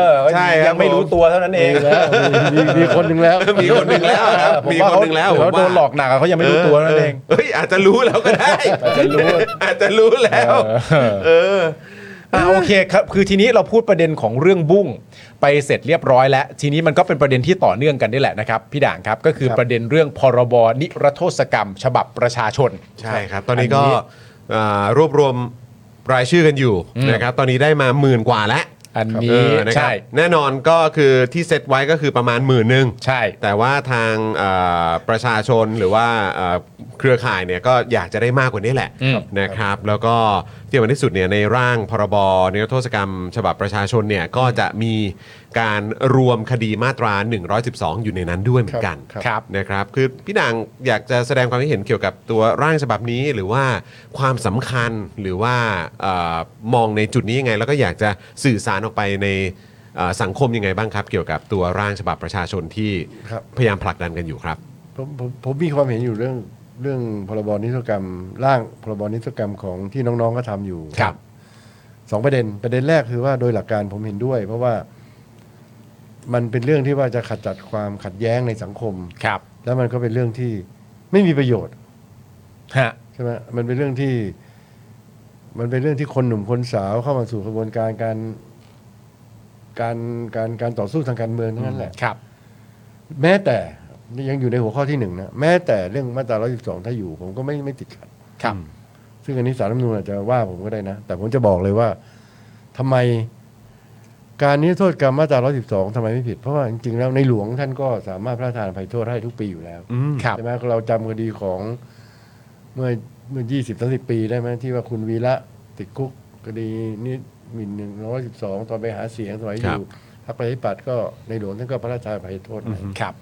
B: อ
A: ใช่ครับ
B: ยังไม่รู้ตัวเท่านั้นเอง
F: มีแล้วมีมีมีคนหนึ่งแล้ว
A: มีคนหนึ่งแล้วครับ
B: ผม
A: มี
B: ว่า
A: คน
B: เขา
A: หนึ่งแล้วผม
B: เขา
A: ว่า
B: โดนหลอกหนักอะเขายังไม่รู้ตัวเท่านั่นเอง
A: เฮ้ยอาจจะรู้แล้วก็ได้ อาจจะรู้อาจจะรู้แล้ว เออ
B: อ่าโอเคครับคือทีนี้เราพูดประเด็นของเรื่องบุ้งไปเสร็จเรียบร้อยแล้ว ทีนี้มันก็เป็นประเด็นที่ต่อเนื่องกันนี่แหละนะครับพี่ด่างครับก็คือ
F: ครับ
B: ประเด็นเรื่องพรบนิรโทษกรรม ฉบับประชาชน
A: ใช่ครับ ตอนนี้ก็อ่ารวบรวมรายชื่อกันอยู่นะครับ ตอนนี้ได้มาหมื่นกว่าแล้ว
B: อัน
A: เอ
B: นี้
A: อนะครับ
B: ใช่
A: แน่นอนก็คือที่เซตไว้ก็คือประมาณหมื่นหนึ่ง
B: ใช่
A: แต่ว่าทางเอ่อประชาชนหรือว่าเอ่อเครือข่ายเนี่ยก็อยากจะได้มากกว่านี้แหละ
B: อืม
A: นะครับ แล้วก็ที่วันที่สุดเนี่ยในร่างพรบนิรโทษกรรม ฉบับประชาชนเนี่ยก็จะมีการรวมคดีมาตรา 112 อยู่ในนั้นด้วยเหมือนกัน
F: ครับ
B: ครับ
A: นะครับคือพี่นางอยากจะแสดงความคิดเห็นเกี่ยวกับตัวร่างฉบับนี้หรือว่าความสำคัญหรือว่าเออมองในจุดนี้ยังไง แล้วก็อยากจะสื่อสารออกไปในเอ่อสังคมยังไงบ้างครับ เกี่ยวกับตัวร่างฉบับประชาชนที่
F: ครับ
A: พยายามผลักดันกันอยู่ครับ
F: ผมผมผมมีความเห็นอยู่เรื่องเรื่องพรบนิรโทษกรรม ร่างพรบนิรโทษกรรมของที่น้องๆก็ทำอยู่
A: ครับ
F: สองประเด็นประเด็นแรกคือว่าโดยหลักการผมเห็นด้วย เพราะว่ามันเป็นเรื่องที่ว่าจะขัดจัดความขัดแย้งในสังคม
B: ครับ
F: แล้วมันก็เป็นเรื่องที่ไม่มีประโยชน์
B: ฮะ
F: ใช่ไหมมันเป็นเรื่องที่ มันเป็นเรื่องที่คนหนุ่มคนสาวเข้ามาสู่กระบวนการการการการการต่อสู้ทางการเมืองทั้งนั้นแหละ
B: ครับ
F: แม้แต่ยังอยู่ในหัวข้อที่หนึ่งนะแม้แต่เรื่องมาตรา 112 ถ้าอยู่ ผมก็ไม่ไม่ติดขัด
B: ครับ
F: ซึ่งอันนี้สารรัฐธรรมนูญอาจจะว่าผมก็ได้นะ แต่ผมจะบอกเลยว่าทำไมการนิรโทษกรรมมาตรา 112ทำไมไม่ผิด เพราะว่าจริงๆแล้วในหลวงท่านก็สามารถพระราชทานอภัยโทษให้ทุกปีอยู่แล้ว
B: ครับ
F: ใช่ไหมเราจำคดีของเมื่อเมื่อยี่สิบสามสิบปีได้ไหมที่ว่าคุณวีระติดคุกคดีนี้มินหนึ่งร้อยสิบสองตอนไปหาเสียงสมัยอ
A: ครั
F: ยู่
A: บ
F: พรรคประชาธิปัตย์ก็ในหลวงท่านก็พระราชทานอภัยโทษให้
B: ครับ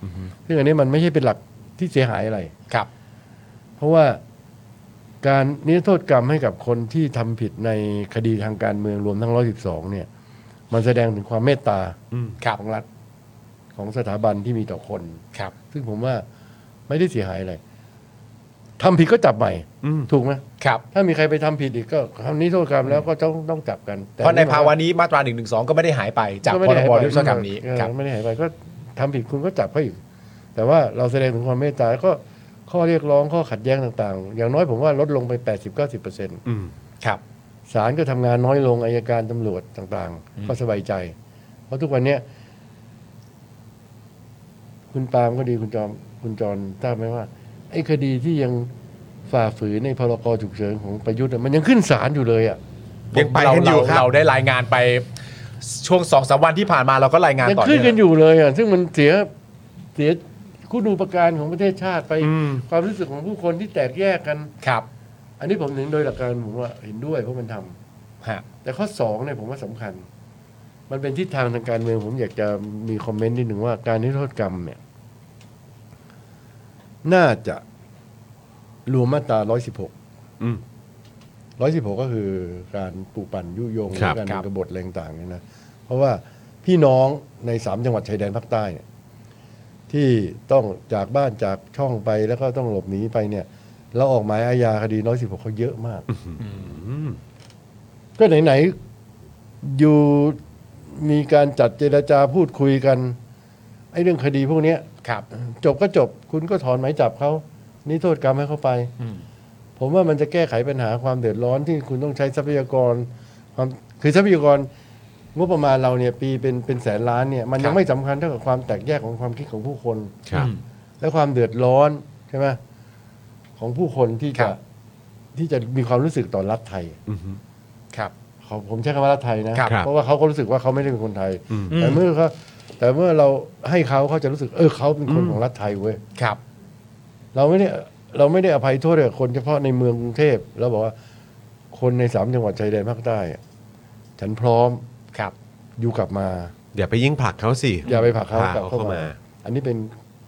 F: ซึ่งอันนี้มันไม่ใช่เป็นหลักที่เสียหายอะไร
B: ครับ
F: เพราะว่าการนิรโทษกรรมให้กับคนที่ทำผิดในคดีทางการเมืองรวมทั้งร้อยสิบสองเนี่ย มันแสดงถึงความเมตตา
B: ครับ
F: ของรัฐของสถาบันที่มีต่อคน
B: ครับ
F: ซึ่งผมว่าไม่ได้เสียหายอะไรทำผิดก็จับใหม่ ถูกไหม
B: ครับ
F: ถ้ามีใครไปทำผิดอีกก็คำนี้โทษกรรมแล้วก็ต้องต้องจับกันแต่
B: เพราะในภาวะนี้มาตรา1นึก็ไม่ได้หายไปจาก
F: ก็
B: พ
F: ไม่
B: ร
F: ได้หาย
B: บ
F: ไป
B: นิรโทษกรรมนี้
F: เออ
B: ครับ
F: ไม่ได้หายไปก็ทำผิดคุณก็จับเขาอีก แต่ว่าเราแสดงถึงความเมตตาก็ข้อเรียกร้องข้อขัดแย้งต่างๆ อย่างน้อยผมว่าลดลงไป 80-90%เปอร์เซ็นต์
B: ครับ
F: ศาลก็ทำงานน้อยลงอายการตำรวจต่าง
B: อืม
F: ๆ ก็สบายใจ เพราะทุกวันเนี้ยคุณปาล์มก็ดีคุณจอมคุณจรทราบไหมว่า ไอ้คดีที่ยังฝ่าฝืนในพรกฉุกเฉินของประยุทธ์อะมันยังขึ้นศาลอยู่เลยอ่ะ
A: ยังไปกันอยู่ครับ
B: เราได้รายงานไปช่วงสองสามวันที่ผ่านมาเราก็รายงาน
F: ยัง
B: ต่อ
F: ขึ้
B: เนื่อง
F: นกันอยู่เลยอ่ะซึ่งมันเสียเสียคุณูปการของประเทศชาติไป ความรู้สึกของผู้คนที่แตกแยกกัน
B: ครับ
F: อันนี้ผมถึงโดยหลักการผมว่าเห็นด้วยเพราะมันทำ
B: ฮะ
F: แต่ข้อสองเนี่ยผมว่าสำคัญ มันเป็นทิศทางทางการเมือง ผมอยากจะมีคอมเมนต์นิดหนึ่งว่าการนิรโทษกรรมเนี่ย น่าจะรวมมาตรา 116
A: อืม
F: 116 ก็คือการปลูกปั่นยุยง
A: ครับ
F: การกบฏแรงต่างๆเนี่ยนะ เพราะว่าพี่น้องในสามจังหวัดชายแดนภาคใต้เนี่ยที่ต้องจากบ้านจากช่องไปแล้วก็ต้องหลบหนีไปเนี่ย เราออกหมายอาญาคดี 116เขาเยอะมาก ก็ไหนๆอยู่มีการจัดเจรจาพูดคุยกัน ไอ้เรื่องคดีพวกเนี้ย
B: ครับ
F: จบก็จบ คุณก็ถอนหมายจับเขานี่โทษกรรมให้เขาไป ผมว่ามันจะแก้ไขปัญหาความเดือดร้อนที่คุณต้องใช้ทรัพยากรความคือทรัพยากรงบประมาณเราเนี่ยปีเป็นเป็นแสนล้านเนี่ย มันยังไม่สำคัญเท่ากับความแตกแยกของความคิดของผู้คน
A: ครับ
F: และความเดือดร้อนใช่ไหมของผู้คนที่จะที่จะมีความรู้สึกต่อรัฐไทย
B: ครับ
F: เขาผมใช้คำว่ารัฐไทยนะ
B: ครับ
F: เพราะว่าเขาก็รู้สึกว่าเขาไม่ได้เป็นคนไทย
A: อืม
F: แต่เมื่อเขาแต่เมื่อเราให้เขาเขาจะรู้สึก เออเขาเป็นคนของรัฐไทยเว้ย
B: ครับ
F: เราไม่ได้เราไม่ได้อภัยโทษกับคนเฉพาะในเมืองกรุงเทพเราบอกว่าคนในสามจังหวัดชายแดนภาคใต้อะฉันพร้อม
B: ครับ
F: อยู่กลับมา
A: อย่าไปยิ่งผลักเขาสิ
F: อย่าไปผลักเขา
A: พาก
F: ลับเข้า
A: เข้า
F: มา
A: มา
F: อันนี้เป็น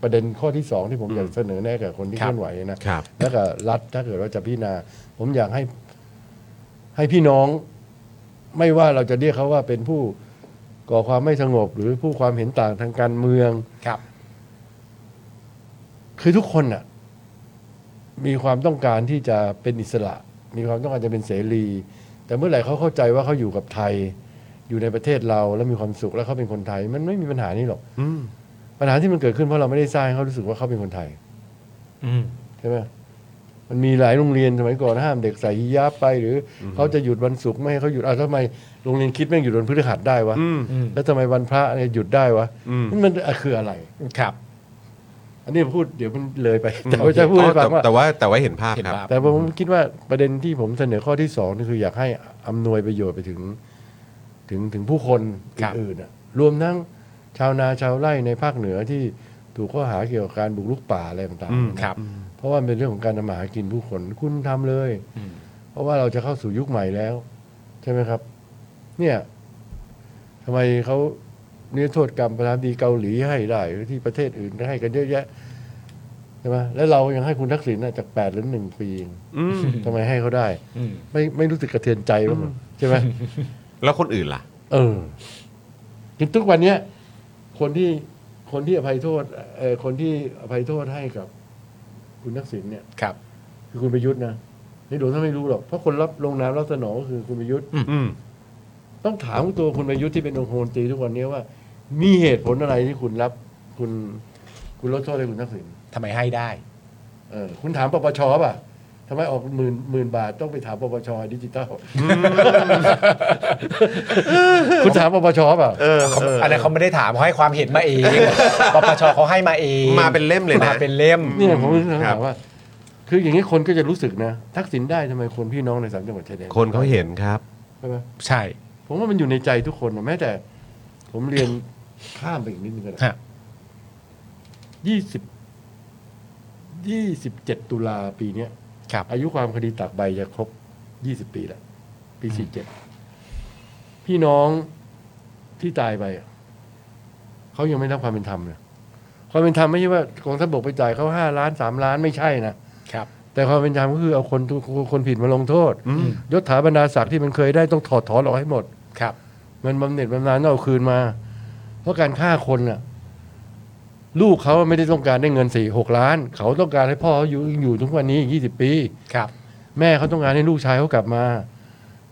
F: ประเด็นข้อที่สองที่ผมอยากเสนอแน่แก่คนที่
B: ครั
F: เค
B: บ
F: ลื่อนไหวนะครับ และกับรัฐถ้าเกิดว่าจะพิจารณาผมอยากให้ให้พี่น้องไม่ว่าเราจะเรียกเขาว่าเป็นผู้ก่อความไม่สงบ หรือผู้ความเห็นต่างทางการเมือง
B: ครับ
F: คือทุกคนน่ะ มีความต้องการที่จะเป็นอิสระ มีความต้องการจะเป็นเสรี แต่เมื่อไหร่เขาเข้าใจว่าเขาอยู่กับไทย อยู่ในประเทศเราแล้วมีความสุขแล้วเขาเป็นคนไทย มันไม่มีปัญหานี้หรอกปัญหาที่มันเกิดขึ้นเพราะเราไม่ได้สร้างให้เขารู้สึกว่าเขาเป็นคนไทย
B: อืม
F: ใช่ไหมมันมีหลายโรงเรียนสมัยก่อนห้ามเด็กใส่ฮิญาบไป หรืออเขาจะหยุดวันศุกร์ไม่ให้เขาหยุดอ่ะทำไมโรงเรียนคิดแม่งหยุดวันพฤหัสได้วะ
B: อืม
F: แล้วทำไมวันพระเนี่ยหยุดได้วะนี่มันอ่ะคืออะไร
B: ครับ
F: อันนี้พูดเดี๋ยวมันเลยไปแต่ว่าจะพูดให้ฟังว่า
A: แต่ว่าแต่ว่าเห็นภาพครับ
B: เห็นภาพ
F: แต่ผมคิดว่าประเด็นที่ผมเสนอข้อที่สองนี่คืออยากให้อำนวยประโยชน์ไปถึง ถึงถึงผู้คน
B: ครับ
F: อื่นๆอะรวมทั้งชาวนาชาวไร่ในภาคเหนือที่ถูกข้อหาเกี่ยวกับการบุกรุกป่าอะไรต่าง
B: อืม
F: ๆ
B: ครับ
F: เพราะว่ามันเป็นเรื่องของการทำมาหากินผู้คนคุณทำเลย
B: อืม
F: เพราะว่าเราจะเข้าสู่ยุคใหม่แล้ว ใช่ไหมครับ เนี่ยทำไมเขาเนื้อโทษกรรมประธานดีเกาหลีให้ได้ที่ประเทศอื่นก็ให้กันเยอะแยะใช่ไหมแล้วเรายังให้คุณทักษิณน่ะจากแปดหรือหนึ่งปีเอง
A: อืม
F: ทำไมให้เขาได้
B: อืม
F: ไม่ไม่รู้สึกกระเทือนใจบ้างเหรอใช่ไหม
A: แล้วคนอื่นล่ะ
F: เออคือทุกวันเนี้ยคนที่คนที่อภัยโทษเออคนที่อภัยโทษให้กับ คุณทักษิณเนี่ย
B: ครับ
F: คือคุณประยุทธ์นะนี่โดนท่านไม่รู้หรอกเพราะคนรับลงนามรับสนองก็คือคุณประยุทธ์
A: อืม
F: ต้องถามตัวคุณประยุทธ์ที่เป็นองคมนตรีทุกวันเนี้ยว่า มีเหตุผลอะไรที่คุณรับ คุณ คุณลดโทษให้คุณทักษิณ
B: ทำไมให้ได้
F: เออคุณถามปปชป่ะทำไมออกหมื่นหมื่นบาทต้องไปถามปปชดิจิตอลคุณถามปปชป่ะ
A: เออ
B: เขา
A: เออ
B: อันนั้นเขาไม่ได้ถามเขาให้ความเห็นมาเอง ปปชเขาให้มาเอง
A: มาเป็นเล่มเลยนะ
B: มาเป็นเล่ม
F: เนี่ยผมถึง
A: ครับ
F: ถามว่า คืออย่างนี้คนก็จะรู้สึกนะ ทักษิณได้ทำไมคนพี่น้องในสามจังหวัดชายแดน
A: คนเขาเห็นครับ
F: ใช่ไหม
B: ใช่
F: ผมว่ามันอยู่ในใจทุกคนนะแม้แต่ ผมเรียน ข้ามไปอีกนิดนึงก็ได้
B: ฮะ
F: ยี่สิบยี่สิบเจ็ดตุลาปีเนี้ย
B: ครับ
F: อายุความคดีตากใบจะครบยี่สิบปีแล้ว ปีสี่เจ็ดพี่น้องที่ตายไปอะเขายังไม่รับความเป็นธรรมเลยความเป็นธรรมไม่ใช่ว่ากองทัพบกไปจ่ายเขาห้าล้านสามล้านไม่ใช่นะ
B: ครับ
F: แต่ความเป็นธรรมก็คือเอาคนทุกคนผิดมาลงโทษ
B: อืม
F: ยศถาบรรดาศักดิ์ที่มันเคยได้ต้องถอดถอนออกให้หมด
B: ครับ
F: มันบำเหน็จบำนาญต้องเอาคืนมา เพราะการฆ่าคนน่ะ ลูกเขาไม่ได้ต้องการได้เงินสี่หกล้าน เขาต้องการให้พ่อเขาอยู่อยู่ทุกวันนี้ยี่สิบปี
B: ครับ
F: แม่เขาต้องการให้ลูกชายเขากลับมา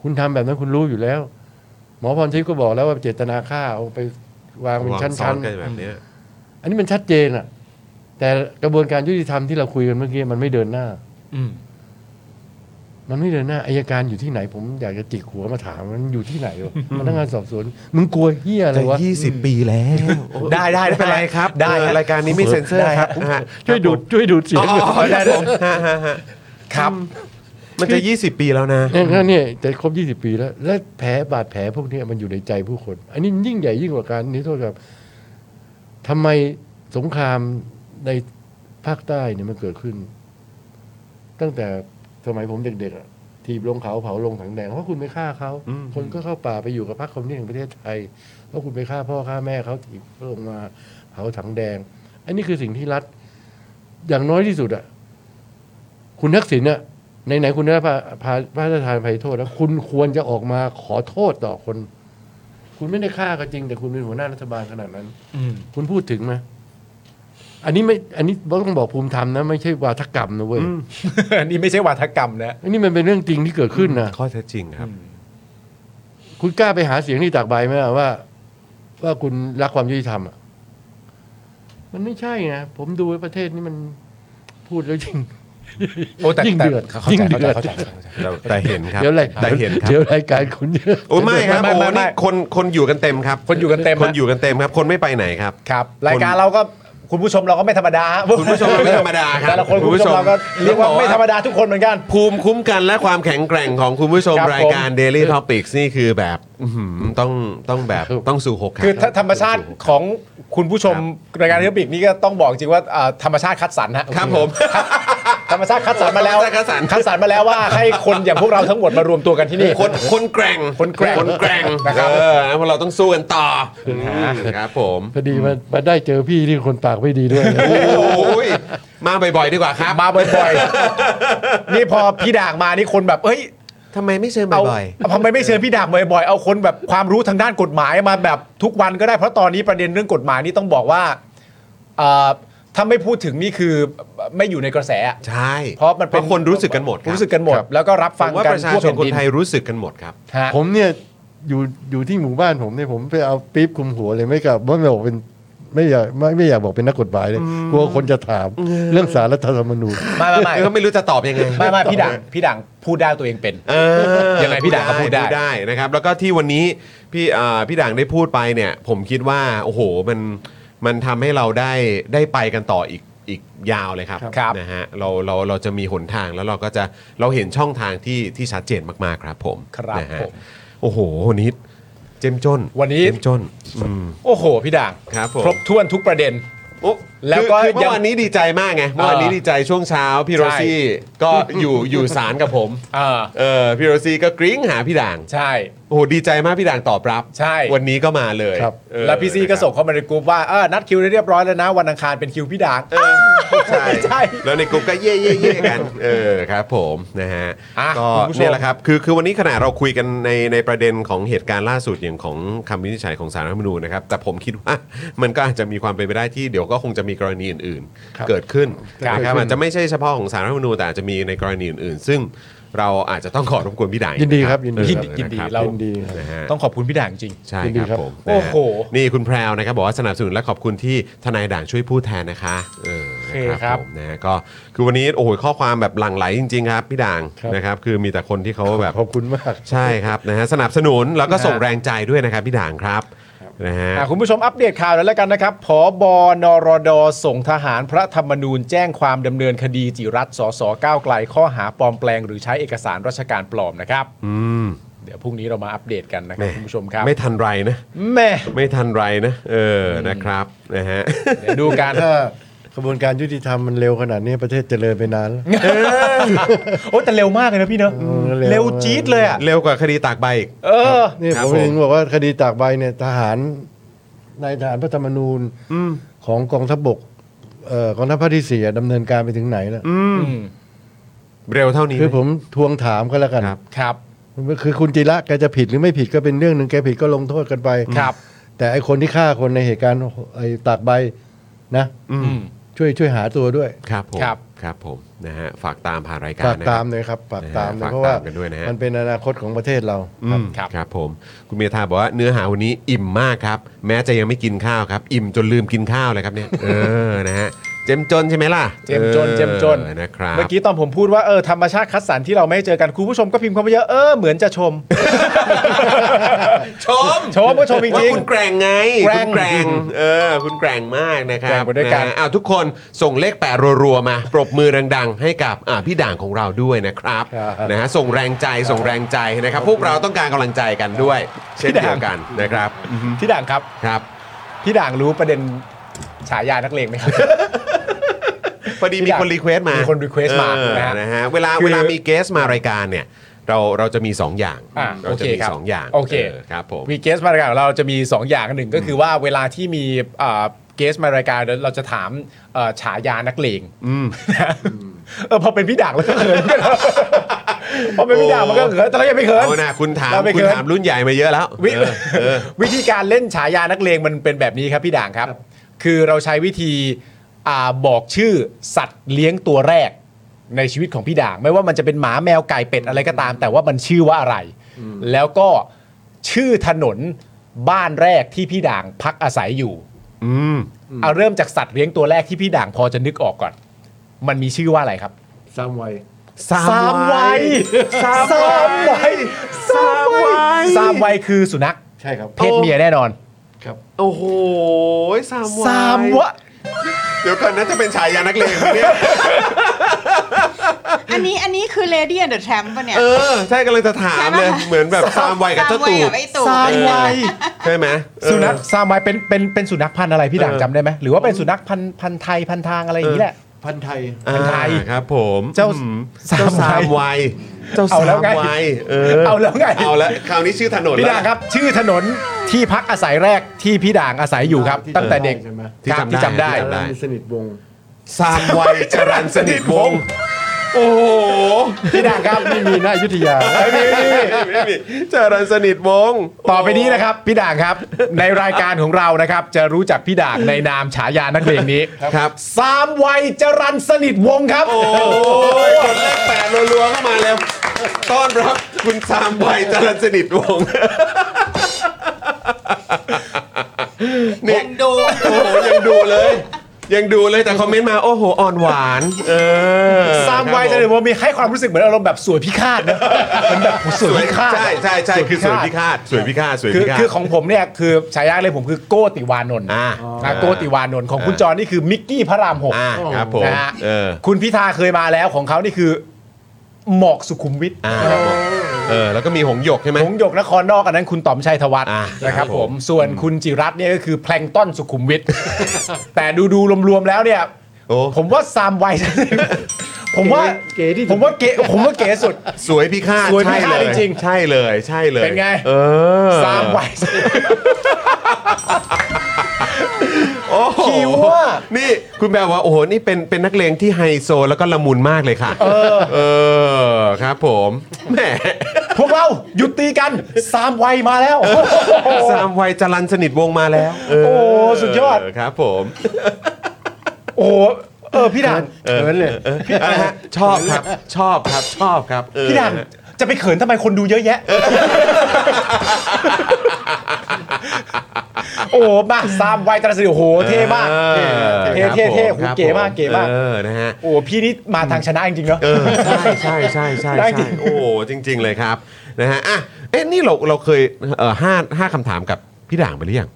F: คุณทำแบบนั้นคุณรู้อยู่แล้ว หมอพรทิพย์ก็บอกแล้วว่าเจตนาฆ่าเอาไปวางเป็น
A: วางซ้อ
F: ชั้น
A: นกันแบบเนี้ย
F: ๆอันนี้มันชัดเจนอ่ะ แต่กระบวนการยุติธรรมที่เราคุยกันเมื่อกี้มันไม่เดินหน้า
B: อืม
F: มันไม่เดินหน้าอายการอยู่ที่ไหน ผมอยากจะจิกหัวมาถามมันอยู่ที่ไหนวะพนักงานสอบสวน มึงกลัวเหี้ยอะไร
A: จะ
F: วะ
A: ยี่สิบปีแล้ว
B: ได้ได้
A: ไม่เป็นไรครับ
B: ได้
A: เออรายการนี้ไม่เซ็นเซอร์
B: ได้
A: ค
B: ครั
A: รับบ ฮะ
F: ช่วยดูดช่วยดูดเสีย
A: อ๋
F: ง
A: อ
F: หน่อย
A: อ๋อได้ผมฮะฮะฮะ
B: ครับ
A: มันจะ 20 ปีแล้วนะ
F: เนี่ยงั้นเนี่ยแต่ครบยี่สิบปีแล้ว และแผลบาดแผลพวกเนี้ยมันอยู่ในใจผู้คน อันนี้ยิ่งใหญ่ยิ่งกว่าการนี้โทษครับทำไมสงครามในภาคใต้เนี่ยมันเกิดขึ้น ตั้งแต่สมัยผมเด็กๆอะทีบลงเขาเผาลงถังแดงเพราะคุณไปฆ่าเขา
A: อืม
F: คนก็เข้าป่าไปอยู่กับพรรคคอมมิวนิสต์แห่งประเทศไทยเพราะคุณไปฆ่าพ่อฆ่าแม่เขาถีบลงมาเผาถังแดง อันนี้คือสิ่งที่รัฐ อย่างน้อยที่สุดอะคุณทักษิณอะไหนๆคุณได้รับพระพระพระราชทานอภัยโทษแล้ว คุณควรจะออกมาขอโทษต่อคน คุณไม่ได้ฆ่าก็จริง แต่คุณเป็นหัวหน้ารัฐบาลขนาดนั้น
B: อืม
F: คุณพูดถึงไหมอันนี้ไม่ อันนี้ต้องบอกภูมิธรรมนะ ไม่ใช่วาทกรรมนะเว้ย
B: อันนี้ไม่ใช่วาทกรรมนะ
F: อันนี้มันเป็นเรื่องจริงที่เกิดขึ้นนะ
A: ข้อเท็จจริงครับ
F: คุณกล้าไปหาเสียงที่ตากใบไหมอะว่า ว่าคุณรักความยุติธรรมอะมันไม่ใช่นะผมดูไว้ประเทศนี้มันพูดแล้วจริง
B: โอ้แต่
F: ยิ่งเดือด
B: แต่เข้า
F: ยิ่
B: ใจ
F: งเดื
B: เข้าใจ
F: อด
B: เข้าใจเข้าใจ
A: เราแต่เห็นครับ
F: เดี๋ยวอะไร
A: แต่เห็นครับ
F: เดี๋ยวรายการคุณเยอะ
A: โอ้ยไม่ครับ
B: ไม่
A: โอ้
B: ไม่ไม่
A: นี่คนคนอยู่กันเต็มครับ
B: คนอยู่กันเต็ม
A: ค
B: ฮะ
A: นอยู่กันเต็มครับ คนไม่ไปไหนครับ
B: ครับ รายการเราก็คุณผู้ชมเราก็ไม่ธรรมดา
A: คุณผู้ชมเราไม่ธรรมดาครับ
B: แต่ละคน
A: คุ
B: คุณ ณ
A: ผู้ช
B: ผู้ช
A: ม
B: มเราก็เรียกว่าไม่ธรรมดาทุกคนเหมือนกัน
A: ภูมิคุ้มกันและความแข็งแกร่งของคุณผู้ชม
B: ครับผม
A: รายการ Daily Topics นี่คือแบบอื้อหือต้องต้องแบบต้องสู่หกรับ
B: คือถ้าธรรมชาติ
A: ต้องสู่หก
B: ของคุณผู้ชมรายการเรื่องบิกนี่ก็ต้องบอกจริงว่าอ่าธรรมชาติคัดสรรฮะ
A: ครับผม
B: ธรรมชาติคัดสรรมาแล้ว
A: ธรรชติคัดสรร
B: คัดสรรมาแล้วว่าให้คนอย่างพวกเราทั้งหมดมารวมตัวกันที่นี่
A: คนคนแกร่ง
B: คนแกร่ง
A: คนแกร่ง
B: นะครับ
A: เออเพราะเราต้องสู้กันต่ออืมครับผม
F: พอดีมามาได้เจอพี่ที่คนปากไม่ดีด้วย
A: โอ้ยมาบ่อยๆดีกว่าครับ
B: มาบ่อยๆ นี่พอพี่ด่างมานี่คนแบบ เอ้ย
A: ทำไมไม่เชิญ
B: เอา
A: บ่อย
B: ทำไมไม่เชิญพี่ดาบบ่อยๆ เอาคนแบบความรู้ทางด้านกฎหมายมาแบบทุกวันก็ได้เพราะตอนนี้ประเด็นเรื่องกฎหมายนี่ต้องบอกว่าเอ่อถ้าไม่พูดถึงนี่คือไม่อยู่ในกระแสอะ
A: ๆ ใช่
B: เพราะมันเป็น
A: คนรู้สึกกันหมดคบ
B: รู้สึกกันหมด แล้วก็รับ
A: ผ
B: ฟัง
A: มว่า
B: กัน
A: ประชา
B: ทั่ว
A: ชน
B: แผ่น
A: คน
B: ดิน
A: ไทยรู้สึกกันหมดครับ
B: ฮะ
F: ผมเนี่ยอยู่อยู่ที่หมู่บ้านผมเนี่ยผมไปเอาปี๊บคลุมหัวเลยไม่กลับไม่บอกเป็นไม่อยากไม่ไม่อยากบอกเป็นนักกฎหมายเลยกลัวคนจะถามเรื่องสารรัฐธรรมนูญ
B: ไม่ไม่ ไม่
A: ก็ไม่รู้จะตอบยังไง
B: ไม่ไม่พี่ด่างพี่ด่างพูดได้ตัวเองเป็น
A: เออ
B: ยังไงพี่ด่างก็พูดได้
A: ได้นะครับ แล้วก็ที่วันนี้พี่อ่าพี่ด่างได้พูดไปเนี่ย ผมคิดว่าโอ้โหมันมันทำให้เราได้ได้ไปกันต่ออีกอีกยาวเลยครับ
B: ครับ
A: นะฮะเราเราเราจะมีหนทางแล้วเราก็จะเราเห็นช่องทางที่ที่ชัดเจนมากๆครับผม
B: ครับ
A: นะฮะ
B: ผม
A: โอ้โหวันนี้ เจมจน
B: วันนี้
A: เจมจนอืม
B: โอ้โห พี่ด่าง
A: ครับผม
B: ครบถ้วนทุกประเด็น
A: โอ้
B: แล้วก็
A: คือคือเมื่
B: ยั
A: องวานนี้ดีใจมากไงเมื่อวานนี้ดีใจช่วงเช้าพี่โรซี่ก็อยู่อยู่สารกับผม
B: อ่า
A: เออพี่โรซี่ก็กริ๊งหาพี่ด่าง
B: ใช่
A: โอ้โหดีใจมากพี่ด่างตอบรับ
B: ใช่
A: วันนี้ก็มาเลย
F: ครับ
A: เออ
B: แล้วพี่ซีก็ส่ง
A: นะค
B: เข้ามาในกลุ่มว่าเออนัดคิวได้เรียบร้อยแล้วนะ วันอังคารเป็นคิวพี่ด่าง
A: รับใช่
B: ใช่
A: แล้วในกลุ่มก็เย่เย่เย่กันเออครับผมนะฮะ
B: อ่ะ
A: ก็
B: คุณผู้ชม
A: เนี่ยแหละครับคือคือวันนี้ขณะเราคุยกันในในประเด็นของเหตุการณ์ล่าสุดอย่างของคำวินิจฉัยของสารรัฐธรรมนูญนะครับแต่ผมคิดว่ามันก็อาจจะมีความเป็นไปได้ที่เดี๋ยวก็คงจะมีกรณีอื่น
F: ครับ
A: ๆ เกิดขึ้นนะค
F: ครั
A: รับบ อาจจะ ไม่ใช่เฉพาะของสารรัฐธรรมนูญแต่อาจจะมีในกรณีอื่นๆ ซึ่งเราอาจจะต้องขอรบกวนพี่ด่าย
F: ยินดีครับยินดี
B: ยิน
F: ครับ
B: ดี
A: ะค
B: ยินดี
A: รับ
B: เรา
F: ยินดีครับ
A: นะฮะ
B: ต้องขอบคุณพี่ด่างจริง
A: ใช่
F: ยินดี
A: ค
F: ครั
A: รับบ ผม
B: โอ้โห
A: นะฮะนี่คุณแพรวนะครับ บอกว่าสนับสนุนและขอบคุณที่ทนายด่างช่วยพูดแทนนะคะเออนะผมนะฮะก็คือวันนี้โอ้โหข้อความแบบหลั่งไหลจริง ๆ ครับ พี่ด่าง
F: ครับ
A: นะครับคือมีแต่คนที่เขาแบบ
F: ขอบคุณมาก
A: ใช่ครับนะฮะสนับสนุนแล้วก็ส่งแรงใจด้วยนะครับพี่ด่างครับนะฮะ
B: อ่ะคุณผู้ชมอัปเดตข่าวแล้วแล้วกันนะครับผอบอนรดส่งทหารพระธรรมนูญแจ้งความดำเนินคดีจิรัตน์สสก้าวไกล ข้อหาปลอมแปลง หรือใช้เอกสารราชการปลอมนะครับ
A: ม
B: เดี๋ยวพรุ่งนี้เรามาอัปเดตกันนะครับคุณผู้ชมครับ
A: ไม่ทันไรนะ
B: แม่
A: ไม่ทันไรนะเออนะครับนะฮะ
B: เดี๋ยวดูกัน
F: ถ้ากระบวนการยุติธรรมมันเร็วขนาดนี้ประเทศเจริญไปนานแล้ว
B: โอ้แต่เร็วมากเลยนะพี่เนอะ
F: มเร็ว
B: เร็วจี๊ดเลยอ่ะ
A: เร็วกว่าคดีตากใบอีก
B: เออ
F: นี่
A: ครับ
F: ผม
A: ผม
F: เองบอกว่าคดีตากใบเนี่ยทหารในายทหารพระธรรมนูญของกองทัพบกเอ่อกองทัพภาคที่สี่อะดำเนินการไปถึงไหนแล้ว
A: เร็วเท่านี้
F: คือ
A: ไหม
F: ผมทวงถามก็แล้วกัน
A: ครับ
B: ครับ
F: คือคุณจิระแกจะผิดหรือไม่ผิดก็เป็นเรื่องหนึ่งแกผิดก็ลงโทษกันไป
B: ครับ
F: แต่ไอคนที่ฆ่าคนในเหตุการณ์ไอตากใบนะ
A: อืม
B: อืม
F: ช่วยช่วยหาตัวด้วย
A: ครับผม
B: ครับ
A: ครับผมนะฮะฝากตามผ่านรายการ
F: ฝาก
A: นะครับ
F: ตามเลยครับฝากตามเลย
A: นะฮะ
F: เพราะว่า
A: ฝากตามกันด้วยนะฮะ
F: มันเป็นอนาคตของประเทศเรา
A: อืม
B: ครับ
A: ครับผมคุณเมธาบอกว่าเนื้อหาวันนี้อิ่มมากครับ แม้จะยังไม่กินข้าวครับ อิ่มจนลืมกินข้าวเลยครับเนี่ย เออนะฮะเจมจนใช่ไหมล่ะ
B: เจมจนเจมจน
A: ออนะครับ
B: เมื่อกี้ตอนผมพูดว่าเออธรรมชาติคัดสรรที่เราไม่เจอกันคุณผู้ชมก็พิมพ์เข้ามาเยอะเออเหมือนจะชม
A: ชม
B: ชมก็ชมจ
A: ว่า
B: ริง
A: คุณแกร่งไง
B: แกร่
A: คุณ
B: ง
A: แกร่งเออคุณแกร่งมากนะครั
B: แกร่
A: บ
B: งไปด้วยกัน
A: ะฮะอ้าวทุกคนส่งเลขแปดรัวๆมา ปรบมือดัง ๆ ให้กับอ่าพี่ด่างของเราด้วยนะครับ
F: ครับ
A: นะฮะส่งแรงใจส่งแรงใจนะครับ พวกเราต้องการกำลังใจกันด้วย เช่นเดียวกันนะครับอือฮึ
B: พี่ด่างครับ
A: ครับ
B: พี่ด่างรู้ประเด็นฉายานักเลงไหม ครับ
A: พอดี
B: ที่
A: มี
B: อยาก
A: คนรีเควสต์มา
B: มี
A: มี
B: คน request มานะฮะ
A: นะฮะเวลา
B: คือ
A: เวลามีเกสมารายการเนี่ย เราเราจะมี 2 อย่าง
B: อ่า
A: เราจะ
B: โอเค
A: มี
B: ครับ
A: สองอย่าง
B: โอเค
A: ครับผม
B: มีเกสมารายการของเราจะมี 2 อย่างหนึ่งก็คือว่าเวลาที่มีอ่าเกสมารายการเราจะถามเอ่อฉายานักเลงเออพอเป็นพี่ด่างแล้วก็ เขินกันนะพอเป็นพี่ด่างมันก็เขินแต่เรายังไม่เขิน
A: เอานะคุณถาม
B: เราไม่
A: คุณ
B: เขิน
A: ถามรุ่นใหญ่มาเยอะแล้ว
B: วิ
A: เออเออ
B: วิธีการเล่นฉายานักเลงมันเป็นแบบนี้ครับพี่ด่างครับ คือเราใช้วิธีอาบอกชื่อสัตว์เลี้ยงตัวแรกในชีวิตของพี่ด่าง ไม่ว่ามันจะเป็นหมาแมวไก่เป็ดอะไรก็ตาม แต่ว่ามันชื่อว่าอะไร แล้วก็ชื่อถนนบ้านแรกที่พี่ด่างพักอาศัยอยู่
A: อืม
B: เอาเริ่มจากสัตว์เลี้ยงตัวแรกที่พี่ด่างพอจะนึกออกก่อน มันมีชื่อว่าอะไรครับ
F: สามวัย
A: สามวัย
B: สามวัย
A: สามวัย
B: สามวัยคือสุนัข
F: ใช่ครับ
B: เพศเมียแน่นอน
F: ครับ
A: โอ้โหสามวัย
B: สามวะ
A: เดี๋ยวก่อนนะจะเป็นฉายานักเลงไหมเนี่ย
C: อันนี้อันนี้คือ Lady and the Tramp ป่ะเนี่ย
A: เออใช่กำลังจะถามเลย
C: ใช่ปะ
A: เหมือนแบบสามวัยกับเจ้าตู
C: ตาม
A: บ
C: ไอ้ตูบ
B: สามวัย
A: ใช่ไหมเออ
B: สุนัขสามวัยเป็นเป็นเป็นสุนัขพันธุ์อะไรพี่ด่างจำได้ไหมหรือว่าเป็นสุนัขพันธุ์พันธุ์ไทยพันธุ์ทางอะไรอย่างนี้แหละ
F: พันธุ์ไทย
B: เป็นไทย
A: อ่าครับผม
B: เจ้า
A: อืม
B: สาม
A: เจ้าสาม
B: วั
A: วัย
B: ย
A: เจ้า
B: เอาแล้
A: สาว ม
B: ไง
A: วัยเอ
B: เอาแล้วไง
A: เอาแล้วคราวนี้ชื่อถนน
B: พี่
A: แล้ว
B: ด่างครับ ชื่อถนนที่พักอาศัยแรกที่พี่ด่างอาศัยอยู่ครับ
F: ที่
B: ตั้งแต่เด็ก
F: จำได้ใช่ไหม
A: ที่
B: ครับ
A: จำได้
B: ที่จำ
A: จำ
B: ได้
A: ได้
F: มีสนิทวงศ์
A: สามวัยจรันสนิทวงศ์โอ้โห
B: พี่ด่างครับ
F: ไม่มีหน้ายุทธยา
B: ไม่มีไม่มี
A: ไม่มีจรันสนิทวงศ์
B: ต่อไปนี้นะครับ พี่ด่างครับ ในรายการของเรานะครับ จะรู้จักพี่ด่างในนามฉายานักเลงนี้
A: ครับ
B: สามวัยจรันสนิทวงศ์ครับ
A: โอ้ยคนแรกแปดรัวๆเข้ามาแล้วต้อนรับคุณสามวัยจรันสนิทวงศ์นี่
C: ยังดู
A: โอ้โหยังดูเลย ยังดูเลยแต่คอมเมนต์มา โอ้โห อ่อนหวาน เออ
B: สามวัย
A: ค
B: จะ
A: รับ
B: เห็
A: ผ
B: นว่ามีให้ความรู้สึกเหมือนอารมณ์แบบสวยพิฆาตนะ เหมือนแบบสวยพิฆาต
A: ใช่ใช่ใช่คือสวยพิฆาตสวยพิฆาตสวย
B: คือ
A: พิฆาต
B: คือของผมเนี่ยคือฉายาเลยผมคือโกติวานนท์
A: อ่า
B: นะโกติวานนท์ของคุณจอนี่คือมิกกี้พระรามหก
A: อ่าครับผม
B: นะฮะ
A: เออ
B: คุณพิธาเคยมาแล้วของเขานี่คือ หมอกสุขุมวิท
A: อ่าเออแล้วก็มีหงส์หยกใช่ไหม
B: หงหยกนครนอกอันนั้นคุณต๋อมชัยธวัฒน์
A: อ่า
B: นะค
A: ครั
B: รับบ ผ
A: ผม ม
B: ส่วนคุณจิรัตน์เนี่ยก็คือแพลงก์ต้อนสุขุมวิท แต่ดูดูๆรวมๆแล้วเนี่ย
A: โอ้
B: ผมว่าซามไว ผมว่า
F: เก๋ที่สุด
B: ผมว่าเก๋ผมว่าเก๋สุด
A: สวยพี่ค่าต
B: สวยพิฆาต
A: ใช่เลย
B: จริงๆ
A: ใช่เลยใช่เลย
B: เป็นไง
A: เออ
B: ซามไว
A: โอ้โห
B: คิวอะ
A: นี่คุณแบบว่าโอ้โหนี่เป็นเป็นนักเลงที่ไฮโซแล้วก็ละมุนมากเลยค่ะ เออเออครับผมแหม
B: พวกเราหยุดตีกันซามไวมาแล้ว
A: สามวัยจรันสนิทวงศ์มาแล้วเ
B: โอ้สุดยอด
A: เครับผม
B: โอ้โหเออพี่ดัน
F: เขินเลย
A: อะไรฮะชอบครับชอบครับชอบครับเออ
B: พี่ดันจะไปเขินทำไมคนดูเยอะแยะ โอ้โหมาซามไวตราสิโอ้โหเท่มาก
A: เออ
B: เท่
A: ครับ
B: เท่เท่
A: ผมค
B: โอ้โห
A: รับ
B: เก๋มาก
A: ผ
B: เก๋มาก
A: เออนะฮะ
B: โอ้โหพี่นี่มาทางชนะจริงๆเนาะ
A: เออใช่ใช่ใช่
B: ได้
A: ใช่
B: จริ
A: ใช่
B: ง
A: โอ้จริง ๆ เลยครับนะฮะอ่ะเอ๊ะนี่เราเราเคยเอ่อห้าห้าคำถามกับพี่ด่างไปหรือยัง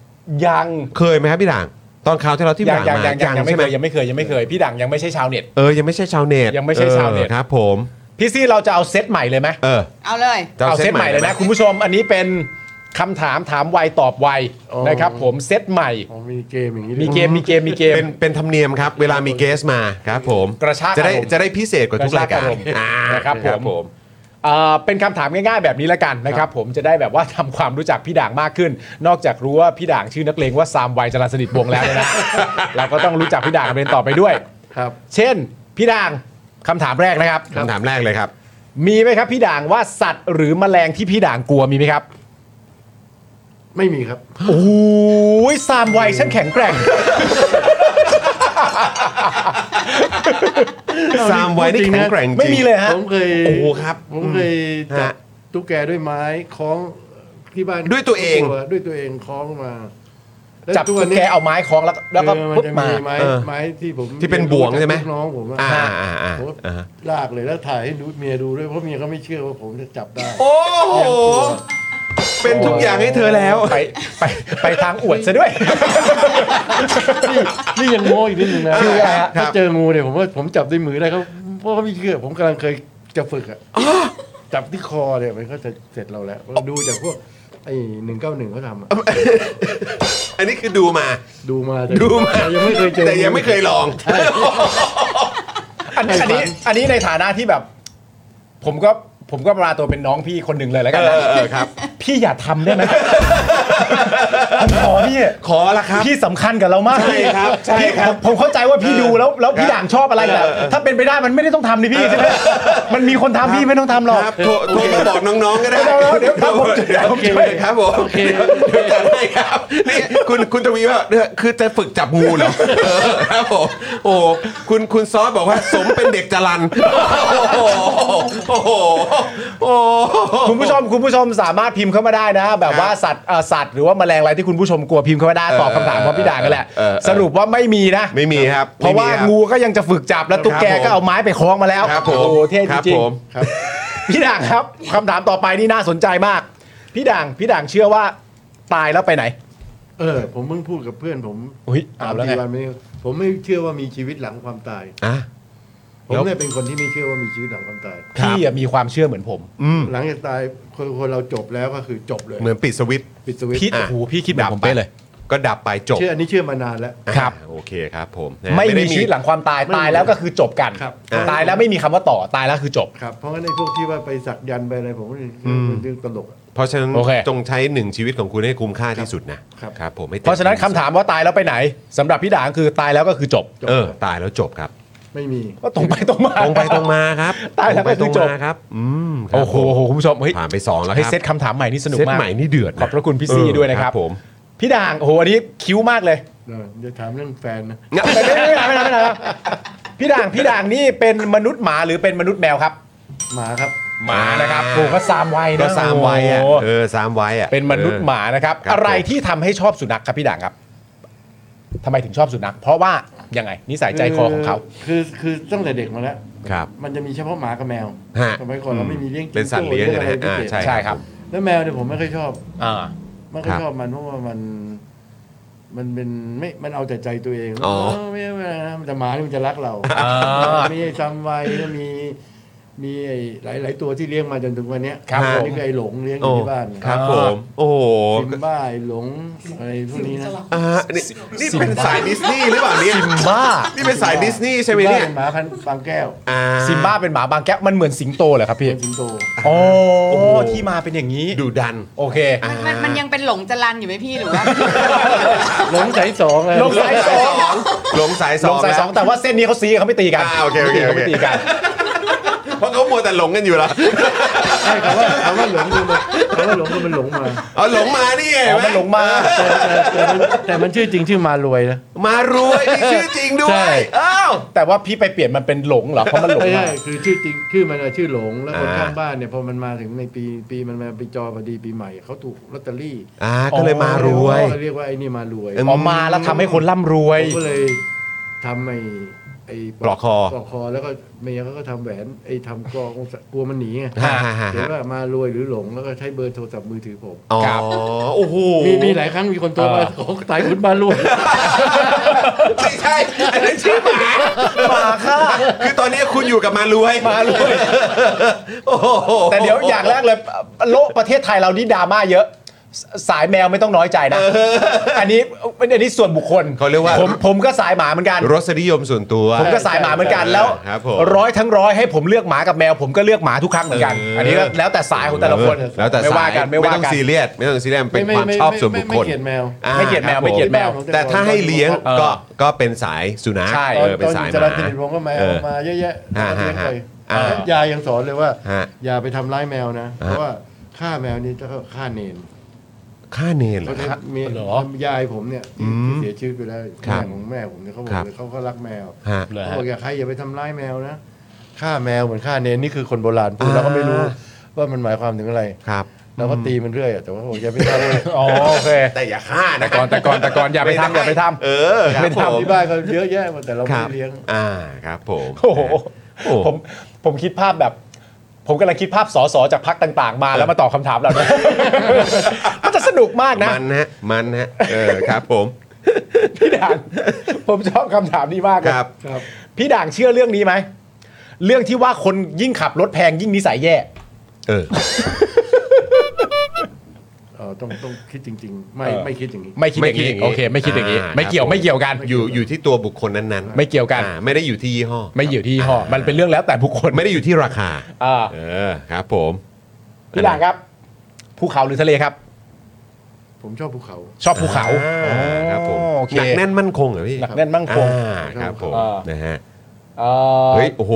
B: ยัง
A: เคยไหมครับพี่ด่าง ตอนคราวที่เราที่
B: ยั
A: พี่
B: ง
A: ด่างมา
B: ยังยังยังไม่
A: ใช่
B: เค
A: ไหม
B: ยยังไม่เคยยังไม่เคย พี่ดังยังไม่ใช่ชาวเน็ต
A: เออยังไม่ใช่ชาวเน็ต
B: ยังไม่ใช่ชาวเน็ต
A: ออครับ ผม
B: พี่ซี่เราจะเอาเซตใหม่เลยไหม
A: เออ
C: เอาเลย
A: จะ
B: เอาเซตใหม่เลยนะ
A: ไ
B: คุณผู้ชมอันนี้เป็นคำถามถามไวตอบไว
F: อ๋อ
B: นะครับ ผมเซตใหม่
F: อ๋อมีเกมอย่างนี้
B: มี
F: ด้วย
B: เกมมีเกมมีเกม
A: เป็นเป็นธรรมเนียมครับ เวลามีเกสมาครับ ผม
B: กระชาก
A: จะได้
B: อารมณ์
A: จะได้พิเศษกว่าทุกรายการ
B: กระชากอารมณ์
A: อ่า
B: นะครับผม
A: ผม
B: เอ่อเป็นคำถามง่ายๆแบบนี้ละกันนะครับ ผมจะได้แบบว่า ทำความรู้จักพี่ด่างมากขึ้น นอกจากรู้ว่าพี่ด่างชื่อนักเลงว่าซามไวจรัญสนิทวงศ์แล้ว เนี่ยนะ เราก็ต้องรู้จักพี่ด่างเป็นต่อไปด้วย
F: ครับ
B: เช่น พี่ด่างคำถามแรกนะครับ
A: คำถามแรกเลยครับ
B: มีไหมครับพี่ด่างว่าสัตว์หรือแมลงที่พี่ด่างกลัวมีไหมครับ
F: ไม่มีครับ
B: โอ้ยซามไวฉันแข็งแกร่ง
A: สามไว้นี่
F: จริงนะ
A: แข็งแกร่งจริง
B: ไม่มีเลยฮะ
F: ผมเคย
A: โอ้โหครับ
F: ผมเคยจับ
A: ฮะ
F: ตุ๊กแกด้วยไม้คล้องที่บ้าน
A: ด้วยตัวเอง
F: ด้วยตัวเองคล้องมาล้ว
B: จับ
F: ทุ
B: ตุ๊ก
F: นี้
B: แกเอาไม้คล้องแล้วแล้วก็
F: เออ
B: ปุ๊บ
F: จะ
B: มา
F: ไม้
A: เออ
F: ไม้ที่ผม
A: ที่เป็นบ่วงใช่ไหม
F: ลูกน้องผมะ
A: อ่าอ่าอ่า
F: ผมก็
A: อ่า
F: ลากเลยแล้วถ่ายให้ดูเมียดูด้วยเพราะเมียเขาไม่เชื่อว่าผมจะจับได้
A: โอ้โห เป็นทุกอย่างให้เธอแล้ว
B: ไปไปไปทางอวดซะด้วย
F: นี่นี่ยังโง่อีกนิดนึงนะ
A: คืออะไรฮะ
F: ถ้าเจองูเนี่ยผมว่าผมจับด้วยมือได้เขาเพราะเขาไม่เชื่อผมกำลังเคยจะฝึกอะจับที่คอเนี่ยมันก็จะเสร็จเราแล้วเราดูจากพวกไอ้หนึ่งเก้าหนึ่งเขาทำอะ
A: อันนี้คือดูมา
F: ดูมาแต่
A: ดูมา
F: แต่ยังไม่เคยเจอ
A: แต่ยังไม่เคยลอง
B: อันนี้อันนี้อันนี้ในฐานะที่แบบ ผมก็ผมก็ปราตัวเป็นน้องพี่คนหนึ่งเลยแล้ว
A: เอ
B: กันนะ
A: อเออครับ
B: พี่อย่าทำได้ไหมผมขอพี่
A: ขอละครับ
B: พี่สำคัญกับเรามาก
A: ใช่ครับใช่
B: พี่
A: ครับ
B: ผมผมเข้าใจว่าพี่ดูแล้วแล้วพี่ด่างชอบอะไรแต่
A: เออเออ
B: ถ้าเป็นไปได้มันไม่ได้ต้องทำนี่พี่ใช่ไหมมันมีคนทำพี่ไม่ต้องทำหรอก
A: ครับโทรโทรมาบอกน้องๆก็ได้
B: เดี๋ยวเดี๋ยวครับผม
A: เดี๋ยว
B: โอเค
A: ครับผมเดี๋ยวจัดให้ครับนี่คุณคุณทวีว่าเนี่ยคือจะฝึกจับงูเหรอเออครับผมโอ้โหคุณคุณซอสบอกว่าสมเป็นเด็กจรันโอ้โหโอ้โหโอ้โห
B: คุณผู้ชมคุณผู้ชมสามารถพิมพ์เข้ามาได้นะ แบบว่าสัตว์เอ่อสัตว์หรือว่าแมลงอะไรที่คุณผู้ชมกลัวพิมพ์เข้ามาได้ตอบคำถามของพี่ด่างกันแหละ
A: เออเออ
B: สรุปว่าไม่มีนะ
A: ไม่มีครับ
B: เพราะว่า
A: ไม่มีคบ
B: งูก็ยังจะฝึกจับแล้วตุ๊กแก
A: ครับผม
B: ก็เอาไม้ไปคล้องมาแล้ว
A: ครับผ
B: โอ้
A: ม
B: โหเท่จ
A: ครับ
B: ริง
A: ผม
B: ๆพี่ด่างครับคำถามต่อไปนี่น่าสนใจมาก พี่ด่างพี่ด่างเชื่อว่าตายแล้วไปไหน
F: เออ ผมเพิ่งพูดกับเพื่อนผม
B: อุ๊ย
F: สา
B: เอา
F: ม
B: แล้วไง
F: สี่วันมานี้ผมไม่เชื่อว่ามีชีวิตหลังความตาย
A: อ่ะ
F: ผมเนี่ยเป็นคนที่ไม่เชื่อว่ามีชีวิตหลังความตาย
A: ครับ
B: พี่อะมีความเชื่อเหมือนผม
F: หลังจากตายคนคนเราจบแล้วก็คือจบเลย
A: เหมือนปิดสวิตช์
F: ปิดสวิตช์
B: พี่
A: อ่ะ
B: โอ้โหพี่คิดแบบผมไปะเลย
A: ก็ดับไปจบ
F: เชื่ออันนี้เชื่อมานานแล้ว
B: ครับ
A: อ่าโอเคครับผม
B: ไม่มีชีวิตหลังความตาย
F: ไม่มี
B: ตายแล้วก็คือจบกัน
F: ครับ
B: ตายแล้วไม่มีคำว่าต่อตายแล้วคือจบ
F: ครับเพราะงั้นไอ้พวกที่ว่าไปสักยันต์ไปอะไรผมว่า
A: อืม
F: มันเรื่องตลกอะ
A: เพราะฉะนั้น
B: โอเค
A: จงใช้หนึ่งชีวิตของคุณให้คุ้มค่าที่สุดนะครับ ครับผมให้ต็ม
B: เพราะฉะนั้นคำถามว่าตายแล้วไปไหนสำหรับพี่ด่างคือตายแล้วก็คือจบ
A: เออ ตายแล้วจบครับ
F: ไม่มี
B: ก็ตรงไปตรงมา
A: ตรงไปตรงมาครับ
B: ตายแล้ว
A: รงไปตรง
B: ก็คือจบ
A: มาครับ อืมครับ
B: โอ้โห
A: ผม
B: คุณผู้ชมเฮ้ย
A: ผ่านไปสองแล้วค
B: ให้
A: รับ
B: เซตคำถามใหม่นี่สนุก
A: เซต
B: มาก
A: ใหม่นี่เดือดน
B: ขอบพระคุณพี่ซี่
A: เออ
B: ด้วยนะครับ
A: ผม
B: พี่ด่างโอ้โหอันนี้คิ้วมากเลย
F: เดี๋ยวจะถามเรื่องแฟนนะ
B: ไม่ไม่ไม่ไม่ไม่ไม่ไม่พี่ด่างพี่ด่างนี่เป็นมนุษย์หมาหรือเป็นมนุษย์แมวครับ
F: หมาครับ
B: หมานะครับโอ้ก็สามวัยนะ
A: ก็สามไว้อะ
B: โโห
A: เออสามไว้อะ
B: เป็นมนุษย์หมานะครับ
A: ครับ
B: อะไร
A: ผม
B: ที่ทำให้ชอบสุนัขครับพี่ด่างครับทำไมถึงชอบสุนัข เพราะว่ายังไงนิสัยใจคอของเขา
F: คือคือคือตั้งแต่เด็กมาแล้ว
A: ครับ
F: มันจะมีเฉพาะหมากับแมว
A: ฮะ
F: สมัยก่อนเราไม่มีเลี้ยง
A: เป็นสัตว์เลี้ยง
F: จิ้ง
A: นะ
F: โจ้
A: ฮะ
F: เลี้ยงอะไร
A: อ่า
F: พิเศษ
A: ใช่
B: ใช่ครับ
F: แล้วแมวเนี่ยผมไม่ค่อยชอบ
B: อ่า
F: ไม่ค่อย
A: ครับ
F: ชอบมันเพราะว่ามัน มันเป็นไม่มันเอาแต่ใจตัวเอง
A: อ๋อ
F: เออไม่ไม่ไม่นะแต่หมานี่มันจะรักเรา
B: อ่า
F: มีซัมไวก็มี มีไอ้หลาย ๆ ตัวที่เลี้ยงมาจนถึงวันเนี้ย
A: ครับ
F: อัน
A: ผม
F: นี่คือไอ้หลงเลี้ยงอ
A: โอ้
F: ยู่ที่บ้าน
A: ครับผม โอ้โห
F: ซิมบ้าไอ้หลงอะไรพวกนี้นะ
A: อ่านี่นี่เป็นสายดิสนีย์หรือเปล่าเนี่ย
B: บ้า
A: นี่เป็นสายดิสนีย์ใช่ไหมเนี่ย
F: ซิบ้าป็หมาพันธุ์ฟางแก้ว
A: อ่า
B: ซิมบ้าเป็นหมาบางแก้วมันเหมือนสิงโตเหรอครับพี่
F: เป็นสิงโต
B: โอ้
A: โอ้โห
B: ที่มาเป็นอย่างนี้
A: ดุดัน
B: โอเค
C: มันมันมันยังเป็นหลงจรันอยู่ไหมพี่หรือว่า
F: หลงสายสองเลย
B: หลงสายสอง
A: หลงสายส
B: ล
A: อง
B: งสายสอง
A: แล้
B: แต่ว่าเส้นนี้เขาซีเขาไม่ตีกัน
A: อ่าโอเคโอเคโอเค
B: เขาไม่ตีกัน
A: วเพราะเขามัวแต่หลงกันอยู่แล้ว
F: ใช่คำว่าคำว่าหลงคือมันคำว่าหลงคือมันหลงมา
A: เอาหลงมานี่ไง
B: อ๋อมันหลงมา
F: แต่มันแต่มันชื่อจริงชื่อมารวยนะ
A: มารวยนี่ชื่อจริงด้ว
F: ใช่
A: ยอ้าว
B: แต่ว่าพี่ไปเปลี่ยนมันเป็นหลงเหรอเพราะมันหลง
F: ไม่
B: มา
F: ใช่คือชื่อจริงชื่อมันอะชื่อหลงแล้วคน
A: อ่า
F: ข้างบ้านเนี่ยพอมันมาถึงในปีปีมันมาไปจอพอดีปีใหม่เขาถูกลอตเตอรี่
A: อ่าก็เลยมารวย
F: เขาเรียกว่าไอ้นี่มารวย
A: เออ
B: ออกมาแล้วทำให้คนร่ำรวย
F: ผมก็เลยทำไอ้ไอ้
A: ปลอกคอ
F: ปลอกคอแล้วก็เมียเขาก็ทำแหวนไอ้ทำกรองกลัวมันหนีไง
A: ฮ่าฮ่าฮ่า
F: เขียนว่ามารวยหรือหลงแล้วก็ใช้เบอร์โทรศัพท์มือถือผม
A: อ๋อ
B: ครับ
A: โอ้โห
F: มีมีหลายครั้งมีคนโทรมา
B: เออ
F: ขอตายคุณมารวย
A: ไม่ใช่อันนั้นชื่อหมาหมาค่ะคือตอนนี้คุณอยู่กับมารวยมารวยโอ้โห
B: แต่เดี๋ยวอย่างแรกเลยโลกประเทศไทยเรานี่ดราม่าเยอะสสายแมวไม่ต้องน้อยใจนะอันนี้อันนี้ส่วนบุคคล
A: เขาเรียกว่า
B: ผมผมก็สายหมาเหมือนกัน
A: รสนิยมส่วนตัว
B: ผมก็สายหมาเหมือนกันแล้ว
A: ครับผม
B: ร้อยทั้งร้อยให้ผมเลือกหมากับแมว ผมก็เลือกหมาทุกครั้งเหมือนกัน อันนี้ก็แล้วแต่สายของแต่ละคน
A: แล้วแต่
B: ไม่ว่า
A: สย
B: กันไม่ว่า
A: ต้อง
B: กัน
A: ซีเรียสไม่ต้องซีเรียสมันเป็น
F: ไม่
A: ความ
F: ไม่
A: ชอบส่วนบุคคล
F: ไม่ไม่เกลียดแมว
A: อ่า
B: ไม่เกลียดแม
A: ค
B: ว
A: รับผ
B: ไม่เกลียด แมว
A: แต่ถ้าให้เลี้ยง
B: เออ
A: ก็ก็เป็นสายสุนัข
B: ใช่
A: เออเป็นสายห
F: จ
A: มา
F: ราจรวงก็แมว
A: เออ
F: มาเยอะแยะ
A: อ่า
F: เลี้ยงไป
A: อ่า
F: ยายยังสอนเลยว่า
A: ฮะ
F: อย่าไปทำร้ายแมวนะ เพ
A: ฮะ
F: ราะว่าฆ่าแมวนี่จะฆ่าเนน
A: ค่าเนรเหรอ
F: เขาจะ
A: ฮะ
F: มี
B: เหรอย
F: ายผมเนี่ยที่ที่เสียชีวิตไปแล้ว
A: ครับ
F: แม่ของแม่ผมเนี่ยเขาบอ
A: ค
F: ก
A: รับ
F: เลยเขาก็รักแมว
A: ฮะ
B: เหรอฮะ
F: เขาบอกอย่าใครอย่าไปทำร้ายแมวนะฆ่าแมวเหมือนฆ่าเนนนี่คือคนโบราณพูดเราก็ไม่รู้
A: อ่า
F: ว่ามันหมายความถึงอะไร
A: ครับ
F: เราก็ตีมันเรื่อยอะแต่ว่าผมอย่าไปทำ เลย
B: อ๋อโอเค
A: แต่อย่าฆ่า
B: แต่
A: นะ
B: ก่อนแต่ก่อนแต่ก่อนอย่าไปทำอย่าไปทำ
A: เออ
B: อย่าไปทำ
F: ที่บ้านเขาเยอะแยะหมดแต่เรา
A: ค
F: ไม่
A: รับ
F: ได้เลี้ยง
A: อ่าครับผม
B: โอ้โห
A: โอ้
B: ผมผมคิดภาพแบบ ผมกำลังคิดภาพสสจากพักต่าง ๆ มาแล้วมาตอบคำถามเรา เนี่ย มันจะสนุกมากนะ
A: มันฮะ มันฮะ เออครับผม
B: พี่ด่าง ผมชอบคำถามนี้มากเล
A: ค
B: ย
A: รับ
B: พี่ด่างเชื่อเรื่องนี้ไหม เรื่องที่ว่าคนยิ่งขับรถแพงยิ่งนิสัยแย่
A: เออ
F: เออต้องต้องคิดจริง ๆ ไม่
B: เออ
F: ไม่คิดอย่างนี้
B: ไม่คิดอย่างนี้โอเค ไม่คิดอย่างนี้
A: า
B: ไม่เกี่ย
A: ค
B: ว
A: รับผ
B: ไม่เกี่ยวกัน
A: อยู่อยู่ที่ตัวบุคคลนั้นๆ
B: ไม่เกี่ยวกัน
A: อ่าไม่ได้อยู่ที่ยี่ห้อ
B: ไม่เกี่ยวที่ยี่ห้อมันเป็นเรื่องแล้วแต่บุคคล
A: ไม่ได้อยู่ที่ราคา
B: อ่า
A: เออครับผม
B: พี่ด่างครับภูเขาหรือทะเลครับ
F: ผมชอบภูเขา
B: ชอบภูเขา
A: อ่าครับผม
B: โอเค
A: หนักแน่นมั่นคงเหรอพี่
B: หนักแน่นมั่งคง
A: อ่าครับผม
B: อ่าน
A: นะฮะ
B: เอ่อ
A: เฮ้ยโอ้โห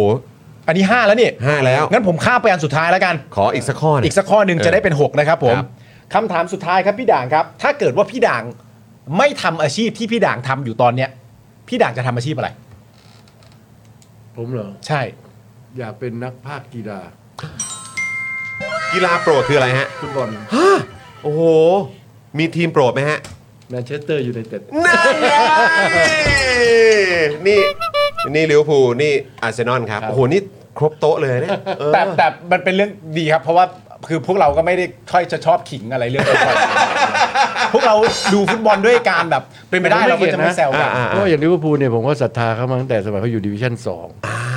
B: อันนี้ 5 แล้วนี่
A: ห้าแล้ว
B: งั้นผมข้ามไปอันสุดท้ายแล้วกัน
A: ขออีกสักข้อหนึ่ง
B: อีกสักข้อหนึ่ง
A: เออ
B: จะได้เป็น 6 นะครับผม
A: ครับ
B: คำถามสุดท้ายครับพี่ด่างครับ ถ้าเกิดว่าพี่ด่างไม่ทำอาชีพที่พี่ด่างทำอยู่ตอนเนี้ย พี่ด่างจะทำอาชีพอะไร
F: ผมเหรอ
B: ใช่
F: อยากเป็นนักภาคกีฬา
A: กีฬาโปรดคืออะไรฮะ
F: ฟุตบอล
A: โอ้โห มีทีมโปรดไหมฮะ
F: แมนเชสเตอร์ยูไนเต็ด
A: นั่นไงนี่นี่ลิเวอร์พูลนี่อาร์เซนอลครับ โอ้โห นี่ครบโต๊ะเลยเนี่ยเออ
B: แต่แต่มันเป็นเรื่องดีครับ เพราะว่าคือพวกเราก็ไม่ได้ค่อยจะชอบขิงอะไรเรื่องฟุ ตบอลพวกเราดูฟุตบอลด้วยการแบบ เป็นไปได้เราก็จะไม่แซวกัน
A: อ่า
F: เพราะว่าอย่างลิเวอร์พูลเนี่ยผมก็ศรัทธาเขามาตั้งแต่สมัยเขาอยู่ดิวิชั่นสอง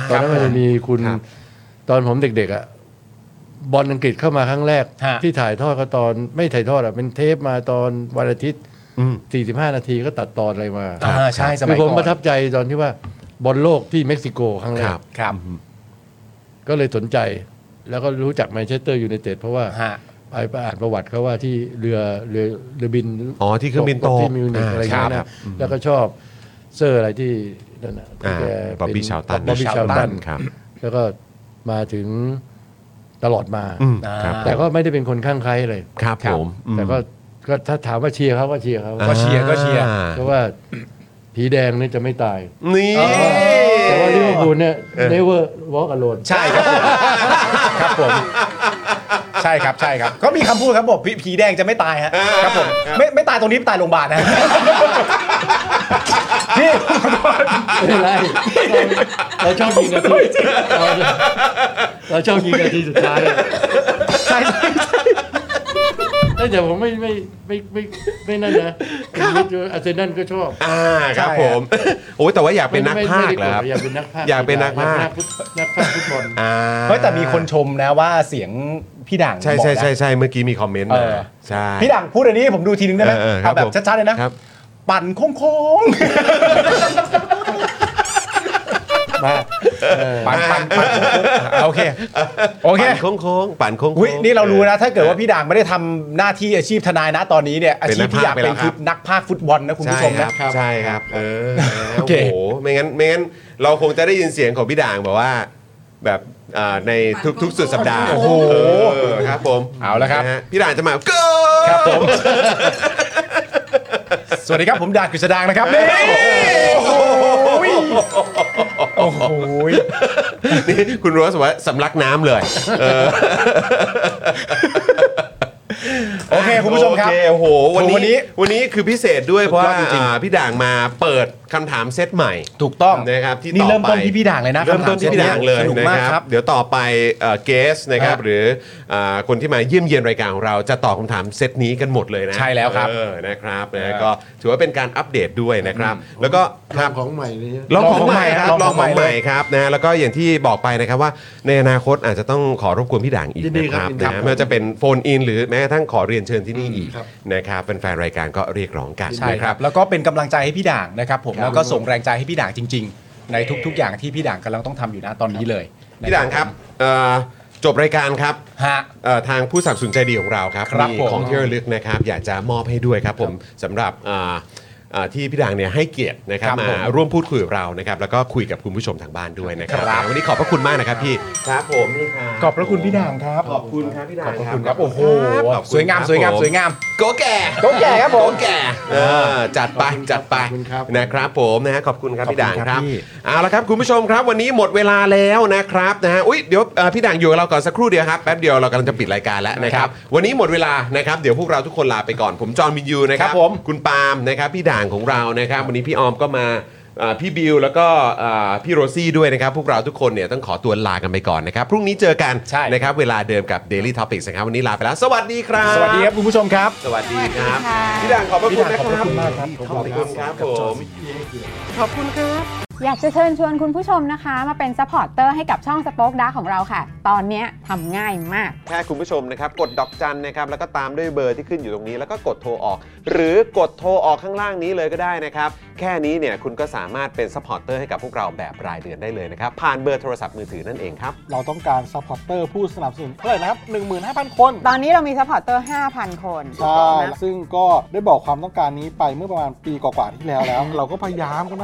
F: ตอนนั้นมันจะมีคุณตอนผมเด็กๆอ่ะบอลอังกฤษเข้ามาครั้งแรก ที่ถ่ายทอดก็ตอนไม่ถ่ายทอดอ่ะเป็นเทปมาตอนวันอาทิตย์
A: อืม
F: 45 นาทีก็ตัดตอนอะไรมา
B: อ่าใช่ส
F: คื
B: มัย
F: อผม
B: ก่อ
F: ประทั
B: น
F: บใจตอนที่ว่าบอลโลกที่เม็กซิโกครั้งแร
A: ค
F: ก
A: รับ
B: ครับ
F: ก็เลยสนใจ แล้วก็รู้จักแมนเชสเตอร์ยูไนเต็ดเพราะว่า
B: ฮะ
F: ไปไปอ่านประวัติเขาว่าที่เรือเรือเรือบิน
A: อ๋อที่เครื่องบินตก
F: ที่มิวนิก
A: อ่า
F: อะไรอย่างเงี้ย
A: ครั
F: นะ
A: บ
F: แล้วก็ชอบเซอร์อะไรที่นั่นนะที่
A: อ่า
F: แก
A: บ๊อบบี้
F: เป็
A: ชาวตัน
F: บ๊อบบี้ชาวตัน
A: ครับ
F: แล้วก็มาถึงตลอดมา
A: อืม
B: อ่า
A: ครับ
F: แต่ก็ไม่ได้เป็นคนข้างใครเลย
A: ครับผมอืม
F: แต่ก็ก็ถ้าถามว่าเชียร์เขาก็เชียร์เขา
B: ก็เชียร์ก็เชียร์
A: อ่า
F: เพราะว่าผีแดงนี่จะไม่ตาย
A: นี่
F: แต่ว่าลิเวอร์พูลเนี่ย
A: เออ
F: never walk alone
B: ใช่ครับผมครับผม ใช่ครับใช่ครับก็มีคำพูดครับบอกผีผีแดงจะไม่ตายฮะครับผมไม่ไม่ตายตรงนี้ตายโรงพยาบาลนะ พี่
F: ไม่เป็นไรเราเราชอบยิงนาทีเราเราชอบยิงนาทีสุดท้าย
B: ใช่ใช่
F: แต่ผมไม่ไม่ไม่ไม่ไม่ไม่นั่นนะ คุณวิทย์อาร์เซนอลก็ชอบ
A: อ่าครับ
B: ใช่
A: ผม โอ้ยแต่ว่าอยากเป็นนัก
F: ไม่
A: พา
F: ไม่
A: ก
F: ได้
A: ย์เหรอครับ
F: อยากเป็นนักพากย์
A: อยากเป็นนักพากย์
F: นักพากย์ฟุตบอล
A: อ่า
B: เฮ้ยแต่มีคนชมนะว่าเสียงพี่ด่าง
A: ใช่
B: บอก
A: ใช่
B: นะ
A: ใช่ใช่เมื่อกี้มีคอมเมนต์
B: เอ
A: มา
B: อ
A: ใช่
B: พี่ด่างพูดอันนี้ให้ผมดูทีนึงได้ไหม
A: เออเออครั
B: เอาแบบ
A: ผม
B: ชัดๆเลยนะ
A: ครับ
B: ปั่นโค้งๆมาปั่นปั่นปั่นโอเค โอเค
A: ปั่นโค้งๆปั่นโค้งๆ
B: อุ๊ยนี่เรารู้นะ ถ้าเกิดว่าพี่ด่างไม่ได้ทำหน้าที่อาชีพทนายนะตอนนี้เนี่ยอาชีพที่อยาก
A: เป็นนั
B: เป็น
A: ก
B: คื
A: พา
B: อก
A: ย์
B: นักพากย์ฟุตบอลนะคุณผู้ชมนะ
A: ใครับ ใช่ครับ เออ
B: โอเค
A: โอ้โห ไม่งั้น ไม่งั้น เราคงจะได้ยินเสียงของพี่ด่างแบบว่า แบบอ่าในทุกๆสุดสัปดาห์
B: โอ้โห
A: เออครับผม
B: เอาละครับ
A: นะฮะพี่ด่างจะมาเกิ
B: ครับผม สวัสดีครับผมด่างกฤษดางนะครับนี่โอ้โหโอ้โห
A: นี่คุณโรสบอกว่าสำลักน้ำเลยเออ
B: โอเคคุณผู้ชมครับ
A: โอเโอ้โห วัน
B: วันนี้
A: นี้ วันนี้คือพิเศษด้วยเพราะว่าอ่าพี่ด่างมาเปิดคำถามเซตใหม่
B: ถูกต้อง
A: นะครับที่
B: นี่
A: ต่อไป
B: เริ่มต้นที่พี่ด่างเลยนะ
A: เริ่มต้นที่พี่ด่างเลย
B: สนุก
A: นะ
B: มาก
A: ค
B: ค
A: รั
B: รับ บ
A: เดี๋ยวต่อไปเกสนะครับ
B: ฮะ
A: หรือเอ่อคนที่มาเยี่ยมเยียนรายการของเราจะตอบคำถามเซตนี้กันหมดเลยนะ
B: ใช่แล้วครับ
A: เออนะครับนะ
B: เออ
A: ก็ถือว่าเป็นการอัปเดตด้วยนะครับ แล้วก็ครับ
F: ของใหม่เลย
A: ลองของใหม่ครับล
B: ล
A: อ
B: อง ง
A: ข
B: ข
A: อ
B: อง
A: ให
B: งใหม่
A: ม่ครับนะแล้วก็อย่างที่บอกไปนะครับว่าในอนาคตอาจจะต้องขอรบกวนพี่ด่างอีก
F: ยินดี
A: นะค
F: ครั
A: รับบ
F: ยินดีครั
A: นะ
F: บ
A: ไม่ว่าจะเป็นโฟนอินหรือแม้กระทั่งขอเรียนเชิญที่นี่อีก
F: ครับ
A: นะครับแฟนๆรายการก็เรียกร้องกัน
B: ใช่
A: นะ
B: ค
A: ครั
B: รับ บ แล้วก็เป็นกำลังใจให้พี่ด่างนะครับผม
F: ครับ
B: แล้วก็ส่งแรงใจให้พี่ด่างจริง ๆ ในทุก ๆ อย่างที่พี่ด่างกำลังต้องทำอยู่นะตอนนี้เลย
A: พี่ด่างครับเอ่อจบรายการครับ
B: ฮะ
A: เอ่อทางผู้สนับสนุนใจดีของเราครับ
B: ครับ
A: มี
B: ผม
A: ของที่ระลึกนะครับ อยากจะมอบให้ด้วยครับผมสำหรับอ่าอ่าที่พี่ดังเนี่ยให้เกียรตินะครับ
B: ครับ
A: มา
B: ผม
A: ร่วมพูดคุยกับเรานะครับแล้วก็คุยกับคุณผู้ชมทางบ้านด้วยนะครับ
B: ครับ
A: วันนี้ขอบพระคุณมากนะครับพี่ครับผมนี่ครั
B: ขอบพระคุณพี่ด่างครับ
A: ขอบคุณครับพี่ดัง
B: ขอบพระคุณครับโอ้โห
A: ขอบคุณ
B: สวยงาม
A: ครับ
B: สวยงาม
A: ผ
B: สวยงาม
A: โกแก่
B: โกแก่ครับผม
A: โกแก่เออจัดไปจัดไป
F: ขอบคุณครับ
A: นะครับผมนะฮะขอบคุณครับพี่ด่างครับ
B: พี่
A: เอาละครับคุณผู้ชมครับวันนี้หมดเวลาแล้วนะครับนะฮะอุ้ยเดี๋ยวเอ่อพี่ด่างอยู่กับเราก่อนสักครู่เดียวครับแป๊บเดียวเรากำลังจะปิดรายการแล้วนะครับวันนี้หมดเวลานะครับเดี๋ยวพวกเราทุกคนลาไปก่อนผมจอห์นวินยูนะครับ
B: ครับผม
A: คุณปาล์มนะครับพี่ด่างของเรานะครับวันนี้พี่ออมก็มาอ่าพี่บิวแล้วก็อ่าพี่โรซี่ด้วยนะครับพวกเราทุกคนเนี่ยต้องขอตัวลากันไปก่อนนะครับพรุ่งนี้เจอกัน
B: ใช่
A: นะครับเวลาเดิมกับ Daily Topics นะครับวันนี้ลาไปแล้ว สวัสดีครับ
B: สวัสดีครับคุณผู้ชมครับ
A: สวัสดีครับ
C: สวัสดีค่ะ
A: พี่ด่างขอบพระคุณนะค
E: พี่ด่างขอบพ
A: รับ
E: ระคุณมากครับ
A: ขอบคุณครับผม
G: อยากจะเชิญชวนคุณผู้ชมนะคะ มาเป็นซัพพอร์ตเตอร์ให้กับช่องสป็อคดาของเราค่ะ ตอนเนี้ยทำง่ายมาก
A: แค่คุณผู้ชมนะครับ กดดอกจันนะครับ แล้วก็ตามด้วยเบอร์ที่ขึ้นอยู่ตรงนี้ แล้วก็กดโทรออก หรือกดโทรออกข้างล่างนี้เลยก็ได้นะครับ แค่นี้เนี่ยคุณก็สามารถเป็นซัพพอร์ตเตอร์ให้กับพวกเราแบบรายเดือนได้เลยนะครับ ผ่านเบอร์โทรศัพท์มือถือนั่นเองครับ
E: เราต้องการซัพพอร์เตอร์ผู้สนับสนุนเท่าไหร่นะครับ 15,000 คน
G: ตอนนี้เรามีซัพพอร์ตเตอร์ 5,000 คน
E: ใช่ ซึ่งก็ได้บอกความต้องการนี้ไปเมื่อประมาณปีกว่าๆที่แล้วแล้ว เราก็พยายามกันน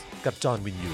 H: กับจอห์นวินยู